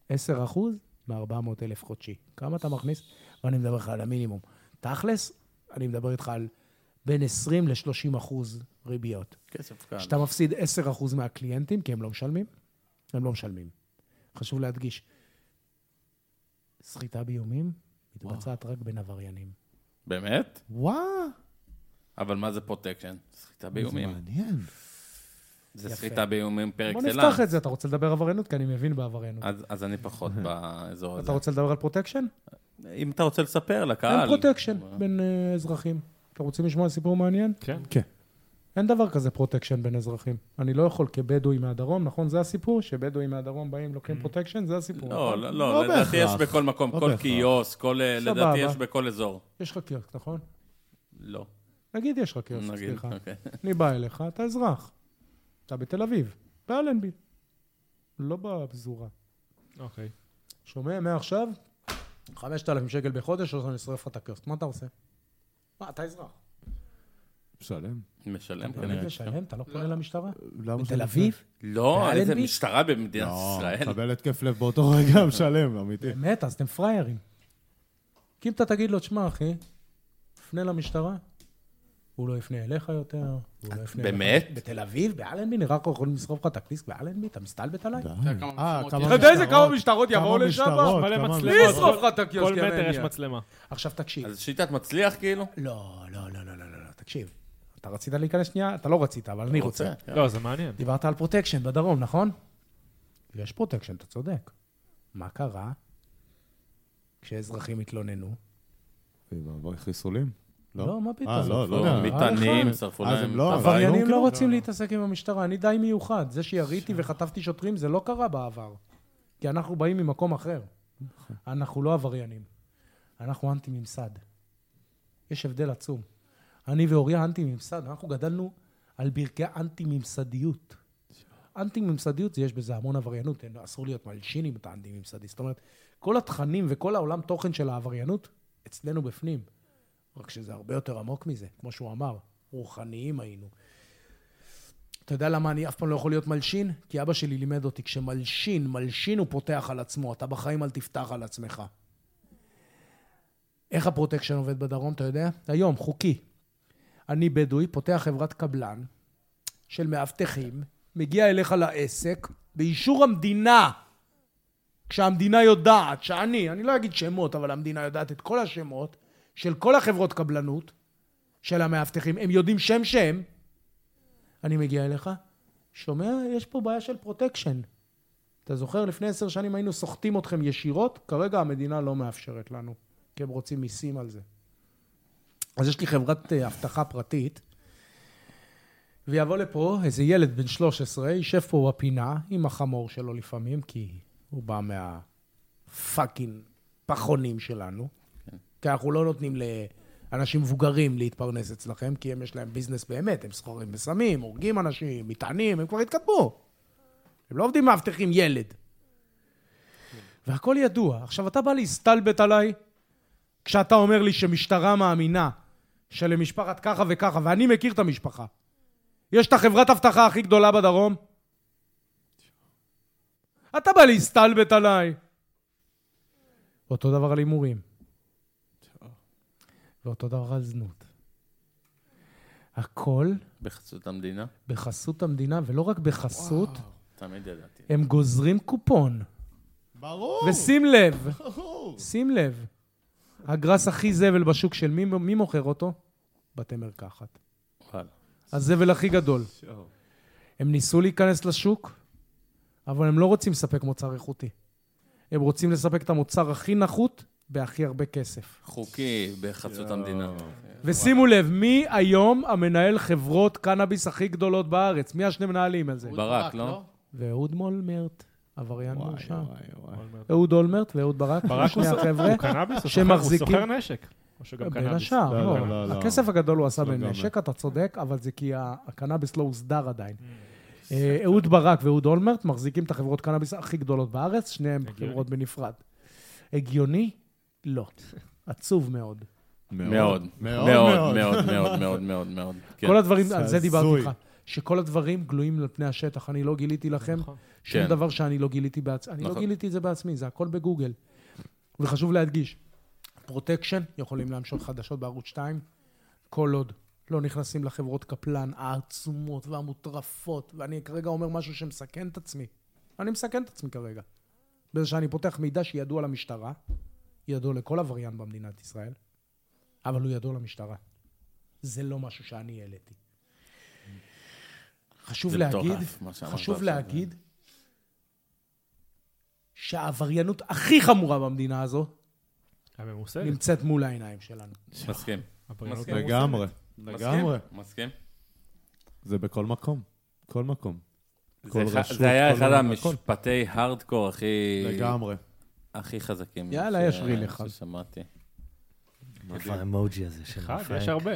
[SPEAKER 7] 10 אחוז מ-400 אלף חודשי. כמה אתה מכניס? ואני מדבר לך על המינימום. תכלס, אני מדבר איתך על בין 20 ל-30 אחוז ריביות.
[SPEAKER 5] כסף קל.
[SPEAKER 7] שאתה מפסיד 10% מהקליינטים, כי הם לא משלמים. הם לא משלמים. חשוב להדגיש. סחיטה באיומים מתבצעת רק בין עבריינים.
[SPEAKER 5] באמת?
[SPEAKER 8] וואו.
[SPEAKER 5] אבל מה זה פרוטקשן? סחיטה באיומים.
[SPEAKER 8] מעניין.
[SPEAKER 5] זה
[SPEAKER 7] יפה.
[SPEAKER 5] סחיטה באיומים פר
[SPEAKER 7] בוא
[SPEAKER 5] אקסלנס.
[SPEAKER 7] נפתח את זה, אתה רוצה לדבר עבריינות? כי אני מבין בעבריינות.
[SPEAKER 5] אז, אז אני פחות באזור הזה.
[SPEAKER 7] אתה רוצה לדבר על פרוטקשן?
[SPEAKER 5] אם אתה רוצה לספר לקהל.
[SPEAKER 7] אין פרוטקשן בין אה, אזרחים. אתם רוצים לשמוע סיפור מעניין?
[SPEAKER 3] כן.
[SPEAKER 7] אין דבר כזה פרוטקשן בין אזרחים. אני לא יכול כבדואי מהדרום, נכון? זה הסיפור? שבדואים מהדרום באים, לוקחים פרוטקשן? זה הסיפור.
[SPEAKER 5] Mm. לא,
[SPEAKER 7] נכון?
[SPEAKER 5] לא,
[SPEAKER 8] לא
[SPEAKER 5] לא, לדעתי יש
[SPEAKER 8] בהכרח.
[SPEAKER 5] בכל מקום,
[SPEAKER 8] לא
[SPEAKER 5] כל
[SPEAKER 8] בהכרח.
[SPEAKER 5] קיוסק, כל... אה,
[SPEAKER 7] סבבה.
[SPEAKER 5] לדעתי יש בכל אזור.
[SPEAKER 7] יש לך קיוסק, נכון?
[SPEAKER 5] לא,
[SPEAKER 7] נגיד יש לך קיוסק,
[SPEAKER 5] נגיד,
[SPEAKER 7] סליחה.
[SPEAKER 5] אוקיי.
[SPEAKER 7] אני בא אליך, אתה אזרח. אתה בתל אביב, באלנבי. לא בפזורה.
[SPEAKER 3] אוקיי.
[SPEAKER 7] שומע, מעכשיו, 5,000 שקל בחודש, אז אני אשרף לך את הקיוסק. מה אתה עושה? מה, אתה אזרח.
[SPEAKER 8] משלם.
[SPEAKER 5] משלם
[SPEAKER 7] אתה באמת
[SPEAKER 5] כנראה. כן.
[SPEAKER 7] משלם? אתה לא פונה למשטרה?
[SPEAKER 8] למה
[SPEAKER 7] בתל
[SPEAKER 8] שאני-
[SPEAKER 7] אביב?
[SPEAKER 5] לא, איזה
[SPEAKER 7] באלנבי?
[SPEAKER 5] משטרה במדינת
[SPEAKER 8] לא,
[SPEAKER 5] ישראל.
[SPEAKER 8] מקבל התקף לב באותו רגע, משלם, אמיתי.
[SPEAKER 7] באמת, אז אתם פראיירים. כי אם אתה תגיד לו, תשמע, אחי, תפנה למשטרה, הוא לא יפנה אליך יותר, הוא לא יפנה אליך.
[SPEAKER 5] באמת?
[SPEAKER 7] בתל אביב, באלנבי, נראה לך יכולים לשרוף לך את הקליסק באלנבי? אתה מסתלבט עליי?
[SPEAKER 4] אתה יודע כמה מצלמות יש?
[SPEAKER 7] אתה יודע איזה כמה משטרות
[SPEAKER 8] כמה
[SPEAKER 7] יבואו לשם?
[SPEAKER 8] משטרות,
[SPEAKER 3] מלא
[SPEAKER 8] כמה
[SPEAKER 3] מצלמות.
[SPEAKER 7] מי
[SPEAKER 8] משטרות.
[SPEAKER 7] ישרוף לך את
[SPEAKER 3] כל
[SPEAKER 7] הקיוסק? יא
[SPEAKER 3] מטר יש
[SPEAKER 7] מניאק?
[SPEAKER 3] מצלמה.
[SPEAKER 7] עכשיו תקשיב.
[SPEAKER 5] אז שיטת מצליח כאילו?
[SPEAKER 7] לא, לא, לא, לא, לא, לא, לא, תקשיב. אתה רצית להיכנס שנייה? אתה לא רצית, אבל אני רוצה.
[SPEAKER 3] לא, זה מעניין.
[SPEAKER 7] דיברת על פרוטקשן בדרום, נכון? יש פרוטקשן, אתה צודק. מה קרה כשאזרחים התלוננו?
[SPEAKER 8] אוי ואבוי, חיסולים?
[SPEAKER 7] לא, מה פתאום?
[SPEAKER 8] אה, לא, לא
[SPEAKER 5] לא,
[SPEAKER 8] יודע.
[SPEAKER 5] מטענים,
[SPEAKER 7] אה,
[SPEAKER 5] שרפו
[SPEAKER 8] אז
[SPEAKER 5] להם.
[SPEAKER 8] הם לא,
[SPEAKER 5] את הבית.
[SPEAKER 8] אבל-
[SPEAKER 7] עבריינים
[SPEAKER 8] היום
[SPEAKER 7] לא
[SPEAKER 8] כן.
[SPEAKER 7] רוצים להתעסק עם המשטרה, אני די מיוחד. זה שיריתי וחטפתי שוטרים, זה לא קרה בעבר. כי אנחנו באים ממקום אחר. אנחנו לא עבריינים. אנחנו אנטי-ממסד. יש הבדל עצום. אני ואוריה אנטי-ממסד, אנחנו גדלנו על ברכי אנטי-ממסדיות. אנטי-ממסדיות, זה יש בזה המון עבריינות. אין- אסור להיות מלשין אם אתה אנטי-ממסדי. זאת אומרת, כל התכנים וכל העולם תוכן של העבריינות אצלנו בפנים. רק שזה הרבה יותר עמוק מזה, כמו שהוא אמר, רוחניים היינו. אתה יודע למה אני אף פעם לא יכול להיות מלשין? כי אבא שלי לימד אותי, כשמלשין, מלשין הוא פותח על עצמו, אתה בחיים אל תפתח על עצמך. איך הפרוטקשן עובד בדרום, אתה יודע? היום, חוקי. אני בדואי, פותח חברת קבלן של מאבטחים, מגיע אליך לעסק, באישור המדינה, כשהמדינה יודעת שאני, אני לא אגיד שמות, אבל המדינה יודעת את כל השמות של כל החברות קבלנות, של המאבטחים, הם יודעים שם שם, אני מגיע אליך, שומע, יש פה בעיה של פרוטקשן. אתה זוכר, לפני עשר שנים היינו סוחטים אתכם ישירות, כרגע המדינה לא מאפשרת לנו, כי הם רוצים מיסים על זה. אז יש לי חברת אה, אבטחה פרטית, ויבוא לפה איזה ילד בן 13, יישב פה בפינה, עם החמור שלו לפעמים, כי הוא בא מהפאקינג פחונים שלנו. כי אנחנו לא נותנים לאנשים מבוגרים להתפרנס אצלכם, כי הם יש להם ביזנס באמת, הם סחורים בסמים, הורגים אנשים, מטענים, הם כבר התקדמו. הם לא עובדים מאבטחים ילד. והכל ידוע. עכשיו, אתה בא להסתלבט עליי כשאתה אומר לי שמשטרה מאמינה שלמשפחת ככה וככה, ואני מכיר את המשפחה. יש את החברת אבטחה הכי גדולה בדרום? אתה בא להסתלבט עליי. אותו דבר על הימורים. ואותו דבר על זנות. הכל
[SPEAKER 5] בחסות המדינה?
[SPEAKER 7] בחסות המדינה, ולא רק בחסות, וואו.
[SPEAKER 5] תמיד ידעתי.
[SPEAKER 7] הם גוזרים קופון.
[SPEAKER 8] ברור.
[SPEAKER 7] ושים לב, שים לב, הגרס הכי זבל בשוק של מי, מי מוכר אותו? בתי מרקחת.
[SPEAKER 5] וואלה.
[SPEAKER 7] הזבל הכי גדול. הם ניסו להיכנס לשוק, אבל הם לא רוצים לספק מוצר איכותי. הם רוצים לספק את המוצר הכי נחות בהכי הרבה כסף.
[SPEAKER 5] חוקי בחסות המדינה.
[SPEAKER 7] ושימו לב, מי היום המנהל חברות קנאביס הכי גדולות בארץ? מי השני מנהלים על זה?
[SPEAKER 5] ברק, לא?
[SPEAKER 7] ואהוד מולמרט, עבריין מורשע. אהוד אולמרט ואהוד ברק,
[SPEAKER 3] ברק הוא
[SPEAKER 7] שני
[SPEAKER 3] סוחר-
[SPEAKER 7] החבר'ה.
[SPEAKER 3] הוא קנאביס? הוא סוחר- הוא
[SPEAKER 7] שמחזיקים-
[SPEAKER 3] סוחר נשק. או שגם
[SPEAKER 7] בין
[SPEAKER 3] קנאביס.
[SPEAKER 7] השאר,
[SPEAKER 8] לא,
[SPEAKER 7] לא.
[SPEAKER 8] לא, לא, לא.
[SPEAKER 7] הכסף הגדול הוא עשה
[SPEAKER 8] לגמרי.
[SPEAKER 7] בנשק, אתה צודק, אבל זה כי ה- הקנאביס לא הוסדר עדיין. אה, אהוד ברק ואהוד אולמרט מחזיקים את החברות קנאביס הכי גדולות בארץ, שניהם
[SPEAKER 3] הגיוני.
[SPEAKER 7] חברות בנפרד. הגיוני? לא. עצוב מאוד.
[SPEAKER 5] מאוד.
[SPEAKER 8] מאוד
[SPEAKER 5] מאוד,
[SPEAKER 8] מאוד.
[SPEAKER 5] מאוד, מאוד, מאוד, מאוד, מאוד. כן.
[SPEAKER 7] כל הדברים,
[SPEAKER 8] זה
[SPEAKER 7] על זה
[SPEAKER 8] הזוי.
[SPEAKER 7] דיברתי איתך. שכל הדברים גלויים על פני השטח, אני לא גיליתי לכם שום
[SPEAKER 5] כן.
[SPEAKER 7] דבר שאני לא גיליתי בעצמי. אני לא
[SPEAKER 5] נכון.
[SPEAKER 7] גיליתי את זה בעצמי, זה הכל בגוגל. וחשוב להדגיש, פרוטקשן, יכולים להמשות חדשות בערוץ 2, כל עוד לא נכנסים לחברות קפלן העצומות והמוטרפות, ואני כרגע אומר משהו שמסכן את עצמי. אני מסכן את עצמי כרגע. בזה שאני פותח מידע שידוע למשטרה, ידוע לכל עבריין במדינת ישראל, אבל הוא ידוע למשטרה. זה לא משהו שאני העליתי. חשוב
[SPEAKER 5] זה
[SPEAKER 7] להגיד,
[SPEAKER 5] מטורף, מה שאמרת
[SPEAKER 7] חשוב
[SPEAKER 5] עכשיו.
[SPEAKER 7] להגיד שהעבריינות הכי חמורה במדינה הזו
[SPEAKER 3] הממוסדת.
[SPEAKER 7] נמצאת מול העיניים שלנו.
[SPEAKER 5] מסכים.
[SPEAKER 3] הבריונות
[SPEAKER 5] מסכים.
[SPEAKER 3] הממוסדת.
[SPEAKER 8] לגמרי. לגמרי.
[SPEAKER 5] מסכים?
[SPEAKER 8] זה בכל מקום. כל מקום. כל
[SPEAKER 5] זה אחד-
[SPEAKER 8] רשות,
[SPEAKER 5] זה היה
[SPEAKER 8] כל
[SPEAKER 5] אחד
[SPEAKER 8] מקום, הכל.
[SPEAKER 5] המשפטי הארדקור הכי...
[SPEAKER 8] לגמרי.
[SPEAKER 5] הכי חזקים.
[SPEAKER 7] יאללה,
[SPEAKER 5] ש-
[SPEAKER 7] יש ריל אחד.
[SPEAKER 5] ששמעתי.
[SPEAKER 6] איפה האמוג'י הזה של
[SPEAKER 3] אחד,
[SPEAKER 6] רפאל?
[SPEAKER 3] יש הרבה.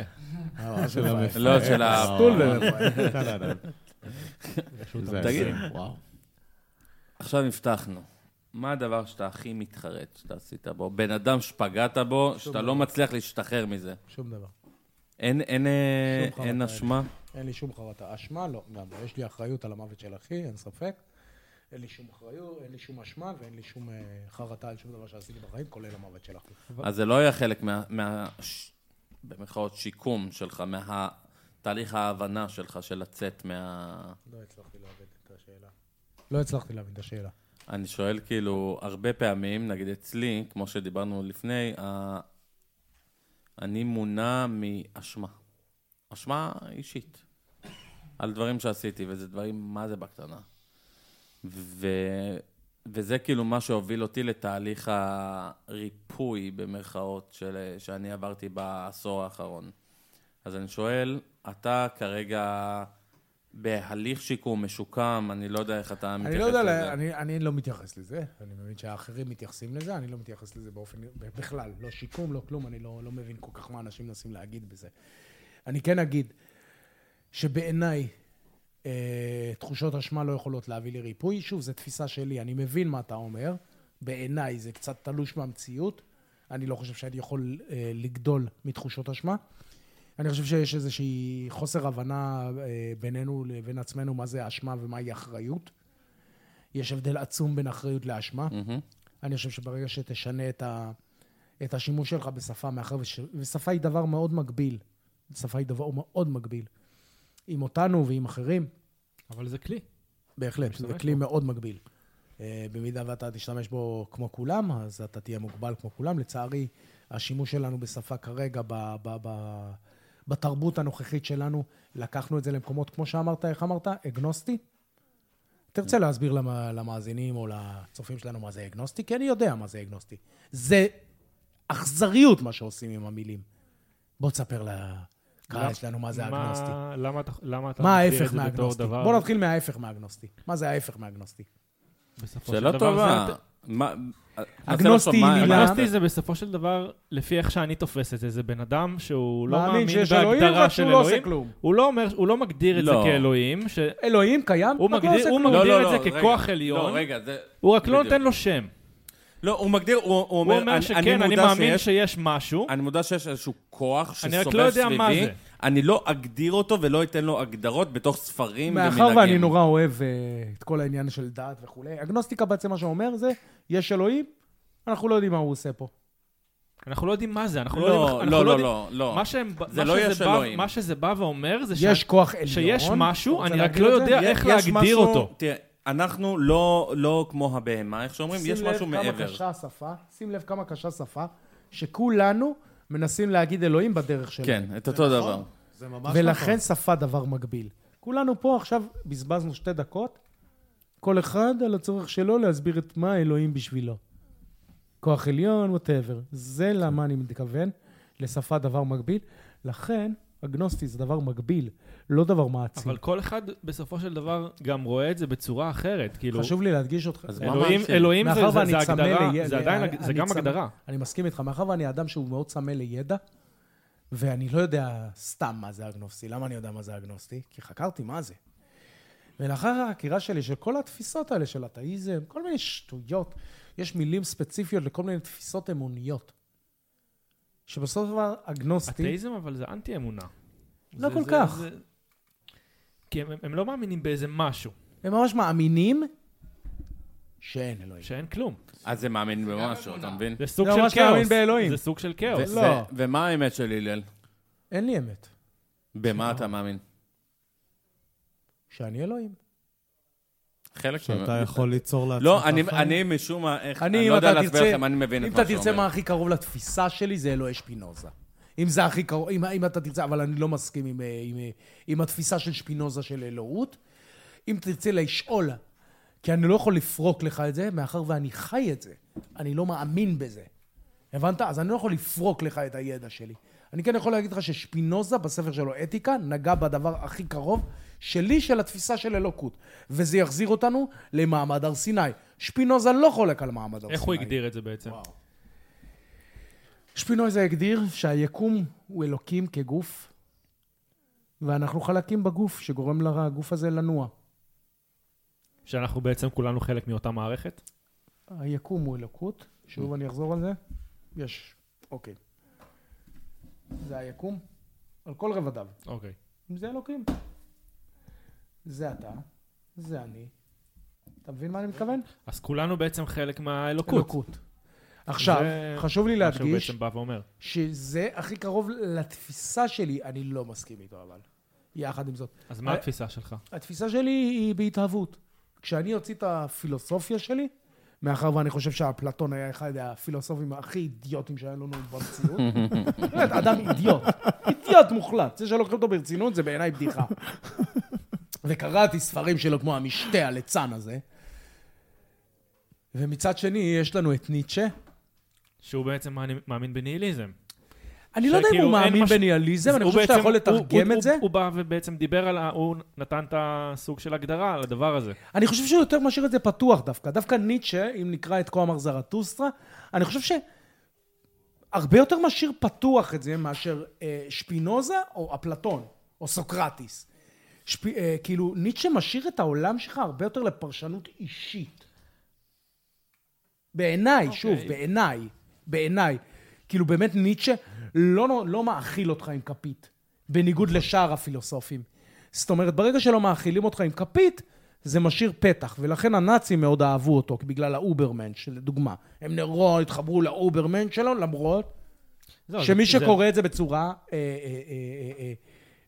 [SPEAKER 8] של המפ-
[SPEAKER 5] לא, של ה...
[SPEAKER 8] לא, לא, לא. זה-
[SPEAKER 5] תגיד.
[SPEAKER 8] זה- וואו.
[SPEAKER 5] עכשיו הבטחנו. מה הדבר שאתה הכי מתחרט שאתה עשית בו? בן אדם שפגעת בו, שאתה לא מצליח להשתחרר מזה.
[SPEAKER 7] שום דבר.
[SPEAKER 5] אין, אין, אה,
[SPEAKER 7] שום חרטה אין.
[SPEAKER 5] אין אשמה?
[SPEAKER 7] אין לי שום חרטה. אשמה, לא. גם לא. יש לי אחריות על המוות של אחי, אין ספק. אין לי שום אחריות, אין לי שום אשמה ואין לי שום אה, חרטה על שום דבר שעשיתי בחיים, כולל המוות של אחי.
[SPEAKER 5] אז זה לא היה חלק מה... מה ש... במירכאות שיקום שלך, מהתהליך ההבנה שלך של לצאת מה...
[SPEAKER 7] לא הצלחתי להבין את השאלה. לא הצלחתי להבין את השאלה.
[SPEAKER 5] אני שואל כאילו, הרבה פעמים, נגיד אצלי, כמו שדיברנו לפני, ה... אני מונע מאשמה. אשמה אישית. על דברים שעשיתי, וזה דברים, מה זה בקטנה. ו... וזה כאילו מה שהוביל אותי לתהליך הריפוי, במרכאות, של... שאני עברתי בעשור האחרון. אז אני שואל, אתה כרגע בהליך שיקום, משוקם, אני לא יודע איך אתה מתייחס
[SPEAKER 7] אני לא יודע,
[SPEAKER 5] לזה.
[SPEAKER 7] לה- אני- אני לא מתייחס לזה. אני מבין שהאחרים מתייחסים לזה, אני לא מתייחס לזה באופן, בכלל. לא שיקום, לא כלום, אני לא לא מבין כל כך מה אנשים מנסים להגיד בזה. אני כן אגיד שבעיניי אה, תחושות אשמה לא יכולות להביא לריפוי. שוב, זו תפיסה שלי, אני מבין מה אתה אומר. בעיניי זה קצת תלוש מהמציאות. אני לא חושב שאני יכול אה, לגדול מתחושות אשמה. אני חושב שיש איזושהי חוסר הבנה אה, בינינו לבין עצמנו מה זה אשמה ומהי אחריות. יש הבדל עצום בין אחריות לאשמה.
[SPEAKER 5] מהמם.
[SPEAKER 7] אני חושב שברגע שתשנה את, ה, את השימוש שלך בשפה, מאחר וש, ושפה היא דבר מאוד מגביל. שפה היא דבר מאוד מגביל. עם אותנו ועם אחרים,
[SPEAKER 3] אבל זה כלי.
[SPEAKER 7] בהחלט, זה
[SPEAKER 3] משתמש
[SPEAKER 7] כלי
[SPEAKER 3] בו.
[SPEAKER 7] מאוד מגביל. אה, במידה ואתה תשתמש בו כמו כולם, אז אתה תהיה מוגבל כמו כולם. לצערי, השימוש שלנו בשפה כרגע, ב, ב, ב, בתרבות הנוכחית שלנו, לקחנו את זה למקומות, כמו שאמרת, איך אמרת? אגנוסטי? תרצה להסביר למה, למאזינים או לצופים שלנו מה זה אגנוסטי? כי אני יודע מה זה אגנוסטי. זה אכזריות מה שעושים עם המילים. בוא תספר לקהל
[SPEAKER 3] למה-
[SPEAKER 7] שלנו מה זה
[SPEAKER 3] מה-
[SPEAKER 7] אגנוסטי.
[SPEAKER 3] למה אתה- למה אתה
[SPEAKER 7] מה
[SPEAKER 3] מגדיר את
[SPEAKER 7] ההפך
[SPEAKER 3] זה בתור
[SPEAKER 7] מהאגנוסטי?
[SPEAKER 3] דבר?
[SPEAKER 7] בוא נתחיל מההפך מהאגנוסטי. מה זה ההפך מהאגנוסטי?
[SPEAKER 3] בסופו של
[SPEAKER 5] שאלה
[SPEAKER 3] דבר
[SPEAKER 5] טובה.
[SPEAKER 3] זה-
[SPEAKER 5] מה-
[SPEAKER 7] אגנוסטי
[SPEAKER 5] מה-
[SPEAKER 7] היא מילה-
[SPEAKER 3] אגנוסטי זה בסופו של דבר, לפי איך שאני תופס את זה, זה בן אדם שהוא לא מאמין
[SPEAKER 7] שיש אלוהים,
[SPEAKER 3] בהגדרה
[SPEAKER 7] רק
[SPEAKER 3] של
[SPEAKER 7] שהוא לא עושה
[SPEAKER 3] אלוהים.
[SPEAKER 7] כלום.
[SPEAKER 3] הוא לא אומר, הוא לא מגדיר את זה
[SPEAKER 5] לא.
[SPEAKER 3] כאלוהים, ש-
[SPEAKER 7] אלוהים קיים,
[SPEAKER 3] הוא
[SPEAKER 7] רק לא
[SPEAKER 3] מגדיר-
[SPEAKER 7] עושה
[SPEAKER 3] הוא
[SPEAKER 7] כלום.
[SPEAKER 3] מגדיר
[SPEAKER 5] לא,
[SPEAKER 3] את
[SPEAKER 5] לא,
[SPEAKER 3] זה
[SPEAKER 5] רגע.
[SPEAKER 3] ככוח עליון.
[SPEAKER 5] לא, רגע, זה...
[SPEAKER 3] הוא רק לא
[SPEAKER 5] בדיוק.
[SPEAKER 3] נותן לו שם.
[SPEAKER 5] לא, הוא מגדיר, הוא- הוא
[SPEAKER 3] הוא
[SPEAKER 5] אומר...
[SPEAKER 3] אומר שכן, אני
[SPEAKER 5] מודע
[SPEAKER 3] מאמין
[SPEAKER 5] שיש-
[SPEAKER 3] שיש משהו.
[SPEAKER 5] אני מודע שיש איזשהו כוח
[SPEAKER 3] אני רק
[SPEAKER 5] שסובב
[SPEAKER 3] לא יודע מה
[SPEAKER 5] סביבי.
[SPEAKER 3] זה.
[SPEAKER 5] אני לא אגדיר אותו ולא אתן לו הגדרות בתוך ספרים ומנהגים.
[SPEAKER 7] מאחר ואני נורא אוהב אה, את כל העניין של דת וכולי, אגנוסטיקה בעצם מה שאומר זה, יש אלוהים, אנחנו לא יודעים מה הוא עושה פה.
[SPEAKER 3] אנחנו לא יודעים מה זה, אנחנו לא יודעים...
[SPEAKER 5] לא,
[SPEAKER 3] אנחנו
[SPEAKER 5] לא, לא,
[SPEAKER 3] יודעים-
[SPEAKER 5] לא, לא.
[SPEAKER 3] מה שהם-
[SPEAKER 5] זה
[SPEAKER 3] מה
[SPEAKER 5] לא
[SPEAKER 3] שזה
[SPEAKER 5] יש
[SPEAKER 3] בא-
[SPEAKER 5] אלוהים.
[SPEAKER 3] מה שזה בא ואומר זה ש-
[SPEAKER 7] יש כוח עליון.
[SPEAKER 3] שיש משהו,
[SPEAKER 7] אתה רוצה
[SPEAKER 3] אני רק
[SPEAKER 7] להגדיר
[SPEAKER 3] לא
[SPEAKER 7] את זה?
[SPEAKER 3] יודע
[SPEAKER 5] יש-
[SPEAKER 3] איך
[SPEAKER 5] יש
[SPEAKER 3] להגדיר
[SPEAKER 5] משהו-
[SPEAKER 3] אותו.
[SPEAKER 5] תראה, אנחנו לא, לא כמו הבהמה, איך שאומרים, יש משהו
[SPEAKER 7] שים לב כמה
[SPEAKER 5] מעבר.
[SPEAKER 7] קשה השפה, שים לב כמה קשה השפה, שכולנו מנסים להגיד אלוהים בדרך שלנו.
[SPEAKER 5] כן, את אותו דבר.
[SPEAKER 8] זה ממש
[SPEAKER 3] לא?
[SPEAKER 7] ולכן שפה דבר מגביל. כולנו פה עכשיו בזבזנו שתי דקות, כל אחד על הצורך שלו להסביר את מה האלוהים בשבילו. כוח עליון, ווטאבר.
[SPEAKER 3] כן.
[SPEAKER 7] זה למה אני מתכוון, לשפה דבר מגביל. לכן, אגנוסטי זה דבר מגביל, לא דבר מעצים.
[SPEAKER 3] אבל כל אחד בסופו של דבר גם רואה את זה בצורה אחרת. כאילו,
[SPEAKER 7] חשוב לי להדגיש אותך.
[SPEAKER 5] אז מה
[SPEAKER 3] אלוהים,
[SPEAKER 5] מעצים?
[SPEAKER 3] אלוהים זה-
[SPEAKER 7] מאחר
[SPEAKER 3] זה-
[SPEAKER 7] ואני
[SPEAKER 3] זה
[SPEAKER 7] צמא
[SPEAKER 3] הגדרה,
[SPEAKER 7] ל-
[SPEAKER 3] זה
[SPEAKER 7] ל-
[SPEAKER 3] עדיין,
[SPEAKER 7] אני-
[SPEAKER 3] זה
[SPEAKER 7] אני
[SPEAKER 3] גם
[SPEAKER 7] צמא-
[SPEAKER 3] הגדרה.
[SPEAKER 7] אני מסכים איתך, מאחר ואני אדם שהוא מאוד צמא לידע, ואני לא יודע סתם מה זה אגנוסטי. למה אני יודע מה זה אגנוסטי? כי חקרתי מה זה. ולאחר החקירה שלי של כל התפיסות האלה של אתאיזם, כל מיני שטויות, יש מילים ספציפיות לכל מיני תפיסות אמוניות. שבסוף דבר אגנוסטי,
[SPEAKER 3] אתאיזם אבל זה אנטי אמונה.
[SPEAKER 7] לא כל כך.
[SPEAKER 3] כי הם- הם לא מאמינים באיזה משהו,
[SPEAKER 7] הם ממש מאמינים שאין אלוהים.
[SPEAKER 3] שאין כלום.
[SPEAKER 5] אז זה מאמין במשהו, אתה מבין?
[SPEAKER 3] זה סוג
[SPEAKER 7] זה
[SPEAKER 3] של כאוס.
[SPEAKER 7] לא, ממש להאמין באלוהים.
[SPEAKER 3] זה סוג של
[SPEAKER 5] ו-
[SPEAKER 3] כאוס.
[SPEAKER 5] ו-
[SPEAKER 7] לא.
[SPEAKER 5] ומה האמת של הלל?
[SPEAKER 7] אין לי אמת,
[SPEAKER 5] במה אתה מאמין?
[SPEAKER 7] שאני אלוהים.
[SPEAKER 5] חלק ממה.
[SPEAKER 8] שאתה יכול ליצור לעצמך
[SPEAKER 5] לא, אני-
[SPEAKER 8] חיים.
[SPEAKER 5] אני משום מה, איך,
[SPEAKER 7] אני,
[SPEAKER 5] אני
[SPEAKER 7] אם
[SPEAKER 5] לא יודע
[SPEAKER 7] אתה
[SPEAKER 5] להסביר
[SPEAKER 7] תרצה-
[SPEAKER 5] לכם, אני מבין
[SPEAKER 7] אם
[SPEAKER 5] את מה
[SPEAKER 7] אתה תרצה
[SPEAKER 5] שאומר.
[SPEAKER 7] מה הכי קרוב לתפיסה שלי, זה אלוהי שפינוזה. אם זה הכי קרוב, אם, אם אתה תרצה, אבל אני לא מסכים עם, אה, עם, אה, עם התפיסה של שפינוזה של אלוהות. אם תרצה לשאול, כי אני לא יכול לפרוק לך את זה, מאחר ואני חי את זה. אני לא מאמין בזה. הבנת? אז אני לא יכול לפרוק לך את הידע שלי. אני כן יכול להגיד לך ששפינוזה, בספר שלו, אתיקה, נגע בדבר הכי קרוב שלי, של התפיסה של אלוקות. וזה יחזיר אותנו למעמד הר סיני. שפינוזה לא חולק על מעמד הר סיני.
[SPEAKER 3] איך הוא הגדיר את זה בעצם?
[SPEAKER 7] שפינויזה הגדיר שהיקום הוא אלוקים כגוף, ואנחנו חלקים בגוף שגורם לגוף הזה לנוע.
[SPEAKER 3] שאנחנו בעצם כולנו חלק מאותה מערכת?
[SPEAKER 7] היקום הוא אלוקות, שוב אני אחזור על זה. יש, אוקיי. זה היקום, על כל רבדיו.
[SPEAKER 3] אוקיי.
[SPEAKER 7] זה אלוקים. זה אתה, זה אני. אתה מבין מה אני מתכוון?
[SPEAKER 3] אז כולנו בעצם חלק מהאלוקות.
[SPEAKER 7] אלוקות. עכשיו,
[SPEAKER 3] זה
[SPEAKER 7] חשוב לי
[SPEAKER 3] מה שהוא
[SPEAKER 7] להדגיש...
[SPEAKER 3] בעצם בא ואומר.
[SPEAKER 7] שזה הכי קרוב לתפיסה שלי, אני לא מסכים איתו אבל. יחד עם זאת.
[SPEAKER 3] אז מה
[SPEAKER 7] אה,
[SPEAKER 3] התפיסה שלך?
[SPEAKER 7] התפיסה שלי היא בהתהוות. כשאני אוציא את הפילוסופיה שלי, מאחר ואני חושב שאפלטון היה אחד הפילוסופים הכי אידיוטים שהיה לנו במציאות, באמת, אדם אידיוט, אידיוט מוחלט. זה שלוקחים אותו ברצינות זה בעיניי בדיחה. וקראתי ספרים שלו כמו המשתה הליצן הזה. ומצד שני, יש לנו את ניטשה.
[SPEAKER 3] שהוא בעצם מאמין- מאמין בניהיליזם.
[SPEAKER 7] אני לא יודע אם הוא
[SPEAKER 3] שכאילו אין
[SPEAKER 7] מאמין
[SPEAKER 3] מש-
[SPEAKER 7] בניאליזם, אני
[SPEAKER 3] הוא
[SPEAKER 7] חושב שאתה
[SPEAKER 3] בעצם-
[SPEAKER 7] יכול
[SPEAKER 3] הוא-
[SPEAKER 7] לתרגם
[SPEAKER 3] הוא-
[SPEAKER 7] את זה.
[SPEAKER 3] הוא בא ובעצם דיבר על ה... הוא נתן את הסוג של הגדרה על הדבר הזה.
[SPEAKER 7] אני חושב שהוא יותר משאיר את זה פתוח דווקא. דווקא ניטשה, אם נקרא את כה אמר זרטוסטרה, אני חושב שהרבה יותר משאיר פתוח את זה מאשר אה, שפינוזה או אפלטון או סוקרטיס. שפ... אה, כאילו, ניטשה משאיר את העולם שלך הרבה יותר לפרשנות אישית. בעיניי,
[SPEAKER 3] אוקיי.
[SPEAKER 7] okay. שוב, בעיניי, בעיניי. כאילו, באמת ניטשה לא, לא מאכיל אותך עם כפית.
[SPEAKER 1] בניגוד לשאר הפילוסופים. זאת אומרת, ברגע שלא מאכילים אותך עם כפית, זה משאיר פתח, ולכן הנאצים מאוד אהבו אותו, בגלל האוברמן, שלדוגמה. הם נורא התחברו לאוברמן שלו, למרות
[SPEAKER 7] לא,
[SPEAKER 3] זהו,
[SPEAKER 1] שמי
[SPEAKER 3] לא, זה-
[SPEAKER 1] שקורא את זה בצורה אה, אה, אה, אה, אה,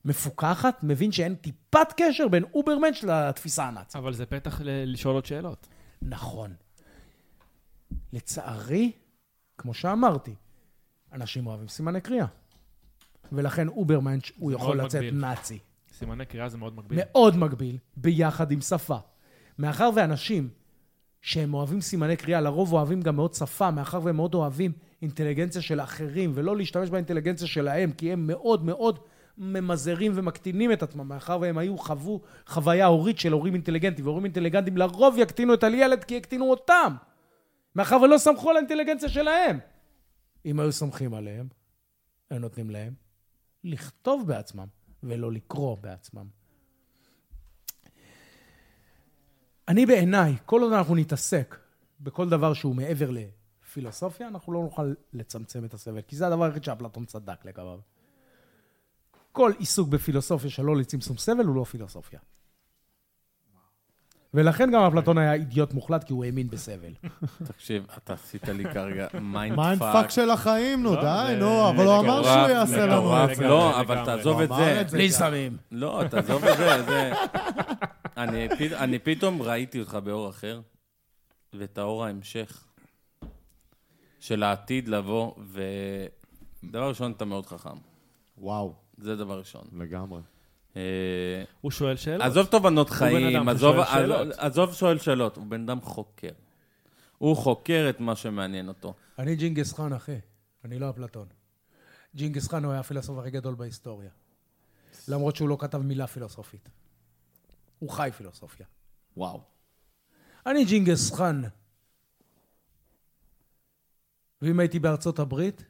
[SPEAKER 1] מפוקחת, מבין שאין טיפת קשר בין אוברמנץ' לתפיסה הנאצית.
[SPEAKER 3] זה- אבל זה פתח ל- לשאול עוד שאלות.
[SPEAKER 1] נכון. לצערי, כמו שאמרתי, אנשים אוהבים סימני קריאה. ולכן אוברמנץ' הוא
[SPEAKER 3] מאוד
[SPEAKER 1] יכול לצאת
[SPEAKER 3] מגביל.
[SPEAKER 1] נאצי.
[SPEAKER 3] סימני קריאה זה מאוד מגביל.
[SPEAKER 1] מאוד מגביל, ביחד עם שפה. מאחר ואנשים שהם אוהבים סימני קריאה, לרוב אוהבים גם מאוד שפה, מאחר והם מאוד אוהבים אינטליגנציה של אחרים, ולא להשתמש באינטליגנציה שלהם, כי הם מאוד מאוד ממזערים ומקטינים את עצמם, מאחר והם היו, חוו חוויה הורית של הורים אינטליגנטים, והורים אינטליגנטים לרוב יקטינו את הילד כי יקטינו אותם, מאחר ולא סמכו על האינטליגנציה שלהם. אם היו סומכים עליהם, היו נותנים להם לכתוב בעצמם, ולא לקרוא בעצמם. אני בעיניי, כל עוד אנחנו נתעסק בכל דבר שהוא מעבר לפילוסופיה, אנחנו לא נוכל לצמצם את הסבל, כי זה הדבר היחיד שאפלטון צדק לגביו. כל עיסוק בפילוסופיה שלא לצמצום סבל הוא לא פילוסופיה. ולכן גם אפלטון היה אידיוט מוחלט, כי הוא האמין בסבל.
[SPEAKER 5] תקשיב, אתה עשית לי כרגע מיינד
[SPEAKER 8] מיינד
[SPEAKER 5] פאק.
[SPEAKER 8] פאק של החיים, נו
[SPEAKER 3] לא,
[SPEAKER 8] די,
[SPEAKER 3] זה-
[SPEAKER 8] נו, אבל הוא אמר
[SPEAKER 5] מטורף,
[SPEAKER 8] שהוא יעשה לנו
[SPEAKER 5] מטורף.
[SPEAKER 8] את זה.
[SPEAKER 5] לא,
[SPEAKER 3] לגמרי,
[SPEAKER 5] אבל
[SPEAKER 3] לגמרי.
[SPEAKER 5] תעזוב
[SPEAKER 8] הוא
[SPEAKER 5] את
[SPEAKER 8] אמר
[SPEAKER 5] זה.
[SPEAKER 8] את זה.
[SPEAKER 1] בלי סמים.
[SPEAKER 5] לא, תעזוב את זה, זה... אני, פת- אני פתאום ראיתי אותך באור אחר, ואת האור ההמשך של העתיד לבוא, ודבר ראשון, אתה מאוד חכם.
[SPEAKER 8] וואו,
[SPEAKER 5] זה דבר ראשון.
[SPEAKER 8] לגמרי.
[SPEAKER 5] אה,
[SPEAKER 3] הוא שואל שאלות.
[SPEAKER 5] עזוב תובנות
[SPEAKER 3] בן אדם
[SPEAKER 5] חיים,
[SPEAKER 3] ששואל
[SPEAKER 5] עזוב,
[SPEAKER 3] שאלות.
[SPEAKER 5] עזוב שואל שאלות, הוא בן אדם חוקר. הוא חוקר את מה שמעניין אותו.
[SPEAKER 7] אני ג'ינגיס חאן, אחי. אני לא אפלטון. ג'ינגיס חאן הוא היה הפילוסוף הכי גדול בהיסטוריה. למרות שהוא לא כתב מילה פילוסופית. הוא חי פילוסופיה.
[SPEAKER 8] וואו.
[SPEAKER 7] אני ג'ינגס חאן. ואם הייתי בארצות הברית,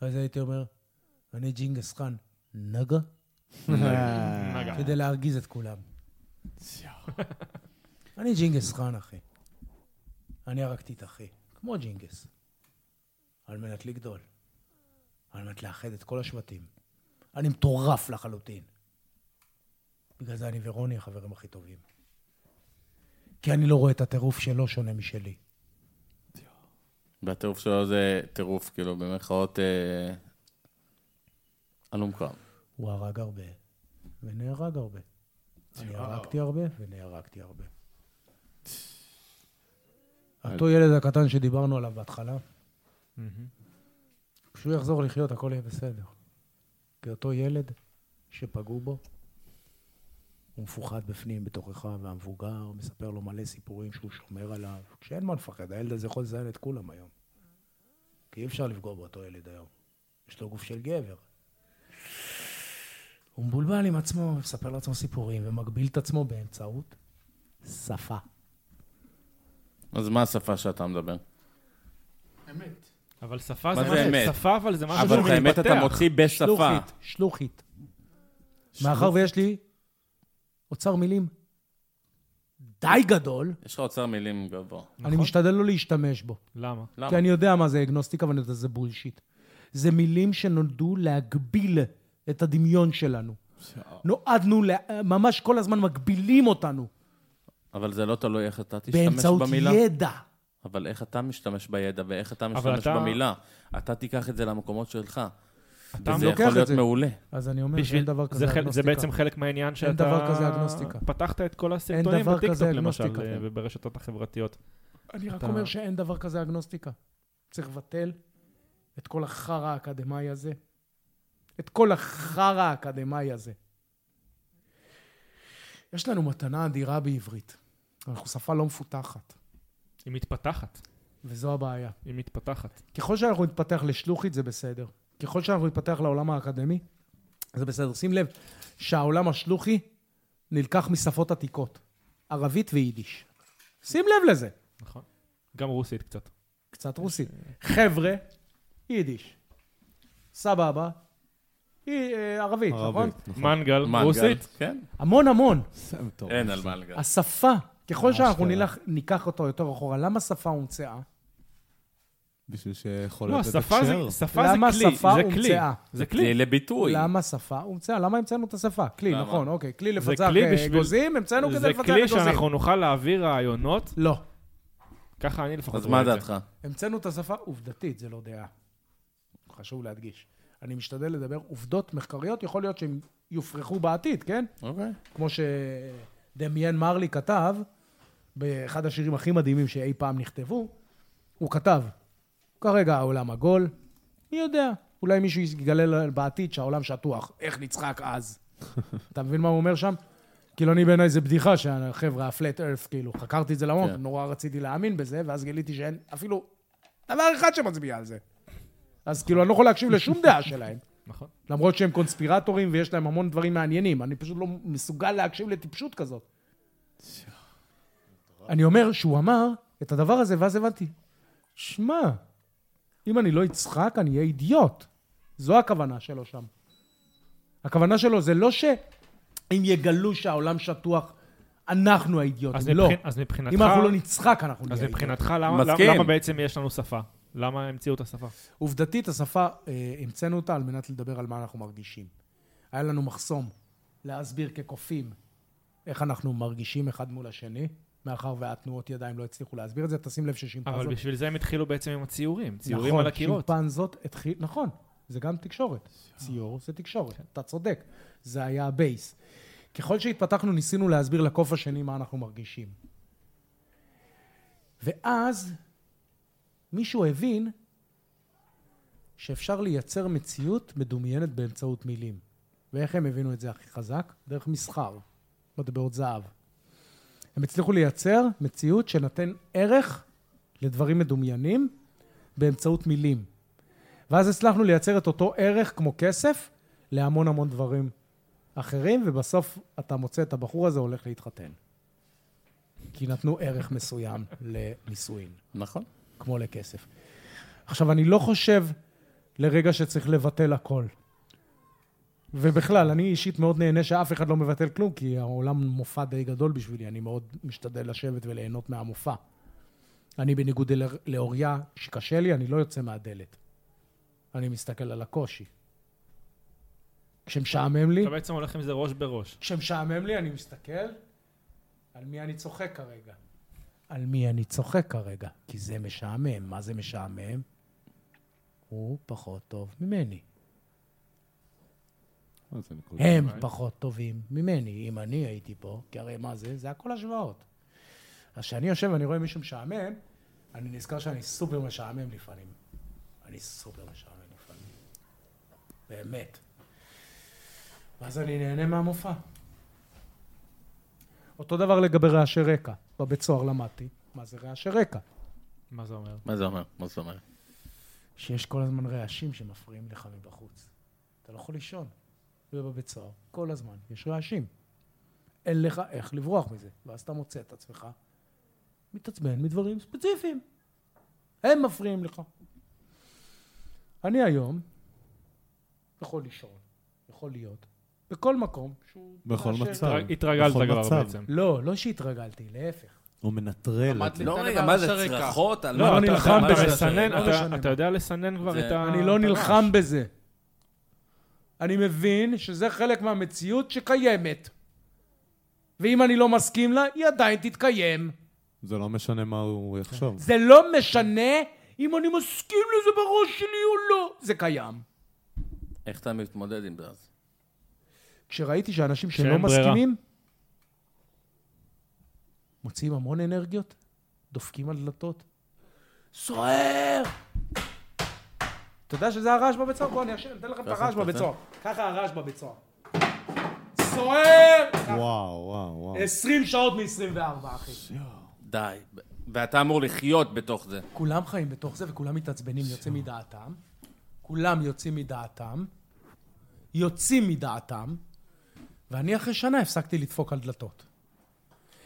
[SPEAKER 7] אז הייתי אומר, אני ג'ינגס חאן נגה,
[SPEAKER 3] נגע.
[SPEAKER 7] כדי להרגיז את כולם. אני ג'ינגס חאן, אחי. אני הרגתי את אחי, כמו ג'ינגס, על מנת לגדול, על מנת לאחד את כל השבטים. אני מטורף לחלוטין. בגלל זה אני ורוני החברים הכי טובים. כי אני לא רואה את הטירוף שלו שונה משלי.
[SPEAKER 5] והטירוף שלו זה טירוף, כאילו, במרכאות... אה, הלום קרב.
[SPEAKER 7] הוא הרג הרבה, ונהרג הרבה. אני הרגתי הרבה, ונהרגתי הרבה. אותו ילד הקטן שדיברנו עליו בהתחלה, כשהוא יחזור לחיות, הכל יהיה בסדר. כי אותו ילד שפגעו בו, הוא מפוחד בפנים, בתוכך, והמבוגר מספר לו מלא סיפורים שהוא שומר עליו. כשאין מה לפחד, הילד הזה יכול לזיין את כולם היום. כי אי אפשר לפגוע באותו ילד היום. יש לו גוף של גבר. הוא מבולבל עם עצמו, מספר לעצמו סיפורים, ומגביל את עצמו באמצעות שפה.
[SPEAKER 5] אז מה השפה שאתה מדבר?
[SPEAKER 4] אמת.
[SPEAKER 3] אבל שפה זה
[SPEAKER 5] מה זה
[SPEAKER 3] משהו-
[SPEAKER 5] אמת?
[SPEAKER 3] שפה אבל זה משהו
[SPEAKER 5] אבל את האמת אתה מוציא בשפה.
[SPEAKER 7] שלוחית, שלוחית. מאחר ויש לי אוצר מילים די גדול,
[SPEAKER 5] יש לך אוצר מילים גבוה.
[SPEAKER 3] נכון.
[SPEAKER 7] אני משתדל לא להשתמש בו.
[SPEAKER 3] למה?
[SPEAKER 5] למה?
[SPEAKER 7] כי אני יודע מה זה אגנוסטיקה ואני יודע שזה בולשיט. זה מילים שנולדו להגביל את הדמיון שלנו. נועדנו, לה- ממש כל הזמן מגבילים אותנו
[SPEAKER 5] אבל זה לא תלוי איך אתה תשתמש
[SPEAKER 7] באמצעות
[SPEAKER 5] במילה.
[SPEAKER 7] ידע.
[SPEAKER 5] אבל איך אתה משתמש בידע ואיך אתה
[SPEAKER 3] אבל
[SPEAKER 5] משתמש
[SPEAKER 3] אתה-
[SPEAKER 5] במילה. אתה תיקח את זה למקומות שלך.
[SPEAKER 3] אתה
[SPEAKER 5] וזה
[SPEAKER 3] לוקח
[SPEAKER 5] יכול
[SPEAKER 7] את
[SPEAKER 5] להיות
[SPEAKER 7] זה.
[SPEAKER 5] מעולה.
[SPEAKER 7] אז אני אומר
[SPEAKER 3] בשביל-
[SPEAKER 7] שאין דבר
[SPEAKER 3] זה
[SPEAKER 7] כזה
[SPEAKER 3] חלק-
[SPEAKER 7] אגנוסטיקה.
[SPEAKER 3] זה בעצם חלק מהעניין שאתה...
[SPEAKER 7] אין דבר כזה אגנוסטיקה.
[SPEAKER 3] פתחת את כל הסרטונים
[SPEAKER 7] דבר
[SPEAKER 3] בטיקטוק
[SPEAKER 7] כזה
[SPEAKER 3] למשל,
[SPEAKER 7] אגנוסטיקה.
[SPEAKER 3] אה, וברשתות החברתיות.
[SPEAKER 7] אני רק
[SPEAKER 3] אתה-
[SPEAKER 7] אומר שאין דבר כזה אגנוסטיקה. צריך לבטל את כל החרא האקדמאי הזה. את כל החרא האקדמאי הזה. יש לנו מתנה אדירה בעברית. אנחנו שפה לא מפותחת,
[SPEAKER 3] היא מתפתחת.
[SPEAKER 7] וזו הבעיה.
[SPEAKER 3] היא מתפתחת.
[SPEAKER 7] ככל שאנחנו נתפתח לשלוחית, זה בסדר. ככל שאנחנו נתפתח לעולם האקדמי, זה בסדר. שים לב שהעולם השלוחי נלקח משפות עתיקות, ערבית ויידיש. שים לב לזה.
[SPEAKER 3] נכון. גם רוסית קצת.
[SPEAKER 7] קצת רוסית.
[SPEAKER 3] אה,
[SPEAKER 7] חבר'ה, יידיש. סבבה, היא, אה, ערבית, נכון?
[SPEAKER 8] ערבית.
[SPEAKER 3] מנגל,
[SPEAKER 5] מנגל.
[SPEAKER 3] רוסית.
[SPEAKER 5] כן.
[SPEAKER 7] המון המון.
[SPEAKER 3] אה,
[SPEAKER 8] זה מטורף.
[SPEAKER 5] אין על מה לגעת.
[SPEAKER 7] השפה, ככל שאנחנו
[SPEAKER 3] כן.
[SPEAKER 8] אשכרה.
[SPEAKER 7] נלך, ניקח אותו יותר אחורה, למה שפה הומצאה?
[SPEAKER 8] בשביל שיכול
[SPEAKER 3] לא,
[SPEAKER 8] לתת
[SPEAKER 3] שפה
[SPEAKER 8] הקשר.
[SPEAKER 3] זה שפה זה
[SPEAKER 7] למה
[SPEAKER 3] כלי,
[SPEAKER 7] שפה
[SPEAKER 3] זה כלי.
[SPEAKER 7] הומצאה?
[SPEAKER 3] זה כלי.
[SPEAKER 5] כלי לביטוי.
[SPEAKER 7] למה שפה הומצאה? למה המצאנו את השפה? כלי,
[SPEAKER 5] למה?
[SPEAKER 7] נכון, אוקיי. כלי
[SPEAKER 3] זה
[SPEAKER 7] לפצח
[SPEAKER 3] כלי
[SPEAKER 7] אה,
[SPEAKER 3] בשביל-
[SPEAKER 7] אגוזים, המצאנו כדי
[SPEAKER 3] זה
[SPEAKER 7] לפצח אגוזים.
[SPEAKER 3] כלי שאנחנו נוכל להעביר רעיונות,
[SPEAKER 7] לא.
[SPEAKER 3] ככה אני לפחות
[SPEAKER 5] אז
[SPEAKER 3] רואה
[SPEAKER 5] מה
[SPEAKER 3] את זה.
[SPEAKER 5] דעתך?
[SPEAKER 7] המצאנו את השפה עובדתית, זה לא דעה. חשוב להדגיש. אני משתדל לדבר עובדות מחקריות, יכול להיות שהן יופרכו בעתיד, כן?
[SPEAKER 5] אוקיי.
[SPEAKER 7] כמו שדמיאן מרלי כתב, באחד השירים הכי מדהימים שאי פעם נכתבו, הוא כתב, כרגע העולם עגול, מי יודע, אולי מישהו יגלה בעתיד שהעולם שטוח, איך נצחק אז? אתה מבין מה הוא אומר שם? כאילו, אני בעיניי זה בדיחה שהחבר'ה, הפלט ארף, כאילו, חקרתי את זה לעומק,
[SPEAKER 5] כן.
[SPEAKER 7] נורא רציתי להאמין בזה, ואז גיליתי שאין אפילו דבר אחד שמצביע על זה. אז כאילו, אני לא יכול להקשיב לשום דעה שלהם.
[SPEAKER 3] נכון.
[SPEAKER 7] למרות שהם קונספירטורים ויש להם המון דברים מעניינים. אני פשוט לא מסוגל להקשיב לטיפשות כזאת. אני אומר שהוא אמר את הדבר הזה, ואז הבנתי, שמע, אם אני לא אצחק, אני אהיה אידיוט. זו הכוונה שלו שם. הכוונה שלו זה לא שאם יגלו שהעולם שטוח, אנחנו
[SPEAKER 3] אז
[SPEAKER 7] האידיוטים, לא.
[SPEAKER 3] מבחין- אז מבחינתך...
[SPEAKER 7] אם אנחנו לא נצחק, אנחנו נהיה
[SPEAKER 3] אז
[SPEAKER 7] אידיוטים.
[SPEAKER 3] מבחינתך, למה- למה-
[SPEAKER 5] מסכים.
[SPEAKER 3] למה בעצם יש לנו שפה? למה המציאו את השפה?
[SPEAKER 7] עובדתית, השפה, אה, המצאנו אותה על מנת לדבר על מה אנחנו מרגישים. היה לנו מחסום להסביר כקופים איך אנחנו מרגישים אחד מול השני, מאחר והתנועות ידיים לא הצליחו להסביר את זה. תשים לב
[SPEAKER 3] אבל
[SPEAKER 7] ששימפנזות...
[SPEAKER 3] בשביל זה הם התחילו בעצם עם הציורים, ציורים על
[SPEAKER 7] נכון,
[SPEAKER 3] הקירות.
[SPEAKER 7] שימפנזות התחיל... נכון, זה גם תקשורת. ציור זה תקשורת, אתה צודק. זה היה הבייס. ככל שהתפתחנו, ניסינו להסביר לקוף השני מה אנחנו מרגישים. ואז מישהו הבין שאפשר לייצר מציאות מדומיינת באמצעות מילים. ואיך הם הבינו את זה הכי חזק? דרך מסחר, מטבעות זהב. הם הצליחו לייצר מציאות שנותן ערך לדברים מדומיינים באמצעות מילים. ואז הצלחנו לייצר את אותו ערך כמו כסף להמון המון דברים אחרים, ובסוף אתה מוצא את הבחור הזה הולך להתחתן. כי נתנו ערך מסוים לנישואין.
[SPEAKER 5] נכון.
[SPEAKER 7] כמו לכסף. עכשיו, אני לא חושב לרגע שצריך לבטל הכל. ובכלל, אני אישית מאוד נהנה שאף אחד לא מבטל כלום, כי העולם מופע די גדול בשבילי, אני מאוד משתדל לשבת וליהנות מהמופע. אני בניגוד אל- לאוריה, שקשה לי, אני לא יוצא מהדלת. אני מסתכל על הקושי. כשמשעמם לי,
[SPEAKER 3] אתה בעצם הולך עם זה ראש בראש.
[SPEAKER 7] כשמשעמם לי, אני מסתכל על מי אני צוחק כרגע. על מי אני צוחק כרגע, כי זה משעמם. מה זה משעמם? הוא פחות טוב ממני.
[SPEAKER 8] אה, זה נקודה.
[SPEAKER 7] הם פחות טובים ממני, אם אני הייתי פה, כי הרי מה זה? זה הכל השוואות. אז כשאני יושב ואני רואה מישהו משעמם, אני נזכר שאני סופר משעמם לפעמים. אני סופר משעמם לפעמים. באמת. ואז אני נהנה מהמופע. אותו דבר לגבי רעשי רקע. בבית סוהר למדתי מה זה רעשי רקע.
[SPEAKER 3] מה זה אומר?
[SPEAKER 5] מה זה אומר? מה זה אומר?
[SPEAKER 7] שיש כל הזמן רעשים שמפריעים לך מבחוץ. אתה לא יכול לישון. ובבית סוהר, כל הזמן יש רעשים. אין לך איך לברוח מזה. ואז אתה מוצא את עצמך מתעצבן מדברים ספציפיים. הם מפריעים לך. אני היום יכול לישון, יכול להיות, בכל מקום שהוא...
[SPEAKER 8] בכל
[SPEAKER 7] רעשי-
[SPEAKER 8] מצב. טוב,
[SPEAKER 3] התרגלת
[SPEAKER 8] בכל
[SPEAKER 3] כבר
[SPEAKER 8] מצב.
[SPEAKER 3] בעצם.
[SPEAKER 7] לא, לא שהתרגלתי, להפך.
[SPEAKER 8] הוא מנטרל.
[SPEAKER 4] למד לי
[SPEAKER 5] לא,
[SPEAKER 4] את
[SPEAKER 5] רגע,
[SPEAKER 4] הדבר
[SPEAKER 5] מה זה,
[SPEAKER 4] בשריקה.
[SPEAKER 5] צרחות? על
[SPEAKER 3] לא,
[SPEAKER 5] מה
[SPEAKER 3] אתה-
[SPEAKER 5] אתה-
[SPEAKER 3] אתה
[SPEAKER 5] מה זה-
[SPEAKER 3] מסנן,
[SPEAKER 7] לא
[SPEAKER 3] אתה-
[SPEAKER 7] משנה.
[SPEAKER 3] אתה יודע לסנן כבר
[SPEAKER 5] זה-
[SPEAKER 3] את ה...
[SPEAKER 7] אני לא נלחם בזה. אני מבין שזה חלק מהמציאות שקיימת. ואם אני לא מסכים לה, היא עדיין תתקיים.
[SPEAKER 8] זה לא משנה מה הוא יחשוב.
[SPEAKER 7] זה לא משנה אם אני מסכים לזה בראש שלי או לא. זה קיים.
[SPEAKER 5] איך אתה מתמודד עם זה אז?
[SPEAKER 7] כשראיתי שאנשים שלא
[SPEAKER 3] שאין ברירה.
[SPEAKER 7] מסכימים, מוציאים המון אנרגיות, דופקים על דלתות. סוער! אתה יודע שזה הרעש בבית סוהר? בוא, אני אשם, אתן לכם את הרעש בבית סוהר. ככה הרעש בבית סוהר. סוער!
[SPEAKER 8] וואו, וואו, וואו.
[SPEAKER 7] 20 שעות מ-24, אחי.
[SPEAKER 5] די. ב- ואתה אמור לחיות בתוך זה.
[SPEAKER 7] כולם חיים בתוך זה וכולם מתעצבנים, יוצאים מדעתם. כולם יוצאים מדעתם. יוצאים מדעתם. ואני אחרי שנה הפסקתי לדפוק על דלתות.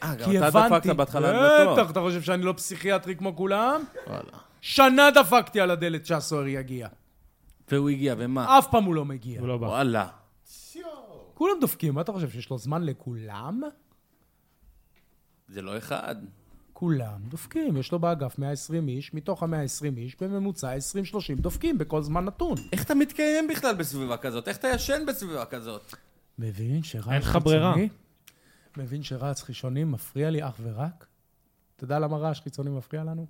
[SPEAKER 5] אה, גם
[SPEAKER 7] כי
[SPEAKER 5] אתה
[SPEAKER 7] הבנתי.
[SPEAKER 5] דפקת בהתחלה על
[SPEAKER 7] בטח,
[SPEAKER 5] דלתות.
[SPEAKER 7] אתה חושב שאני לא פסיכיאטרי כמו כולם?
[SPEAKER 5] וואלה.
[SPEAKER 7] שנה דפקתי על הדלת שהסוהר יגיע.
[SPEAKER 5] והוא הגיע, ומה?
[SPEAKER 7] אף פעם הוא לא מגיע.
[SPEAKER 3] הוא לא בא.
[SPEAKER 5] וואלה.
[SPEAKER 7] כולם דופקים, מה אתה חושב, שיש לו זמן לכולם?
[SPEAKER 5] זה לא אחד.
[SPEAKER 7] כולם דופקים. יש לו באגף 120 איש, מתוך ה-120 איש, בממוצע 20-30 דופקים בכל זמן נתון.
[SPEAKER 5] איך אתה מתקיים בכלל בסביבה כזאת? איך אתה ישן בסביבה כזאת?
[SPEAKER 7] מבין שרץ חיצוני...
[SPEAKER 3] אין לך ברירה.
[SPEAKER 7] מבין שרעש חיצוני מפריע לי אך ורק? אתה יודע למה רעש חיצוני מפריע לנו?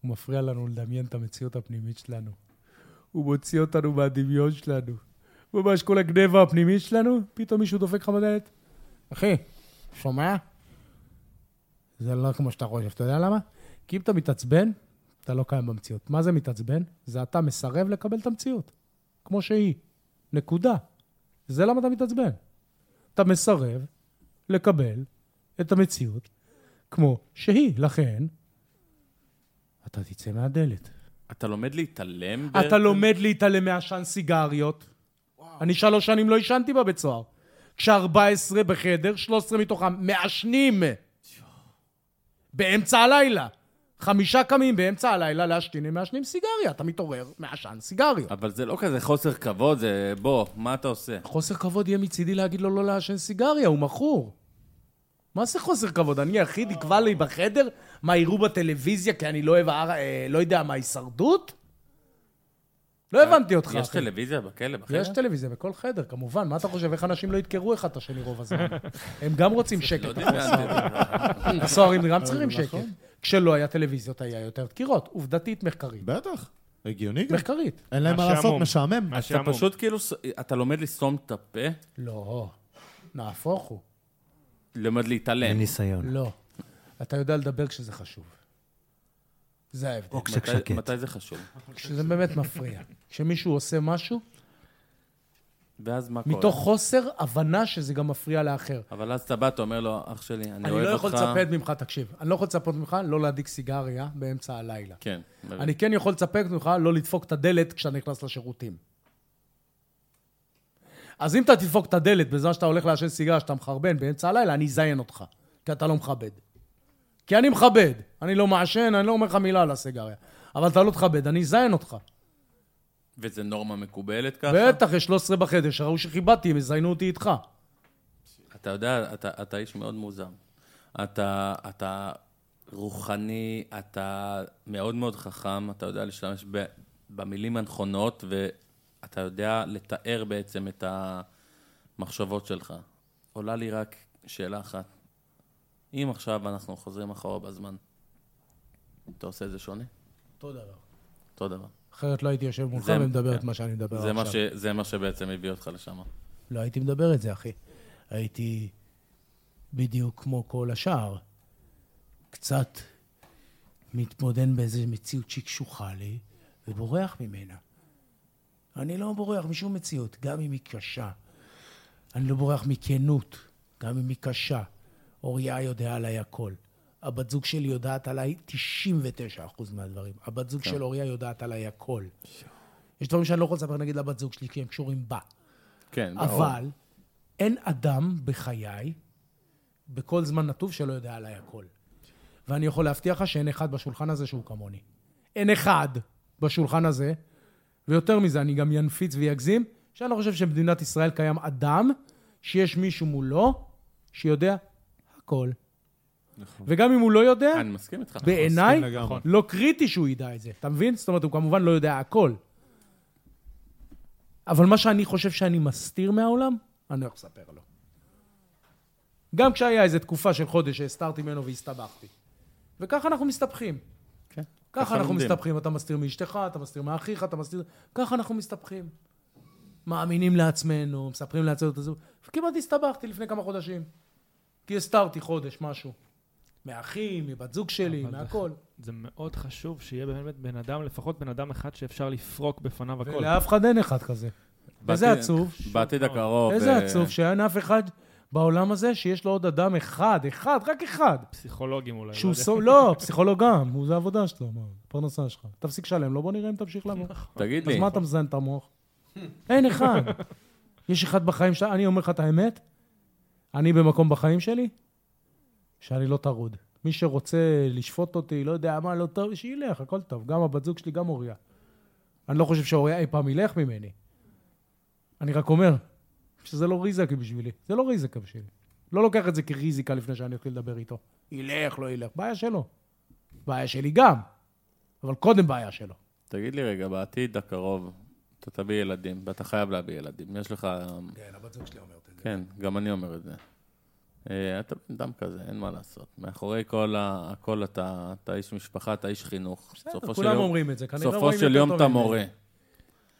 [SPEAKER 7] הוא מפריע לנו לדמיין את המציאות הפנימית שלנו. הוא מוציא אותנו מהדמיון שלנו. ממש כל הגניבה הפנימית שלנו, פתאום מישהו דופק לך בדלת. אחי, שומע? זה לא כמו שאתה חושב, אתה יודע למה? כי אם אתה מתעצבן, אתה לא קיים במציאות. מה זה מתעצבן? זה אתה מסרב לקבל את המציאות, כמו שהיא. נקודה. זה למה אתה מתעצבן. אתה מסרב לקבל את המציאות כמו שהיא. לכן, אתה תצא מהדלת.
[SPEAKER 5] אתה לומד להתעלם ב...
[SPEAKER 7] אתה לומד להתעלם מעשן סיגריות. אני שלוש שנים לא עישנתי בבית סוהר. כש-14 בחדר, 13 מתוכם מעשנים. באמצע הלילה. חמישה קמים באמצע הלילה להשתין הם מעשנים סיגריה. אתה מתעורר, מעשן סיגריה.
[SPEAKER 5] אבל זה לא כזה חוסר כבוד, זה בוא, מה אתה עושה?
[SPEAKER 7] חוסר כבוד יהיה מצידי להגיד לו לא לעשן סיגריה, הוא מכור. מה זה חוסר כבוד? אני היחיד יקבע לי בחדר מה יראו בטלוויזיה כי אני לא אוהב, הר- אה, לא יודע מה, הישרדות? לא הבנתי אותך,
[SPEAKER 5] אה, יש
[SPEAKER 7] אחי.
[SPEAKER 5] טלוויזיה בכלא, בחדר?
[SPEAKER 7] יש טלוויזיה בכל חדר, כמובן. מה אתה חושב, איך אנשים לא ידקרו אחד את השני רוב הזמן? הם גם רוצים
[SPEAKER 5] לא נכון.
[SPEAKER 7] שקט.
[SPEAKER 5] דמיינתי.
[SPEAKER 7] הסוהרים גם צריכים שקט. כשלא היה טלוויזיות, היה יותר דקירות. עובדתית, מחקרית.
[SPEAKER 8] בטח, הגיוני גם.
[SPEAKER 7] מחקרית.
[SPEAKER 8] אין להם מה
[SPEAKER 3] מהשעמום.
[SPEAKER 8] לעשות, משעמם.
[SPEAKER 3] מה
[SPEAKER 5] אתה
[SPEAKER 3] שאמור.
[SPEAKER 5] פשוט כאילו, ס- אתה לומד לסתום את הפה,
[SPEAKER 7] לא. נהפוך הוא.
[SPEAKER 5] לומד להתעלם.
[SPEAKER 6] עם ניסיון.
[SPEAKER 7] לא. אתה יודע לדבר כשזה חשוב. זה ההבדל.
[SPEAKER 6] או כשקשקט.
[SPEAKER 5] מתי- מתי זה חשוב?
[SPEAKER 7] כשזה באמת מפריע. כשמישהו עושה משהו,
[SPEAKER 5] ואז מה קורה?
[SPEAKER 7] מתוך חוסר הבנה שזה גם מפריע לאחר.
[SPEAKER 5] אבל אז אתה בא, אתה אומר לו, אח שלי, אני
[SPEAKER 7] אני
[SPEAKER 5] אוהב
[SPEAKER 7] לא
[SPEAKER 5] אותך.
[SPEAKER 7] יכול לצפות ממך, תקשיב, אני לא יכול לצפות ממך לא להדליק סיגריה באמצע הלילה.
[SPEAKER 5] כן. מבין.
[SPEAKER 7] אני כן יכול לצפק ממך לא לדפוק את הדלת כשאתה נכנס לשירותים. אז אם אתה תדפוק את הדלת בזמן שאתה הולך לעשן סיגריה, שאתה מחרבן באמצע הלילה, אני אזיין אותך, כי אתה לא מכבד. כי אני מכבד, אני לא מעשן, אני לא אומר לך מילה על הסיגריה. אבל אתה לא תכבד, אני אזיין אותך.
[SPEAKER 5] וזה נורמה מקובלת ככה?
[SPEAKER 7] בטח, יש 13 בחדר שראו שכיבדתי, הם יזיינו אותי איתך.
[SPEAKER 5] אתה יודע, אתה, אתה איש מאוד מוזר. אתה, אתה רוחני, אתה מאוד מאוד חכם, אתה יודע להשתמש ב, במילים הנכונות, ואתה יודע לתאר בעצם את המחשבות שלך. עולה לי רק שאלה אחת. אם עכשיו אנחנו חוזרים אחורה בזמן, אתה עושה את זה שונה?
[SPEAKER 7] אותו דבר.
[SPEAKER 5] אותו דבר.
[SPEAKER 7] אחרת לא הייתי יושב מולך
[SPEAKER 5] זה-
[SPEAKER 7] ומדבר את
[SPEAKER 5] כן.
[SPEAKER 7] מה שאני מדבר
[SPEAKER 5] זה
[SPEAKER 7] עכשיו.
[SPEAKER 5] מה, ש, זה מה שבעצם הביא אותך לשם.
[SPEAKER 7] לא הייתי מדבר את זה, אחי. הייתי בדיוק כמו כל השאר. קצת מתמודד באיזו מציאות שקשוחה לי, ובורח ממנה. אני לא בורח משום מציאות, גם אם היא קשה. אני לא בורח מכנות, גם אם היא קשה. אוריה יודע עליי הכל. הבת זוג שלי יודעת עליי 99% מהדברים. הבת זוג של אוריה יודעת עליי הכל. יש דברים שאני לא יכול לספר נגיד לבת זוג שלי, כי הם קשורים בה.
[SPEAKER 5] כן,
[SPEAKER 7] אבל אין אדם בחיי, בכל זמן נטוב, שלא יודע עליי הכל. ואני יכול להבטיח לך שאין אחד בשולחן הזה שהוא כמוני. אין אחד בשולחן הזה, ויותר מזה, אני גם ינפיץ ויגזים, שאני לא חושב שבמדינת ישראל קיים אדם שיש מישהו מולו שיודע הכל. נכון. וגם אם הוא לא יודע,
[SPEAKER 5] אני מסכים איתך. נכון.
[SPEAKER 7] בעיניי,
[SPEAKER 8] מסכים לגמרי.
[SPEAKER 7] לא קריטי שהוא ידע את זה, אתה מבין? זאת אומרת, הוא כמובן לא יודע הכל. אבל מה שאני חושב שאני מסתיר מהעולם, אני לא יכול לספר לו. גם כשהיה איזו תקופה של חודש שהסתרתי ממנו והסתבכתי. וככה אנחנו מסתבכים.
[SPEAKER 5] כן.
[SPEAKER 7] ככה אנחנו
[SPEAKER 5] לומדים.
[SPEAKER 7] מסתבכים. אתה מסתיר מאשתך, אתה מסתיר מאחיך, אתה מסתיר... ככה אנחנו מסתבכים. מאמינים לעצמנו, מספרים לעצמנו את זה. וכמעט הסתבכתי לפני כמה חודשים. כי הסתרתי חודש, משהו. מאחים, מבת זוג שלי,
[SPEAKER 3] אבל זה-
[SPEAKER 7] מהכל.
[SPEAKER 3] זה מאוד חשוב שיהיה באמת בן אדם, לפחות בן אדם אחד שאפשר לפרוק בפניו הכל.
[SPEAKER 7] ולאף אחד אין אחד כזה. וזה
[SPEAKER 5] בעתיד-
[SPEAKER 7] עצוב.
[SPEAKER 5] בעתיד הקרוב.
[SPEAKER 7] איזה
[SPEAKER 5] אה,
[SPEAKER 7] עצוב שאין אף אחד בעולם הזה שיש לו עוד אדם אחד, אחד, רק אחד.
[SPEAKER 3] פסיכולוגים אולי.
[SPEAKER 7] שהוא
[SPEAKER 3] לא יודע.
[SPEAKER 7] סו... לא, פסיכולוג גם, הוא זה העבודה שלו, מה, הפרנסה שלך. תפסיק לשלם לו, בוא נראה אם תמשיך לעבוד.
[SPEAKER 5] תגיד
[SPEAKER 7] אז
[SPEAKER 5] לי.
[SPEAKER 7] מה אתה מזיין את המוח? אין אחד. יש אחד בחיים שלה, אני אומר לך את האמת, אני במקום בחיים שלי, שאני לא טרוד. מי שרוצה לשפוט אותי, לא יודע מה, לא טוב, שילך, הכל טוב. גם הבת זוג שלי, גם אוריה. אני לא חושב שאוריה אי פעם ילך ממני. אני רק אומר שזה לא ריזיקה בשבילי. זה לא ריזיקה בשבילי. לא לוקח את זה כריזיקה לפני שאני אתחיל לדבר איתו. ילך, לא ילך, בעיה שלו. בעיה שלי גם, אבל קודם בעיה שלו.
[SPEAKER 5] תגיד לי רגע, בעתיד הקרוב, אתה תביא ילדים, ואתה חייב להביא ילדים. יש לך...
[SPEAKER 7] כן, הבת זוג שלי אומרת את זה.
[SPEAKER 5] כן, גם אני אומר את זה. אה, אתה בן אדם כזה, אין מה לעשות. מאחורי כל ה- הכל אתה, אתה איש משפחה, אתה איש חינוך. בסופו של
[SPEAKER 7] כולם
[SPEAKER 5] יום-
[SPEAKER 7] אומרים את זה, כנראה
[SPEAKER 5] בסופו
[SPEAKER 7] רואים
[SPEAKER 5] של
[SPEAKER 7] יותר
[SPEAKER 5] יום
[SPEAKER 7] טוב
[SPEAKER 5] אתה
[SPEAKER 7] ממני.
[SPEAKER 5] מורה.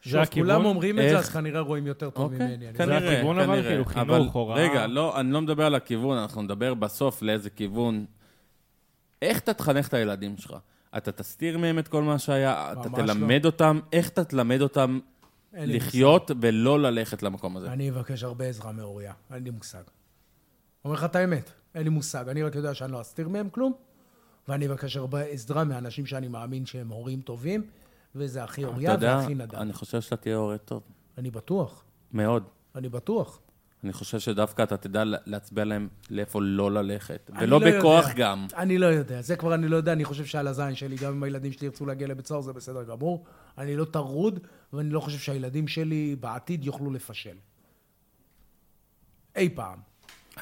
[SPEAKER 3] זה
[SPEAKER 7] שוב,
[SPEAKER 3] הכיוון?
[SPEAKER 7] כולם אומרים את זה,
[SPEAKER 5] איך?
[SPEAKER 7] אז כנראה רואים יותר טוב ממני.
[SPEAKER 5] אוקיי,
[SPEAKER 7] אני
[SPEAKER 5] כנראה,
[SPEAKER 3] זה הכיוון, אבל
[SPEAKER 5] כנראה.
[SPEAKER 3] כאילו, חינוך,
[SPEAKER 5] אבל
[SPEAKER 3] הוראה.
[SPEAKER 5] רגע, לא, אני לא מדבר על הכיוון, אנחנו נדבר בסוף לאיזה כיוון. איך אתה תחנך את הילדים שלך? אתה תסתיר מהם את כל מה שהיה, אתה
[SPEAKER 7] ממש לא.
[SPEAKER 5] תלמד אותם, איך אתה תלמד אותם
[SPEAKER 7] אין לי
[SPEAKER 5] לחיות ולא ללכת למקום הזה?
[SPEAKER 7] אני אבקש הרבה עזרה מאוריה, אין לי מושג. אומר לך את האמת, אין לי מושג, אני רק יודע שאני לא אסתיר מהם כלום, ואני אבקש הרבה עזרה מאנשים שאני מאמין שהם הורים טובים, וזה הכי
[SPEAKER 5] אתה
[SPEAKER 7] אוריה
[SPEAKER 5] יודע,
[SPEAKER 7] והכי נדב.
[SPEAKER 5] אני חושב שאתה תהיה הורה טוב,
[SPEAKER 7] אני בטוח,
[SPEAKER 5] מאוד.
[SPEAKER 7] אני בטוח.
[SPEAKER 5] אני חושב שדווקא אתה תדע להצביע להם לאיפה לא ללכת,
[SPEAKER 7] אני
[SPEAKER 5] ולא
[SPEAKER 7] לא יודע.
[SPEAKER 5] בכוח גם.
[SPEAKER 7] אני לא יודע, זה כבר אני לא יודע, אני חושב שעל הזין שלי, גם אם הילדים שלי ירצו להגיע לבית סוהר, זה בסדר גמור. אני לא טרוד, ואני לא חושב שהילדים שלי בעתיד יוכלו לפשל. אי פעם.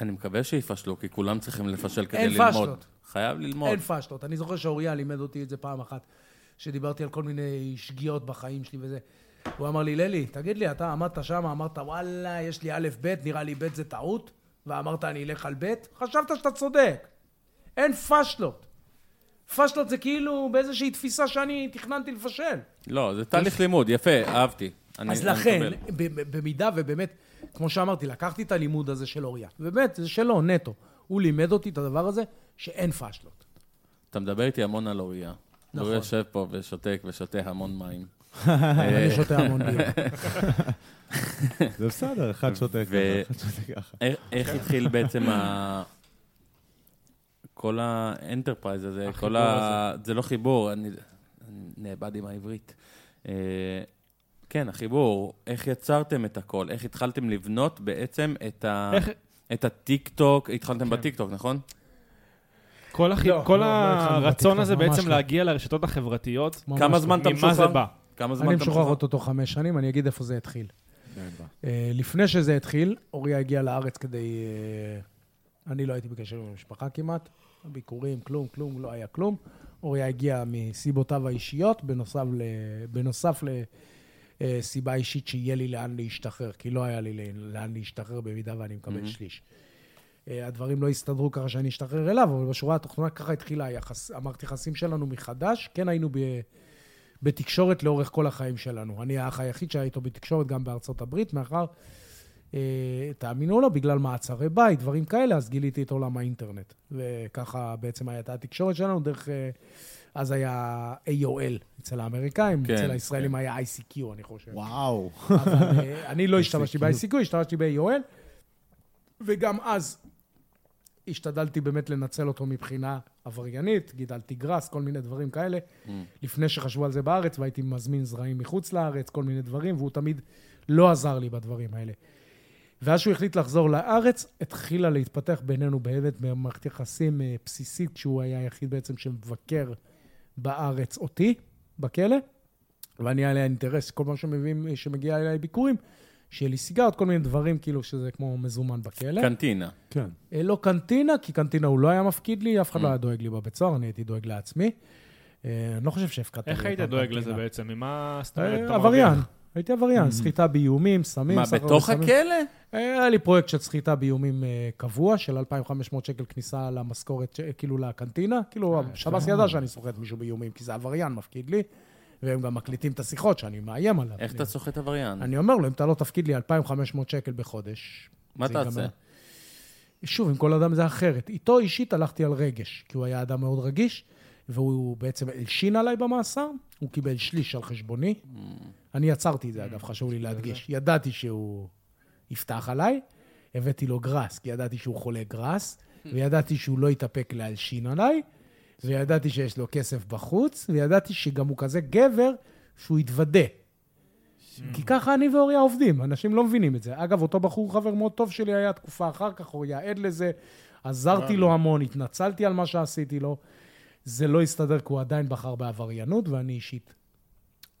[SPEAKER 5] אני מקווה שיפשלו, כי כולם צריכים לפשל כדי
[SPEAKER 7] אין
[SPEAKER 5] ללמוד.
[SPEAKER 7] פשלות.
[SPEAKER 5] חייב ללמוד.
[SPEAKER 7] אין פשלות. אני זוכר שאוריה לימד אותי את זה פעם אחת, שדיברתי על כל מיני שגיאות בחיים שלי וזה. הוא אמר לי, ללי, תגיד לי, אתה עמדת שם, אמרת, וואלה, יש לי א', ב', נראה לי ב' זה טעות, ואמרת, אני אלך על ב', חשבת שאתה צודק. אין פשלות. פשלות זה כאילו באיזושהי תפיסה שאני תכננתי לפשל.
[SPEAKER 5] לא, זה תהליך לימוד, יפה, אהבתי. אני-
[SPEAKER 7] אז
[SPEAKER 5] אני
[SPEAKER 7] לכן,
[SPEAKER 5] מקבל.
[SPEAKER 7] ב- ב- במידה ובאמת, כמו שאמרתי, לקחתי את הלימוד הזה של אוריה. באמת, זה שלו, נטו. הוא לימד אותי את הדבר הזה, שאין פשלות.
[SPEAKER 5] אתה מדבר איתי המון על אוריה.
[SPEAKER 7] נכון.
[SPEAKER 5] נכון. הוא יושב פה ושותק ושותה המון מים. אה,
[SPEAKER 7] אני שותה המון בירה.
[SPEAKER 8] זה בסדר, אחד שותק,
[SPEAKER 5] ו-
[SPEAKER 8] אחד שותק ככה.
[SPEAKER 5] איך- איך התחיל בעצם ה... כל האנטרפרייז הזה, כל ה... זה לא חיבור, אני אני נאבד עם העברית. אה, כן, החיבור, איך יצרתם את הכל? איך התחלתם לבנות בעצם את ה...
[SPEAKER 3] איך-
[SPEAKER 5] את הטיקטוק,
[SPEAKER 7] כן.
[SPEAKER 5] התחלתם בטיקטוק, נכון?
[SPEAKER 3] כל הכי-
[SPEAKER 7] לא,
[SPEAKER 3] כל
[SPEAKER 7] לא, לא התחלנו
[SPEAKER 3] הרצון
[SPEAKER 7] בטיקטוק,
[SPEAKER 3] הזה בעצם
[SPEAKER 7] ממש לא.
[SPEAKER 3] להגיע לרשתות החברתיות,
[SPEAKER 7] ממש
[SPEAKER 5] כמה
[SPEAKER 7] לא.
[SPEAKER 5] זמן אתה משוחרר?
[SPEAKER 3] ממה זה בא?
[SPEAKER 5] כמה זמן
[SPEAKER 7] אני
[SPEAKER 5] אתה
[SPEAKER 7] משוחרר אותו חמש שנים, אני אגיד איפה זה התחיל. אה, לפני שזה התחיל, אוריה הגיע לארץ כדי... אה, אני לא הייתי בקשר עם המשפחה כמעט, ביקורים, כלום, כלום, לא היה כלום. אוריה הגיע מסיבותיו האישיות, בנוסף ל... בנוסף ל... אה, סיבה אישית שיהיה לי לאן להשתחרר, כי לא היה לי ל- לאן להשתחרר במידה ואני
[SPEAKER 5] Mm-hmm.
[SPEAKER 7] מקבל שליש. אה, הדברים לא הסתדרו ככה שאני אשתחרר אליו, אבל בשורה התחתונה ככה התחילה היחס, אמרת יחסים שלנו מחדש. כן היינו ב, בתקשורת לאורך כל החיים שלנו. אני האח היחיד שהיה איתו בתקשורת גם בארצות הברית, מאחר, אה, תאמינו או לא, בגלל מעצרי בית, דברים כאלה, אז גיליתי את עולם האינטרנט. וככה בעצם הייתה התקשורת שלנו דרך... אה, אז היה AOL אצל האמריקאים,
[SPEAKER 5] כן,
[SPEAKER 7] אצל הישראלים היה ICQ, אני חושב.
[SPEAKER 8] וואו.
[SPEAKER 7] אבל אה, אני לא השתמשתי ב-ICQ, השתמשתי ב-AOL, וגם אז השתדלתי באמת לנצל אותו מבחינה עבריינית, גידלתי גראס, כל מיני דברים כאלה, לפני שחשבו על זה בארץ, והייתי מזמין זרעים מחוץ לארץ, כל מיני דברים, והוא תמיד לא עזר לי בדברים האלה. ואז שהוא החליט לחזור לארץ, התחילה להתפתח בינינו באמת במערכת יחסים אה, בסיסית, שהוא היה היחיד בעצם שמבקר בארץ אותי, בכלא. ואני היה לי אינטרס, כל פעם שמביאים, שמגיע אליי ביקורים, שיהיה לי סיגרת, כל מיני דברים, כאילו שזה כמו מזומן בכלא.
[SPEAKER 5] קנטינה.
[SPEAKER 8] כן.
[SPEAKER 7] אה, לא קנטינה, כי קנטינה הוא לא היה מפקיד לי, אף אחד לא היה דואג לי בבית סוהר, אני הייתי דואג לעצמי. אה, אני לא חושב שהפקדתי.
[SPEAKER 3] איך היית דואג לזה בעצם? ממה, זאת אומרת, אתה
[SPEAKER 7] אה, עבריין.
[SPEAKER 3] מרוויח? Mm.
[SPEAKER 7] הייתי עבריין, סחיטה באיומים, סמים,
[SPEAKER 5] מה,
[SPEAKER 7] סחר
[SPEAKER 5] בתוך
[SPEAKER 7] בסמים.
[SPEAKER 5] הכלא?
[SPEAKER 7] היה לי פרויקט של סחיטה באיומים אה, קבוע, של 2,500 שקל כניסה למשכורת, ש- כאילו לקנטינה.
[SPEAKER 3] אה,
[SPEAKER 7] כאילו, השב"ס ידע שאני סוחט מישהו באיומים, כי זה עבריין מפקיד לי, והם גם מקליטים את השיחות שאני מאיים עליו.
[SPEAKER 5] איך
[SPEAKER 7] אני-
[SPEAKER 5] אתה סוחט עבריין?
[SPEAKER 7] אני אומר לו, אם אתה לא תפקיד לי 2,500 שקל בחודש...
[SPEAKER 5] מה
[SPEAKER 7] זה
[SPEAKER 5] תעשה?
[SPEAKER 7] ייגמר." שוב, עם כל אדם זה אחרת. איתו אישית הלכתי על רגש, כי הוא היה אדם מאוד רגיש, והוא בעצם הלשין עליי במאסר, הוא קיבל שליש על חשבוני. אני יצרתי את זה, אגב, חשוב לי להדגיש. ידעתי שהוא יפתח עליי, הבאתי לו גראס, כי ידעתי שהוא חולה גראס, וידעתי שהוא לא יתאפק להלשין עליי, וידעתי שיש לו כסף בחוץ, וידעתי שגם הוא כזה גבר שהוא יתוודה. כי ככה אני ואוריה עובדים, אנשים לא מבינים את זה. אגב, אותו בחור חבר מאוד טוב שלי היה תקופה אחר כך, אוריה עד לזה, עזרתי לו המון, התנצלתי על מה שעשיתי לו. זה לא הסתדר כי הוא עדיין בחר בעבריינות, ואני אישית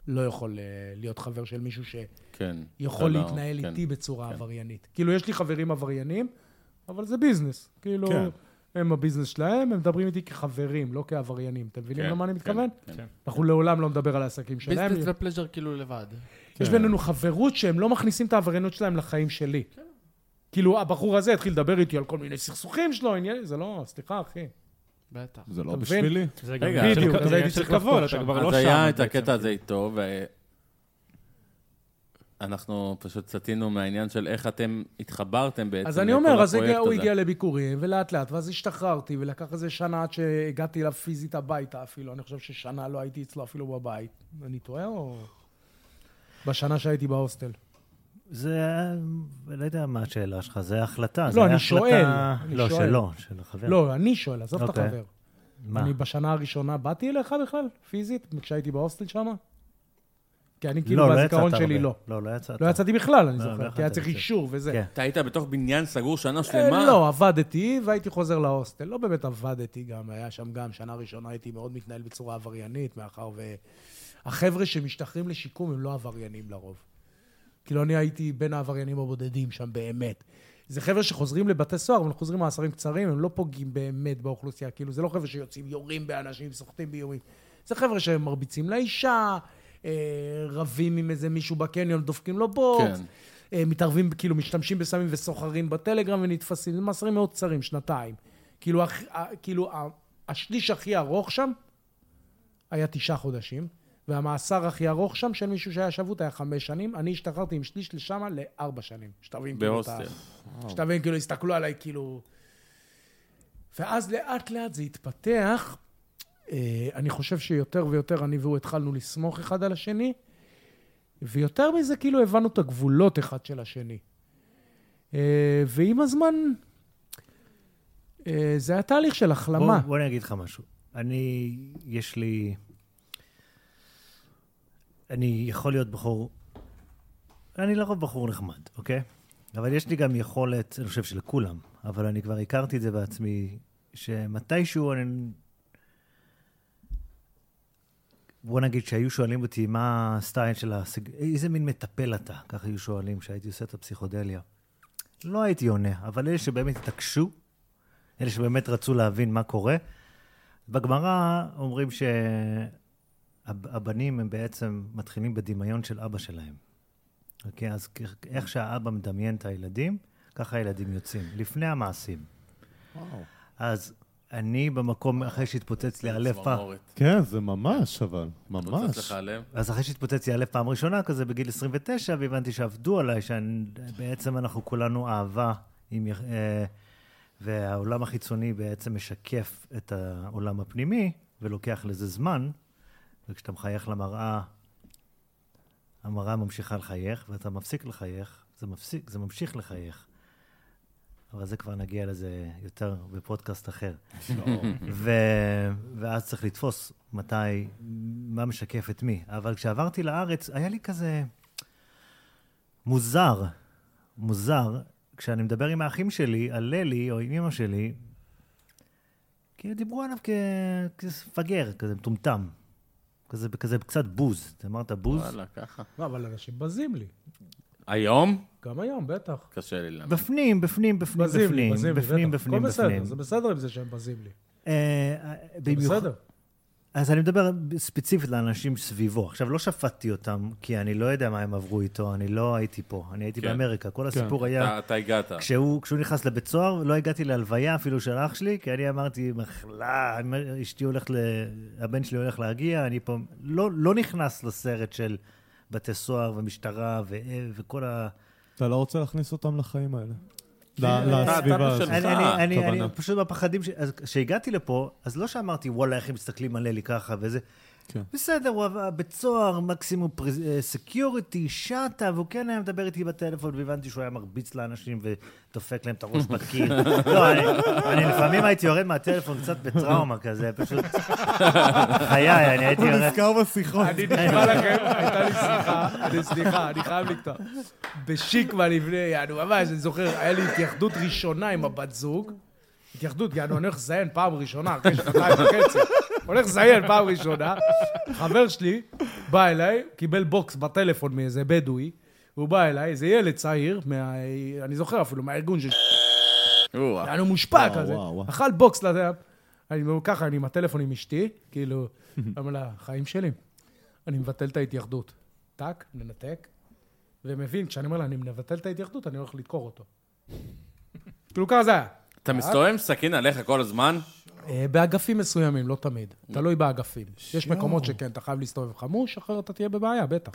[SPEAKER 7] לא יכול אה, להיות חבר של מישהו שיכול
[SPEAKER 5] כן. לא, לא,
[SPEAKER 7] להתנהל
[SPEAKER 5] כן.
[SPEAKER 7] איתי בצורה עבריינית. כאילו, יש לי חברים עבריינים, אבל זה ביזנס. כאילו,
[SPEAKER 8] כן.
[SPEAKER 7] הם הביזנס שלהם, הם מדברים איתי כחברים, לא כעבריינים. אתם מבינים
[SPEAKER 5] כן,
[SPEAKER 7] למה אני
[SPEAKER 5] כן,
[SPEAKER 7] מתכוון?
[SPEAKER 5] כן.
[SPEAKER 7] אנחנו לעולם לא נדבר על העסקים שלהם.
[SPEAKER 4] ביזנס ופלז'ר כאילו לבד.
[SPEAKER 7] יש
[SPEAKER 6] כן.
[SPEAKER 7] בינינו חברות שהם לא מכניסים את העבריינות שלהם לחיים שלי. כאילו, הבחור הזה התחיל לדבר איתי על כל מיני סכסוכים שלו, עניינים, זה לא, סליחה, אחי.
[SPEAKER 4] בטח.
[SPEAKER 8] זה לא
[SPEAKER 7] אתה מבין?
[SPEAKER 8] בשבילי.
[SPEAKER 3] זה גם
[SPEAKER 5] רגע,
[SPEAKER 3] עניין של-
[SPEAKER 7] בדיוק,
[SPEAKER 3] זה
[SPEAKER 7] אז
[SPEAKER 3] עניין
[SPEAKER 7] הייתי
[SPEAKER 3] של
[SPEAKER 7] צריך לחקור
[SPEAKER 3] כבוד,
[SPEAKER 7] שם.
[SPEAKER 3] אתה כבר לא
[SPEAKER 5] אז
[SPEAKER 3] שם.
[SPEAKER 5] היה את
[SPEAKER 3] בעצם.
[SPEAKER 5] הקטע הזה איתו, ואנחנו פשוט סטינו מהעניין של איך אתם התחברתם בעצם.
[SPEAKER 7] אז אני
[SPEAKER 5] לכל
[SPEAKER 7] אומר, אז
[SPEAKER 5] הפרויקט
[SPEAKER 7] הגיע- הוא
[SPEAKER 5] הזה.
[SPEAKER 7] הגיע לביקורים, ולאט לאט, ואז השתחררתי, ולקח איזה שנה עד שהגעתי אליו פיזית הביתה אפילו. אני חושב ששנה לא הייתי אצלו אפילו בבית. אני טועה או... בשנה שהייתי בהוסטל.
[SPEAKER 6] זה, לא יודע מה השאלה שלך, זה החלטה. זה
[SPEAKER 7] לא, אני
[SPEAKER 6] החלטה-
[SPEAKER 7] שואל, אני
[SPEAKER 6] לא,
[SPEAKER 7] שואל.
[SPEAKER 6] שלו, של החבר.
[SPEAKER 7] לא, אני שואל, עזוב את
[SPEAKER 6] אוקיי.
[SPEAKER 7] החבר.
[SPEAKER 6] מה?
[SPEAKER 7] אני בשנה הראשונה באתי אליך בכלל, פיזית, כשהייתי בהוסטל שם? כי אני כאילו,
[SPEAKER 6] לא, לא
[SPEAKER 7] בזיכרון
[SPEAKER 6] יצאת
[SPEAKER 7] שלי
[SPEAKER 6] הרבה.
[SPEAKER 7] לא.
[SPEAKER 6] לא, לא יצאת.
[SPEAKER 7] לא יצאתי בכלל, אני
[SPEAKER 6] לא, לא
[SPEAKER 7] זוכר,
[SPEAKER 6] יכולת
[SPEAKER 7] כי היה צריך
[SPEAKER 6] לצאת.
[SPEAKER 7] אישור וזה.
[SPEAKER 6] כן.
[SPEAKER 5] אתה היית בתוך בניין סגור שנה
[SPEAKER 7] אה,
[SPEAKER 5] שלמה?
[SPEAKER 7] לא, עבדתי, והייתי חוזר להוסטל. לא באמת עבדתי גם, היה שם גם, שנה ראשונה הייתי מאוד מתנהל בצורה עבריינית, מאחר ו... החבר'ה שמשתחררים לשיקום הם לא עבריינים לרוב. כאילו, אני הייתי בין העבריינים הבודדים שם, באמת. זה חבר'ה שחוזרים לבתי סוהר, אבל חוזרים מאסרים קצרים, הם לא פוגעים באמת באוכלוסייה. כאילו, זה לא חבר'ה שיוצאים, יורים באנשים, סוחטים באיומים. זה חבר'ה שמרביצים לאישה, אה, רבים עם איזה מישהו בקניון, דופקים לו בוקס.
[SPEAKER 5] כן.
[SPEAKER 7] אה, מתערבים, כאילו, משתמשים בסמים וסוחרים בטלגרם ונתפסים. זה מאסרים מאוד קצרים, שנתיים. כאילו, הכ, ה, כאילו ה, השליש הכי ארוך שם היה תשעה חודשים, והמאסר הכי ארוך שם של מישהו שהיה שבוט היה חמש שנים. אני השתחררתי עם שליש לשם לארבע שנים. שתבין כאילו את ה-
[SPEAKER 5] כן, בהוסטל.
[SPEAKER 7] שתבין, כאילו, הסתכלו עליי, כאילו... ואז לאט-לאט זה התפתח. אה, אני חושב שיותר ויותר אני והוא התחלנו לסמוך אחד על השני, ויותר מזה, כאילו, הבנו את הגבולות אחד של השני. אה, ועם הזמן, אה, זה היה תהליך של החלמה.
[SPEAKER 6] בוא, בוא אני אגיד לך משהו. אני, יש לי... אני יכול להיות בחור... אני לרוב בחור נחמד, אוקיי? אבל יש לי גם יכולת, אני חושב שלכולם, אבל אני כבר הכרתי את זה בעצמי, שמתישהו אני... בוא נגיד שהיו שואלים אותי מה הסטייל של הסג... איזה מין מטפל אתה? ככה היו שואלים כשהייתי עושה את הפסיכודליה. לא הייתי עונה, אבל אלה שבאמת התעקשו, אלה שבאמת רצו להבין מה קורה. בגמרא אומרים שהבנים הם בעצם מתחילים בדמיון של אבא שלהם. אוקיי? אז כ- איך שהאבא מדמיין את הילדים, ככה הילדים יוצאים, לפני המעשים. אז אני במקום, אחרי שהתפוצץ לי הלב פעם...
[SPEAKER 5] צמרמורת.
[SPEAKER 8] כן, זה ממש, אבל,
[SPEAKER 5] פוצץ
[SPEAKER 8] ממש.
[SPEAKER 5] לך הלב.
[SPEAKER 6] אז אחרי שהתפוצץ לי הלב פעם ראשונה, כזה בגיל 29, והבנתי שעבדו עליי, שבעצם אנחנו כולנו אהבה, עם, יח- אה, והעולם החיצוני בעצם משקף את העולם הפנימי, ולוקח לזה זמן, וכשאתה מחייך למראה, המראה ממשיכה לחייך, ואתה מפסיק לחייך, זה, מפסיק, זה ממשיך לחייך. אבל זה כבר נגיע לזה יותר בפודקאסט אחר. ו... ואז צריך לתפוס מתי, מה משקף את מי. אבל כשעברתי לארץ, היה לי כזה מוזר, מוזר, כשאני מדבר עם האחים שלי, על ללי או עם אמא שלי, כאילו דיברו עליו כ... כמפגר, כזה מטומטם. כזה, כזה קצת בוז. אתה אמרת בוז?
[SPEAKER 5] וואלה, ככה.
[SPEAKER 7] לא, אבל אנשים בזים לי.
[SPEAKER 5] היום?
[SPEAKER 7] גם היום, בטח.
[SPEAKER 5] קשה לי להאמין.
[SPEAKER 6] בפנים, בפנים, בפנים,
[SPEAKER 7] בזים לי, בזים לי,
[SPEAKER 6] בפנים,
[SPEAKER 7] בטח.
[SPEAKER 6] בפנים,
[SPEAKER 7] הכל
[SPEAKER 6] בפנים, בפנים.
[SPEAKER 7] בסדר, זה בסדר עם זה שהם בזים לי.
[SPEAKER 6] אה,
[SPEAKER 7] זה
[SPEAKER 6] במיוחד-
[SPEAKER 7] בסדר.
[SPEAKER 6] אז אני מדבר ספציפית לאנשים סביבו. עכשיו, לא שפטתי אותם, כי אני לא יודע מה הם עברו איתו, אני לא הייתי פה, אני הייתי
[SPEAKER 5] כן.
[SPEAKER 6] באמריקה. כל הסיפור היה...
[SPEAKER 5] אתה- אתה הגעת.
[SPEAKER 6] כשהוא, כשהוא נכנס לבית סוהר, לא הגעתי להלוויה אפילו של אח שלי, כי אני אמרתי, מחלה, אשתי הולכת ל... הבן שלי הולך להגיע, אני פה... לא, לא נכנס לסרט של בתי סוהר ומשטרה ו... אה, וכל ה...
[SPEAKER 8] אתה לא רוצה להכניס אותם לחיים האלה. ל-
[SPEAKER 6] אתה-
[SPEAKER 8] לסביבה
[SPEAKER 5] אתה
[SPEAKER 8] הזאת.
[SPEAKER 5] שלך.
[SPEAKER 6] אני, אני, אני, אני
[SPEAKER 8] הכוונה.
[SPEAKER 6] פשוט בפחדים, ש- אז כשהגעתי לפה, אז לא שאמרתי, וואלה, איך הם מסתכלים על אלי ככה וזה.
[SPEAKER 8] כן.
[SPEAKER 6] בסדר, הוא עבר בית סוהר, מקסימום סקיוריטי, שטה, והוא כן היה מדבר איתי בטלפון, והבנתי שהוא היה מרביץ לאנשים ודופק להם את הראש בקיר. לא, אני, אני לפעמים הייתי יורד מהטלפון קצת בטראומה כזה, פשוט... חיי, אני הייתי
[SPEAKER 8] הוא
[SPEAKER 6] יורד...
[SPEAKER 8] נזכר בשיחות.
[SPEAKER 7] אני נשבע לכם, הייתה לי שיחה, אני- סליחה, אני חייב לקטוע. בשיקמן לפני, יענו, ממש, אני זוכר, היה לי התייחדות ראשונה עם הבת זוג. התייחדות, יענו, אני הולך לזיין פעם ראשונה, אחרי שנתיים וחצי. הולך לזיין פעם ראשונה. חבר שלי בא אליי, קיבל בוקס בטלפון מאיזה בדואי, הוא בא אליי, איזה ילד צעיר, מה... אני זוכר אפילו, מהארגון של...
[SPEAKER 5] או-אה.
[SPEAKER 7] יענו מושפע
[SPEAKER 8] וואו,
[SPEAKER 7] כזה.
[SPEAKER 8] וואו, וואו.
[SPEAKER 7] אכל בוקס, לא יודע, אני אומר, ככה, אני עם הטלפון עם אשתי, כאילו, אמר לה, חיים שלי, אני מבטל את ההתייחדות. טאק, מנתק, ומבין, כשאני אומר לה, אני מבטל את ההתייחדות, אני הולך לדקור אותו. כאילו, ככה זה היה.
[SPEAKER 5] אתה מסתובב עם סכין עליך כל הזמן?
[SPEAKER 7] אה, באגפים מסוימים, לא תמיד. תלוי באגפים. יש מקומות שכן, אתה חייב להסתובב חמוש, אחרת אתה תהיה בבעיה, בטח.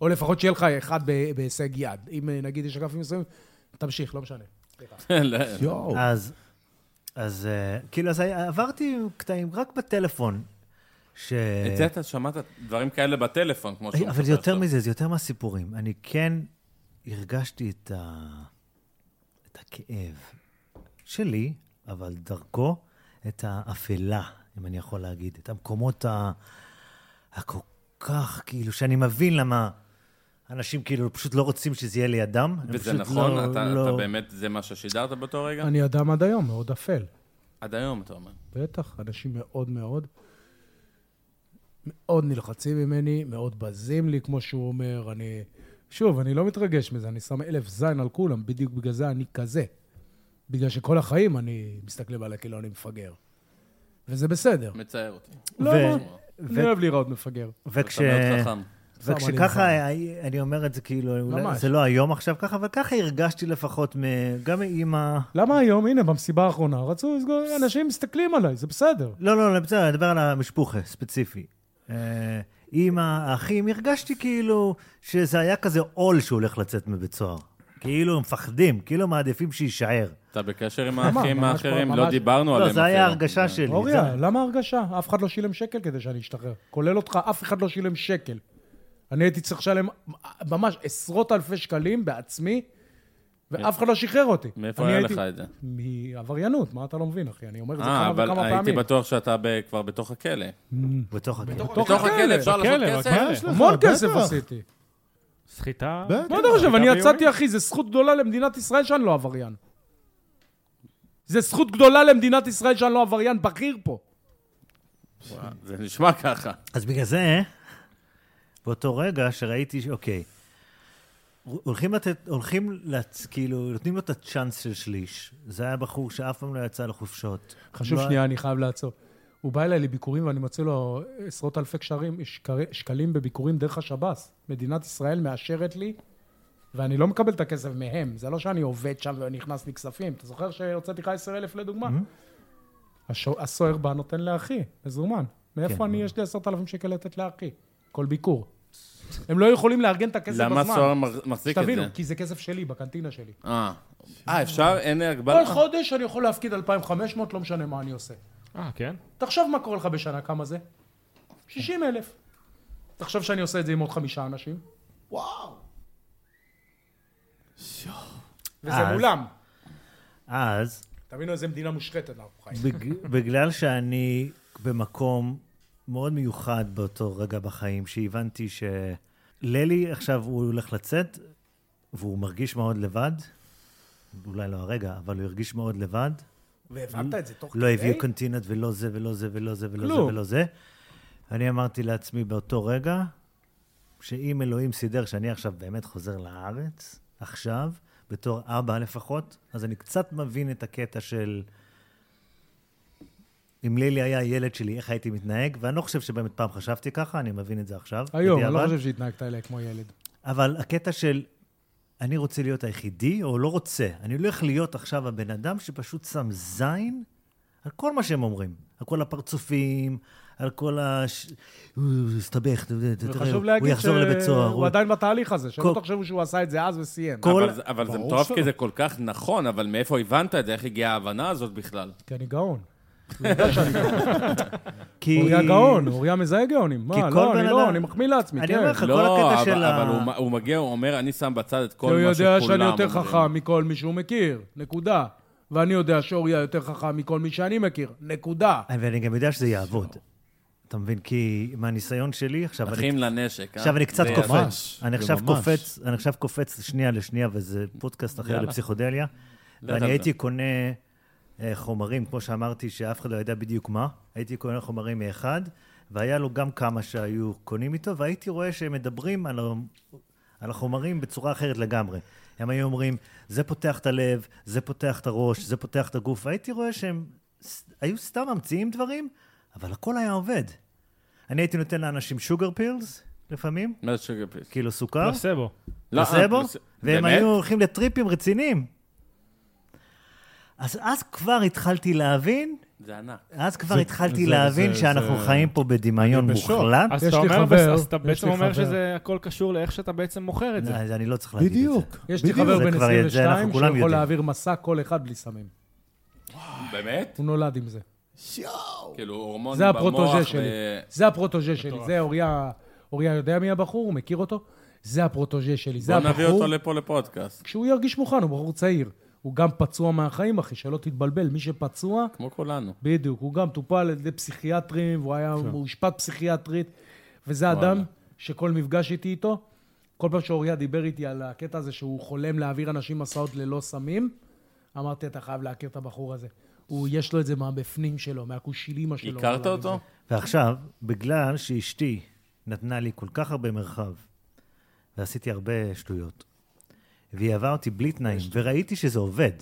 [SPEAKER 7] או לפחות שיהיה לך אחד ב- בהישג יד. אם אה, נגיד יש אגפים מסוימים, תמשיך, לא משנה.
[SPEAKER 5] לא.
[SPEAKER 6] אז, אז אה, כאילו, אז היה- עברתי קטעים רק בטלפון. ש...
[SPEAKER 7] אה,
[SPEAKER 5] את זה אתה שמעת דברים כאלה בטלפון, כמו שהוא
[SPEAKER 6] אבל זה
[SPEAKER 5] מספר
[SPEAKER 6] יותר
[SPEAKER 5] עכשיו.
[SPEAKER 6] מזה, זה יותר מהסיפורים. אני כן הרגשתי את, ה... את הכאב שלי, אבל דרכו, את האפלה, אם אני יכול להגיד, את המקומות ה... הכל כך, כאילו, שאני מבין למה אנשים כאילו פשוט לא רוצים שזה יהיה לידם. הם
[SPEAKER 5] וזה
[SPEAKER 6] פשוט
[SPEAKER 5] נכון?
[SPEAKER 6] לא-
[SPEAKER 5] אתה
[SPEAKER 6] לא-
[SPEAKER 5] אתה באמת, זה מה ששידרת באותו רגע?
[SPEAKER 7] אני אדם עד היום, מאוד אפל.
[SPEAKER 5] עד היום, אתה אומר.
[SPEAKER 7] בטח, אנשים מאוד מאוד, מאוד נלחצים ממני, מאוד בזים לי, כמו שהוא אומר. אני, שוב, אני לא מתרגש מזה, אני שם אלף זין על כולם, בדיוק בגלל זה אני כזה. בגלל שכל החיים אני מסתכלים עליה כאילו אני מפגר. וזה בסדר.
[SPEAKER 5] מצער אותי.
[SPEAKER 7] לא, מה?
[SPEAKER 6] ו-
[SPEAKER 7] אני אוהב להיראות מפגר.
[SPEAKER 6] וכש...
[SPEAKER 5] אתה מאוד חכם.
[SPEAKER 6] וכשככה, אני- אני אומר את זה כאילו, אולי
[SPEAKER 7] ממש.
[SPEAKER 6] זה לא היום עכשיו ככה, אבל ככה הרגשתי לפחות, מ- גם עם ה...
[SPEAKER 7] למה היום, הנה, במסיבה האחרונה, רצו לסגור, אנשים מסתכלים עליי, זה בסדר.
[SPEAKER 6] לא, לא, לא, בסדר, אני מדבר על המשפוחה, ספציפי. אה, עם האחים, הרגשתי כאילו שזה היה כזה עול שהוא הולך לצאת מבית סוהר. כאילו, הם מפחדים, כאילו מעדיפים שיישאר.
[SPEAKER 5] אתה בקשר עם
[SPEAKER 7] ממש,
[SPEAKER 5] האחים
[SPEAKER 7] ממש,
[SPEAKER 5] האחרים,
[SPEAKER 7] ממש.
[SPEAKER 5] לא דיברנו עליהם
[SPEAKER 6] לא, זה היה
[SPEAKER 5] אפילו.
[SPEAKER 6] הרגשה שלי. זה-
[SPEAKER 7] אוריה, למה הרגשה? אף אחד לא שילם שקל כדי שאני אשתחרר. כולל אותך, אף אחד לא שילם שקל. אני הייתי צריך לשלם ממש עשרות אלפי שקלים בעצמי, ואף אחד לא שחרר אותי.
[SPEAKER 5] מאיפה
[SPEAKER 7] אני
[SPEAKER 5] היה
[SPEAKER 7] הייתי-
[SPEAKER 5] לך את זה?
[SPEAKER 7] מעבריינות, מה אתה לא מבין, אחי? אני אומר את זה
[SPEAKER 5] אה,
[SPEAKER 7] כמה
[SPEAKER 5] אבל
[SPEAKER 7] וכמה
[SPEAKER 5] הייתי
[SPEAKER 7] פעמים.
[SPEAKER 5] בטוח שאתה ב- כבר בתוך הכלא.
[SPEAKER 6] בתוך הכלא.
[SPEAKER 7] בתוך
[SPEAKER 5] בתוך הכלא אפשר לעשות
[SPEAKER 3] בכלא,
[SPEAKER 5] כסף?
[SPEAKER 3] בכלא.
[SPEAKER 7] המון
[SPEAKER 8] בטח.
[SPEAKER 7] כסף עשיתי.
[SPEAKER 3] סחיטה?
[SPEAKER 8] בטח.
[SPEAKER 7] מה אתה חושב?
[SPEAKER 3] אתה
[SPEAKER 7] אני
[SPEAKER 3] באיומים?
[SPEAKER 7] יצאתי, אחי, זו זכות גדולה למדינת ישראל שאני לא עבריין. זו זכות גדולה למדינת ישראל שאני לא עבריין בכיר פה.
[SPEAKER 5] וואו, זה נשמע ככה.
[SPEAKER 6] אז בגלל זה, באותו רגע שראיתי, ש- אוקיי, הולכים לתת, הולכים, לצ... כאילו, נותנים לו את הצ'אנס של שליש. זה היה בחור שאף פעם לא יצא לחופשות.
[SPEAKER 7] חשוב
[SPEAKER 6] לא-
[SPEAKER 7] שנייה, אני חייב לעצור. הוא בא אליי לביקורים ואני מוצא לו עשרות אלפי שקרים, שקר- שקלים בביקורים דרך השב"ס. מדינת ישראל מאשרת לי, ואני לא מקבל את הכסף מהם. זה לא שאני עובד שם ונכנס לי כספים. אתה זוכר שהוצאתי לך 10,000 לדוגמה? השו- הסוהר בא נותן לאחי, מזומן. מאיפה אני, יש לי 10,000 שקל לתת לאחי? כל ביקור. הם לא יכולים לארגן את הכסף
[SPEAKER 5] למה
[SPEAKER 7] בזמן.
[SPEAKER 5] סוהר מח- מחזיק את
[SPEAKER 7] שתבינו,
[SPEAKER 5] זה?
[SPEAKER 7] כי זה כסף שלי, בקנטינה שלי.
[SPEAKER 5] אה, אה, אפשר? אין הגבלה?
[SPEAKER 7] כל חודש אני יכול להפקיד 2,500, לא משנה מה אני עושה.
[SPEAKER 3] אה, כן?
[SPEAKER 7] תחשוב מה קורה לך בשנה, כמה זה? 60 אלף. תחשוב שאני עושה את זה עם עוד חמישה אנשים. וואו. וזה
[SPEAKER 6] אז-
[SPEAKER 7] מולם.
[SPEAKER 6] אז,
[SPEAKER 7] תבינו איזה מדינה מושחתת אנחנו חיים.
[SPEAKER 6] בג... בגלל שאני במקום מאוד מיוחד באותו רגע בחיים, שהבנתי שללי עכשיו הוא הולך לצאת, והוא מרגיש מאוד לבד, אולי לא הרגע, אבל הוא הרגיש מאוד לבד.
[SPEAKER 7] והבנת את זה תוך כדי?
[SPEAKER 6] לא הביאו קנטינות ולא זה ולא זה ולא זה ולא זה
[SPEAKER 7] כלום.
[SPEAKER 6] ולא זה. אני אמרתי לעצמי באותו רגע, שאם אלוהים סידר שאני עכשיו באמת חוזר לארץ, עכשיו, בתור אבא לפחות, אז אני קצת מבין את הקטע של... אם לילי היה הילד שלי, איך הייתי מתנהג? ואני לא חושב שבאמת פעם חשבתי ככה, אני מבין את זה עכשיו.
[SPEAKER 7] היום, אני לא
[SPEAKER 6] בדיעבד.
[SPEAKER 7] חושב שהתנהגת אליי כמו ילד.
[SPEAKER 6] אבל הקטע של אני רוצה להיות היחידי, או לא רוצה, אני הולך להיות עכשיו הבן אדם שפשוט שם זין על כל מה שהם אומרים. על כל הפרצופים, על כל ה... ש- הוא הסתבך, אתה יודע, אתה תראה,
[SPEAKER 7] וחשוב
[SPEAKER 6] הוא
[SPEAKER 7] להגיד
[SPEAKER 6] יחזור לבית סוהר.
[SPEAKER 7] שהוא
[SPEAKER 6] הוא-
[SPEAKER 7] עדיין בתהליך הזה, שלא
[SPEAKER 6] כל-
[SPEAKER 7] תחשבו שהוא עשה את זה אז וסיים.
[SPEAKER 6] כל-
[SPEAKER 5] אבל זה- אבל זה מטורף כי זה כל כך נכון, אבל מאיפה הבנת את זה? איך הגיעה ההבנה הזאת בכלל?
[SPEAKER 7] כי אני גאון.
[SPEAKER 6] כי...
[SPEAKER 7] אוריה גאון, אוריה מזהה גאונים.
[SPEAKER 6] כי
[SPEAKER 7] מה,
[SPEAKER 6] כל
[SPEAKER 7] לא,
[SPEAKER 6] בן
[SPEAKER 7] אני לא,
[SPEAKER 6] אדם-
[SPEAKER 7] אני מחמיא לעצמי,
[SPEAKER 6] אני
[SPEAKER 7] כן.
[SPEAKER 6] אומר לך, כל
[SPEAKER 5] לא,
[SPEAKER 6] הקטע
[SPEAKER 5] אבל-
[SPEAKER 6] של ה...
[SPEAKER 5] אבל הוא- הוא מגיע, הוא אומר, אני שם בצד את כל
[SPEAKER 7] כי הוא
[SPEAKER 5] מה שכולם
[SPEAKER 7] יודע
[SPEAKER 5] אומרים.
[SPEAKER 7] שאני יותר חכם מכל מי שהוא מכיר, נקודה. ואני יודע שאוריה יותר חכם מכל מי שאני מכיר, נקודה.
[SPEAKER 6] ואני גם יודע שזה יעבוד. אתה מבין? כי מהניסיון שלי, עכשיו אני
[SPEAKER 5] אחים לנשק, אה?
[SPEAKER 6] עכשיו אני קצת
[SPEAKER 5] זה יפה.
[SPEAKER 6] קופץ. אני
[SPEAKER 8] זה
[SPEAKER 6] עכשיו
[SPEAKER 8] ממש.
[SPEAKER 6] קופץ, אני עכשיו קופץ שנייה לשנייה, וזה פודקאסט אחר לפסיכודליה.
[SPEAKER 5] על זה.
[SPEAKER 6] ואני הייתי קונה אה, חומרים, כמו שאמרתי, שאף אחד לא ידע בדיוק מה. הייתי קונה חומרים מאחד, והיה לו גם כמה שהיו קונים איתו, והייתי רואה שהם מדברים על ה- על החומרים בצורה אחרת לגמרי. הם היו אומרים, זה פותח את הלב, זה פותח את הראש, זה פותח את הגוף. הייתי רואה שהם ס- היו סתם ממציאים דברים, אבל הכל היה עובד. אני הייתי נותן לאנשים שוגר פילס לפעמים,
[SPEAKER 5] מה זה שוגר פיס?
[SPEAKER 6] כאילו סוכר.
[SPEAKER 3] פלסבו.
[SPEAKER 5] לא, אה,
[SPEAKER 6] פלסבו,
[SPEAKER 5] פלס-
[SPEAKER 6] והם
[SPEAKER 5] באמת?
[SPEAKER 6] היו הולכים לטריפים רציניים. אז אז כבר התחלתי להבין,
[SPEAKER 5] זה ענק.
[SPEAKER 6] אז כבר
[SPEAKER 8] זה-
[SPEAKER 6] התחלתי
[SPEAKER 8] זה-
[SPEAKER 6] להבין
[SPEAKER 8] זה-
[SPEAKER 6] שאנחנו
[SPEAKER 8] זה-
[SPEAKER 6] חיים פה בדמיון
[SPEAKER 8] אני בשוק. אה,
[SPEAKER 6] מוחלט.
[SPEAKER 3] אז
[SPEAKER 7] יש
[SPEAKER 3] אתה
[SPEAKER 7] לי
[SPEAKER 3] אומר,
[SPEAKER 7] חבר,
[SPEAKER 3] אז אתה
[SPEAKER 7] יש
[SPEAKER 3] בעצם
[SPEAKER 7] לי
[SPEAKER 3] אומר
[SPEAKER 7] חבר.
[SPEAKER 3] שזה הכל קשור לאיך שאתה בעצם מוכר את זה.
[SPEAKER 6] אז אני לא צריך להגיד את זה.
[SPEAKER 8] בדיוק.
[SPEAKER 7] יש לי
[SPEAKER 6] בדיוק.
[SPEAKER 7] חבר
[SPEAKER 6] זה
[SPEAKER 7] בן
[SPEAKER 6] כבר- את זה אנחנו
[SPEAKER 7] 22
[SPEAKER 6] כולם
[SPEAKER 7] שיכול
[SPEAKER 6] יודעים.
[SPEAKER 7] להעביר מסע כל אחד בלי סמים.
[SPEAKER 5] באמת?
[SPEAKER 7] הוא נולד עם זה.
[SPEAKER 5] כאילו, הורמונים
[SPEAKER 7] זה
[SPEAKER 5] במוח.
[SPEAKER 7] הפרוטוזה
[SPEAKER 5] ו-
[SPEAKER 7] שלי. זה הפרוטוג'ה שלי, זה אוריה, אוריה יודע מי הבחור, הוא מכיר אותו? זה הפרוטוג'ה שלי, זה
[SPEAKER 5] בוא נביא
[SPEAKER 7] הבחור.
[SPEAKER 5] אותו לפה לפודקאסט.
[SPEAKER 7] כשהוא ירגיש מוכן, הוא בחור צעיר. הוא גם פצוע מהחיים, אחי, שלא תתבלבל. מי שפצוע,
[SPEAKER 5] כמו כולנו.
[SPEAKER 7] בדיוק, הוא גם טופל על ידי פסיכיאטרים, והוא היה מאושפט פסיכיאטרית, וזה
[SPEAKER 5] וואלה.
[SPEAKER 7] אדם שכל מפגש איתי איתו, כל פעם שאוריה דיבר איתי על הקטע הזה שהוא חולם להעביר אנשים מסעות ללא סמים, אמרתי, אתה חייב להכיר את הבחור הזה. הוא, יש לו את זה מהבפנים שלו, מהקושילימה שלו. לא,
[SPEAKER 5] הכרת אותו?
[SPEAKER 6] ועכשיו, בגלל שאשתי נתנה לי כל כך הרבה מרחב, ועשיתי הרבה שטויות, והיא אהבה אותי בלי תנאים, וראיתי שזה עובד.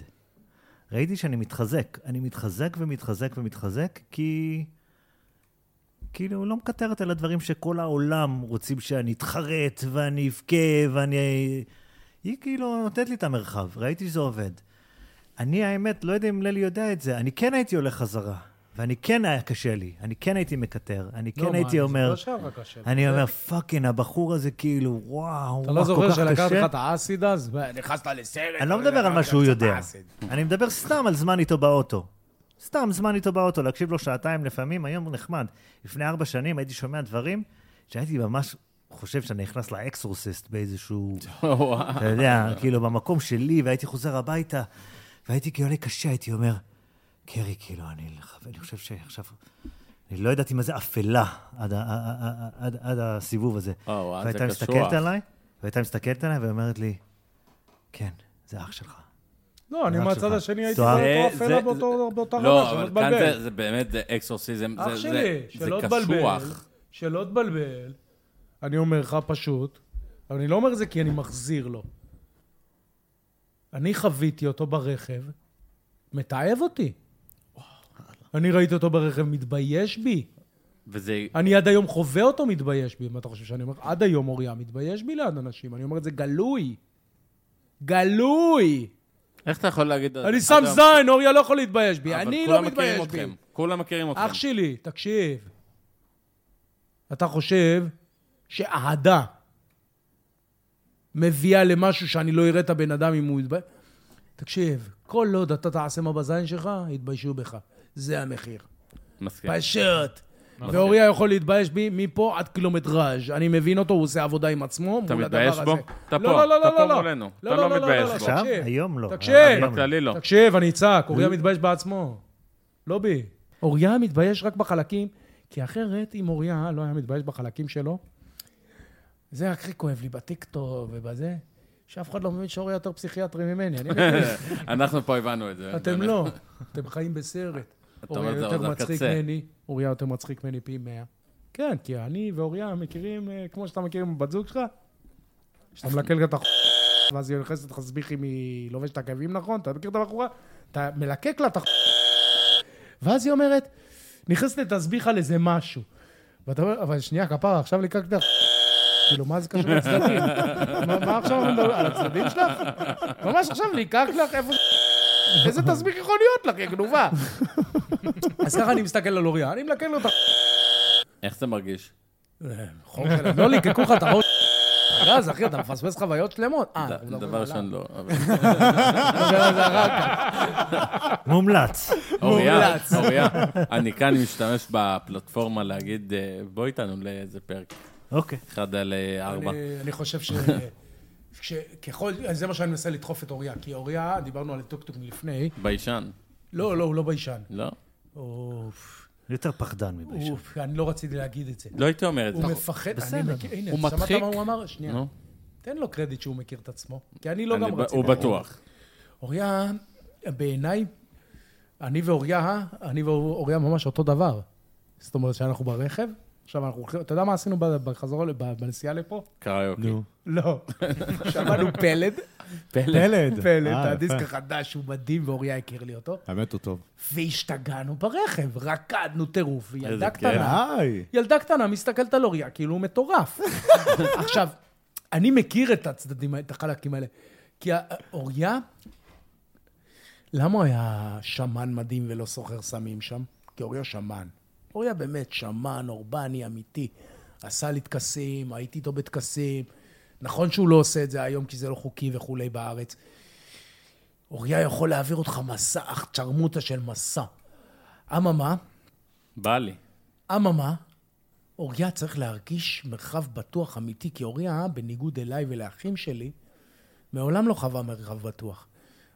[SPEAKER 6] ראיתי שאני מתחזק. אני מתחזק ומתחזק ומתחזק, כי... כאילו, לא מקטרת על הדברים שכל העולם רוצים שאני אתחרט, ואני אבכה, ואני... היא כאילו נותנת לי את המרחב, ראיתי שזה עובד. אני, האמת, לא יודע אם ללי יודע את זה, אני כן הייתי הולך חזרה, ואני כן היה קשה לי, אני כן הייתי מקטר, אני
[SPEAKER 7] לא,
[SPEAKER 6] כן
[SPEAKER 7] מה,
[SPEAKER 6] הייתי
[SPEAKER 7] זה
[SPEAKER 6] אומר,
[SPEAKER 7] לא שהיה רק השם.
[SPEAKER 6] אני אומר, פאקינג, הבחור הזה כאילו, וואו,
[SPEAKER 7] אתה לא
[SPEAKER 6] וואו,
[SPEAKER 7] זוכר
[SPEAKER 6] כל כך
[SPEAKER 7] שלקחת
[SPEAKER 6] קשה.
[SPEAKER 7] לך את האסיד אז? נכנסת לסרט.
[SPEAKER 6] אני לא מדבר על מה שהוא יודע. אני מדבר סתם על זמן איתו באוטו. סתם זמן איתו באוטו, להקשיב לו שעתיים לפעמים, היום הוא נחמד. לפני ארבע שנים הייתי שומע דברים שהייתי ממש חושב שאני נכנס לאקסורסיסט באיזשהו... אתה יודע, כאילו, במקום שלי, והייתי חוזר הביתה, והייתי כאילו עולה קשה, הייתי אומר, קרי, כאילו, אני, לח- אני חושב שעכשיו... אני לא ידעתי מה זה אפלה עד, ה- ה- ה- ה- עד, עד הסיבוב הזה.
[SPEAKER 5] אה, וואי, זה
[SPEAKER 6] והייתה
[SPEAKER 5] קשוח.
[SPEAKER 6] מסתכלת עליי, והייתה מסתכלת עליי ואומרת לי, כן, זה אח שלך.
[SPEAKER 1] לא, אני
[SPEAKER 6] אח
[SPEAKER 1] מהצד
[SPEAKER 6] שלך.
[SPEAKER 1] השני הייתי
[SPEAKER 6] זה-
[SPEAKER 1] באותו
[SPEAKER 5] אה, זה-
[SPEAKER 1] אפלה
[SPEAKER 7] לא
[SPEAKER 5] זה-
[SPEAKER 1] באותו- באותה רמה,
[SPEAKER 5] לא,
[SPEAKER 1] שלא
[SPEAKER 5] אבל כאן זה-
[SPEAKER 1] תתבלבל.
[SPEAKER 5] זה באמת זה אקסורסיזם.
[SPEAKER 1] אח
[SPEAKER 5] זה-
[SPEAKER 1] שלי,
[SPEAKER 5] זה-
[SPEAKER 1] שלא
[SPEAKER 5] זה
[SPEAKER 1] תתבלבל.
[SPEAKER 5] קשוח.
[SPEAKER 1] שלא תתבלבל. אני אומר לך פשוט, אבל אני לא אומר את זה כי אני מחזיר לו.
[SPEAKER 7] אני חוויתי אותו ברכב, מתעב אותי. אני ראיתי אותו ברכב, מתבייש בי.
[SPEAKER 5] וזה...
[SPEAKER 7] אני עד היום חווה אותו מתבייש בי. מה אתה חושב שאני אומר? עד היום, אוריה, מתבייש בי ליד אנשים. אני אומר את זה גלוי. גלוי!
[SPEAKER 5] איך אתה יכול להגיד...
[SPEAKER 7] אני שם
[SPEAKER 5] אדם-
[SPEAKER 7] זין, אוריה לא יכול להתבייש בי.
[SPEAKER 5] אבל
[SPEAKER 7] אני
[SPEAKER 5] כולם
[SPEAKER 7] לא
[SPEAKER 5] מכירים
[SPEAKER 7] מתבייש בי.
[SPEAKER 5] אתכם. כולם מכירים אתכם.
[SPEAKER 7] כן. אח שלי, תקשיב. אתה חושב שאהדה מביאה למשהו שאני לא אראה את הבן אדם אם הוא יתבייש? תקשיב, כל עוד אתה תעשה מה בזין שלך, יתביישו בך. זה המחיר.
[SPEAKER 5] מסכים.
[SPEAKER 7] פשוט.
[SPEAKER 5] נכון.
[SPEAKER 7] ואוריה יכול להתבייש בי מפה עד קילומטראז'. אני מבין אותו, הוא עושה עבודה עם עצמו
[SPEAKER 5] אתה
[SPEAKER 7] מול
[SPEAKER 5] מתבייש
[SPEAKER 7] הדבר הזה.
[SPEAKER 5] בו? אתה
[SPEAKER 7] לא,
[SPEAKER 5] פה,
[SPEAKER 7] לא, לא,
[SPEAKER 5] אתה
[SPEAKER 7] לא,
[SPEAKER 5] פה
[SPEAKER 7] לא.
[SPEAKER 5] מולנו.
[SPEAKER 7] לא,
[SPEAKER 5] אתה
[SPEAKER 7] לא,
[SPEAKER 5] לא
[SPEAKER 7] לא, לא,
[SPEAKER 5] מתבייש
[SPEAKER 7] לא,
[SPEAKER 5] בו.
[SPEAKER 6] עכשיו?
[SPEAKER 7] תקשיב.
[SPEAKER 6] היום לא.
[SPEAKER 7] תקשיב.
[SPEAKER 6] היום לא.
[SPEAKER 5] בכללי לא.
[SPEAKER 7] תקשיב, אני אצעק, אוריה מתבייש בעצמו. לא בי. אוריה מתבייש רק בחלקים, כי אחרת, אם אוריה לא היה מתבייש בחלקים שלו, זה הכי כואב לי בטיקטוק ובזה, שאף אחד לא מבין שאוריה יותר פסיכיאטרי ממני. אני מבין,
[SPEAKER 5] אנחנו פה הבנו את זה.
[SPEAKER 7] אתם
[SPEAKER 5] באמת.
[SPEAKER 7] לא, אתם חיים בסרט.
[SPEAKER 5] אתה
[SPEAKER 7] אוריה
[SPEAKER 5] אומר, זה
[SPEAKER 7] יותר
[SPEAKER 5] עוד
[SPEAKER 7] מצחיק
[SPEAKER 5] הקצה.
[SPEAKER 7] ממני, אוריה יותר מצחיק ממני פי מאה. כן, כי אני ואוריה מכירים, אה, כמו שאתה מכיר עם בת זוג שלך, שאתה מלקל גם את החוק, ואז היא נכנסת לך סביך אם היא לובשת את עקבים נכון, אתה מכיר את הבחורה? אתה מלקק לה את החוק, ואז היא אומרת, נכנסת לתסביך על איזה משהו. ואתה אומר, אבל שנייה, כפרה, עכשיו ליקקת את החוק." כאילו, מה זה קשור לצדדים? מה מה עכשיו אנחנו מדברים? על הצדדים שלך? ממש עכשיו ליקק לך איפה... איזה תסביך יכול להיות לך, יא גנובה? אז ככה אני מסתכל על אוריה, אני מלקן לו את
[SPEAKER 5] איך זה מרגיש?
[SPEAKER 7] החור שלה. לא ליקקו לך את הראש. רז, אחי, אתה מפספס חוויות שלמות. אה, אנחנו מדברים
[SPEAKER 5] דבר
[SPEAKER 7] עליו.
[SPEAKER 5] ראשון לא. אבל-
[SPEAKER 7] נדבר על זה אחר כך.
[SPEAKER 6] מומלץ.
[SPEAKER 5] אוריה, אוריה, אני כאן משתמש בפלטפורמה להגיד, אה, בוא איתנו לאיזה פרק,
[SPEAKER 6] אוקיי.
[SPEAKER 5] אחד על אה, ארבע.
[SPEAKER 7] אני- אני חושב ש... שככל, זה מה שאני מנסה לדחוף את אוריה, כי אוריה, דיברנו על טוקטוק מלפני,
[SPEAKER 5] ביישן,
[SPEAKER 7] לא, לא, הוא לא ביישן.
[SPEAKER 5] לא?
[SPEAKER 7] אוף,
[SPEAKER 6] יותר פחדן מביישן.
[SPEAKER 7] אוף, אני לא רציתי להגיד את זה.
[SPEAKER 5] לא הייתי אומר את זה.
[SPEAKER 7] הוא מפחד, אני מכיר- הנה,
[SPEAKER 5] הוא
[SPEAKER 7] שמעת
[SPEAKER 5] מדחיק.
[SPEAKER 7] מה הוא אמר? שנייה,
[SPEAKER 5] נו.
[SPEAKER 7] תן לו קרדיט שהוא מכיר את עצמו, כי אני לא
[SPEAKER 5] אני
[SPEAKER 7] גם
[SPEAKER 5] ב-
[SPEAKER 7] רציתי.
[SPEAKER 5] הוא בטוח.
[SPEAKER 7] אוריה, בעיניי, אני ואוריה, אני ואוריה ממש אותו דבר. זאת אומרת, שאנחנו ברכב, עכשיו אנחנו הולכים, אתה יודע מה עשינו ב- בחזרה, ל- ב- בנסיעה לפה?
[SPEAKER 5] קריוקי.
[SPEAKER 7] לא. שמענו פלד,
[SPEAKER 8] פלד.
[SPEAKER 7] פלד,
[SPEAKER 8] אה,
[SPEAKER 7] הדיסק
[SPEAKER 8] יפה.
[SPEAKER 7] החדש, הוא מדהים, ואוריה הכיר לי אותו,
[SPEAKER 8] האמת הוא טוב.
[SPEAKER 7] והשתגענו ברכב, רקדנו טירוף, וילדה
[SPEAKER 5] כיף.
[SPEAKER 7] קטנה,
[SPEAKER 8] די.
[SPEAKER 7] ילדה קטנה מסתכלת על אוריה, כאילו הוא מטורף. עכשיו, אני מכיר את הצדדים, את החלקים האלה. כי ה- אוריה, למה הוא היה שמן מדהים ולא סוחר סמים שם? כי אוריה שמן. אוריה באמת שמן, אורבני, אמיתי. עשה לי טקסים, הייתי איתו בטקסים. נכון שהוא לא עושה את זה היום כי זה לא חוקי וכולי בארץ. אוריה יכול להעביר אותך מסע, צ'רמוטה של מסע. אממה,
[SPEAKER 5] בא לי.
[SPEAKER 7] אממה, אוריה צריך להרגיש מרחב בטוח אמיתי, כי אוריה, בניגוד אליי ולאחים שלי, מעולם לא חווה מרחב בטוח.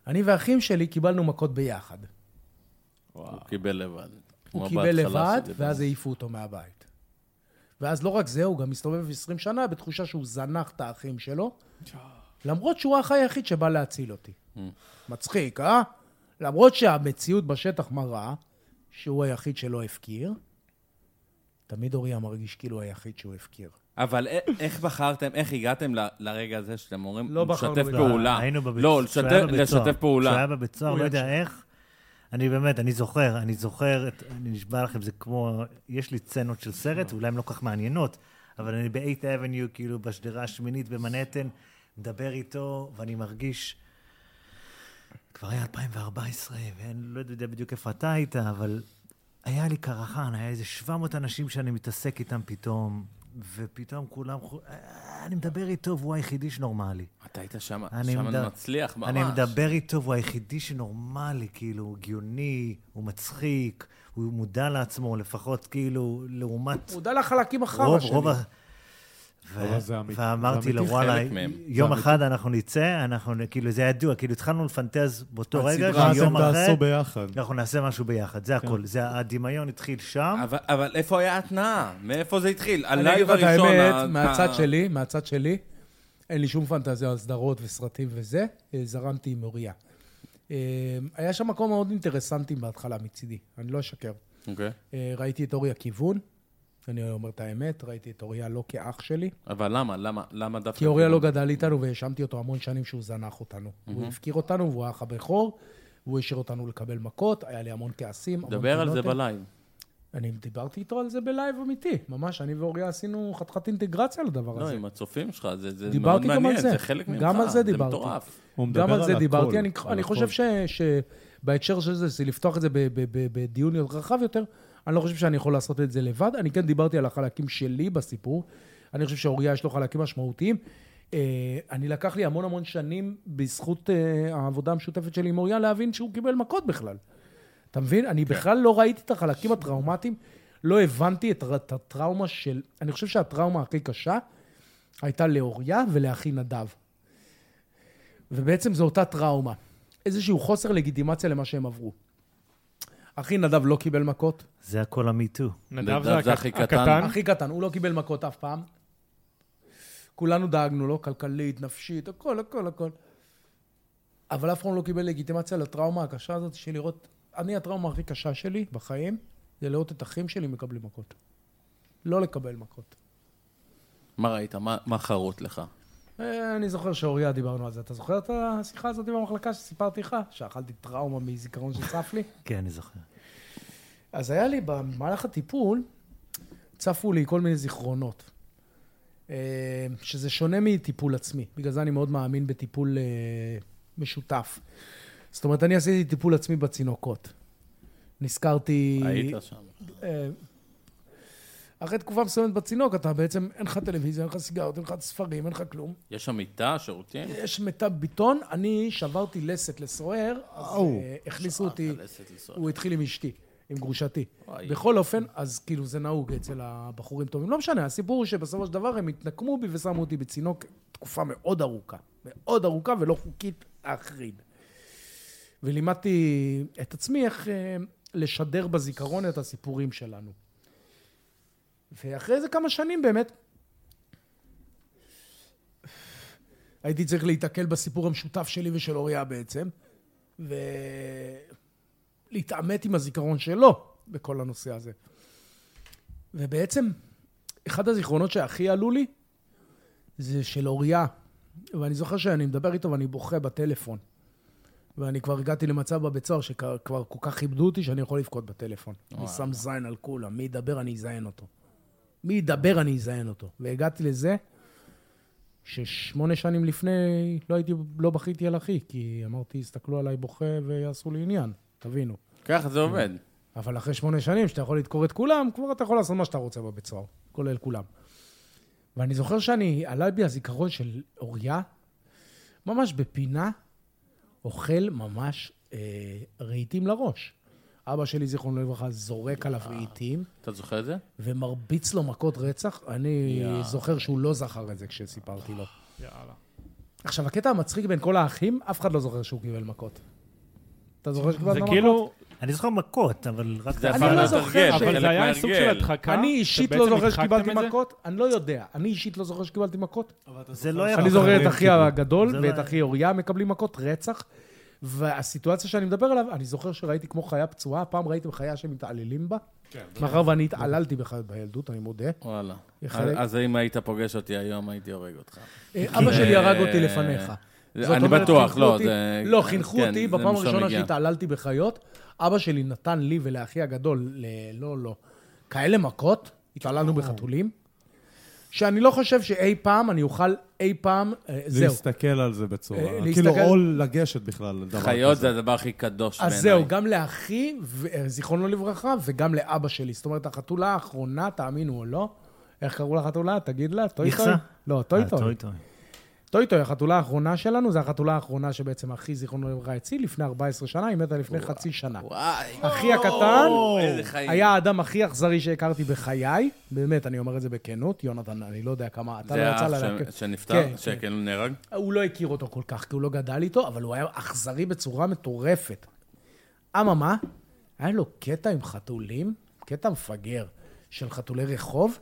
[SPEAKER 7] אני והאחים שלי קיבלנו מכות ביחד.
[SPEAKER 5] הוא קיבל לבד.
[SPEAKER 7] הוא
[SPEAKER 5] כמו
[SPEAKER 7] קיבל
[SPEAKER 5] בהתחלה
[SPEAKER 7] לבד,
[SPEAKER 5] שדיברנו.
[SPEAKER 7] ואז העיפו אותו מהבית. ואז לא רק זה, הוא גם הסתובב 20 שנה בתחושה שהוא זנח את האחים שלו, למרות שהוא האח היחיד שבא להציל אותי.
[SPEAKER 5] Mm.
[SPEAKER 7] מצחיק, אה? למרות שהמציאות בשטח מראה שהוא היחיד שלא הפקיר, תמיד אוריה מרגיש כאילו היחיד שהוא הפקיר.
[SPEAKER 5] אבל א- איך בחרתם, איך הגעתם ל- לרגע הזה שאתם אומרים,
[SPEAKER 7] לא בחרנו
[SPEAKER 5] לשתף
[SPEAKER 7] בזה.
[SPEAKER 5] פעולה?
[SPEAKER 6] היינו בבית
[SPEAKER 5] לא,
[SPEAKER 6] כשהוא היה
[SPEAKER 5] לשתף-
[SPEAKER 6] בבית סוהר.
[SPEAKER 5] לשתף
[SPEAKER 6] כשהוא
[SPEAKER 5] פעולה.
[SPEAKER 6] היה בבית סוהר,
[SPEAKER 7] הוא
[SPEAKER 6] לא
[SPEAKER 7] יד
[SPEAKER 6] יודע איך. אני באמת, אני זוכר, אני זוכר, את, אני נשבע לכם, זה כמו, יש לי סצנות של סרט, אולי הן לא כל כך מעניינות, אבל אני ב-8 אבניו, כאילו בשדרה השמינית במנהטן, מדבר איתו, ואני מרגיש... כבר היה 2014, ואני לא יודע בדיוק איפה אתה היית, אבל היה לי קרחן, היה איזה 700 אנשים שאני מתעסק איתם פתאום, ופתאום כולם... חו- אה, אני מדבר איתו, והוא היחידי שנורמלי.
[SPEAKER 5] אתה היית שם,
[SPEAKER 6] אני
[SPEAKER 5] שם
[SPEAKER 6] מדבר-
[SPEAKER 5] מצליח, ממש.
[SPEAKER 6] אני מדבר איתו, והוא היחידי שנורמלי, כאילו, הוא הגיוני, הוא מצחיק, הוא מודע לעצמו, לפחות כאילו, לעומת
[SPEAKER 7] מודע לחלקים החרא
[SPEAKER 6] רוב,
[SPEAKER 7] שלי.
[SPEAKER 6] רוב ה...
[SPEAKER 8] אבל זה אמיתי. זה
[SPEAKER 6] ואמרתי לו,
[SPEAKER 8] אמיתי,
[SPEAKER 6] וואלה,
[SPEAKER 5] חלק מהם.
[SPEAKER 6] יום
[SPEAKER 8] זה
[SPEAKER 6] אחד אנחנו נצא, אנחנו, נ- כאילו, זה היה ידוע, כאילו, התחלנו לפנטז באותו רגע,
[SPEAKER 8] מה אתם
[SPEAKER 6] שיום אחרי,
[SPEAKER 8] תעשו ביחד?
[SPEAKER 6] אנחנו נעשה משהו ביחד, זה הכל. זה, הדמיון התחיל שם.
[SPEAKER 5] אבל- אבל איפה היה התנאה? מאיפה זה התחיל?
[SPEAKER 7] אני אגיד
[SPEAKER 5] הלייב
[SPEAKER 7] לך את
[SPEAKER 5] הראשון. ה-
[SPEAKER 7] האמת,
[SPEAKER 5] ה-
[SPEAKER 7] מהצד שלי, מהצד שלי, אין לי שום פנטזיה על סדרות וסרטים וזה, אה, זרמתי עם אוריה. אה, היה שם מקום מאוד אינטרסנטי בהתחלה מצידי, אני לא אשקר.
[SPEAKER 5] אוקיי.
[SPEAKER 7] אה, ראיתי את אוריה כיוון, אני אומר את האמת, ראיתי את אוריה לא כאח שלי,
[SPEAKER 5] אבל למה? למה? למה דווקא?
[SPEAKER 7] כי אוריה לא גדל איתנו והאשמתי אותו המון שנים שהוא זנח אותנו. הוא הפקיר אותנו והוא האח הבכור, והוא השאיר אותנו לקבל מכות, היה לי המון כעסים, המון
[SPEAKER 5] דבר על זה
[SPEAKER 7] תלונות.
[SPEAKER 5] בלייב.
[SPEAKER 7] אני דיברתי איתו על זה בלייב אמיתי, ממש, אני ואוריה עשינו חתיכת אינטגרציה לדבר
[SPEAKER 5] לא,
[SPEAKER 7] הזה.
[SPEAKER 5] עם הצופים שלך, זה זה
[SPEAKER 7] דיברתי
[SPEAKER 5] מאוד
[SPEAKER 7] גם על
[SPEAKER 5] מעניין,
[SPEAKER 7] זה.
[SPEAKER 5] זה חלק ממך.
[SPEAKER 7] גם על זה דיברתי.
[SPEAKER 5] זה מטורף.
[SPEAKER 8] הוא מדבר
[SPEAKER 7] גם על זה
[SPEAKER 8] הכל,
[SPEAKER 7] דיברתי. אני-
[SPEAKER 8] על
[SPEAKER 7] אני
[SPEAKER 8] הכל.
[SPEAKER 7] חושב ש- שבהקשר של זה, זה לפתוח את זה ב- ב- ב- בדיון רחב יותר, אני לא חושב שאני יכול לעשות את זה לבד. אני כן דיברתי על החלקים שלי בסיפור. אני חושב שאוריה יש לו חלקים משמעותיים. אה, אני לקח לי המון המון שנים, בזכות אה, העבודה המשותפת שלי עם אוריה, להבין שהוא קיבל מכות בכלל. אתה מבין? אני
[SPEAKER 8] כן.
[SPEAKER 7] בכלל לא ראיתי את החלקים הטראומטיים, לא הבנתי את, הר- את הטראומה של... אני חושב שהטראומה הכי קשה הייתה לאוריה ולאחי נדב. ובעצם זו אותה טראומה. איזשהו חוסר לגיטימציה למה שהם עברו. אחי נדב לא קיבל מכות.
[SPEAKER 6] זה הכל המיטו.
[SPEAKER 3] נדב
[SPEAKER 5] נדב
[SPEAKER 3] זה
[SPEAKER 5] זה
[SPEAKER 3] הק-
[SPEAKER 5] הכי קטן.
[SPEAKER 3] הקטן.
[SPEAKER 7] הכי קטן, הוא לא קיבל מכות אף פעם. כולנו דאגנו לו, כלכלית, נפשית, הכל, הכל, הכל. אבל אף אחד לא קיבל לגיטימציה לטראומה הקשה הזאת של לראות... אני, הטראומה הכי קשה שלי בחיים, זה לראות את אחים שלי מקבלים מכות. לא לקבל מכות.
[SPEAKER 5] מה ראית? מה מה חרוט לך?
[SPEAKER 7] אה, אני זוכר שאוריה דיברנו על זה. אתה זוכר את השיחה הזאת במחלקה שסיפרתי לך? שאכלתי טראומה מזיכרון שצף לי?
[SPEAKER 6] כן, אני זוכר.
[SPEAKER 7] אז היה לי במהלך הטיפול, צפו לי כל מיני זיכרונות. אה, שזה שונה מטיפול עצמי. בגלל זה אני מאוד מאמין בטיפול אה, משותף. זאת אומרת, אני עשיתי טיפול עצמי בצינוקות. נזכרתי...
[SPEAKER 5] היית שם.
[SPEAKER 7] אה, אחרי תקופה מסוימת בצינוק, אתה בעצם, אין לך טלוויזיה, אין לך סיגרות, אין לך ספרים, אין לך כלום.
[SPEAKER 5] יש שם מיטה, שירותים?
[SPEAKER 7] יש מיטב ביטון, אני שברתי לסת לסוער, אז אה, הכניסו אותי,
[SPEAKER 5] לסת לסוער.
[SPEAKER 7] הוא התחיל עם אשתי, עם גרושתי.
[SPEAKER 5] וואי.
[SPEAKER 7] בכל אופן, אז כאילו זה נהוג אצל הבחורים טובים. לא משנה, הסיפור הוא שבסופו של דבר הם התנקמו בי ושמו אותי בצינוק תקופה מאוד ארוכה. מאוד ארוכה ולא חוקית להחריד. ולימדתי את עצמי איך אה, לשדר בזיכרון את הסיפורים שלנו. ואחרי זה כמה שנים באמת, הייתי צריך להיתקל בסיפור המשותף שלי ושל אוריה בעצם, ולהתעמת עם הזיכרון שלו בכל הנושא הזה. ובעצם אחד הזיכרונות שהכי עלו לי, זה של אוריה. ואני זוכר שאני מדבר איתו ואני בוכה בטלפון. ואני כבר הגעתי למצב בבית סוהר שכבר כל כך כיבדו אותי שאני יכול לבכות בטלפון. אני שם זין על כולם, מי ידבר אני אזיין אותו. מי ידבר אני אזיין אותו. והגעתי לזה ששמונה שנים לפני לא הייתי, לא בכיתי על אחי, כי אמרתי, יסתכלו עליי בוכה ויעשו לי עניין, תבינו.
[SPEAKER 5] ככה זה עובד.
[SPEAKER 7] אבל אחרי שמונה שנים, שאתה יכול לדקור את כולם, כבר אתה יכול לעשות מה שאתה רוצה בבית סוהר, כולל כולם. ואני זוכר שאני, עלה בי הזיכרון של אוריה, ממש בפינה, אוכל ממש אה, רהיטים לראש. אבא שלי, זיכרונו לברכה, זורק עליו רהיטים,
[SPEAKER 5] אתה זוכר את זה?
[SPEAKER 7] ומרביץ לו מכות רצח. אני זוכר שהוא לא זכר את זה כשסיפרתי לו.
[SPEAKER 3] יאללה.
[SPEAKER 7] עכשיו, הקטע המצחיק בין כל האחים, אף אחד לא זוכר שהוא קיבל מכות. אתה זוכר שקיבלת
[SPEAKER 3] זה
[SPEAKER 7] מכות?
[SPEAKER 3] כאילו,
[SPEAKER 6] אני זוכר מכות, אבל רק...
[SPEAKER 5] זה
[SPEAKER 7] אני
[SPEAKER 5] הפעם
[SPEAKER 7] לא
[SPEAKER 5] לתרגל,
[SPEAKER 7] זוכר
[SPEAKER 5] חלק
[SPEAKER 7] אבל
[SPEAKER 3] אבל זה היה
[SPEAKER 5] מההרגל.
[SPEAKER 3] סוג של הדחקה.
[SPEAKER 7] אני אישית
[SPEAKER 3] שבעצם
[SPEAKER 7] לא זוכר
[SPEAKER 3] הדחקתם
[SPEAKER 7] שקיבלתי
[SPEAKER 3] את זה?
[SPEAKER 7] מכות, אני לא יודע. אני אישית לא זוכר שקיבלתי מכות.
[SPEAKER 6] זה לא היה...
[SPEAKER 7] אני זוכר את אחי
[SPEAKER 6] זה
[SPEAKER 7] הגדול
[SPEAKER 6] לא
[SPEAKER 7] ואת
[SPEAKER 6] היה-
[SPEAKER 7] אחי אוריה מקבלים מכות רצח. והסיטואציה שאני מדבר עליו, אני זוכר שראיתי כמו חיה פצועה, פעם ראיתם חיה שמתעללים בה? כן. מאחר ואני התעללתי בחיות בילדות, אני מודה.
[SPEAKER 5] וואלה.
[SPEAKER 7] חלק-
[SPEAKER 5] אז אם היית פוגש אותי היום, הייתי הורג אותך.
[SPEAKER 7] אה, אבא שלי הרג אותי לפניך. זאת
[SPEAKER 5] אני
[SPEAKER 7] אומרת,
[SPEAKER 5] בטוח,
[SPEAKER 7] חינכו
[SPEAKER 5] לא,
[SPEAKER 7] אותי-
[SPEAKER 5] זה...
[SPEAKER 7] לא, חינכו
[SPEAKER 5] כן,
[SPEAKER 7] אותי
[SPEAKER 5] זה
[SPEAKER 7] בפעם
[SPEAKER 5] משם
[SPEAKER 7] הראשונה
[SPEAKER 5] הגיע.
[SPEAKER 7] שהתעללתי בחיות. אבא שלי נתן לי ולאחי הגדול, ל- לא, לא, כאלה מכות, התעללנו בחתולים, שאני לא חושב שאי פעם אני אוכל אי פעם, אה, זהו.
[SPEAKER 8] להסתכל על זה בצורה...
[SPEAKER 7] אה, להסתכל-
[SPEAKER 8] כאילו, או לגשת בכלל לדבר כזה.
[SPEAKER 5] חיות זה הדבר הכי קדוש בעיניי.
[SPEAKER 7] אז זהו, גם לאחי, ו- אה, זיכרונו לברכה, וגם לאבא שלי. זאת אומרת, החתולה האחרונה, תאמינו או לא, איך קראו לחתולה? תגיד לה, טוי טוי?
[SPEAKER 6] איכסה?
[SPEAKER 7] לא,
[SPEAKER 6] אה,
[SPEAKER 7] טוי טוי.
[SPEAKER 6] טוי.
[SPEAKER 7] טוי טוי, החתולה האחרונה שלנו, זה החתולה האחרונה שבעצם אחי, זיכרונו לברכה, הציל לפני 14 שנה, היא מתה לפני חצי שנה.
[SPEAKER 5] וואי.
[SPEAKER 7] אחי הקטן
[SPEAKER 5] איזה חיים.
[SPEAKER 7] אה, היה האדם הכי אכזרי שהכרתי בחיי, באמת, אני אומר את זה בכנות, יונתן, אני לא יודע כמה, אתה לא
[SPEAKER 5] זה
[SPEAKER 7] יצא
[SPEAKER 5] האח
[SPEAKER 7] לה...
[SPEAKER 5] ש-
[SPEAKER 7] כן,
[SPEAKER 5] שנפטר,
[SPEAKER 7] כן.
[SPEAKER 5] שכן הוא נהרג?
[SPEAKER 7] הוא לא הכיר אותו כל כך, כי הוא לא גדל איתו, אבל הוא היה אכזרי בצורה מטורפת. אממה, היה לו קטע עם חתולים, קטע מפגר, של חתולי רחוב,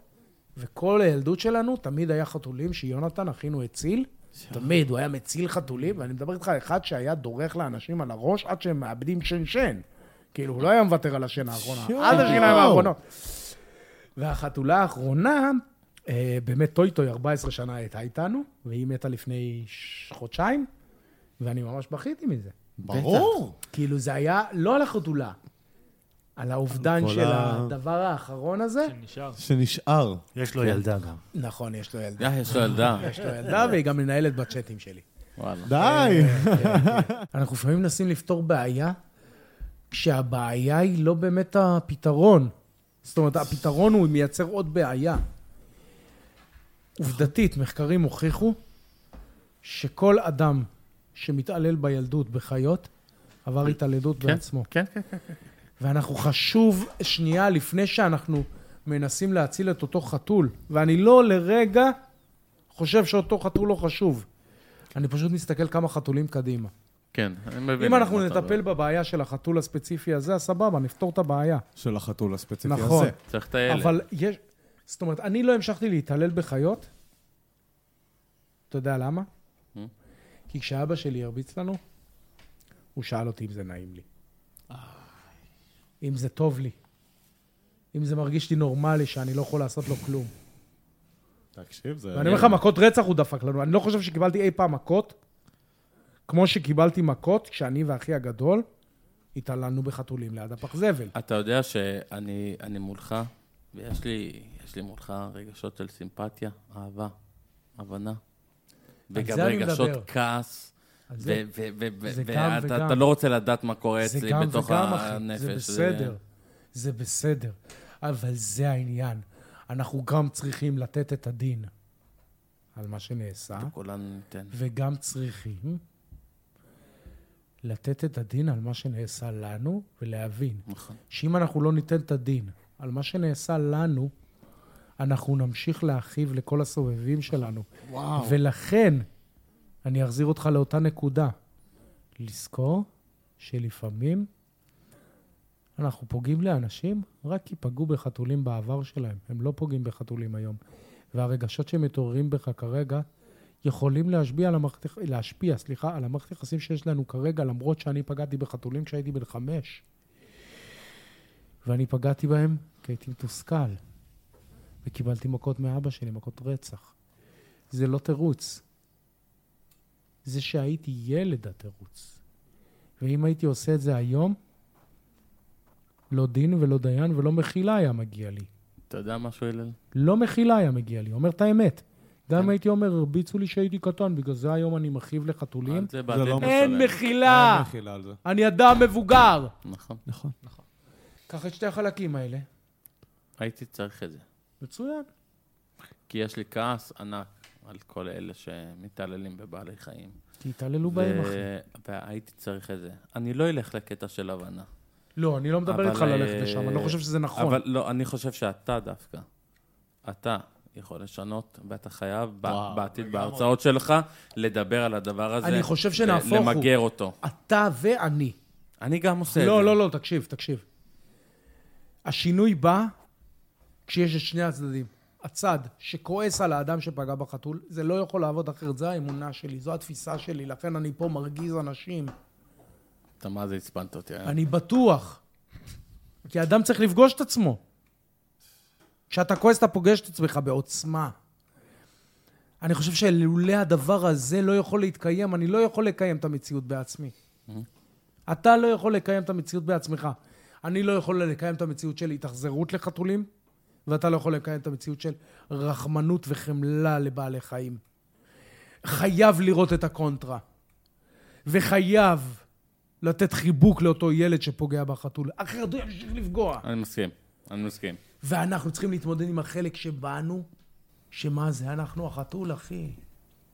[SPEAKER 7] וכל הילדות שלנו תמיד היה חתולים שיונתן אחינו הציל. תמיד, הוא היה מציל חתולים, ואני מדבר איתך על אחד שהיה דורך לאנשים על הראש עד שהם מאבדים שן-שן. כאילו, הוא לא היה מוותר על השן האחרונה, עד השיניים האחרונות. והחתולה האחרונה, אה, באמת טוי טוי 14 שנה הייתה איתנו, והיא מתה לפני ש- חודשיים, ואני ממש בכיתי מזה.
[SPEAKER 8] ברור.
[SPEAKER 7] כאילו זה היה לא על החתולה, על האובדן
[SPEAKER 8] כל
[SPEAKER 7] של
[SPEAKER 8] ה-
[SPEAKER 7] הדבר האחרון הזה.
[SPEAKER 3] נשאר.
[SPEAKER 8] שנשאר.
[SPEAKER 6] יש
[SPEAKER 5] כן.
[SPEAKER 6] לו ילדה גם.
[SPEAKER 7] נכון, יש לו ילדה.
[SPEAKER 5] יא, אה, יש לו ילדה.
[SPEAKER 7] יש לו ילדה, והיא גם מנהלת בצ'אטים שלי.
[SPEAKER 5] וואלה.
[SPEAKER 8] די.
[SPEAKER 7] אנחנו לפעמים מנסים לפתור בעיה, כשהבעיה היא לא באמת הפתרון. זאת אומרת, הפתרון הוא מייצר עוד בעיה. עובדתית, מחקרים הוכיחו שכל אדם שמתעלל בילדות בחיות, עבר התעללות בעצמו.
[SPEAKER 5] כן, כן, כן.
[SPEAKER 7] ואנחנו חשוב, שנייה לפני שאנחנו מנסים להציל את אותו חתול, ואני לא לרגע חושב שאותו חתול לא חשוב. אני פשוט מסתכל כמה חתולים קדימה.
[SPEAKER 5] כן, אני מבין.
[SPEAKER 7] אם אנחנו
[SPEAKER 5] מה אתה
[SPEAKER 7] נטפל
[SPEAKER 5] אומר.
[SPEAKER 7] בבעיה של החתול הספציפי הזה, אז סבבה, נפתור את הבעיה.
[SPEAKER 8] של החתול הספציפי הזה.
[SPEAKER 7] נכון.
[SPEAKER 5] צריך את הילד.
[SPEAKER 7] אבל יש... זאת אומרת, אני לא המשכתי להתעלל בחיות. אתה יודע למה?
[SPEAKER 5] Hmm?
[SPEAKER 7] כי כשאבא שלי הרביץ לנו, הוא שאל אותי אם זה נעים לי. אם זה טוב לי. אם זה מרגיש לי נורמלי שאני לא יכול לעשות לו כלום.
[SPEAKER 5] אה,
[SPEAKER 8] תקשיב, זה...
[SPEAKER 7] ואני אומר לך, מכות רצח הוא דפק לנו. אני לא חושב שקיבלתי אי פעם מכות, כמו שקיבלתי מכות כשאני ואחי הגדול התעללנו בחתולים ליד הפח זבל.
[SPEAKER 5] אתה יודע שאני אני מולך, ויש לי, יש לי מולך רגשות של סימפתיה, אהבה, הבנה.
[SPEAKER 7] על
[SPEAKER 5] וגם
[SPEAKER 7] זה אני
[SPEAKER 5] רגשות
[SPEAKER 7] מדבר.
[SPEAKER 5] כעס,
[SPEAKER 7] על זה- זה גם
[SPEAKER 5] ואתה
[SPEAKER 7] וגם.
[SPEAKER 5] אתה לא רוצה לדעת מה קורה
[SPEAKER 7] זה
[SPEAKER 5] אצלי
[SPEAKER 7] גם
[SPEAKER 5] בתוך
[SPEAKER 7] וגם, אחי,
[SPEAKER 5] הנפש.
[SPEAKER 7] זה בסדר, זה בסדר. אבל זה העניין. אנחנו גם צריכים לתת את הדין על מה שנעשה,
[SPEAKER 5] כולנו ניתן.
[SPEAKER 7] וגם צריכים לתת את הדין על מה שנעשה לנו, ולהבין
[SPEAKER 5] נכון.
[SPEAKER 7] שאם אנחנו לא ניתן את הדין על מה שנעשה לנו, אנחנו נמשיך להכאיב לכל הסובבים שלנו. וואו. ולכן, אני אחזיר אותך לאותה נקודה. לזכור שלפעמים אנחנו פוגעים לאנשים רק כי פגעו בחתולים בעבר שלהם. הם לא פוגעים בחתולים היום. והרגשות שמתעוררים בך כרגע יכולים להשפיע על המערכת, להשפיע, סליחה, על המערכת יחסים שיש לנו כרגע, למרות שאני פגעתי בחתולים כשהייתי בן חמש. ואני פגעתי בהם כי הייתי מתוסכל. וקיבלתי מכות מאבא שלי, מכות רצח. זה לא תירוץ. זה שהייתי ילד התירוץ. ואם הייתי עושה את זה היום, לא דין ולא דיין ולא מחילה היה מגיע לי.
[SPEAKER 5] אתה יודע משהו, הלל?
[SPEAKER 7] לא מחילה היה מגיע לי, אומר את האמת. גם
[SPEAKER 8] כן.
[SPEAKER 7] אם הייתי אומר, הרביצו לי כשהייתי קטן, בגלל זה היום אני מכאיב לחתולים.
[SPEAKER 5] על זה בעתיד
[SPEAKER 8] לא
[SPEAKER 7] אין
[SPEAKER 5] נשלם.
[SPEAKER 7] מחילה!
[SPEAKER 8] מחילה על זה.
[SPEAKER 7] אני אדם מבוגר!
[SPEAKER 5] נכון.
[SPEAKER 7] קח את שתי החלקים האלה.
[SPEAKER 5] הייתי צריך את זה.
[SPEAKER 7] מצוין.
[SPEAKER 5] כי יש לי כעס ענק על כל אלה שמתעללים בבעלי חיים.
[SPEAKER 7] כי התעללו בהם, אחי.
[SPEAKER 5] ו- והייתי צריך את זה. אני לא אלך לקטע של הבנה.
[SPEAKER 7] לא, אני לא מדבר
[SPEAKER 5] אבל,
[SPEAKER 7] איתך ללכת
[SPEAKER 5] אה,
[SPEAKER 7] לשם, אני לא חושב שזה נכון.
[SPEAKER 5] אבל לא, אני חושב שאתה דווקא, אתה יכול לשנות, ואתה חייב ב- בעתיד בהרצאות שלך לדבר על הדבר הזה.
[SPEAKER 7] אני חושב שנהפוך הוא.
[SPEAKER 5] למגר אותו.
[SPEAKER 7] אתה ואני.
[SPEAKER 5] אני גם עושה את זה.
[SPEAKER 7] לא, לא, לא, תקשיב, תקשיב. השינוי בא כשיש את שני הצדדים. הצד שכועס על האדם שפגע בחתול, זה לא יכול לעבוד אחרת, זו האמונה שלי, זו התפיסה שלי, לכן אני פה מרגיז אנשים.
[SPEAKER 5] אתה מה זה עצבנת אותי אה? היום.
[SPEAKER 7] אני בטוח. כי אדם צריך לפגוש את עצמו. כשאתה כועס, אתה פוגש את עצמך בעוצמה. אני חושב שלולא הדבר הזה לא יכול להתקיים, אני לא יכול לקיים את המציאות בעצמי. אתה לא יכול לקיים את המציאות בעצמך. אני לא יכול לקיים את המציאות של התאכזרות לחתולים, ואתה לא יכול לקיים את המציאות של רחמנות וחמלה לבעלי חיים. חייב לראות את הקונטרה. וחייב לתת חיבוק לאותו ילד שפוגע בחתול. אחרת הוא ימשיך לפגוע.
[SPEAKER 5] אני מסכים, אני מסכים.
[SPEAKER 7] ואנחנו צריכים להתמודד עם החלק שבנו, שמה זה? אנחנו החתול, אחי.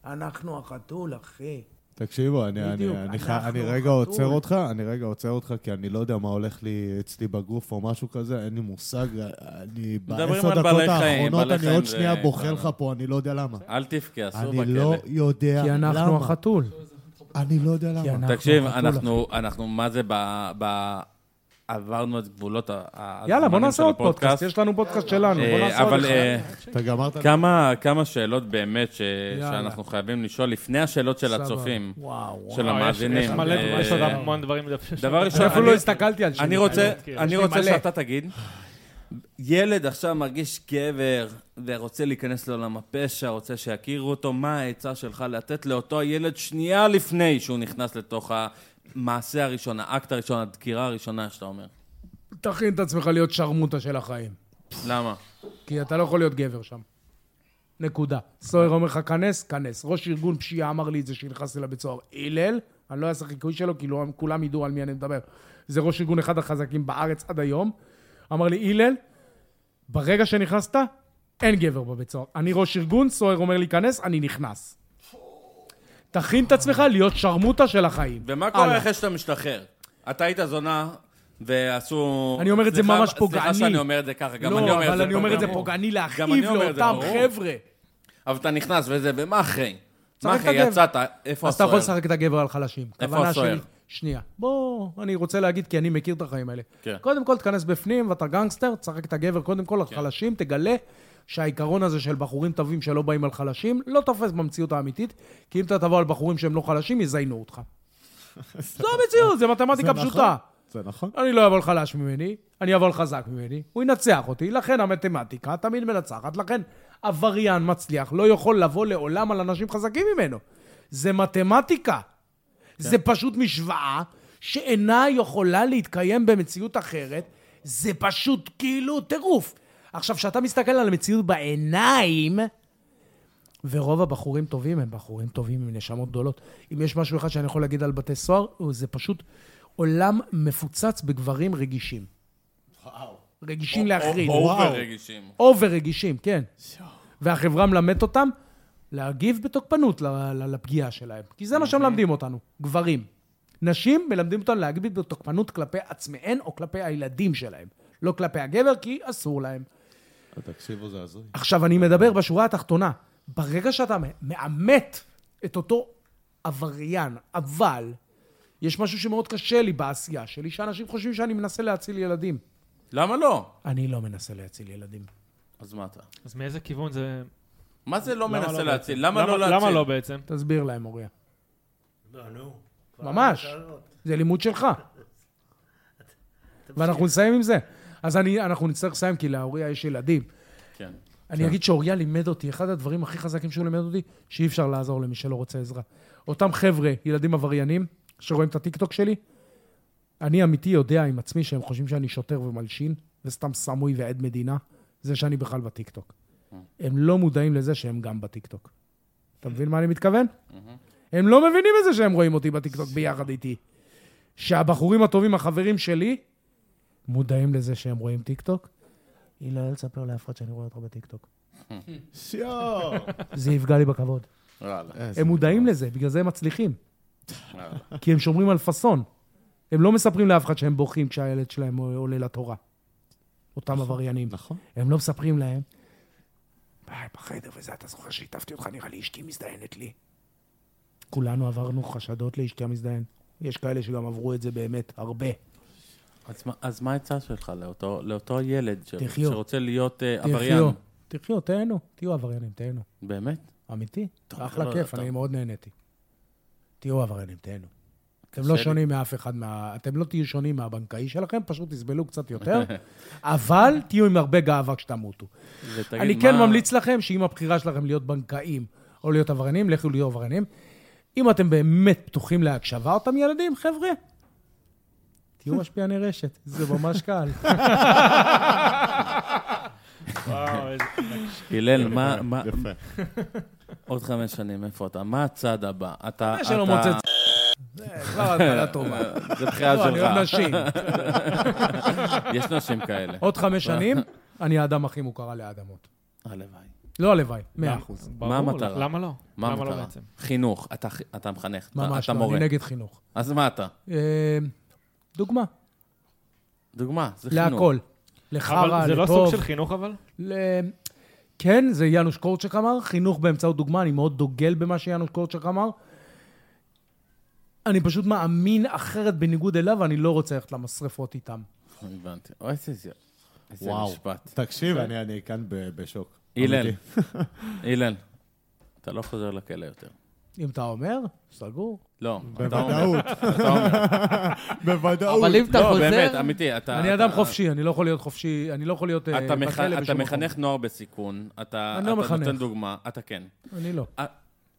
[SPEAKER 7] אנחנו החתול, אחי.
[SPEAKER 8] תקשיבו, אני, אני,
[SPEAKER 7] בדיוק,
[SPEAKER 8] אני, ח...
[SPEAKER 7] אנחנו
[SPEAKER 8] אני רגע
[SPEAKER 7] חתול.
[SPEAKER 8] עוצר אותך, אני רגע עוצר אותך, כי אני לא יודע מה הולך לי אצלי בגוף או משהו כזה, אין לי מושג. אני
[SPEAKER 5] מדברים
[SPEAKER 8] בעשר
[SPEAKER 5] על
[SPEAKER 8] דקות
[SPEAKER 5] בעלי חיים,
[SPEAKER 8] האחרונות,
[SPEAKER 5] בעלי
[SPEAKER 8] אני
[SPEAKER 5] חיים
[SPEAKER 8] עוד
[SPEAKER 5] זה-
[SPEAKER 8] שנייה בוכה לך פה, אני לא יודע למה.
[SPEAKER 5] אל תבכה, אסור
[SPEAKER 8] אני לא
[SPEAKER 5] בכלא.
[SPEAKER 8] יודע
[SPEAKER 7] כי אנחנו
[SPEAKER 8] למה.
[SPEAKER 7] החתול.
[SPEAKER 8] אני לא יודע
[SPEAKER 7] כי
[SPEAKER 8] למה.
[SPEAKER 7] אנחנו
[SPEAKER 5] תקשיב,
[SPEAKER 7] החתול,
[SPEAKER 5] אנחנו, אנחנו, מה זה, ב- ב- עברנו את גבולות ה- ה-
[SPEAKER 1] יאללה, בוא
[SPEAKER 5] הזמנים
[SPEAKER 1] נעשה
[SPEAKER 5] של
[SPEAKER 1] עוד פודקאסט,
[SPEAKER 5] הפודקאסט.
[SPEAKER 1] יש לנו פודקאסט שלנו, בוא
[SPEAKER 5] אה,
[SPEAKER 1] נעשה עוד
[SPEAKER 5] אבל
[SPEAKER 1] אחד.
[SPEAKER 5] אה,
[SPEAKER 8] אתה גמרת?
[SPEAKER 5] כמה, כמה שאלות באמת ש, שאנחנו חייבים לשאול לפני השאלות של
[SPEAKER 7] סבבה.
[SPEAKER 5] הצופים,
[SPEAKER 7] וואו, וואו.
[SPEAKER 5] של
[SPEAKER 3] וואי, לא, יש-
[SPEAKER 5] המאזינים.
[SPEAKER 3] יש מלא,
[SPEAKER 5] אה,
[SPEAKER 3] יש עוד המון דברים לדף-
[SPEAKER 5] דבר ראשון,
[SPEAKER 7] אפילו לא
[SPEAKER 5] אני-
[SPEAKER 7] הסתכלתי על שלי.
[SPEAKER 5] אני רוצה,
[SPEAKER 3] כן.
[SPEAKER 5] אני
[SPEAKER 7] יש לי
[SPEAKER 5] רוצה
[SPEAKER 7] מלא.
[SPEAKER 5] שאתה תגיד, ילד עכשיו מרגיש גבר ורוצה להיכנס לעולם הפשע, רוצה שיכירו אותו, מה העצה שלך לתת לאותו הילד שנייה לפני שהוא נכנס לתוך המעשה הראשון, האקט הראשון, הדקירה הראשונה, שאתה אומר?
[SPEAKER 7] תכין את עצמך להיות שרמוטה של החיים.
[SPEAKER 5] למה?
[SPEAKER 7] כי אתה לא יכול להיות גבר שם. נקודה. סוהר אומר לך, כנס, כנס. ראש ארגון פשיעה אמר לי את זה כשנכנסתי לבית סוהר. הלל, אני לא אעשה חיקוי שלו, כי לא- כולם ידעו על מי אני מדבר. זה ראש ארגון אחד החזקים בארץ עד היום. אמר לי, הלל, ברגע שנכנסת, אין גבר בבית סוהר. אני ראש ארגון, סוהר אומר לי, כנס, אני נכנס. תכין את עצמך להיות שרמוטה של החיים.
[SPEAKER 5] ומה
[SPEAKER 7] הלאה.
[SPEAKER 5] קורה אחרי שאתה משתחרר? אתה היית זונה, ועשו...
[SPEAKER 7] אני אומר את זה
[SPEAKER 5] סליחה-
[SPEAKER 7] ממש
[SPEAKER 5] סליחה
[SPEAKER 7] פוגעני.
[SPEAKER 5] שאני אומר את זה ככה, גם
[SPEAKER 7] לא,
[SPEAKER 5] אני אומר את זה
[SPEAKER 7] אבל אני אומר את זה
[SPEAKER 5] ברור.
[SPEAKER 7] פוגעני
[SPEAKER 5] גם אני
[SPEAKER 7] להכאיב
[SPEAKER 5] אומר את זה,
[SPEAKER 7] לאותם
[SPEAKER 5] ברור.
[SPEAKER 7] חבר'ה.
[SPEAKER 5] אבל אתה נכנס וזה, ומה אחרי? מה אחרי?
[SPEAKER 7] את הגבר.
[SPEAKER 5] יצאת, איפה
[SPEAKER 7] אז אתה יכול
[SPEAKER 5] הסוהר?
[SPEAKER 7] לשחק את הגבר על חלשים.
[SPEAKER 5] איפה
[SPEAKER 7] הכוונה
[SPEAKER 5] הסוהר?
[SPEAKER 7] שלי- שנייה. בוא, אני רוצה להגיד, כי אני מכיר את החיים האלה.
[SPEAKER 5] כן.
[SPEAKER 7] קודם כל, תיכנס בפנים, ואתה גנגסטר, תשחק את הגבר קודם כל על חלשים, תגלה שהעיקרון הזה של בחורים טובים שלא באים על חלשים, לא תופס במציאות האמיתית, כי אם אתה תבוא על בחורים שהם לא חלשים, יזיינו אותך. זו המציאות, זו מתמטיקה
[SPEAKER 8] נכון.
[SPEAKER 7] פשוטה.
[SPEAKER 8] זה נכון.
[SPEAKER 7] אני לא אבוא על חלש ממני, אני אבוא על חזק ממני, הוא ינצח אותי, לכן המתמטיקה תמיד מנצחת, לכן עבריין מצליח לא יכול לבוא לעולם על אנשים חזקים ממנו. זה מתמטיקה. זה פשוט משוואה שאינה יכולה להתקיים במציאות אחרת, זה פשוט כאילו טירוף. עכשיו, כשאתה מסתכל על המציאות בעיניים, ורוב הבחורים טובים הם בחורים טובים עם נשמות גדולות. אם יש משהו אחד שאני יכול להגיד על בתי סוהר, זה פשוט עולם מפוצץ בגברים רגישים. וואו. רגישים להחריד.
[SPEAKER 5] אובר רגישים.
[SPEAKER 7] אובר רגישים, כן. והחברה מלמדת אותם להגיב בתוקפנות ל- ל- לפגיעה שלהם. כי זה מה שמלמדים אותנו, גברים. נשים מלמדים אותנו להגיב בתוקפנות כלפי עצמיהן או כלפי הילדים שלהם. לא כלפי הגבר, כי אסור להם.
[SPEAKER 8] תקשיבו, זה הזוי.
[SPEAKER 7] עכשיו, אני מדבר בשורה התחתונה. ברגע שאתה מאמת את אותו עבריין, אבל יש משהו שמאוד קשה לי בעשייה שלי, שאנשים חושבים שאני מנסה להציל ילדים.
[SPEAKER 5] למה לא?
[SPEAKER 7] אני לא מנסה להציל ילדים.
[SPEAKER 5] אז מה אתה?
[SPEAKER 3] אז מאיזה כיוון זה...
[SPEAKER 5] מה זה לא
[SPEAKER 3] למה
[SPEAKER 5] מנסה
[SPEAKER 3] לא
[SPEAKER 5] להציל? למה לא להציל?
[SPEAKER 3] למה לא בעצם?
[SPEAKER 7] תסביר להם, אוריה. ממש. זה לימוד שלך. ואנחנו נסיים עם זה. אז אני, אנחנו נצטרך לסיים, כי לאוריה יש ילדים.
[SPEAKER 5] כן.
[SPEAKER 7] אני אגיד שאוריה לימד אותי, אחד הדברים הכי חזקים שהוא לימד אותי, שאי אפשר לעזור למי שלא רוצה עזרה. אותם חבר'ה, ילדים עבריינים, שרואים את הטיקטוק שלי, אני אמיתי יודע עם עצמי שהם חושבים שאני שוטר ומלשין, וסתם סמוי ועד מדינה, זה שאני בכלל בטיקטוק. הם לא מודעים לזה שהם גם בטיקטוק. אתה מבין מה אני מתכוון? הם לא מבינים את זה שהם רואים אותי בטיקטוק ביחד איתי. שהבחורים הטובים, החברים שלי, מודעים לזה שהם רואים טיקטוק. היא לא אוהבת לספר לאף אחד שאני רואה אותך בטיקטוק.
[SPEAKER 8] שיו!
[SPEAKER 7] זה יפגע לי בכבוד.
[SPEAKER 5] וואלה.
[SPEAKER 8] אה,
[SPEAKER 7] הם מודעים לזה, בגלל זה הם מצליחים. כי הם שומרים על פאסון. הם לא מספרים לאף אחד שהם בוכים כשהילד שלהם עולה לתורה. אותם עבריינים.
[SPEAKER 8] נכון.
[SPEAKER 7] הם לא מספרים להם. ביי, בחדר וזה, אתה זוכר שהטפתי אותך, נראה לי אשתי מזדיינת לי. כולנו עברנו חשדות לאשתי המזדיין. יש כאלה שגם עברו את זה באמת, הרבה.
[SPEAKER 5] אז מה- אז מה העצה שלך לאותו- לאותו ילד ש-
[SPEAKER 7] תחיו.
[SPEAKER 5] שרוצה להיות אה, עבריין?
[SPEAKER 7] תחיו, תחיו, תהנו, תהיו עבריינים, תהנו.
[SPEAKER 5] באמת?
[SPEAKER 7] אמיתי,
[SPEAKER 5] לא,
[SPEAKER 7] אחלה כיף,
[SPEAKER 5] טוב.
[SPEAKER 7] אני מאוד נהניתי. תהיו עבריינים, תהנו. אתם
[SPEAKER 5] קשה
[SPEAKER 7] לא
[SPEAKER 5] לי.
[SPEAKER 7] שונים מאף אחד, מה- אתם לא תהיו שונים מהבנקאי שלכם, פשוט תסבלו קצת יותר, אבל תהיו עם הרבה גאווה כשתמותו.
[SPEAKER 5] ותגיד,
[SPEAKER 7] אני כן
[SPEAKER 5] מה-
[SPEAKER 7] ממליץ לכם שאם הבחירה שלכם להיות בנקאים או להיות עבריינים, לכו להיות עבריינים. אם אתם באמת פתוחים להקשבה, אותם ילדים, חבר'ה, תהיו משפיעני רשת, זה ממש קל.
[SPEAKER 5] הלל, מה- מה...
[SPEAKER 8] יפה.
[SPEAKER 5] עוד חמש שנים, איפה אתה? מה הצעד הבא? אתה...
[SPEAKER 7] זה שלא
[SPEAKER 5] אתה-
[SPEAKER 7] מוצא צ- זה
[SPEAKER 5] אה,
[SPEAKER 7] כבר התחלה טובה.
[SPEAKER 5] זה בחירה
[SPEAKER 7] לא, אני אוהב
[SPEAKER 5] שלך.
[SPEAKER 7] נשים.
[SPEAKER 5] יש נשים כאלה.
[SPEAKER 7] עוד חמש שנים, אני האדם הכי מוכר עלי האדמות.
[SPEAKER 5] הלוואי.
[SPEAKER 7] לא הלוואי, מאה אחוז.
[SPEAKER 5] מה המטרה?
[SPEAKER 3] למה לא?
[SPEAKER 5] מה
[SPEAKER 3] למה לא
[SPEAKER 5] המטרה?
[SPEAKER 3] בעצם?
[SPEAKER 5] חינוך. אתה חי- אתה מחנך. אתה-
[SPEAKER 7] ממש
[SPEAKER 5] אתה
[SPEAKER 7] לא,
[SPEAKER 5] מורה.
[SPEAKER 7] אני נגד חינוך.
[SPEAKER 5] אז מה אתה?
[SPEAKER 7] אה, דוגמה,
[SPEAKER 5] דוגמה, זה חינוך.
[SPEAKER 7] להכל.
[SPEAKER 3] אבל
[SPEAKER 7] לחרא,
[SPEAKER 3] זה לא סוג
[SPEAKER 7] לטוב.
[SPEAKER 3] של חינוך אבל?
[SPEAKER 7] ל- כן, זה יאנוש קורצ'ק אמר, חינוך באמצעות דוגמה, אני מאוד דוגל במה שיאנוש קורצ'ק אמר. אני פשוט מאמין אחרת בניגוד אליו, ואני לא רוצה ללכת למשרפות איתם.
[SPEAKER 5] הבנתי. אוי, איזה זה- איזה
[SPEAKER 8] וואו.
[SPEAKER 5] משפט.
[SPEAKER 8] תקשיב, אני אני כאן ב- בשוק.
[SPEAKER 5] הלל,
[SPEAKER 8] אמיתי.
[SPEAKER 5] הלל, אתה לא חוזר לכלא יותר.
[SPEAKER 7] אם אתה אומר, סגור.
[SPEAKER 5] לא, אתה אומר.
[SPEAKER 8] בוודאות,
[SPEAKER 5] אתה אומר.
[SPEAKER 8] בוודאות.
[SPEAKER 4] אבל אם אתה
[SPEAKER 5] לא, באמת,
[SPEAKER 4] חוזר...
[SPEAKER 5] אמיתי. אתה-
[SPEAKER 7] אני
[SPEAKER 5] אתה-
[SPEAKER 7] אדם חופשי, אני לא יכול להיות חופשי, אני לא יכול להיות אה,
[SPEAKER 5] אתה מח-
[SPEAKER 7] בכלא
[SPEAKER 5] אתה
[SPEAKER 7] בשום מקום.
[SPEAKER 5] מחנך נוער בסיכון, אתה
[SPEAKER 7] אני
[SPEAKER 5] אתה
[SPEAKER 7] לא מחנך.
[SPEAKER 5] נותן דוגמה, אתה כן.
[SPEAKER 7] אני לא.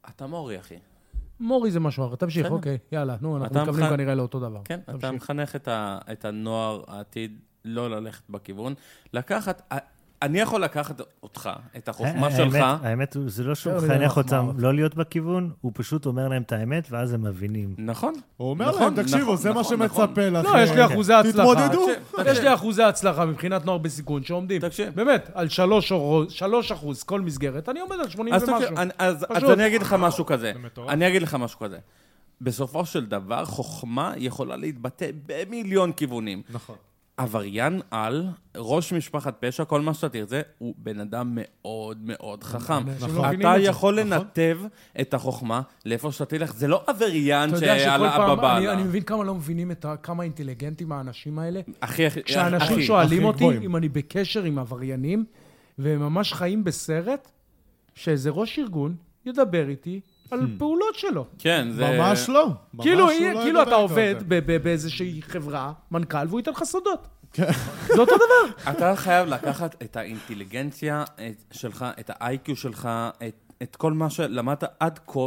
[SPEAKER 5] אתה מורי, אחי.
[SPEAKER 7] מורי זה משהו אחר, תמשיך,
[SPEAKER 5] בסדר.
[SPEAKER 7] אוקיי, יאללה, נו,
[SPEAKER 5] אתה
[SPEAKER 7] אנחנו מתכוונים
[SPEAKER 5] מוכן-
[SPEAKER 7] כנראה לאותו דבר.
[SPEAKER 5] כן, אתה
[SPEAKER 7] תמשיך.
[SPEAKER 5] מחנך את, ה, את הנוער העתיד לא ללכת בכיוון. לקחת, אני יכול לקחת אותך, את החוכמה
[SPEAKER 7] אה,
[SPEAKER 6] האמת-
[SPEAKER 5] שלך,
[SPEAKER 6] אה, האמת, הוא- זה לא שהוא
[SPEAKER 7] לא, זה
[SPEAKER 6] מחנך
[SPEAKER 7] מחמאה.
[SPEAKER 6] אותם לא להיות בכיוון, הוא פשוט אומר להם את האמת, ואז הם מבינים.
[SPEAKER 5] נכון.
[SPEAKER 8] הוא אומר
[SPEAKER 5] נכון,
[SPEAKER 8] להם, תקשיבו,
[SPEAKER 5] נכון,
[SPEAKER 8] זה מה
[SPEAKER 5] נכון,
[SPEAKER 8] שמצפה לכם.
[SPEAKER 7] לא, יש לי אחוזי הצלחה.
[SPEAKER 8] תתמודדו.
[SPEAKER 7] יש לי אחוזי הצלחה מבחינת נוער בסיכון שעומדים.
[SPEAKER 5] תקשיב.
[SPEAKER 7] באמת, על שלוש אור- שלוש אחוז כל מסגרת, אני עומד על 80
[SPEAKER 5] אז,
[SPEAKER 7] ומשהו.
[SPEAKER 5] תקשיב, אני, אז, אז
[SPEAKER 7] פשוט.
[SPEAKER 5] אני אגיד לך משהו כזה. אני אגיד לך משהו כזה. בסופו של דבר, חוכמה יכולה להתבטא במיליון כיוונים.
[SPEAKER 8] נכון.
[SPEAKER 5] עבריין על, ראש משפחת פשע, כל מה שאתה תרצה, הוא בן אדם מאוד מאוד חכם.
[SPEAKER 7] אנשים לא מבינים
[SPEAKER 5] אתה
[SPEAKER 7] את זה,
[SPEAKER 5] יכול לנתב את החוכמה לאיפה שאתה תלך. זה לא עבריין
[SPEAKER 7] אתה יודע שכל
[SPEAKER 5] שעלה
[SPEAKER 7] פעם, אני-
[SPEAKER 5] בבעלה.
[SPEAKER 7] אני מבין כמה לא מבינים את ה- כמה אינטליגנטים האנשים האלה.
[SPEAKER 5] אחי, אחי,
[SPEAKER 7] כשאנשים
[SPEAKER 5] אחי,
[SPEAKER 7] שואלים
[SPEAKER 8] הכי
[SPEAKER 7] אותי
[SPEAKER 8] גבוהים.
[SPEAKER 7] אם אני בקשר עם עבריינים, והם ממש חיים בסרט, שאיזה ראש ארגון ידבר איתי על פעולות שלו.
[SPEAKER 5] כן, זה...
[SPEAKER 8] Hmm. ממש לא. ממש
[SPEAKER 7] כאילו,
[SPEAKER 8] הוא
[SPEAKER 7] היא-
[SPEAKER 8] לא
[SPEAKER 7] כאילו
[SPEAKER 8] ידבר
[SPEAKER 7] אתה
[SPEAKER 8] איתו על
[SPEAKER 7] עובד
[SPEAKER 8] זה.
[SPEAKER 7] ב- ב- באיזושהי חברה, מנכ"ל, והוא ייתן לך סודות.
[SPEAKER 8] כן.
[SPEAKER 7] זה אותו דבר.
[SPEAKER 5] אתה חייב לקחת את האינטליגנציה את- שלך, את ה-IQ שלך, את, את כל מה שלמדת עד כה,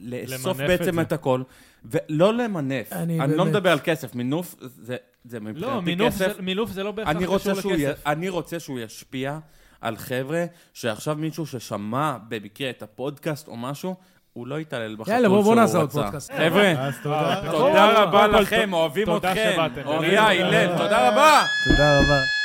[SPEAKER 5] ולאסוף
[SPEAKER 3] למנף את
[SPEAKER 5] בעצם
[SPEAKER 3] זה.
[SPEAKER 5] את הכל, ולא למנף.
[SPEAKER 7] אני
[SPEAKER 5] אני, לא
[SPEAKER 7] באמת-
[SPEAKER 5] מדבר על כסף, מינוף זה, זה מבחינתי
[SPEAKER 3] לא, מינוף
[SPEAKER 5] כסף.
[SPEAKER 3] זה- מינוף זה לא בהכרח
[SPEAKER 5] אני
[SPEAKER 3] קשור
[SPEAKER 5] רוצה, שהוא י...
[SPEAKER 3] לכסף.
[SPEAKER 5] אני רוצה שהוא ישפיע על חבר'ה, שעכשיו מישהו ששמע במקרה את הפודקאסט או משהו, הוא לא יתעלל בחתול
[SPEAKER 7] יאללה, בוא-
[SPEAKER 5] שהוא רצה.
[SPEAKER 7] בוא נעשה עוד פודקאסט.
[SPEAKER 5] חבר'ה,
[SPEAKER 8] אז תודה.
[SPEAKER 5] תודה רבה
[SPEAKER 3] קודם כל,
[SPEAKER 5] לכם,
[SPEAKER 3] ת-
[SPEAKER 5] אוהבים
[SPEAKER 3] תודה
[SPEAKER 5] אתכם.
[SPEAKER 3] שבאתם,
[SPEAKER 5] אוריה,
[SPEAKER 3] באמת.
[SPEAKER 5] הלל, תודה רבה.
[SPEAKER 6] תודה רבה.